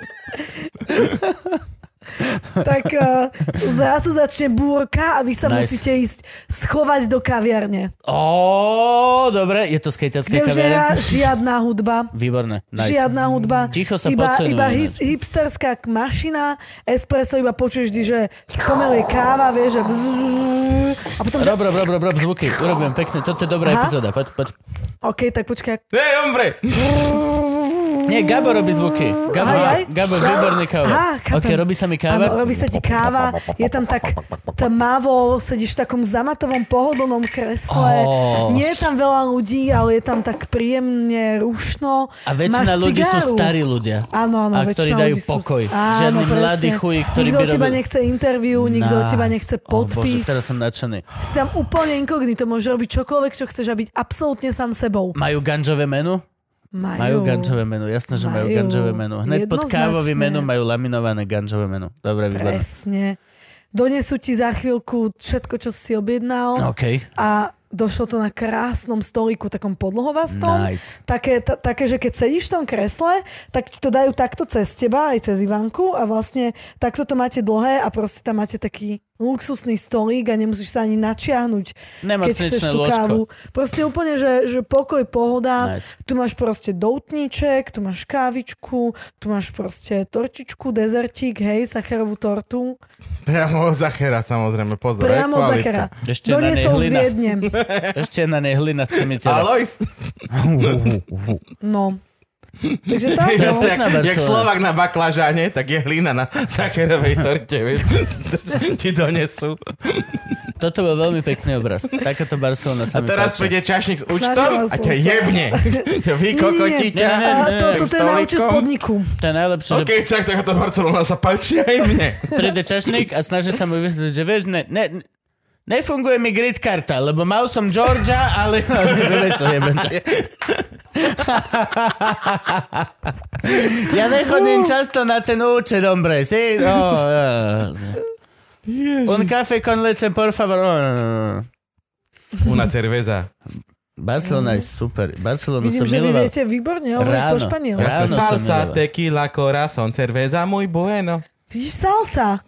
Speaker 3: Tak uh, zrazu začne búrka a vy sa
Speaker 2: Nice.
Speaker 3: nice. musíte ísť schovať do kaviarne,
Speaker 2: Ó, dobre, je to skejťacká
Speaker 3: kde už nemá
Speaker 2: kaviareň.
Speaker 3: žiadna hudba.
Speaker 2: Výborné, nice.
Speaker 3: Žiadna hudba,
Speaker 2: Ticho sa
Speaker 3: iba,
Speaker 2: podceňuje
Speaker 3: iba
Speaker 2: ináč.
Speaker 3: hip, hipsterská mašina, espresso, iba počuješ vždy, že spomelie káva, vieš, že vzz, a potom, že
Speaker 2: Rob, rob, rob, rob, rob zvuky, urobím pekne, toto je dobrá
Speaker 3: Aha.
Speaker 2: epizóda, poď, poď.
Speaker 3: OK, tak počkaj,
Speaker 4: Hej, hombre!
Speaker 2: Nie, Gabo robí zvuky. Gabo,
Speaker 3: Aj, aj.
Speaker 2: Gabo výborný káva.
Speaker 3: Aha, chápem.
Speaker 2: ok, robí sa mi káva.
Speaker 3: Áno, robí sa ti káva, je tam tak tmavo, sedíš v takom zamatovom pohodlnom kresle.
Speaker 2: Ó.
Speaker 3: Nie je tam veľa ľudí, ale je tam tak príjemne rušno.
Speaker 2: A väčšina
Speaker 3: Máš
Speaker 2: ľudí sú
Speaker 3: cigáru.
Speaker 2: starí ľudia.
Speaker 3: Áno, áno,
Speaker 2: A ktorí
Speaker 3: väčšina
Speaker 2: dajú
Speaker 3: ľudí sú-
Speaker 2: pokoj.
Speaker 3: Áno,
Speaker 2: Žiadny mladý
Speaker 3: presne.
Speaker 2: chuj, ktorý
Speaker 3: nikto
Speaker 2: by
Speaker 3: od teba
Speaker 2: robil-
Speaker 3: nechce interviu, nikto od teba
Speaker 2: Nice.
Speaker 3: nechce
Speaker 2: Ó,
Speaker 3: podpis.
Speaker 2: bože, teraz som nadšený.
Speaker 3: Si tam úplne inkognito, môžeš robiť čokoľvek, čo chceš a byť absolútne sám sebou.
Speaker 2: Majú ganžové menu?
Speaker 3: Majú.
Speaker 2: Majú ganžové menu, jasné, že majú
Speaker 3: Majú.
Speaker 2: ganžové menu. Hneď pod kávovým
Speaker 3: Jednoznačne.
Speaker 2: menu majú laminované ganžové menu. Dobre, výborné.
Speaker 3: Presne. Donesú ti za chvíľku všetko, čo si objednal.
Speaker 2: OK,
Speaker 3: a došlo to na krásnom stolíku, takom podlhovastom.
Speaker 2: nice.
Speaker 3: Také, ta, také, že keď sedíš v tom kresle, tak ti to dajú takto cez teba, aj cez Ivanku a vlastne takto to máte dlhé a proste tam máte taký luxusný stolík a nemusíš sa ani načiahnuť, keď
Speaker 2: Nemocničné
Speaker 3: chceš tú kávu.
Speaker 2: lôžko.
Speaker 3: Proste úplne, že, že pokoj, pohoda.
Speaker 2: Nice.
Speaker 3: Tu máš proste doutníček, tu máš kávičku, tu máš proste tortičku, dezertík, hej, sacharovú tortu.
Speaker 4: Priamo od Zachera, samozrejme, pozor. aj
Speaker 3: Priamo od
Speaker 4: kvalita.
Speaker 3: Zachera.
Speaker 2: Ešte na nej
Speaker 3: Doniesol z
Speaker 2: hlina.
Speaker 3: Viedne.
Speaker 2: Ešte na nej hlina z cemitera.
Speaker 4: Alois,
Speaker 3: No. Takže tak, no.
Speaker 4: presne,
Speaker 2: pekná
Speaker 4: jak, jak
Speaker 2: veršová.
Speaker 4: Slovak na baklažáne, tak je hlina na Zacherovej torte, vieš, ti donesú.
Speaker 2: Toto bol veľmi pekný obraz. Takáto Barcelona sa
Speaker 4: A
Speaker 2: mi
Speaker 4: teraz
Speaker 2: páči.
Speaker 4: príde čašník s
Speaker 3: Snažila
Speaker 4: účtom a
Speaker 3: som
Speaker 4: ťa
Speaker 3: sa.
Speaker 4: jebne. Vy
Speaker 3: Nie,
Speaker 4: kokotíte.
Speaker 2: nie,
Speaker 3: A to, toto je
Speaker 4: Tak
Speaker 3: na účet
Speaker 4: stolikom.
Speaker 3: podniku.
Speaker 2: To je najlepšie, že
Speaker 4: OK, tak takáto Barcelona sa páči aj mne.
Speaker 2: príde čašník a snaží sa mu vysvetliť, že vieš, ne, ne, nefunguje mi grid karta, lebo mal som Georgia, ale... Vieš čo, jebem to. ja nechodím často na ten účet, hombre, si? No,
Speaker 4: Ježiš.
Speaker 2: Un café con leche, por favor. No, no, no.
Speaker 4: Una cerveza.
Speaker 2: Barcelona je super. Barcelonu som
Speaker 3: Vidím, že vy
Speaker 2: miloval.
Speaker 3: viete výborne hovoriť po
Speaker 2: Ráno.
Speaker 3: španielsku.
Speaker 2: Áno, som
Speaker 4: Salsa,
Speaker 2: miloval.
Speaker 4: tequila, corazón, cerveza, muy bueno.
Speaker 3: Vidíš salsa?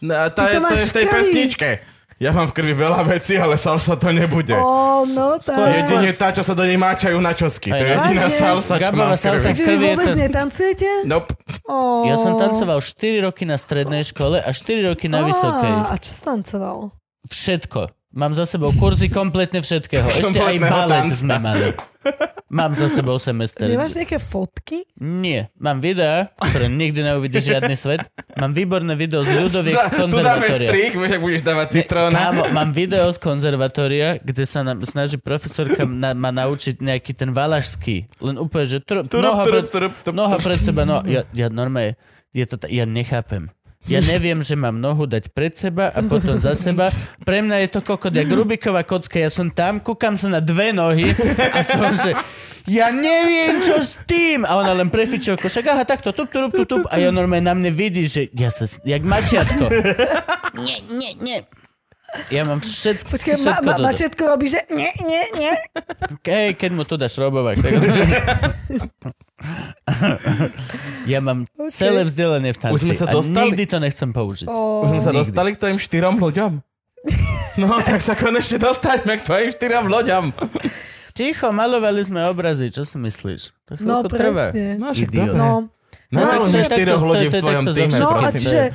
Speaker 4: No, a tá
Speaker 3: Ty
Speaker 4: je,
Speaker 3: to
Speaker 4: to
Speaker 3: máš
Speaker 4: je v
Speaker 3: v
Speaker 4: tej
Speaker 3: krvi.
Speaker 4: pesničke. Ja mám v krvi veľa vecí, ale salsa to nebude.
Speaker 3: Ó, no tak.
Speaker 4: Jedine tá, čo sa do nej máčajú na čosky. To je
Speaker 2: Aj,
Speaker 4: jediná
Speaker 3: vážne?
Speaker 4: salsa, čo
Speaker 2: Gabová
Speaker 4: mám v krvi.
Speaker 2: salsa.
Speaker 3: Takže vy
Speaker 2: krvi je
Speaker 3: vôbec
Speaker 2: to-
Speaker 3: netancujete?
Speaker 4: Nope.
Speaker 3: Ó.
Speaker 2: Ja som tancoval 4 roky na strednej škole a 4 roky na
Speaker 3: Á,
Speaker 2: vysokej.
Speaker 3: A čo si tancoval?
Speaker 2: Všetko. Mám za sebou kurzy kompletne všetkého. Ešte aj
Speaker 4: Kompletného
Speaker 2: balet
Speaker 4: tanca.
Speaker 2: sme mali. Mám za sebou semester.
Speaker 3: Nemáš nejaké fotky?
Speaker 2: Nie. Mám videá, ktoré nikdy neuvidí žiadny svet. Mám výborné video z ľudoviek z
Speaker 4: Za- Tu dáme
Speaker 2: konzervatória.
Speaker 4: strich, vieš, ak budeš dávať citróna.
Speaker 2: Kámo, mám video z konzervatória, kde sa nám snaží profesorka na, ma naučiť nejaký ten valašský. Len úplne, že tr-
Speaker 4: Turup,
Speaker 2: noha,
Speaker 4: turup,
Speaker 2: pred,
Speaker 4: turup, turup.
Speaker 2: noha pred seba. No, ja, ja normálne, je to ta- ja nechápem. Ja neviem, že mám nohu dať pred seba a potom za seba. Pre mňa je to kokot, jak Rubiková kocka. Ja som tam, kúkam sa na dve nohy a som, že ja neviem, čo s tým. A ona len prefičovko, však aha, takto, tup, tup, tup, tup. A ja normálne na mne vidí, že ja sa, s- jak mačiatko. Nie, nie, nie. Ja mám všetko,
Speaker 3: Počkaj, ma,
Speaker 2: všetko
Speaker 3: ma,
Speaker 2: ma,
Speaker 3: mačetko robí, že nie, nie, nie.
Speaker 2: Hej, keď mu to dáš robovak. Tak... ja mám okay. celé vzdelanie v tanci.
Speaker 4: Už sme sa
Speaker 2: A
Speaker 4: dostali.
Speaker 2: nikdy to nechcem použiť.
Speaker 4: Už sme sa
Speaker 2: Nikdy.
Speaker 4: dostali k tvojim štyrom ľuďom. No, tak sa konečne dostaňme k tvojim štyrom ľuďom.
Speaker 2: Ticho, malovali sme obrazy, čo si myslíš? To
Speaker 3: No,
Speaker 2: chvíľku trvá.
Speaker 3: presne.
Speaker 4: No, však
Speaker 2: Idiot.
Speaker 4: dobre.
Speaker 3: No,
Speaker 2: No,
Speaker 4: No, no,
Speaker 2: takže
Speaker 4: že
Speaker 2: takto-
Speaker 4: štyroch
Speaker 2: to-
Speaker 4: ľudí
Speaker 2: to-
Speaker 4: v
Speaker 2: to-
Speaker 4: tvojom
Speaker 2: takto
Speaker 4: týme.
Speaker 2: začne
Speaker 3: no a
Speaker 2: prosím,
Speaker 3: čiže uh,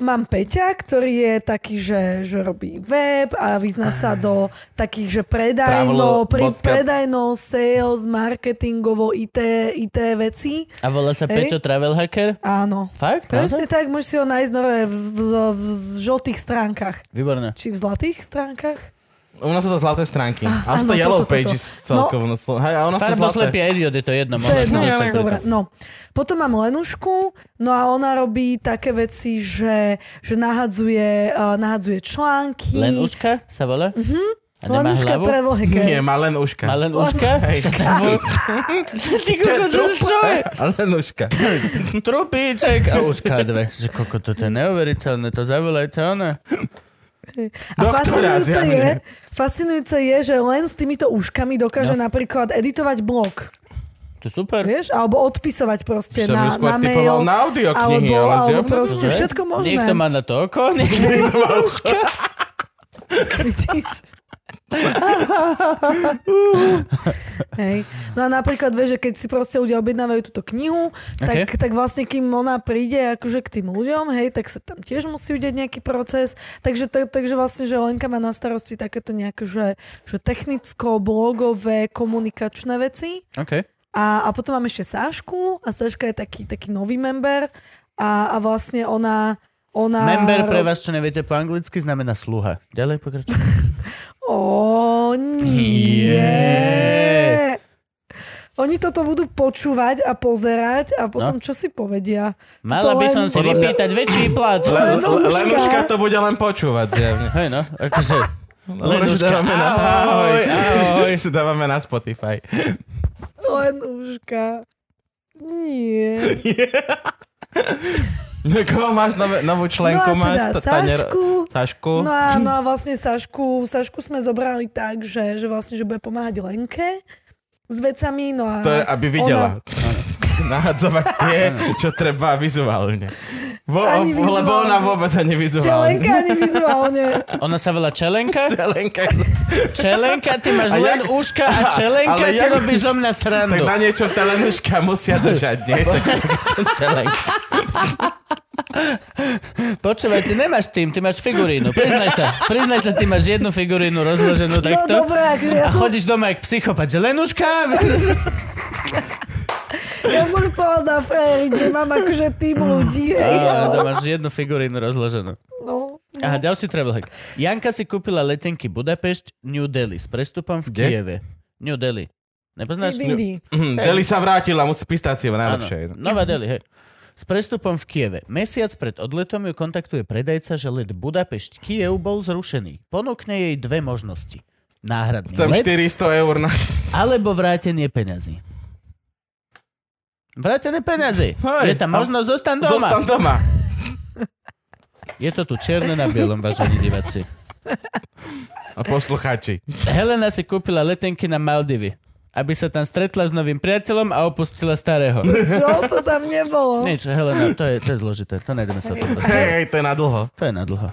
Speaker 3: mám Peťa, ktorý je taký, že, že robí web a vyzná
Speaker 2: Ah.
Speaker 3: sa do takých, že predajno,
Speaker 4: Travelo-
Speaker 3: pre,
Speaker 4: bodka.
Speaker 3: predajno, sales, marketingovo, IT, IT veci.
Speaker 2: A volá sa
Speaker 3: Hej.
Speaker 2: Peťo Travel Hacker?
Speaker 3: Áno.
Speaker 2: Fakt?
Speaker 3: Presne
Speaker 2: Naozaj?
Speaker 3: tak, môžeš si ho nájsť nové v, v, v, v žltých stránkach.
Speaker 2: Výborné.
Speaker 3: Či v zlatých stránkach?
Speaker 4: U nás sú to zlaté stránky. A
Speaker 3: áno,
Speaker 4: sú to
Speaker 3: toto,
Speaker 4: yellow
Speaker 3: toto.
Speaker 4: pages celkovo. No. Hej, a ono sú
Speaker 2: Farbo slepý
Speaker 4: zlaté.
Speaker 2: a idiot, je to jedno.
Speaker 3: To je
Speaker 2: mohla som
Speaker 3: jedno,
Speaker 2: ísť
Speaker 4: ale
Speaker 2: tak
Speaker 3: dobre, no. Potom mám Lenušku, no a ona robí také veci, že, že nahadzuje, uh, nahadzuje články.
Speaker 2: Len uška sa volá? Mm-hmm. A nemá
Speaker 3: Lenuška
Speaker 2: hlavu?
Speaker 3: Mhm. pre vlhké.
Speaker 4: Nie, má len uška.
Speaker 2: Má len uška? Čo tam bol? Čo ty koko, to čo je?
Speaker 4: A len uška.
Speaker 2: Trupíček a uška dve. Že koko, toto je neuveriteľné, to zavolajte ona.
Speaker 3: A
Speaker 4: Doktora,
Speaker 3: fascinujúce
Speaker 4: zjavne.
Speaker 3: je, fascinujúce je, že len s týmito uškami
Speaker 4: No.
Speaker 3: dokáže napríklad editovať blog,
Speaker 2: To je super.
Speaker 3: vieš? Alebo odpisovať proste
Speaker 4: Som
Speaker 3: na,
Speaker 4: ju skôr
Speaker 3: na
Speaker 4: typoval
Speaker 3: mail.
Speaker 4: na audioknihy,
Speaker 3: alebo,
Speaker 4: ale
Speaker 3: alebo
Speaker 4: zjavne to
Speaker 3: proste
Speaker 2: Že?
Speaker 3: všetko možné.
Speaker 2: Niekto má na to oko, niekto má uška.
Speaker 3: Vidíš? Hej. No a napríklad vieš, že keď si proste ľudia objednávajú túto knihu, tak,
Speaker 2: Ok.
Speaker 3: tak vlastne kým ona príde akože k tým ľuďom, hej, tak sa tam tiež musí udeť nejaký proces. Takže, tak, takže vlastne, že Lenka má na starosti takéto nejaké, že, že technicko-blogové komunikačné veci.
Speaker 2: Okay.
Speaker 3: A, a potom mám ešte Sášku a Sáška je taký, taký nový member a, a vlastne ona... ona
Speaker 2: Member pre vás, čo neviete po anglicky, znamená sluha. Ďalej pokračujem.
Speaker 3: Ó, nie. Oni toto budú počúvať a pozerať a potom no. čo si povedia?
Speaker 2: Mala
Speaker 3: Toto
Speaker 2: by
Speaker 3: len-
Speaker 2: som si vypýtať väčší plat.
Speaker 4: Len,
Speaker 3: Len uška.
Speaker 4: len uška to bude len počúvať zjavne.
Speaker 2: Hej no, akože... Len
Speaker 4: Dobre, že
Speaker 2: uška.
Speaker 4: No, dávame na-
Speaker 2: Ahoj, ahoj.
Speaker 4: Že si dávame na Spotify.
Speaker 3: No, Len uška. Nie.
Speaker 4: No, Koho máš nové, novú členku?
Speaker 3: no a
Speaker 4: máš
Speaker 3: teda
Speaker 4: ta- tanier-
Speaker 3: Sašku.
Speaker 4: Sašku.
Speaker 3: No a, no a vlastne Sašku, Sašku sme zobrali tak, že, že vlastne, že bude pomáhať Lenke s vecami, no a...
Speaker 4: To je, aby videla. Nahadzovať tie, čo treba vizuálne. Vo,
Speaker 3: Ani
Speaker 4: lebo
Speaker 3: vizuálne.
Speaker 4: ona vôbec ani vizuálne.
Speaker 3: Čelenka ani vizuálne.
Speaker 2: Ona sa volá Čelenka?
Speaker 4: Čelenka.
Speaker 2: Čelenka, ty máš
Speaker 4: A
Speaker 2: len
Speaker 4: jak-
Speaker 2: uška a Čelenka
Speaker 4: Ale
Speaker 2: si
Speaker 4: jak-
Speaker 2: robí zo mňa
Speaker 4: Tak
Speaker 2: srandu.
Speaker 4: na niečo telenuška musia držať, nie? Tak
Speaker 1: Čelenka.
Speaker 2: Počúvaj, ty nemáš tým, ty máš figurínu. Priznaj sa, priznaj sa, ty máš jednu figurínu rozloženú
Speaker 3: No
Speaker 2: takto.
Speaker 3: dobré, akože ja
Speaker 2: A
Speaker 3: som,
Speaker 2: Hm. chodíš doma jak psychopat, že len uška?
Speaker 3: ja som chcela zafrajeriť, že mám akože tým ľudí. hej,
Speaker 2: Áno,
Speaker 3: ale-
Speaker 2: to máš jednu figurínu rozloženú.
Speaker 3: No,
Speaker 2: Aha, ďalší travel hack. Janka si kúpila letenky Budapešť, New Delhi s prestupom v
Speaker 4: Kde?
Speaker 2: Kieve. New Delhi. Nepoznáš?
Speaker 3: Bindi.
Speaker 4: Mhm, Deli sa vrátila, musí pistácie no, najlepšie.
Speaker 2: Áno, Nová Delhi, hej. S prestupom v Kieve. Mesiac pred odletom ju kontaktuje predajca, že let Budapešť Kiev bol zrušený. Ponúkne jej dve možnosti. Náhradný
Speaker 4: Chcem
Speaker 2: let
Speaker 4: 400 eur na...
Speaker 2: alebo vrátenie peňazí. Vrátenie peňazí. Je
Speaker 4: Hej,
Speaker 2: tam
Speaker 4: a-
Speaker 2: možnosť, zostan doma.
Speaker 4: Zostan doma.
Speaker 2: Je to tu čierne na bielom, vážení diváci.
Speaker 4: A poslucháči.
Speaker 2: Helena si kúpila letenky na Maldivy, aby sa tam stretla s novým priateľom a opustila starého.
Speaker 3: Čo to tam nebolo?
Speaker 2: Nič, Helena, to je, to je zložité, to nejdeme sa o tom rozprávať.
Speaker 4: Hej, hej, to je na dlho.
Speaker 2: To je na dlho.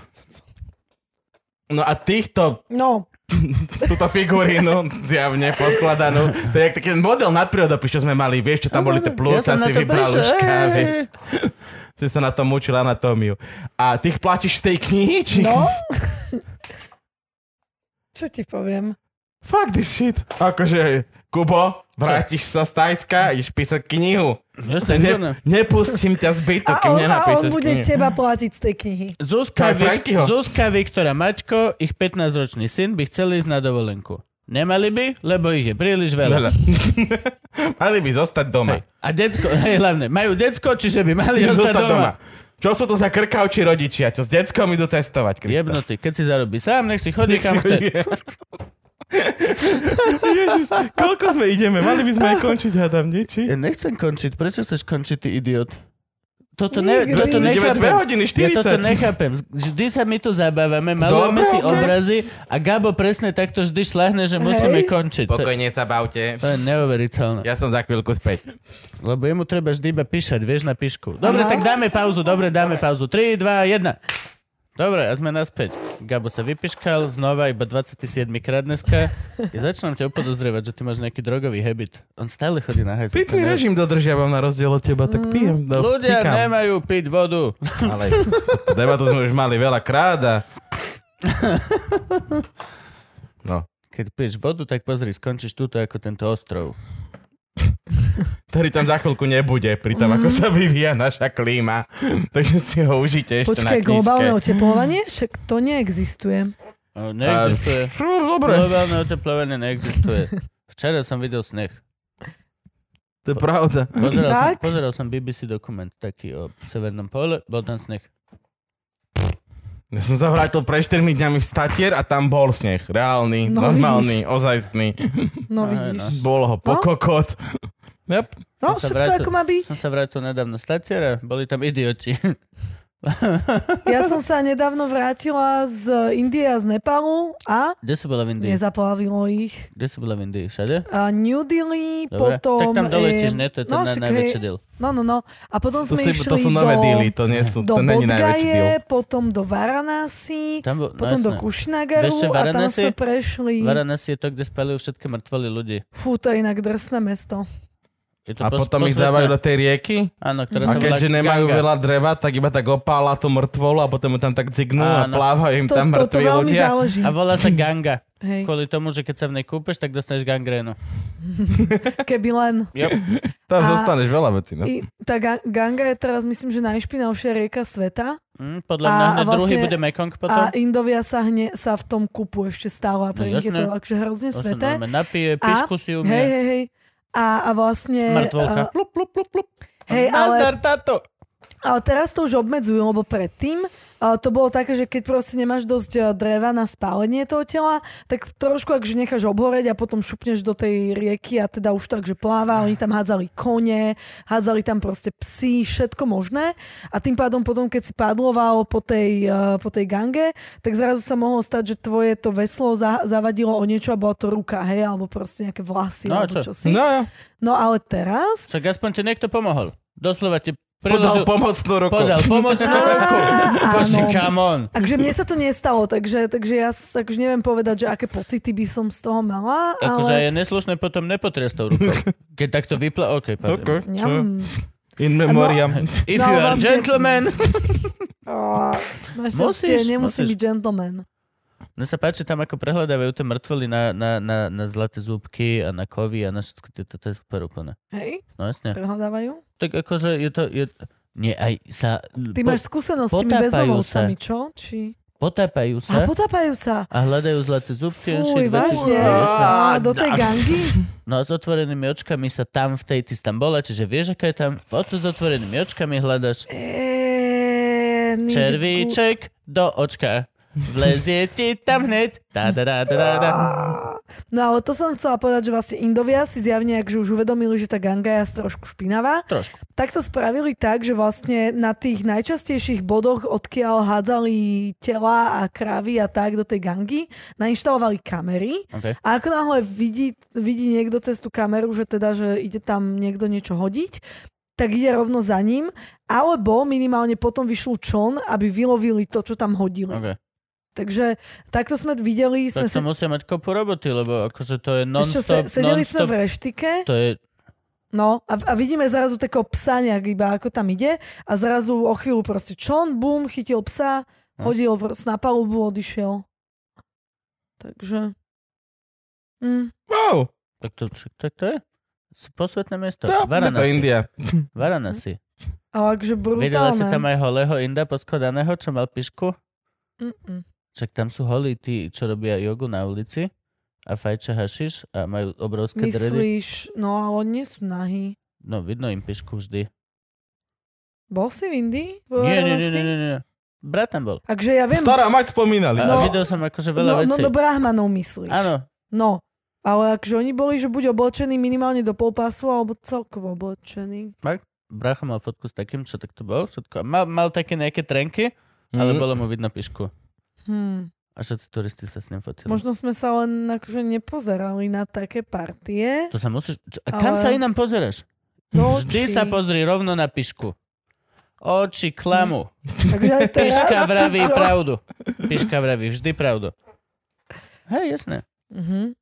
Speaker 4: No a týchto,
Speaker 3: No,
Speaker 4: túto figurínu zjavne poskladanú, to je jak taký model nadprírodopis, čo sme mali, vieš, čo tam boli tie plúca,
Speaker 2: Ja som na
Speaker 4: si
Speaker 2: to
Speaker 4: vybral
Speaker 2: prišiel, hej,
Speaker 4: uška,
Speaker 2: hej,
Speaker 4: vieš. Si sa na tom učil anatómiu. A ty ich platíš z tej knihy, či...
Speaker 3: no. Čo ti poviem?
Speaker 4: Fuck this shit. Akože, Kubo, vrátiš sa z Tajska, ideš písať knihu.
Speaker 2: Jasne, výborné.
Speaker 4: Ne, nepustím ťa z bytu,
Speaker 3: A on, a
Speaker 4: kým
Speaker 3: on
Speaker 4: nenapíšeš
Speaker 3: bude
Speaker 4: knihu.
Speaker 3: teba platiť z tej knihy.
Speaker 2: Zuzka,
Speaker 4: To je
Speaker 2: Vik-
Speaker 4: Frankyho.
Speaker 2: Zuzka, Viktora, Maťko, ich 15-ročný syn by chceli ísť na dovolenku. Nemali by, lebo ich je príliš veľa.
Speaker 4: Veľa. Mali by zostať doma.
Speaker 2: Hej. A decko, hej, hlavne, majú decko, čiže by mali
Speaker 4: Hej,
Speaker 2: zostať doma.
Speaker 4: Čo sú to za krkavčí rodičia, čo s deckom idú cestovať, Krištof?
Speaker 2: Jebnutý, keď si zarobí sám, nech si chodí kam chce.
Speaker 4: Ježiš, koľko sme ideme? Mali by sme aj končiť, hádam, nie? Či?
Speaker 2: Ja nechcem končiť, prečo chceš končiť, ty idiot? Toto, ne,
Speaker 3: Nikdy.
Speaker 2: toto
Speaker 4: Ideme dve
Speaker 2: nechápem.
Speaker 4: hodiny,
Speaker 2: Ja toto
Speaker 4: 40.
Speaker 2: nechápem. Vždy sa my tu zabávame, malujeme
Speaker 4: Dobre,
Speaker 2: si
Speaker 4: ok.
Speaker 2: obrazy a Gabo presne takto vždy šlahne, že musíme končiť. To,
Speaker 4: Pokojne sa bavte.
Speaker 2: to je neuveriteľné.
Speaker 4: Ja som za chvíľku späť.
Speaker 2: Lebo jemu treba vždy iba píšať, vieš, na píšku. Dobre, tak dáme pauzu, dobre, dáme pauzu. 3, 2, 1. Dobre, a sme naspäť. Gabo sa vypiškal, znova iba 27 krát dneska. Ja začnem ťa upodozrievať, že ty máš nejaký drogový habit. On stále chodí na hajzl.
Speaker 4: Pitný režim dodržiavam na rozdiel od teba, tak pijem.
Speaker 2: Mm,
Speaker 4: No,
Speaker 2: Ľudia
Speaker 4: cikam.
Speaker 2: nemajú piť vodu.
Speaker 4: Ale tú debatu sme už mali veľa krát a... No.
Speaker 2: Keď piješ vodu, tak pozri, skončíš túto ako tento ostrov.
Speaker 4: Ktorý tam za chvíľku nebude, pri tom,
Speaker 2: Mm.
Speaker 4: ako sa vyvíja naša klíma. Takže si ho užite ešte
Speaker 3: Počkaj,
Speaker 4: na knižke.
Speaker 3: globálne oteplovanie? Však to neexistuje.
Speaker 2: A
Speaker 4: A-
Speaker 2: Neexistuje.
Speaker 4: No, Dobre.
Speaker 2: Globálne oteplovanie neexistuje. Včera som videl sneh.
Speaker 4: To je pravda.
Speaker 2: Pozeral, som,
Speaker 3: Tak?
Speaker 2: pozeral som BBC dokument taký o severnom pole, bol tam sneh.
Speaker 4: Ja som sa vrátil pred 4 dňami v Statier a tam bol sneh. Reálny,
Speaker 3: No
Speaker 4: normálny, ozajstný.
Speaker 3: No
Speaker 2: Aj,
Speaker 3: vidíš.
Speaker 4: Bol ho
Speaker 3: No.
Speaker 4: pokokot. Yep.
Speaker 3: No,
Speaker 2: Som sa
Speaker 3: všetko
Speaker 2: vrátil.
Speaker 3: ako má byť.
Speaker 2: Som sa vrátil nedávno z Tatiera, boli tam idioti.
Speaker 3: Ja som sa nedávno vrátila z Indie a z Nepalu a
Speaker 2: Kde si bola v Indii?
Speaker 3: nezaplavilo ich.
Speaker 2: Kde si bola v Indii? Všade?
Speaker 3: A New Delhi,
Speaker 2: Dobre.
Speaker 3: potom... eh, no,
Speaker 2: tak tam doletíš,
Speaker 3: em,
Speaker 2: ne? To je ten na,
Speaker 3: však
Speaker 2: najväčší
Speaker 3: hej.
Speaker 2: deal.
Speaker 3: No, no, no. A potom
Speaker 4: To,
Speaker 3: sme
Speaker 4: si,
Speaker 3: išli
Speaker 4: to sú
Speaker 3: do,
Speaker 4: nové díly, to, nie sú,
Speaker 3: do
Speaker 4: to není najväčší deal.
Speaker 3: Bodgaje, potom do Varanasi,
Speaker 2: Tam bol,
Speaker 3: potom
Speaker 2: no,
Speaker 3: do
Speaker 2: jasné. Vieš
Speaker 3: Kušnagaru
Speaker 2: čo,
Speaker 3: a tam
Speaker 2: Varanasi-
Speaker 3: sme prešli.
Speaker 2: Varanasi je to, kde spalujú všetky mŕtvoly ľudí.
Speaker 3: Fú, to je inak drsné mesto.
Speaker 2: Je to
Speaker 4: A
Speaker 2: pos-
Speaker 4: potom ich
Speaker 2: posvetné-
Speaker 4: dávajú do tej rieky?
Speaker 2: Áno, ktorá
Speaker 4: A
Speaker 2: sa volá
Speaker 4: keďže nemajú
Speaker 2: Ganga.
Speaker 4: veľa dreva, tak iba tak opála tú mŕtvolu a potom ju tam tak cignú a
Speaker 2: Áno.
Speaker 4: plávajú im
Speaker 3: To,
Speaker 4: tam
Speaker 3: to, to
Speaker 4: mŕtvi
Speaker 3: veľmi
Speaker 4: ľudia.
Speaker 3: záleží.
Speaker 2: A volá sa Ganga.
Speaker 3: Hej.
Speaker 2: Kvôli tomu, že keď sa v nej kúpeš, tak dostaneš gangrénu.
Speaker 3: Keby len...
Speaker 2: Jo.
Speaker 4: Tam
Speaker 3: A-
Speaker 4: zostaneš veľa vecí. No.
Speaker 3: I, tá Ga- Ganga je teraz, myslím, že najšpinavšia rieka sveta
Speaker 2: Hm, podľa
Speaker 3: A-
Speaker 2: mňa
Speaker 3: a
Speaker 2: hneď
Speaker 3: vlastne-
Speaker 2: druhý bude Mekong potom.
Speaker 3: a Indovia sa, hne, sa v tom kupu ešte stále a pre
Speaker 2: No
Speaker 3: nich je to
Speaker 2: jasné.
Speaker 3: takže hrozne
Speaker 2: To sa
Speaker 3: sveté.
Speaker 2: normálne napije,
Speaker 3: A-
Speaker 2: pišku si umie.
Speaker 3: Hej, hej, hej. A, a vlastne...
Speaker 2: Mŕtvolka. Plup, plup, plup, plup.
Speaker 3: a- hej, ale,
Speaker 2: Nazdar, táto.
Speaker 3: ale teraz to už obmedzujú, lebo predtým a to bolo také, že keď proste nemáš dosť a, dreva na spálenie toho tela, tak trošku akže necháš obhoreť a potom šupneš do tej rieky a teda už tak, že pláva, oni tam hádzali kone, hádzali tam proste psy, všetko možné a tým pádom potom, keď si padloval po tej, a, po tej gange, tak zrazu sa mohlo stať, že tvoje to veslo za, zavadilo o niečo a bola to ruka, hej, alebo proste nejaké vlasy,
Speaker 2: No a
Speaker 3: alebo
Speaker 2: čo?
Speaker 3: čo? čosi.
Speaker 4: No,
Speaker 3: No ale teraz,
Speaker 2: Však aspoň ti niekto pomohol. Doslova ti
Speaker 4: Podal
Speaker 2: Priložil-
Speaker 4: pomocnú ruku.
Speaker 2: podal pomocnú ruku. Prosím,
Speaker 3: áno.
Speaker 2: come on.
Speaker 3: Takže mne sa to nestalo, takže, takže ja s- akože neviem povedať, že aké pocity by som z toho mala,
Speaker 2: Akože
Speaker 3: ale...
Speaker 2: je neslušné potom nepotriesť tou rukou. Keď takto vypla... OK, pardon. Okay.
Speaker 4: Ok, čo?
Speaker 3: Ňam.
Speaker 4: In memoriam.
Speaker 2: If
Speaker 3: No,
Speaker 2: you are
Speaker 3: vlastne-
Speaker 2: gentleman...
Speaker 3: Á, Našťastie
Speaker 2: Musíš,
Speaker 3: nemusí
Speaker 2: musíš.
Speaker 3: byť gentleman.
Speaker 2: Mne sa páči tam, ako prehľadávajú tie mŕtvoly na, na, na, na zlaté zúbky a na kovy a na všetko. To, to, to je super úplne.
Speaker 3: Hej,
Speaker 2: No jasne.
Speaker 3: prehľadávajú.
Speaker 2: Tak akože je to... Je... Nie, aj sa...
Speaker 3: Ty máš skúsenosť s tými
Speaker 2: potápajú
Speaker 3: bezdomovcami, čo? Či...
Speaker 2: Potápajú
Speaker 3: A
Speaker 2: sa
Speaker 3: potápajú sa.
Speaker 2: a hľadajú zlaté zúbky. a
Speaker 3: Fúj,
Speaker 2: všetky veci.
Speaker 3: vážne.
Speaker 2: No, jasné.
Speaker 3: Á, do tej gangy?
Speaker 2: No a s otvorenými očkami sa tam v tej... Ty si tam bola, čiže vieš, aká je tam... O to s otvorenými očkami hľadaš.
Speaker 3: E, Eee, nič-
Speaker 2: Červíček do očka. Vlezie ti tam hneď. Tá, da, da, da, da, da.
Speaker 3: No ale to som chcela povedať, že vlastne Indovia si zjavne, ak že už uvedomili, že tá ganga je asi trošku špinavá,
Speaker 2: Trošku.
Speaker 3: tak to spravili tak, že vlastne na tých najčastejších bodoch, odkiaľ hádzali tela a kravy a tak do tej gangy, nainštalovali kamery
Speaker 2: OK.
Speaker 3: a ako náhle vidí, vidí niekto cez tú kameru, že teda, že ide tam niekto niečo hodiť, tak ide rovno za ním, alebo minimálne potom vyšlo čln, aby vylovili to, čo tam hodili.
Speaker 2: OK.
Speaker 3: Takže takto sme videli, sme
Speaker 2: Tak to musia mať kopu roboty, lebo akože to je
Speaker 3: Vieš čo,
Speaker 2: non-stop,
Speaker 3: se- sedeli sme
Speaker 2: non-stop.
Speaker 3: v reštike,
Speaker 2: To je,
Speaker 3: no, a, a vidíme zrazu takého psa nejak iba, ako tam ide, a zrazu o chvíľu proste čon, bum, chytil psa,
Speaker 2: Hm.
Speaker 3: hodil proste na palubu, odišiel. Takže... Mm.
Speaker 4: Wow,
Speaker 2: tak to, však tak to je. S- Posvetné miesto.
Speaker 4: to, je to
Speaker 2: Varanasi.
Speaker 4: India.
Speaker 2: Varanasi.
Speaker 3: A akže
Speaker 2: Videla
Speaker 3: brutálne.
Speaker 2: si tam aj holého inda poskladaného, čo mal pišku?
Speaker 3: Mm-mm.
Speaker 2: Však tam sú holí tí, čo robia jogu na ulici a fajče hašiš a majú obrovské dredy.
Speaker 3: Myslíš, no ale oni nie sú nahý.
Speaker 2: No vidno im pišku vždy.
Speaker 3: Bol si v Indii? Bol
Speaker 2: Nie, nie, nie,
Speaker 3: si?
Speaker 2: nie, nie, nie. Brat tam bol.
Speaker 3: Akže ja viem,
Speaker 4: Stará mať spomínali.
Speaker 2: A,
Speaker 3: No.
Speaker 2: a videl som akože veľa
Speaker 3: no, no
Speaker 2: vecí.
Speaker 3: do brahmanov myslíš.
Speaker 2: Áno,
Speaker 3: No, ale akže oni boli, že buď oblečení minimálne do polpasu, alebo celkovo oblečení.
Speaker 2: Bracho mal fotku s takým, čo tak to bol, všetko. Mal, mal také nejaké trenky, mm.
Speaker 4: Mhm.
Speaker 2: ale bolo mu vidno pišku.
Speaker 3: Hm.
Speaker 2: A všetci turisti sa s ním fotili. Možno...
Speaker 3: Možno sme sa len akože nepozerali na také partie.
Speaker 2: To sa musíš... Čo, a kam ale...
Speaker 3: Ale-
Speaker 2: sa inám pozeráš?
Speaker 3: No,
Speaker 2: Vždy
Speaker 3: či-
Speaker 2: sa pozri rovno na pišku. Oči klamu.
Speaker 3: Takže aj teraz,
Speaker 2: Piška vraví
Speaker 3: či čo?
Speaker 2: pravdu. Piška vraví vždy pravdu. Hej, jasné.
Speaker 3: Mhm.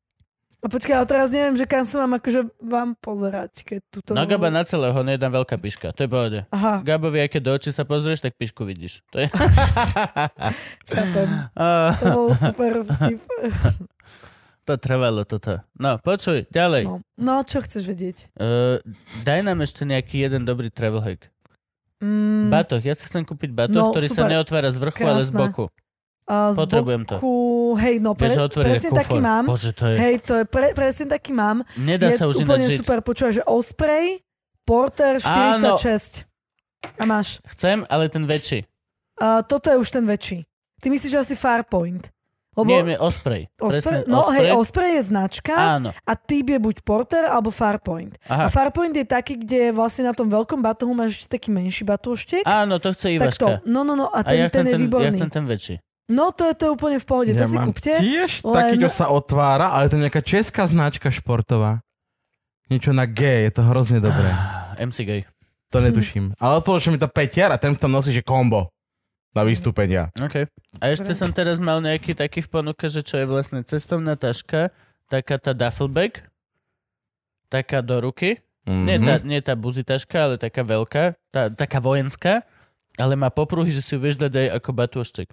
Speaker 3: A počkaj, ale teraz neviem, že kam sa mám akože vám pozerať, keď tuto...
Speaker 2: No Gaba na celého, on je jedna veľká piška. To je pohode.
Speaker 3: Aha,
Speaker 2: Gabovi, aj keď do očí sa pozrieš, tak pišku vidíš. To je...
Speaker 3: chápem.
Speaker 2: Á,
Speaker 3: To bol super vtip.
Speaker 2: to trvalo toto. No, počuj, ďalej.
Speaker 3: No. no, čo chceš vedieť?
Speaker 2: Uh, daj nám ešte nejaký jeden dobrý travel hack.
Speaker 3: Mm,
Speaker 2: Batoh, ja si chcem kúpiť batoh,
Speaker 3: No,
Speaker 2: ktorý sa
Speaker 3: super.
Speaker 2: neotvára z vrchu, ale z
Speaker 3: Krásne.
Speaker 2: boku.
Speaker 3: a z
Speaker 2: potrebujem to.
Speaker 3: boku... Hej, no, pre,
Speaker 2: Vieš, že otvorí
Speaker 3: presne taký
Speaker 2: kufor.
Speaker 3: mám.
Speaker 2: Bože, to je... Hey,
Speaker 3: Hej, to je pre, presne taký mám.
Speaker 2: nedá
Speaker 3: je
Speaker 2: sa už
Speaker 3: úplne
Speaker 2: ináč žiť.
Speaker 3: super, počúvaj, že Osprey, Porter 46
Speaker 2: Áno.
Speaker 3: a máš.
Speaker 2: Chcem, ale ten väčší.
Speaker 3: A toto je už ten väčší. Ty myslíš asi Farpoint. Lebo
Speaker 2: Nie, nie, Osprey.
Speaker 3: Osprey,
Speaker 2: Presne,
Speaker 3: no
Speaker 2: Osprey.
Speaker 3: hej, Osprey je značka
Speaker 2: Áno.
Speaker 3: a typ je buď Porter alebo Farpoint.
Speaker 2: Aha.
Speaker 3: A Farpoint je taký, kde vlastne na tom veľkom batohu máš ešte taký menší batúštek.
Speaker 2: Áno, to chce
Speaker 3: Takto.
Speaker 2: Ivaška.
Speaker 3: No, no, no, a
Speaker 2: A
Speaker 3: ten,
Speaker 2: ja chcem
Speaker 3: ten je
Speaker 2: ten, ja
Speaker 3: výborný.
Speaker 2: chcem ten väčší.
Speaker 3: No, to je, to je úplne v pohode, to si
Speaker 4: mám
Speaker 3: kúpte.
Speaker 4: Tiež
Speaker 3: len-
Speaker 4: taký, čo sa otvára, ale to je nejaká česká značka športová. Niečo na G, je to hrozne dobré.
Speaker 2: MC Gay.
Speaker 4: To netuším. Ale odporučil mi to Peťar a ten tam nosí, že kombo na vystúpenia.
Speaker 2: OK. A ešte
Speaker 3: Dobre.
Speaker 2: som teraz mal nejaký taký v ponuke, že čo je vlastne cestovná taška, taká tá duffelbag, taká do ruky,
Speaker 4: Mm-hmm.
Speaker 2: Nie, tá, nie tá buzitaška, ale taká veľká, tá, taká vojenská, ale má popruhy, že si ju vieš dať aj ako batúštek.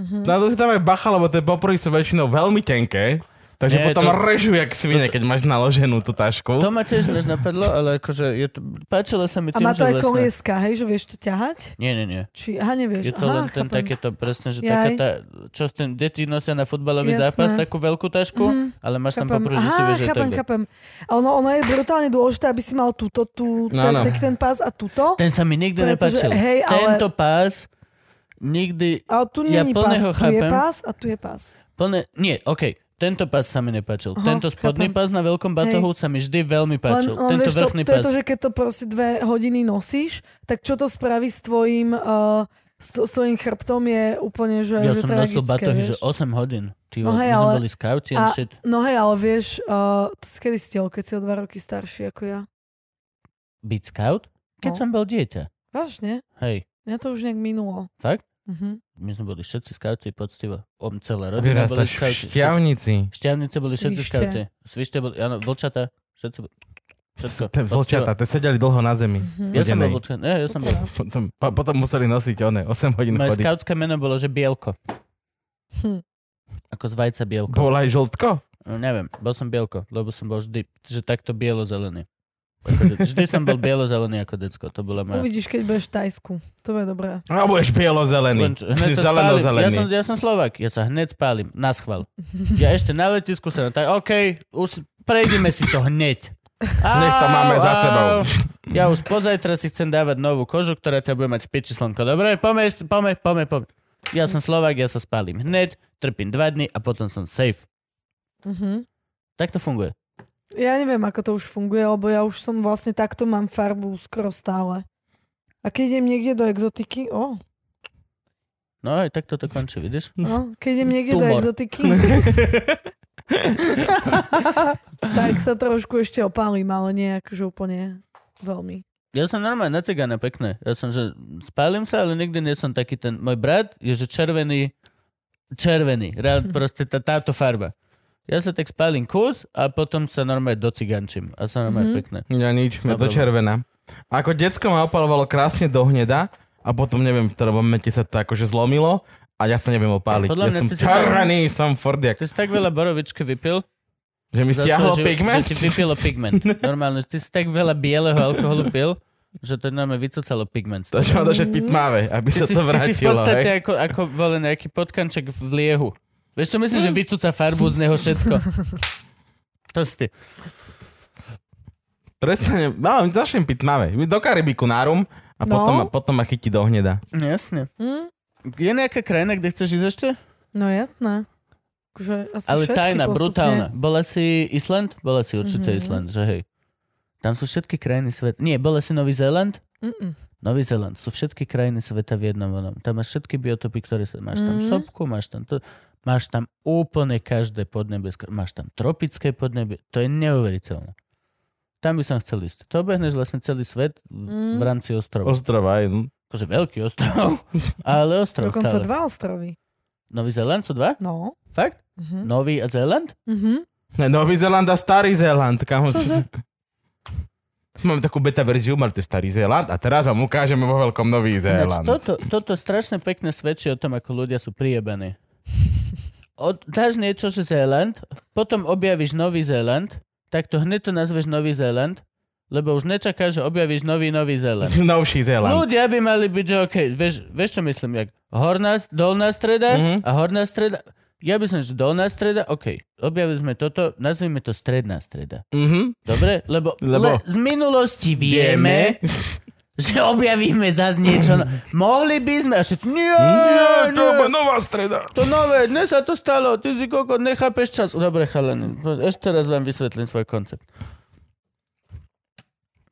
Speaker 3: Mhm.
Speaker 4: Na to si dávaj bacha, lebo tie popruhy sú väčšinou veľmi tenké, takže
Speaker 2: Nie,
Speaker 4: potom
Speaker 2: to-
Speaker 4: režu jak svine, keď máš naloženú
Speaker 2: To
Speaker 4: tú tašku.
Speaker 2: ma tiež než napadlo, ale akože je to, páčilo sa mi
Speaker 3: A
Speaker 2: tým,
Speaker 3: má
Speaker 2: že
Speaker 3: to aj
Speaker 2: vlastne...
Speaker 3: kolieska, hej, že vieš to ťahať?
Speaker 2: Nie, nie, nie.
Speaker 3: Či, aha, nevieš.
Speaker 2: Je to
Speaker 3: aha,
Speaker 2: len ten
Speaker 3: chápem.
Speaker 2: takéto, presne, že
Speaker 3: Jaj.
Speaker 2: taká tá, čo s tým deti nosia na futbalový
Speaker 3: Jasné.
Speaker 2: zápas, takú veľkú tašku,
Speaker 3: Mhm.
Speaker 2: ale máš tam
Speaker 3: Chápem.
Speaker 2: popruhy, že
Speaker 3: Aha,
Speaker 2: si vieš aj
Speaker 3: chápem,
Speaker 2: tak.
Speaker 3: chápem. A ono, ono je brutálne dôležité, aby si mal túto, tú, ten,
Speaker 4: Áno.
Speaker 3: ten pás a túto.
Speaker 2: Ten sa mi nikdy
Speaker 3: Pretože-
Speaker 2: nepáčil.
Speaker 3: hej, ale-
Speaker 2: Tento pás nikdy
Speaker 3: Ale tu nie
Speaker 2: Ja
Speaker 3: je pás,
Speaker 2: plného
Speaker 3: tu je
Speaker 2: chápem.
Speaker 3: pás a tu je pás.
Speaker 2: plne... Nie, okej. Tento pás sa mi nepáčil.
Speaker 3: Aha,
Speaker 2: Tento spodný
Speaker 3: chápem.
Speaker 2: pás na veľkom batohu sa mi vždy veľmi páčil. Tento
Speaker 3: vieš, to,
Speaker 2: vrchný
Speaker 3: to je
Speaker 2: pás.
Speaker 3: to, že keď to proste dve hodiny nosíš, tak čo to spraví s tvojim, uh, s, s tvojim chrbtom je úplne, že,
Speaker 2: Ja
Speaker 3: že
Speaker 2: som
Speaker 3: tragické,
Speaker 2: nosil batohy,
Speaker 3: vieš.
Speaker 2: že 8 hodín. Ty,
Speaker 3: No
Speaker 2: no my
Speaker 3: hej,
Speaker 2: sme
Speaker 3: ale-
Speaker 2: boli skauti
Speaker 3: A-
Speaker 2: and shit.
Speaker 3: No hej, ale vieš, uh, to si kedy stihol, keď si o dva roky starší ako ja.
Speaker 2: Byť scout? Keď
Speaker 3: No.
Speaker 2: som bol dieťa.
Speaker 3: Vážne?
Speaker 2: Hej,
Speaker 3: Mňa to už nejak minulo.
Speaker 2: Fakt?
Speaker 3: Mhm.
Speaker 2: my sme boli všetci skauti, poctivo. Om celé rodina boli
Speaker 4: Vyrastáš v
Speaker 2: skauti. Všetci-
Speaker 4: šťavnici.
Speaker 2: Šťavnice boli všetci
Speaker 3: Svište.
Speaker 2: skauti. Svište boli, áno, vlčata, všetci boli. Všetko.
Speaker 4: Tie
Speaker 2: poctivo.
Speaker 4: Vlčata, tie sedeli dlho na zemi.
Speaker 3: mhm.
Speaker 2: Ja som bol
Speaker 4: Studenej.
Speaker 2: vlčka, ne, ja som bol.
Speaker 4: Potom, po- potom museli nosiť one, 8 hodín
Speaker 2: Moje
Speaker 4: chody.
Speaker 2: skautské meno bolo, že Bielko.
Speaker 3: Hm.
Speaker 2: Ako z vajca Bielko.
Speaker 4: Bol aj žltko?
Speaker 2: No, neviem, bol som bielko, lebo som bol vždy, že takto bielo-zelený. Ako de- Vždy som bol bielo-zelený ako decko, to bola moja...
Speaker 3: Uvidíš, keď budeš v Tajsku. To bude dobré.
Speaker 4: A budeš bielo-zelený.
Speaker 2: Len čo- hneď sa spálim. Ja som, ja som Slovak, ja sa hneď spálim, na schvál. Ja ešte na letisku sa na tak, OK, už prejdeme si to hneď. Au,
Speaker 4: Nech to máme za
Speaker 2: au.
Speaker 4: sebou.
Speaker 2: Ja už pozajtra si chcem dávať novú kožu, ktorá ťa bude mať v piči slnko. Dobre, poďme, ešte- poďme, poďme, poďme. Ja som Slovak, ja sa spálim hneď, trpím dva dny a potom som safe.
Speaker 3: Mhm.
Speaker 2: Tak to funguje.
Speaker 3: Ja neviem, ako to už funguje, lebo ja už som vlastne takto mám farbu skoro stále. A keď idem niekde do exotiky, o,
Speaker 2: No aj tak toto končí, vidíš?
Speaker 3: No, keď idem niekde do
Speaker 2: Tumor.
Speaker 3: exotiky, tak sa trošku ešte opálim, ale nie akože úplne veľmi.
Speaker 2: Ja som normálne na cigána pekné. Ja som, že spálim sa, ale nikdy nie som taký ten... Môj brat je, že červený, červený, rád proste tá, táto farba. Ja sa tak spálim kus a potom sa normálne docigančím. A sa normálne
Speaker 3: Mhm.
Speaker 2: mm-hmm. pekné.
Speaker 4: Ja nič, mňa
Speaker 2: Dobre.
Speaker 4: do červená. Ako decko ma opalovalo krásne do hneda a potom neviem, v ktorom momente sa to akože zlomilo a ja sa neviem opáliť.
Speaker 2: Podľa
Speaker 4: ja
Speaker 2: mňa
Speaker 4: som
Speaker 2: ty si to-
Speaker 4: červený, som fordiak.
Speaker 2: Ty si tak veľa borovičky vypil.
Speaker 4: Že mi
Speaker 2: za
Speaker 4: stiahlo
Speaker 2: svoj život,
Speaker 4: pigment?
Speaker 2: Že ti vypilo pigment. Normálne, že ty si tak veľa bieleho alkoholu pil, že to normálne vycocalo pigment. z
Speaker 4: To
Speaker 2: teba.
Speaker 4: čo ma došet pitmáve, aby
Speaker 2: Ty
Speaker 4: sa
Speaker 2: si, ty
Speaker 4: to
Speaker 2: si v
Speaker 4: vrátilo.
Speaker 2: podstate
Speaker 4: hej.
Speaker 2: ako, ako vole nejaký potkanček v liehu. Vieš čo
Speaker 4: Mm.
Speaker 2: myslím, že vycúca farbu z neho všetko? To si ty.
Speaker 4: Prestane, no, začnem pitmáve. Do Karibiku nárum a
Speaker 3: No.
Speaker 4: potom, ma, potom ma chytí do hneda.
Speaker 2: No, Jasne.
Speaker 3: Hm?
Speaker 2: Je nejaká krajina, kde chceš ísť ešte?
Speaker 3: No jasné. Akože asi
Speaker 2: Ale
Speaker 3: všetky
Speaker 2: tajná,
Speaker 3: postupne.
Speaker 2: brutálna. Bola si Island? Bola si určite
Speaker 3: Mhm.
Speaker 2: Island, že hej. Tam sú všetky krajiny sveta. Nie, bola si Nový Zéland?
Speaker 3: Mm-mm.
Speaker 2: Nový Zéland. Sú všetky krajiny sveta v jednom onom. Tam máš všetky biotopy, ktoré sa... Máš tam
Speaker 3: Mhm.
Speaker 2: sopku, máš tam to... Máš tam úplne každé podnebie. skr- Máš tam tropické podnebie. To je neuveriteľné. Tam by som chcel ísť. To obehneš vlastne celý svet v, v
Speaker 3: Mhm.
Speaker 2: rámci ostrova.
Speaker 4: Ostrova, aj, no.
Speaker 2: Akože veľký ostrov, ale ostrov
Speaker 3: Dokonca
Speaker 2: stále.
Speaker 3: dva ostrovy.
Speaker 2: Nový Zéland sú dva?
Speaker 3: No.
Speaker 2: Fakt?
Speaker 3: Mhm.
Speaker 2: Nový a Zéland?
Speaker 3: Mhm.
Speaker 4: Ne, Nový Zéland a Starý Zéland. Kam...
Speaker 3: Cože?
Speaker 4: Mám takú beta verziu, mali to je Starý Zéland a teraz vám ukážeme vo veľkom Nový
Speaker 2: Ináč,
Speaker 4: Zéland.
Speaker 2: toto, toto strašne pekne svedčí o tom, ako ľudia sú priebaní. Od, dáš niečo, že Zéland, potom objavíš Nový Zéland, tak to hneď to nazveš Nový Zéland, lebo už nečaká, že objavíš Nový Nový Zéland.
Speaker 4: Novší Zéland.
Speaker 2: Ľudia by mali byť, že OK, vieš, vieš čo myslím, jak horná, dolná streda
Speaker 4: Mhm.
Speaker 2: a horná streda. Ja by som, že dolná streda, OK, objavili sme toto, nazvime to stredná streda.
Speaker 4: Mhm.
Speaker 2: Dobre? Lebo, lebo...
Speaker 4: Lebo-
Speaker 2: Le, z minulosti vieme, že objavíme zase niečo. No, mohli by sme a všetci, nie,
Speaker 4: Nie, to je
Speaker 2: nie,
Speaker 4: nová streda.
Speaker 2: to nové, dnes sa to stalo, ty si koko, nechápeš čas. Dobre, chalani, ešte raz vám vysvetlím svoj koncept.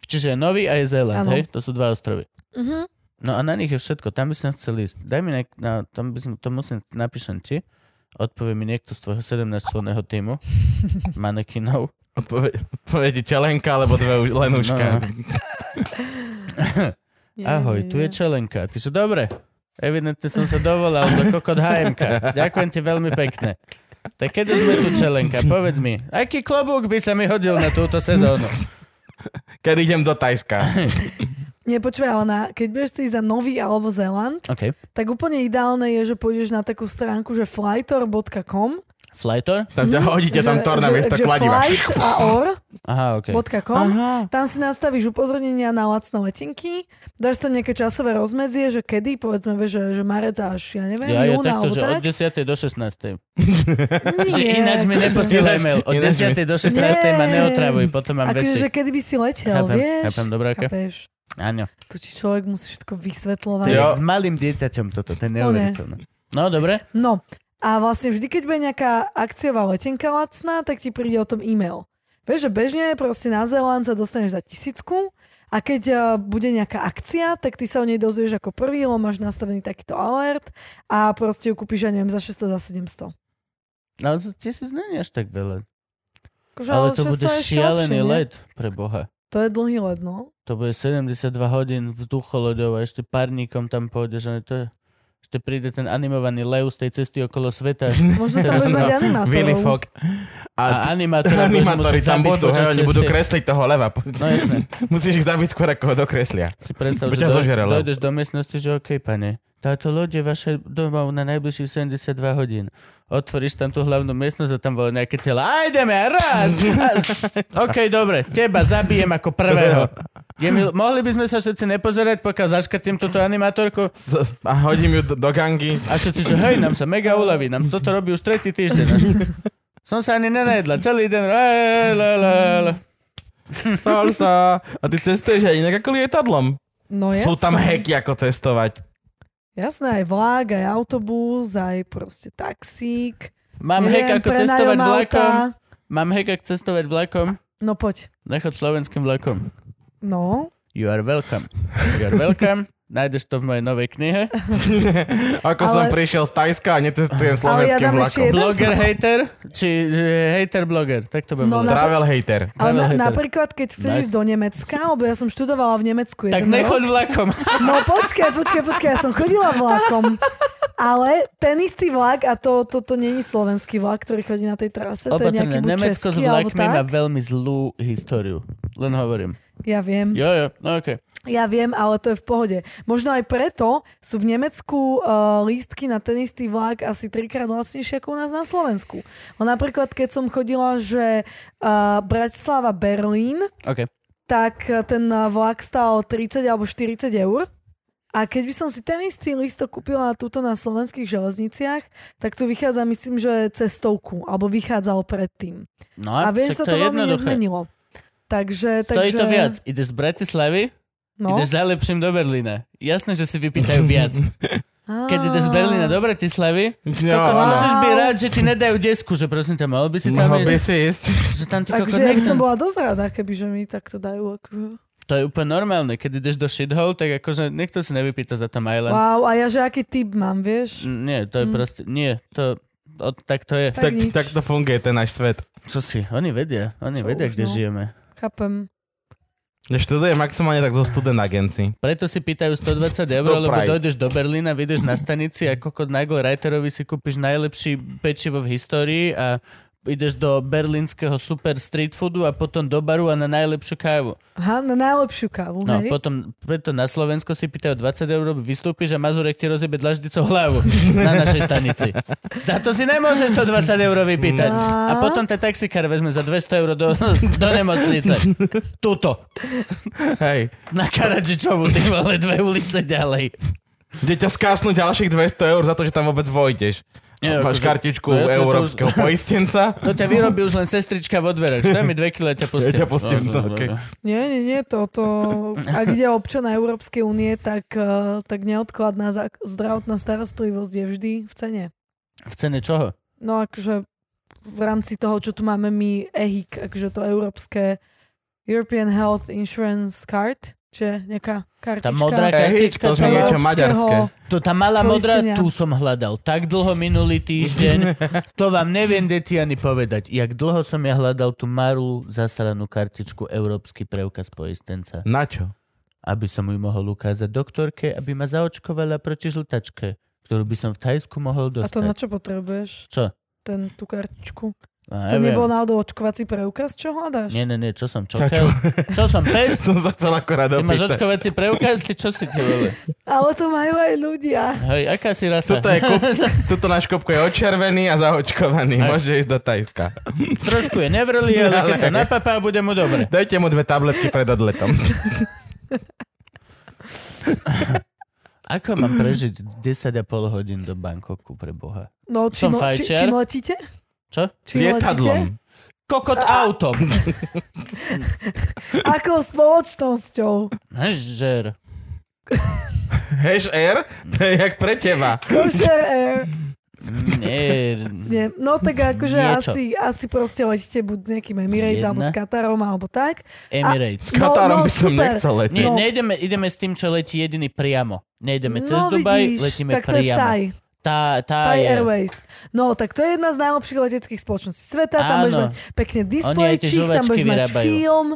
Speaker 2: Čiže je nový a je Zéland,
Speaker 3: Áno.
Speaker 2: hej? To sú dva ostrovy.
Speaker 3: Mhm.
Speaker 2: No a na nich je všetko, tam by som chcel ísť. Daj mi, nejak, na, tam by som, to musím, napíšem ti. Odpovie mi niekto z tvojho 17-členného týmu, manekinov.
Speaker 4: Odpovedi, odpovedi čelenka, alebo dve už- len uška.
Speaker 2: No.
Speaker 3: Nie,
Speaker 2: Ahoj,
Speaker 3: nie,
Speaker 2: tu je
Speaker 3: nie.
Speaker 2: Čelenka. Ty si dobre. Evidentne som sa dovolal do kokot HMK. Ďakujem ti veľmi pekne. Tak kedy sme tu Čelenka? Povedz mi, aký klobúk by sa mi hodil na túto sezónu?
Speaker 4: Keď idem do Tajska.
Speaker 3: Nie, počúvaj, ale na, keď budeš chcieť ísť za Nový alebo Zeland,
Speaker 2: OK.
Speaker 3: tak úplne ideálne je, že pôjdeš na takú stránku, že flightor.com
Speaker 2: Flightor?
Speaker 4: Tam ťa hodíte, tam tor na miesto kladiva.
Speaker 3: Flight a or.
Speaker 2: Aha, OK.
Speaker 3: .com. Tam si nastavíš upozornenia na lacné letenky, dáš tam nejaké časové rozmedzie, že kedy, povedzme, vieš, že, že marec až, ja neviem,
Speaker 2: Ja je
Speaker 3: júna
Speaker 2: takto,
Speaker 3: alebo
Speaker 2: že od
Speaker 3: tak.
Speaker 2: 10. do 16. Že
Speaker 3: Nie.
Speaker 2: ináč mi neposielaj
Speaker 4: Ináč-
Speaker 2: mail. Od
Speaker 4: ináč
Speaker 2: 10.
Speaker 4: mi-
Speaker 2: do 16. ma
Speaker 3: Nie.
Speaker 2: neotravuj, potom mám
Speaker 3: Akože,
Speaker 2: veci.
Speaker 3: že kedy by si letel,
Speaker 2: Chápem,
Speaker 3: vieš?
Speaker 2: chápem, dobrá, Ka.
Speaker 3: Chápeš?
Speaker 2: Áno.
Speaker 3: Tu ti človek musí všetko vysvetľovať.
Speaker 2: To je
Speaker 4: Jo.
Speaker 2: s malým dieťaťom toto, to je
Speaker 3: No ne.
Speaker 2: neuveriteľné. No, dobre.
Speaker 3: No a vlastne vždy, keď bude nejaká akciová letenka lacná, tak ti príde o tom e-mail. Vieš, že bežne proste na Zeland sa dostaneš za tisícku a keď eh, bude nejaká akcia, tak ty sa o nej dozvieš ako prvý, lebo máš nastavený takýto alert a proste ju kúpiš, ja neviem, za 600, za 700.
Speaker 2: No, tisíc není až tak veľa.
Speaker 3: Akože,
Speaker 2: Ale to
Speaker 3: 600
Speaker 2: bude
Speaker 3: Akože, je ešte
Speaker 2: šialený
Speaker 3: lepšie, nie?
Speaker 2: let, pre Boha.
Speaker 3: To je dlhý let, no.
Speaker 2: To bude 72 hodín vzducholoďov a ešte párnikom tam pôjdeš, ale to je... Ešte príde ten animovaný lev z tej cesty okolo sveta.
Speaker 3: Možno tam budeš mať
Speaker 4: Willy
Speaker 3: animátorov.
Speaker 4: Fogg.
Speaker 2: A, a animátor,
Speaker 4: Animátori tam budú, hej, oni budú kresliť toho leva.
Speaker 2: No jasné.
Speaker 4: Musíš ich zabiť skôr, ako ho dokreslia.
Speaker 2: Si predstav,
Speaker 4: By
Speaker 2: že
Speaker 4: ťa
Speaker 2: doj-
Speaker 4: zožralo.
Speaker 2: dojdeš do miestnosti, že OK, pane, táto loď je vaše domov na najbližších 72 hodín. Otvoríš tam tú hlavnú miestnosť a tam bolo nejaké tela. A ideme, raz! A- OK, dobre, teba zabijem ako prvého. Je mi, mohli by sme sa všetci nepozerať, pokiaľ zaškrtím túto animátorku
Speaker 4: Z- A hodím ju do, do gangy.
Speaker 2: a všetci, že hej, nám sa mega uľaví, nám toto robí už tretí týždeň. Som sa ani nenajedla, celý deň. Lé, lé, lé, lé.
Speaker 4: Salsa. A ty cestuješ aj inak ako lietadlom.
Speaker 3: No jasné.
Speaker 4: Sú tam heky ako cestovať.
Speaker 3: Jasné, aj vlák, aj autobus, aj proste taxík.
Speaker 2: Mám hek
Speaker 3: Neviem,
Speaker 2: ako
Speaker 3: prenajom
Speaker 2: cestovať
Speaker 3: auta.
Speaker 2: vlakom. Mám hek ako cestovať vlakom.
Speaker 3: No poď.
Speaker 2: Nechod slovenským vlakom.
Speaker 3: No,
Speaker 2: You are welcome. You are welcome. Nájdeš to v mojej novej knihe.
Speaker 4: Ako
Speaker 3: Ale-
Speaker 4: som prišiel z Tajska a
Speaker 3: Ale
Speaker 4: necestujem
Speaker 3: ja
Speaker 4: slovenským
Speaker 3: dám ešte
Speaker 4: vlakom.
Speaker 3: jedno.
Speaker 2: Blogger hater, či e, hater blogger, tak to by
Speaker 3: No,
Speaker 2: bolo.
Speaker 3: na-
Speaker 4: Travel hater.
Speaker 3: ale
Speaker 2: Travel
Speaker 3: na,
Speaker 2: hater.
Speaker 3: napríklad, keď chceš
Speaker 2: Nice.
Speaker 3: ísť do Nemecka, lebo ja som študovala v Nemecku
Speaker 2: tak
Speaker 3: jeden
Speaker 2: nechoď
Speaker 3: rok.
Speaker 2: vlakom.
Speaker 3: No počkaj, počkaj, počkaj, ja som chodila vlakom. Ale ten istý vlak, a to, to, to není slovenský vlak, ktorý chodí na tej trase, to je
Speaker 2: Opatrne,
Speaker 3: nejaký buď
Speaker 2: Nemecko s
Speaker 3: český, alebo
Speaker 2: vlakmi má
Speaker 3: tak.
Speaker 2: veľmi zlú históriu. Len hovorím.
Speaker 3: Ja viem.
Speaker 2: Jo, jo, no okej.
Speaker 3: Ja viem, ale to je v pohode. Možno aj preto sú v Nemecku uh, lístky na ten istý vlak asi trikrát lacnejšie ako u nás na Slovensku. No napríklad, keď som chodila, že uh, Bratislava Berlín,
Speaker 2: OK.
Speaker 3: tak eh, ten eh, vlak stál 30 alebo 40 eur. A keď by som si ten istý listok kúpila túto na slovenských železniciach, tak tu vychádza, myslím, že cestovku, alebo vychádzal predtým.
Speaker 2: No,
Speaker 3: A
Speaker 2: však
Speaker 3: viem, že sa
Speaker 2: to
Speaker 3: to
Speaker 2: je
Speaker 3: veľmi
Speaker 2: jednoduché.
Speaker 3: nezmenilo. Takže,
Speaker 2: Stojí
Speaker 3: takže,
Speaker 2: to viac. Ideš z Bratislavy,
Speaker 3: No.
Speaker 2: ideš za lepším do Berlína. Jasné, že si vypýtajú viac. Keď
Speaker 3: Ah.
Speaker 2: ideš z Berlína do Bratislavy,
Speaker 4: Jo,
Speaker 2: Koko,
Speaker 4: áno.
Speaker 2: môžeš byť rád, že ti nedajú desku, že prosím ťa, mal by si tam
Speaker 4: Mohol by
Speaker 2: ísť,
Speaker 4: si ísť.
Speaker 2: že tam ti koko
Speaker 3: Takže ja by som
Speaker 2: nechcú.
Speaker 3: bola dosť rada, keby že mi takto dajú. Akože.
Speaker 2: To je úplne normálne, keď ideš do shithole, tak akože niekto si nevypýta za tam island.
Speaker 3: Wow, a ja že aký typ mám, vieš?
Speaker 2: N- Nie, to je proste, nie, to, o, tak to je.
Speaker 3: Tak
Speaker 4: Tak,
Speaker 3: nič.
Speaker 4: tak to funguje ten náš svet.
Speaker 2: Čo si, oni vedia, oni
Speaker 3: Čo
Speaker 2: vedia,
Speaker 3: už,
Speaker 2: kde
Speaker 3: no.
Speaker 2: žijeme.
Speaker 3: Chápem.
Speaker 4: Ja študujem maximálne tak zo student agencií.
Speaker 2: Preto si pýtajú 120 eur,
Speaker 4: To
Speaker 2: lebo
Speaker 4: praj.
Speaker 2: dojdeš do Berlína, vyjdeš na stanici a kokot Nagel Reiterovi si kúpiš najlepší pečivo v histórii a ideš do berlínskeho super street foodu a potom do baru a na najlepšiu kávu.
Speaker 3: Aha, na najlepšiu kávu,
Speaker 2: No,
Speaker 3: hej?
Speaker 2: potom, preto na Slovensko si pýtajú 20 eur, vystúpiš a Mazurek ti rozjebe dlaždicou hlavu na našej stanici. Za to si nemôžeš 120 eur vypýtať.
Speaker 3: No.
Speaker 2: A potom ten taxikár vezme za 200 eur do, do nemocnice. Tuto.
Speaker 4: Hej.
Speaker 2: Na Karadžičovu, ty vole, dve ulice ďalej.
Speaker 4: Kde ťa skásnu ďalších 200 eur za to, že tam vôbec vojdeš.
Speaker 2: Nie, akože-
Speaker 4: Máš kartičku
Speaker 2: no jasné, to už- no
Speaker 4: európskeho poistenca.
Speaker 2: To ťa vyrobí už len sestrička vo dverách. Čo mi dve kilo, ja ťa pustím.
Speaker 4: Ja ťa pustím, no, okej.
Speaker 3: Nie, nie, nie, toto... Ak ide o občana Európskej únie, tak, eh, tak neodkladná zá- zdravotná starostlivosť je vždy v cene.
Speaker 2: V cene čoho?
Speaker 3: No akože v rámci toho, čo tu máme my EHIC, akože to európske European Health Insurance Card, čiže nejaká kartička.
Speaker 2: modrá
Speaker 4: Hej,
Speaker 2: kartička,
Speaker 4: to sme
Speaker 2: čo-
Speaker 4: niečo
Speaker 3: európskeho-
Speaker 4: maďarské.
Speaker 2: To tá malá modrá,
Speaker 3: Poistenia.
Speaker 2: tu som hľadal tak dlho minulý týždeň, to vám neviem deti ani povedať, jak dlho som ja hľadal tú marú zasranú kartičku Európsky preukaz poistenca,
Speaker 4: Na čo?
Speaker 2: aby som ju mohol ukázať doktorke, aby ma zaočkovala proti žltačke, ktorú by som v Tajsku mohol
Speaker 3: A to na
Speaker 2: dostať.
Speaker 3: čo potrebuješ?
Speaker 2: Čo?
Speaker 3: Ten, tú kartičku.
Speaker 2: A,
Speaker 3: To
Speaker 2: neviem.
Speaker 3: nebol náhodou očkovací preukaz, čo hľadáš?
Speaker 2: Nie, nie, nie, čo som čokel? Čo som pes?
Speaker 4: Som sa chcel akorát
Speaker 2: Ty máš
Speaker 4: opýtať.
Speaker 2: očkovací preukaz? Ty čo si ty vole?
Speaker 3: Ale to majú aj ľudia.
Speaker 2: Hej, aká si rasa?
Speaker 4: Tuto, je kup, tuto náš kopko je očervený a zaočkovaný.
Speaker 2: Aj.
Speaker 4: Môže ísť do Tajska.
Speaker 2: Trošku je nevrlý, ale keď sa napapá, bude mu dobre.
Speaker 4: Dajte mu dve tabletky pred odletom.
Speaker 2: Ako mám prežiť 10,5 hodín do Bangkoku pre Boha?
Speaker 3: No,
Speaker 2: Som
Speaker 3: čím, či,
Speaker 2: fajčiar.
Speaker 3: čím letíte?
Speaker 2: Čo?
Speaker 3: Čím letíte?
Speaker 4: Lietadlom.
Speaker 2: Kokot autom.
Speaker 3: Akou spoločnosťou?
Speaker 2: Žer.
Speaker 4: Hash air? To je jak pre teba.
Speaker 3: Kosher Air.
Speaker 2: Nie.
Speaker 3: e, Nie. No tak akože
Speaker 2: Niečo.
Speaker 3: asi, asi proste letíte buď s nejakým Emirates
Speaker 2: Jedna.
Speaker 3: alebo s Katarom alebo tak.
Speaker 2: Emirates.
Speaker 4: S
Speaker 3: No,
Speaker 4: Katarom
Speaker 3: no,
Speaker 4: by som
Speaker 3: super.
Speaker 4: nechcel letieť.
Speaker 2: Nie,
Speaker 3: No.
Speaker 2: nejdeme, ideme s tým, čo letí jediný priamo. Nejdeme cez
Speaker 3: no
Speaker 2: Dubaj,
Speaker 3: vidíš,
Speaker 2: letíme
Speaker 3: tak to je
Speaker 2: priamo.
Speaker 3: Thai,
Speaker 2: Tá, tá
Speaker 3: Thai
Speaker 2: je.
Speaker 3: Airways. No tak to je jedna z najlepších leteckých spoločností sveta, tam budeš
Speaker 2: Áno.
Speaker 3: mať pekne
Speaker 2: Oni aj tie
Speaker 3: displejčík, tam
Speaker 2: žuvačky
Speaker 3: budeš mať
Speaker 2: vyrábajú.
Speaker 3: film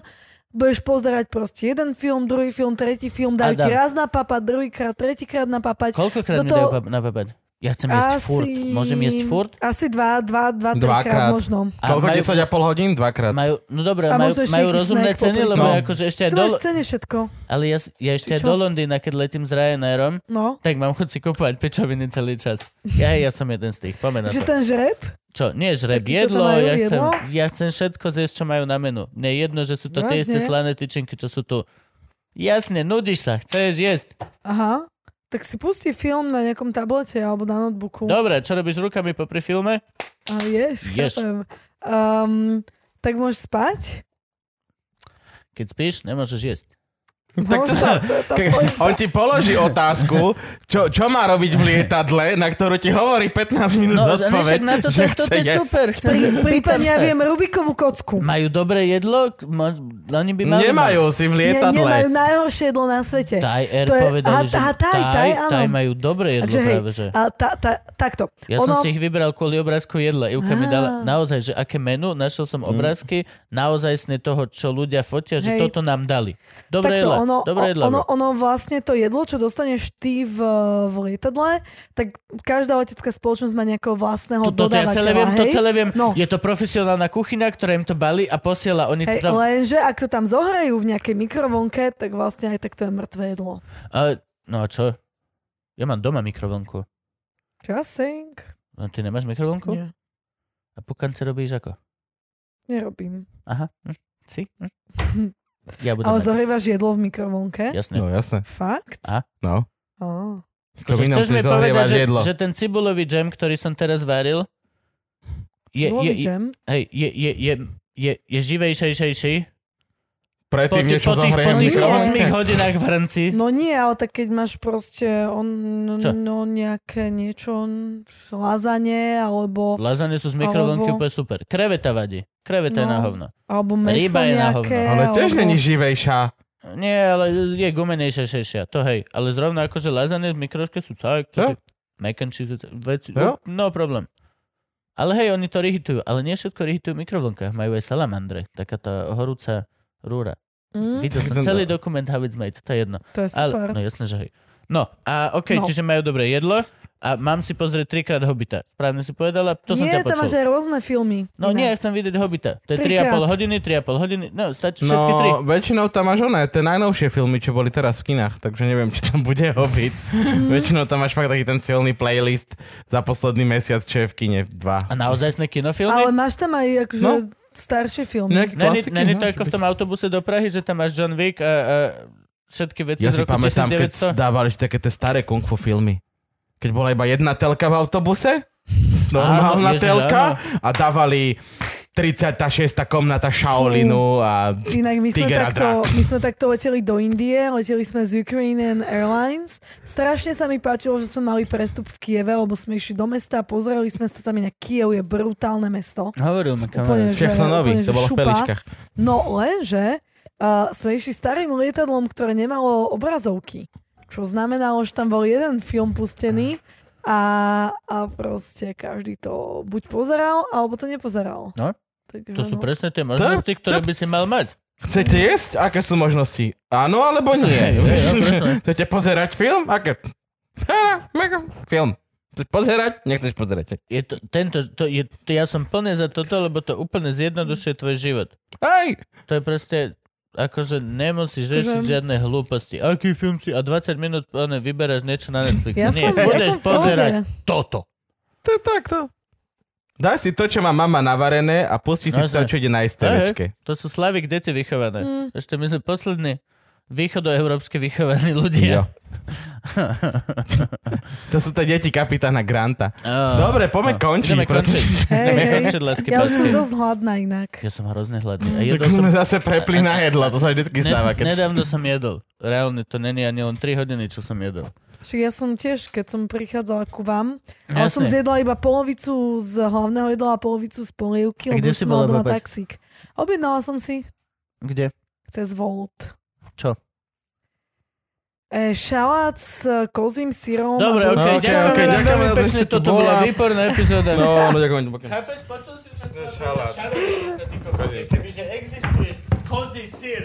Speaker 3: budeš pozerať proste jeden film, druhý film, tretí film, dajú ti
Speaker 2: Adam.
Speaker 3: raz napapať, druhýkrát, tretíkrát napapať.
Speaker 2: Koľkokrát mi
Speaker 3: Do toho-
Speaker 2: dajú pap- na papať? Ja chcem jesť furt. Môžem jesť furt?
Speaker 3: Asi dva, dva, dva,
Speaker 4: Dvakrát.
Speaker 3: trikrát možno.
Speaker 2: A
Speaker 4: Koľko?
Speaker 2: majú-
Speaker 4: 10 a pol hodín? Dvakrát.
Speaker 2: Majú, no dobré,
Speaker 3: A
Speaker 2: majú,
Speaker 3: možno ešte
Speaker 2: majú
Speaker 3: nejaký
Speaker 2: rozumné
Speaker 3: snack
Speaker 2: ceny,
Speaker 3: popri No.
Speaker 2: lebo
Speaker 4: tom.
Speaker 2: akože ešte aj
Speaker 3: Ty
Speaker 2: do,
Speaker 3: máš v cene všetko.
Speaker 2: ale ja, s- ja ešte aj
Speaker 3: Čo?
Speaker 2: do Londýna, keď letím s Ryanairom,
Speaker 3: No.
Speaker 2: tak mám chuť si kúpovať pečoviny celý čas. Ja, ja som jeden z tých, pomeň na
Speaker 3: Takže
Speaker 2: to.
Speaker 3: ten žreb?
Speaker 2: Čo, nie žreb,
Speaker 3: Taký, čo to
Speaker 2: jedlo,
Speaker 3: majú,
Speaker 2: ja chcem,
Speaker 3: jedlo?
Speaker 2: ja chcem všetko zjesť, čo majú na menu. Mne je jedno, že sú to tie isté
Speaker 3: Vážne?
Speaker 2: slané tyčinky, čo sú tu. Jasne, nudíš sa, chceš jesť.
Speaker 3: Aha. Tak si pustí film na nejakom tablete alebo na notebooku.
Speaker 2: Dobre, čo robíš rukami popri filme?
Speaker 3: A ješ,
Speaker 2: Ješ.
Speaker 3: chápem. Um, tak môžeš spať?
Speaker 2: Keď spíš, nemôžeš jesť.
Speaker 4: Tak čo sa... Ke- On ti položí otázku, čo, čo má robiť v lietadle, na ktorú ti hovorí 15 minút
Speaker 2: No,
Speaker 4: odpoveď,
Speaker 2: ne, však na to,
Speaker 4: že
Speaker 2: to, to,
Speaker 4: chce
Speaker 2: je
Speaker 4: jesť.
Speaker 2: super. Chcem sa,
Speaker 3: Prí-
Speaker 2: pýtam
Speaker 3: Prípadne ja
Speaker 2: sa.
Speaker 3: viem Rubikovú kocku.
Speaker 2: Majú dobré jedlo? K- mo- no, Oni by mali
Speaker 4: Nemajú si v
Speaker 3: Nie,
Speaker 4: lietadle.
Speaker 3: nemajú najhoršie jedlo na svete.
Speaker 2: Thai Air
Speaker 3: To je-
Speaker 2: povedali,
Speaker 3: aha,
Speaker 2: že
Speaker 3: aha, Thai, Thai, áno.
Speaker 2: Thai majú dobré jedlo
Speaker 3: Takže hej,
Speaker 2: práve, že...
Speaker 3: a tá, tá, takto.
Speaker 2: Ja som
Speaker 3: ono,
Speaker 2: si ich vybral kvôli obrázku jedla. Ivka mi
Speaker 3: Á.
Speaker 2: dala naozaj, že aké menu, našiel som obrázky naozajstne toho, čo ľudia fotia, že
Speaker 3: Hej.
Speaker 2: toto nám dali. Dobré jedlo,
Speaker 3: ono,
Speaker 2: dobré jedlo. no.
Speaker 3: ono,
Speaker 2: bro.
Speaker 3: ono vlastne to jedlo, čo dostaneš ty v, v lietadle, tak každá letecká spoločnosť má nejakého vlastného
Speaker 2: To, toto ja
Speaker 3: dodávateľa.
Speaker 2: celé viem, to
Speaker 3: hej?
Speaker 2: celé viem.
Speaker 3: No.
Speaker 2: Je to profesionálna kuchyňa, ktorá im to balí a posiela. Oni to
Speaker 3: Hej,
Speaker 2: tam...
Speaker 3: lenže ak to tam zohrajú v nejakej mikrovlnke, tak vlastne aj tak to je mŕtve jedlo.
Speaker 2: A, no a čo? Ja mám doma mikrovlnku.
Speaker 3: Just saying.
Speaker 2: No, ty nemáš mikrovlnku?
Speaker 3: Nie,
Speaker 2: A pukance robíš ako?
Speaker 3: nerobím.
Speaker 2: Aha. Hm. Si? Hm. Ja budem...
Speaker 3: Ale
Speaker 2: mať.
Speaker 3: zohrievaš jedlo v mikrovlnke?
Speaker 2: Jasné.
Speaker 4: No jasné.
Speaker 3: Fakt?
Speaker 4: No.
Speaker 3: Oh.
Speaker 2: Akože
Speaker 4: Kominom
Speaker 2: chceš
Speaker 4: si
Speaker 2: mi povedať,
Speaker 4: zohrievaš
Speaker 2: že,
Speaker 4: jedlo.
Speaker 2: že ten cibulový džem, ktorý som teraz varil, je, je, je,
Speaker 3: džem?
Speaker 2: hej, je, je, je, je, je živejšejšejší po,
Speaker 4: Predtým
Speaker 2: tých- po tých,
Speaker 4: niečo
Speaker 2: po
Speaker 4: zohriem
Speaker 2: tých
Speaker 3: mikrovlnke.
Speaker 2: 8 hodinách v hrnci.
Speaker 3: No nie, ale tak keď máš proste on,
Speaker 2: Čo?
Speaker 3: no nejaké niečo, on- lazanie, alebo,
Speaker 2: Lazanie sú z mikrovlnky
Speaker 3: Alebo-
Speaker 2: úplne super. Kreveta vadí. Kreveta je
Speaker 3: No.
Speaker 2: na hovno.
Speaker 3: alebo meso
Speaker 2: Ryba je na
Speaker 3: nejaké.
Speaker 4: Ale
Speaker 2: Ehm, no.
Speaker 4: tiež
Speaker 3: alebo...
Speaker 4: není živejšia.
Speaker 2: Nie, ale je gumenejšia šešia, to hej. Ale zrovna akože lazanie v mikroške sú tak,
Speaker 4: Jo.
Speaker 2: čo si, mac and cheese, veci,
Speaker 4: Jo.
Speaker 2: no problém. Ale hej, oni to rihitujú, ale nie všetko rihitujú v mikrovlnkách, majú aj salamandre, taká tá horúca rúra.
Speaker 3: Mm,
Speaker 2: Videl som
Speaker 4: Ten-
Speaker 2: Hm? celý dokument How It's Made, to je jedno.
Speaker 3: to je
Speaker 2: Ale,
Speaker 3: super.
Speaker 2: no jasné, že hej. No, a okej,
Speaker 3: No.
Speaker 2: čiže majú dobré jedlo a mám si pozrieť trikrát Hobita. Správne si povedala? To som
Speaker 3: nie,
Speaker 2: ťa
Speaker 3: tam máš
Speaker 2: počul.
Speaker 3: aj rôzne filmy.
Speaker 2: No nie, ja
Speaker 3: Iné.
Speaker 2: chcem vidieť Hobita. To je
Speaker 3: Trikrát.
Speaker 2: 3,5 hodiny, 3,5 hodiny, no stačí všetky tri.
Speaker 4: No, väčšinou tam máš oné, tie najnovšie filmy, čo boli teraz v kinách, takže neviem, či tam bude Hobbit. väčšinou tam máš fakt taký ten silný playlist za posledný mesiac, čo je v kine 2.
Speaker 2: A naozaj sme kinofilmy?
Speaker 3: Ale máš tam aj akože
Speaker 4: No.
Speaker 3: staršie filmy.
Speaker 4: Nejaké
Speaker 2: Není,
Speaker 4: klasiky,
Speaker 2: není
Speaker 4: no,
Speaker 2: to
Speaker 4: že
Speaker 2: ako v
Speaker 4: by-
Speaker 2: tom autobuse do Prahy, že tam máš John Wick a, a všetky veci
Speaker 4: Ja
Speaker 2: z
Speaker 4: si
Speaker 2: roku
Speaker 4: pamätám, keď
Speaker 2: 1900.
Speaker 4: dávali ešte také tie staré kung fu filmy. Keď bola iba jedna telka v autobuse, normálna
Speaker 2: Áno, ježiš,
Speaker 4: telka, a dávali 36. komnata Shaolinu a...
Speaker 3: Inak my sme,
Speaker 4: Tiger a
Speaker 3: takto, my sme takto leteli do Indie, leteli sme z Ukrainian Airlines. Strašne sa mi páčilo, že sme mali prestup v Kieve, lebo sme išli do mesta, pozreli sme sa tam inak. Kiev je brutálne mesto.
Speaker 2: Hovoril mi kamarát.
Speaker 3: Úplne, že-
Speaker 4: Všechno nový,
Speaker 3: úplne, že
Speaker 4: to bolo v
Speaker 3: šupa.
Speaker 4: peličkách.
Speaker 3: No lenže uh, sme išli starým lietadlom, ktoré nemalo obrazovky. Čo znamenalo, že tam bol jeden film pustený a, a proste každý to buď pozeral, alebo to nepozeral.
Speaker 2: No.
Speaker 3: Takže,
Speaker 2: To sú
Speaker 3: no.
Speaker 2: presne tie možnosti, ktoré by si mal mať.
Speaker 4: Chcete jesť? Aké sú možnosti? Áno alebo nie?
Speaker 2: hej, no, presne.
Speaker 4: Chcete pozerať film? Aké? Á, mega, Film. Chceš pozerať? Nechceš pozerať.
Speaker 2: Je to, tento, to je, to ja som plne za toto, lebo to úplne zjednodušuje tvoj život.
Speaker 4: Hej!
Speaker 2: To je proste, akože nemusíš riešiť
Speaker 3: Akože-
Speaker 2: žiadne hlúposti. Aký film si? A 20 minút plne vyberáš niečo na Netflixe.
Speaker 3: Ja
Speaker 2: Nie,
Speaker 3: som, ja
Speaker 2: budeš
Speaker 3: som v pohode.
Speaker 2: pozerať toto.
Speaker 4: To je takto. Daj si to, čo má mama navarené a pusti si
Speaker 2: No,
Speaker 4: to,
Speaker 2: jasné.
Speaker 4: čo ide na
Speaker 2: Hej,
Speaker 4: STVčke.
Speaker 2: hej. To sú slavy kde ti vychované.
Speaker 3: Mm.
Speaker 2: Ešte my sme poslední východoeurópske vychovaní
Speaker 4: Jo.
Speaker 2: ľudia.
Speaker 4: To sú tie deti kapitána Granta.
Speaker 2: Á.
Speaker 4: Dobre, poďme končiť.
Speaker 2: Ideme končiť.
Speaker 3: Hej,
Speaker 2: Ideme
Speaker 3: hej.
Speaker 2: končiť, lásky
Speaker 3: Ja už som
Speaker 2: pásky.
Speaker 3: dosť hladná inak.
Speaker 2: Ja som hrozne hladný. A
Speaker 4: Tak
Speaker 2: jedol som...
Speaker 4: sme zase prepli na jedlo, to sa vždycky stáva.
Speaker 2: Ne,
Speaker 4: Keď...
Speaker 2: nedávno som jedol. Reálne to není ani len 3 hodiny, čo som jedol.
Speaker 3: Čiže ja som tiež, keď som prichádzala ku vám, ale som
Speaker 2: Jasné.
Speaker 3: zjedla iba polovicu z hlavného jedla a polovicu z polievky,
Speaker 2: A
Speaker 3: lebo
Speaker 2: kde si
Speaker 3: som mala
Speaker 2: bola,
Speaker 3: doma
Speaker 2: babať?
Speaker 3: taxík. Objednala som si
Speaker 2: Kde?
Speaker 3: cez Volt.
Speaker 2: Čo?
Speaker 3: E, šalát s kozím sírom. a
Speaker 2: Dobre, ok,
Speaker 3: bol-
Speaker 4: okej,
Speaker 2: okay, ďakujem
Speaker 4: okej,
Speaker 2: vám
Speaker 4: ďakujem
Speaker 2: veľmi
Speaker 4: za to,
Speaker 2: pekne,
Speaker 4: že tu
Speaker 2: toto bola
Speaker 4: bola.
Speaker 2: výborná epizóda.
Speaker 4: No, no ďakujem.
Speaker 2: Chápeš, počul si, čo chcel
Speaker 4: Šalát.
Speaker 2: povedať? Šalát. Keby, že existuješ. kozí sír.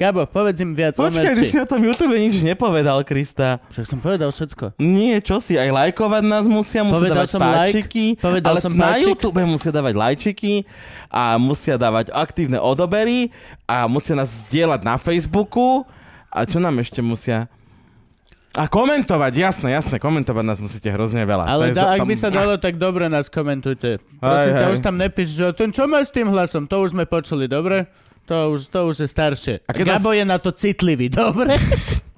Speaker 2: Gabo, povedz im viac o
Speaker 4: Počkaj, ty
Speaker 2: merči.
Speaker 4: si o tom YouTube nič nepovedal, Krista.
Speaker 2: Však som povedal všetko.
Speaker 4: Nie, čo si, aj lajkovať nás musia, musia
Speaker 2: Povedal
Speaker 4: dávať
Speaker 2: som like,
Speaker 4: páčiky,
Speaker 2: povedal
Speaker 4: ale
Speaker 2: som
Speaker 4: na
Speaker 2: páčik.
Speaker 4: YouTube musia dávať lajčiky a musia dávať aktívne odobery a musia nás zdieľať na Facebooku a čo nám ešte musia... A komentovať, jasné, jasné, komentovať nás musíte hrozne veľa.
Speaker 2: Ale
Speaker 4: To je
Speaker 2: da,
Speaker 4: za-
Speaker 2: ak
Speaker 4: tam-
Speaker 2: by sa dalo, tak dobre nás komentujte. Prosím ťa,
Speaker 4: hej.
Speaker 2: už tam nepíš, že ten čo má s tým hlasom, to už sme počuli, dobre? To už, to už je staršie. A
Speaker 4: keď nás-
Speaker 2: Gabo je na to citlivý, dobre?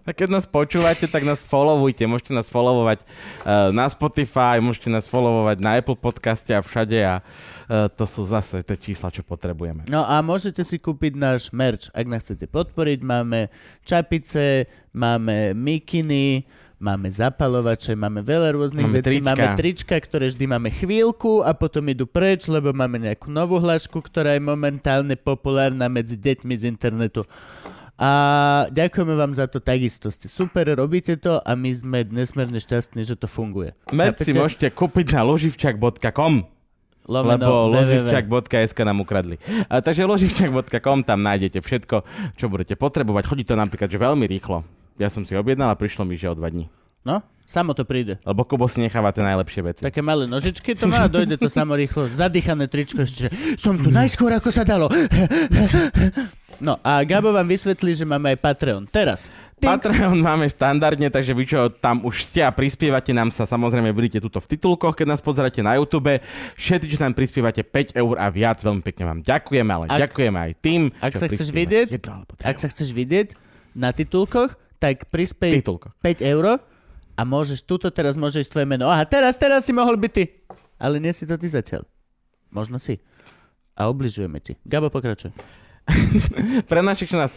Speaker 4: A keď nás počúvate, tak nás followujte. Môžete nás followovať uh, na Spotify, môžete nás followovať na Apple podcaste a všade a uh, to sú zase tie čísla, čo potrebujeme.
Speaker 2: No a môžete si kúpiť náš merch, ak nás chcete podporiť. Máme čapice, máme mikiny, máme zapalovače, máme veľa rôznych
Speaker 4: Máme
Speaker 2: vecí.
Speaker 4: trička.
Speaker 2: Máme trička, ktoré vždy máme chvíľku a potom idú preč, lebo máme nejakú novú hlášku, ktorá je momentálne populárna medzi deťmi z internetu. A ďakujeme vám za to takisto. Ste super, robíte to a my sme nesmierne šťastní, že to funguje.
Speaker 4: Merch si
Speaker 2: Chápete?
Speaker 4: môžete kúpiť na loživčak.com
Speaker 2: Lomeno
Speaker 4: lebo
Speaker 2: www.
Speaker 4: loživčak.sk nám ukradli. A, takže loživčak.com, tam nájdete všetko, čo budete potrebovať. Chodí to napríklad že veľmi rýchlo. Ja som si objednal a prišlo mi, že o dva dní.
Speaker 2: No, samo to príde.
Speaker 4: Lebo Kubo si necháva tie najlepšie veci.
Speaker 2: Také malé nožičky to má a dojde to samo rýchlo. Zadýchané tričko ešte, že som tu najskôr, ako sa dalo. No a Gabo vám vysvetlí, že máme aj Patreon. Teraz. Tink.
Speaker 4: Patreon máme štandardne, takže vy čo tam už ste a prispievate nám sa, samozrejme vidíte tuto v titulkoch, keď nás pozeráte na YouTube. Všetci, čo nám prispievate 5 eur a viac, veľmi pekne vám ďakujeme, ale
Speaker 2: Ak-
Speaker 4: ďakujeme aj tým,
Speaker 2: ak
Speaker 4: čo
Speaker 2: sa chceš
Speaker 4: prispievate
Speaker 2: vidieť,
Speaker 4: jedno alebo tri
Speaker 2: Ak sa chceš vidieť na titulkoch, tak
Speaker 4: v
Speaker 2: prispej
Speaker 4: titulkoch.
Speaker 2: 5 eur a môžeš, tuto teraz môže ísť tvoje meno. Aha, teraz, teraz si mohol byť ty. Ale nie si to ty zatiaľ. Možno si. A obližujeme ti. Gabo, pokračuj.
Speaker 4: Pre našich nás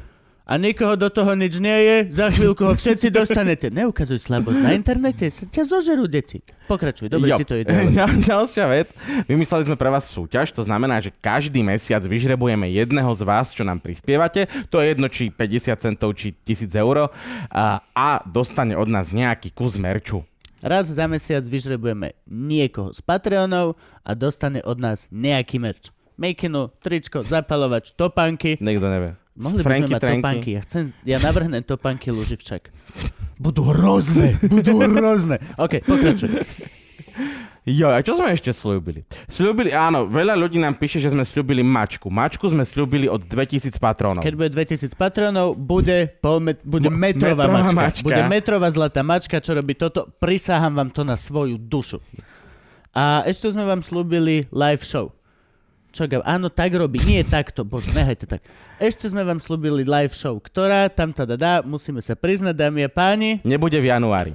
Speaker 2: a nikoho do toho nič nie je. Za chvíľku ho všetci dostanete. Neukazuj slabosť na internete, sa ťa zožerú deti. Pokračuj, dobre, ti to ide. ale-
Speaker 4: Ďal, ďalšia vec, vymysleli sme pre vás súťaž, to znamená, že každý mesiac vyžrebujeme jedného z vás, čo nám prispievate, to je jedno či 50 centov, či 1000 eur a, a dostane od nás nejaký kus merču.
Speaker 2: Raz za mesiac vyžrebujeme niekoho z Patreonov a dostane od nás nejaký merč. Mekinu, tričko, zapalovač, topánky.
Speaker 4: Niekto nevie.
Speaker 2: Mohli by
Speaker 4: Franky,
Speaker 2: sme mať
Speaker 4: Tranky.
Speaker 2: topánky. Ja, chcem, ja navrhnem topánky Luživčak. Budú hrozné, budú hrozné. OK, pokračuj.
Speaker 4: Jo, a čo sme ešte slúbili? Slúbili, áno, veľa ľudí nám píše, že sme slúbili mačku. Mačku sme slúbili od 2000 patrónov.
Speaker 2: Keď bude 2000 patronov, bude, pol met, bude
Speaker 4: Bu-
Speaker 2: metrová,
Speaker 4: metrová
Speaker 2: mačka.
Speaker 4: mačka.
Speaker 2: Bude metrová zlatá mačka, čo robí toto. Prisahám vám to na svoju dušu. A ešte sme vám slúbili live show. Čo Gab? Áno, tak robí. Nie takto. Bože, nehajte tak. Ešte sme vám slúbili live show, ktorá tam teda dá. Musíme sa priznať, dámy a páni.
Speaker 4: Nebude v januári.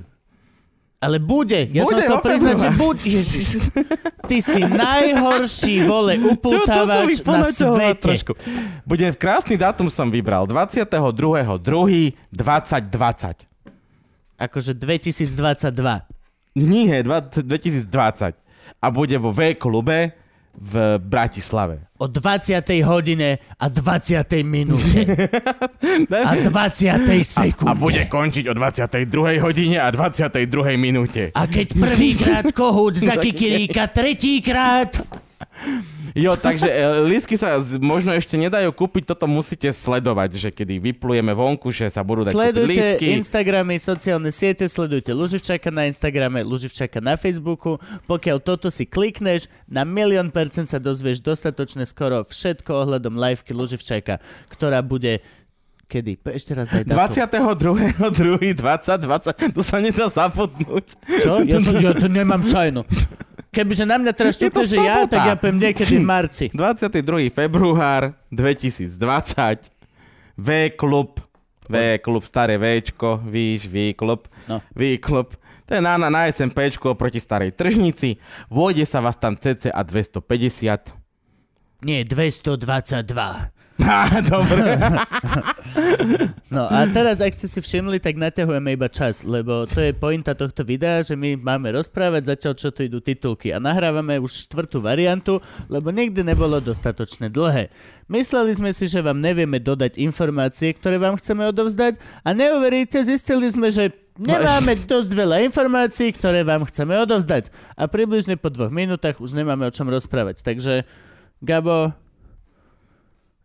Speaker 2: Ale bude. Ja som
Speaker 4: Bude,
Speaker 2: sa
Speaker 4: vo
Speaker 2: priznať, že
Speaker 4: februári.
Speaker 2: bude. Ježiš. Ty si najhorší, vole, upútavač na
Speaker 4: ponaťahovať
Speaker 2: svete.
Speaker 4: trošku. Bude v krásny dátum som vybral. 22.2.2020.
Speaker 2: Akože 2022.
Speaker 4: Nie, 20, 2020. A bude vo V-klube v Bratislave.
Speaker 2: o 20. hodine a 20. minúte a 20.
Speaker 4: A bude
Speaker 2: sekunde.
Speaker 4: končiť o 22. hodine a 22. minúte.
Speaker 2: A keď prvýkrát kohút zakikiríka tretíkrát,
Speaker 4: Jo, takže e, lístky sa z- možno ešte nedajú kúpiť, toto musíte sledovať, že kedy vyplujeme vonku, že sa budú dať kúpiť
Speaker 2: Sledujte
Speaker 4: lístky.
Speaker 2: Instagramy, sociálne siete, sledujte Luživčaka na Instagrame, Luživčaka na Facebooku. Pokiaľ toto si klikneš, na milión percent sa dozvieš dostatočne skoro všetko ohľadom liveky Luživčaka, ktorá bude Kedy? P- Ešte raz daj dátum.
Speaker 4: 22.2.2020, to sa nedá zabudnúť.
Speaker 2: Čo? Ja, som, ja to nemám šajnu. Kebyže na mňa teraz
Speaker 4: Je
Speaker 2: ťukne,
Speaker 4: to
Speaker 2: že ja,
Speaker 4: sobota.
Speaker 2: tak ja poviem niekedy v marci.
Speaker 4: 22. február 2020, V-klub, V-klub, staré V-čko, víš, V-klub,
Speaker 2: No.
Speaker 4: V-klub. To je na, na, na SMPčko proti starej tržnici. Vôjde sa vás tam cca 250.
Speaker 2: Nie, 222.
Speaker 4: Á, dobre.
Speaker 2: No a teraz, ak ste si všimli, tak naťahujeme iba čas, lebo to je pointa tohto videa, že my máme rozprávať zatiaľ, čo tu idú titulky. A nahrávame už štvrtú variantu, lebo nikdy nebolo dostatočne dlhé. Mysleli sme si, že vám nevieme dodať informácie, ktoré vám chceme odovzdať a neuveríte, zistili sme, že nemáme dosť veľa informácií, ktoré vám chceme odovzdať. A približne po dvoch minútach už nemáme o čom rozprávať. Takže, Gabo,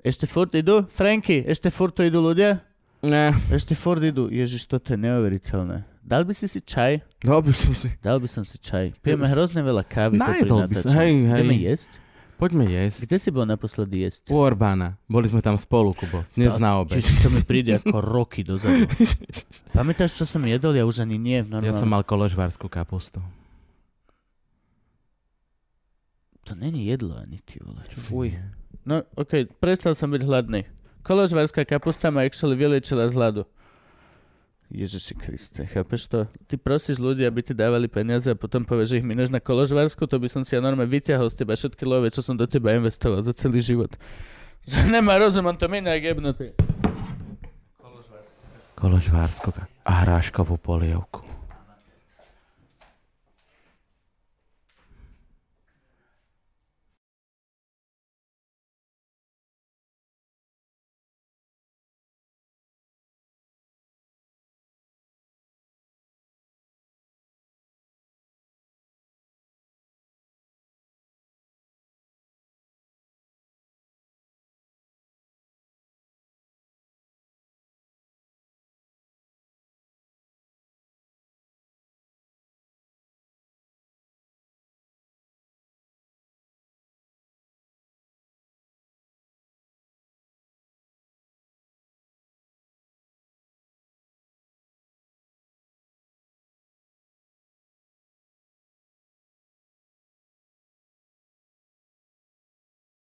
Speaker 2: ešte furt idú? Franky, ešte furt tu idú ľudia?
Speaker 4: Ne.
Speaker 2: Ešte Ford idú. Ježiš, toto je neuveriteľné. Dal by si si čaj?
Speaker 4: Dobre som si.
Speaker 2: Dal by som si čaj. Pijeme hrozne veľa kávy. popri
Speaker 4: Najedol by som.
Speaker 2: natáčaní.
Speaker 4: Hej, hej.
Speaker 2: Ideme jesť?
Speaker 4: Poďme jesť.
Speaker 2: Kde si bol naposledy jesť?
Speaker 4: U Orbána. Boli sme tam spolu, Kubo. Dnes na obed.
Speaker 2: Čiže to mi príde ako roky dozadu. Pamätáš, čo som jedol? Ja už ani nie. Normálne.
Speaker 4: Ja som mal koložvárskú kapustu.
Speaker 2: To není jedlo ani, ty vole. Fuj. No, okej, prestal som byť hladný. Koložvárska kapusta ma actually vyliečila z hladu. Ježiši Kriste, chápeš to? Ty prosíš ľudí, aby ti dávali peniaze a potom povieš, že ich mineš na koložvársku, to by som si ja normálne vyťahol z teba všetky love, čo som do teba investoval za celý život. Že nemá rozum, on to minie, jak jebnutý.
Speaker 4: Koložvárskú kapustu. A hráškovú polievku.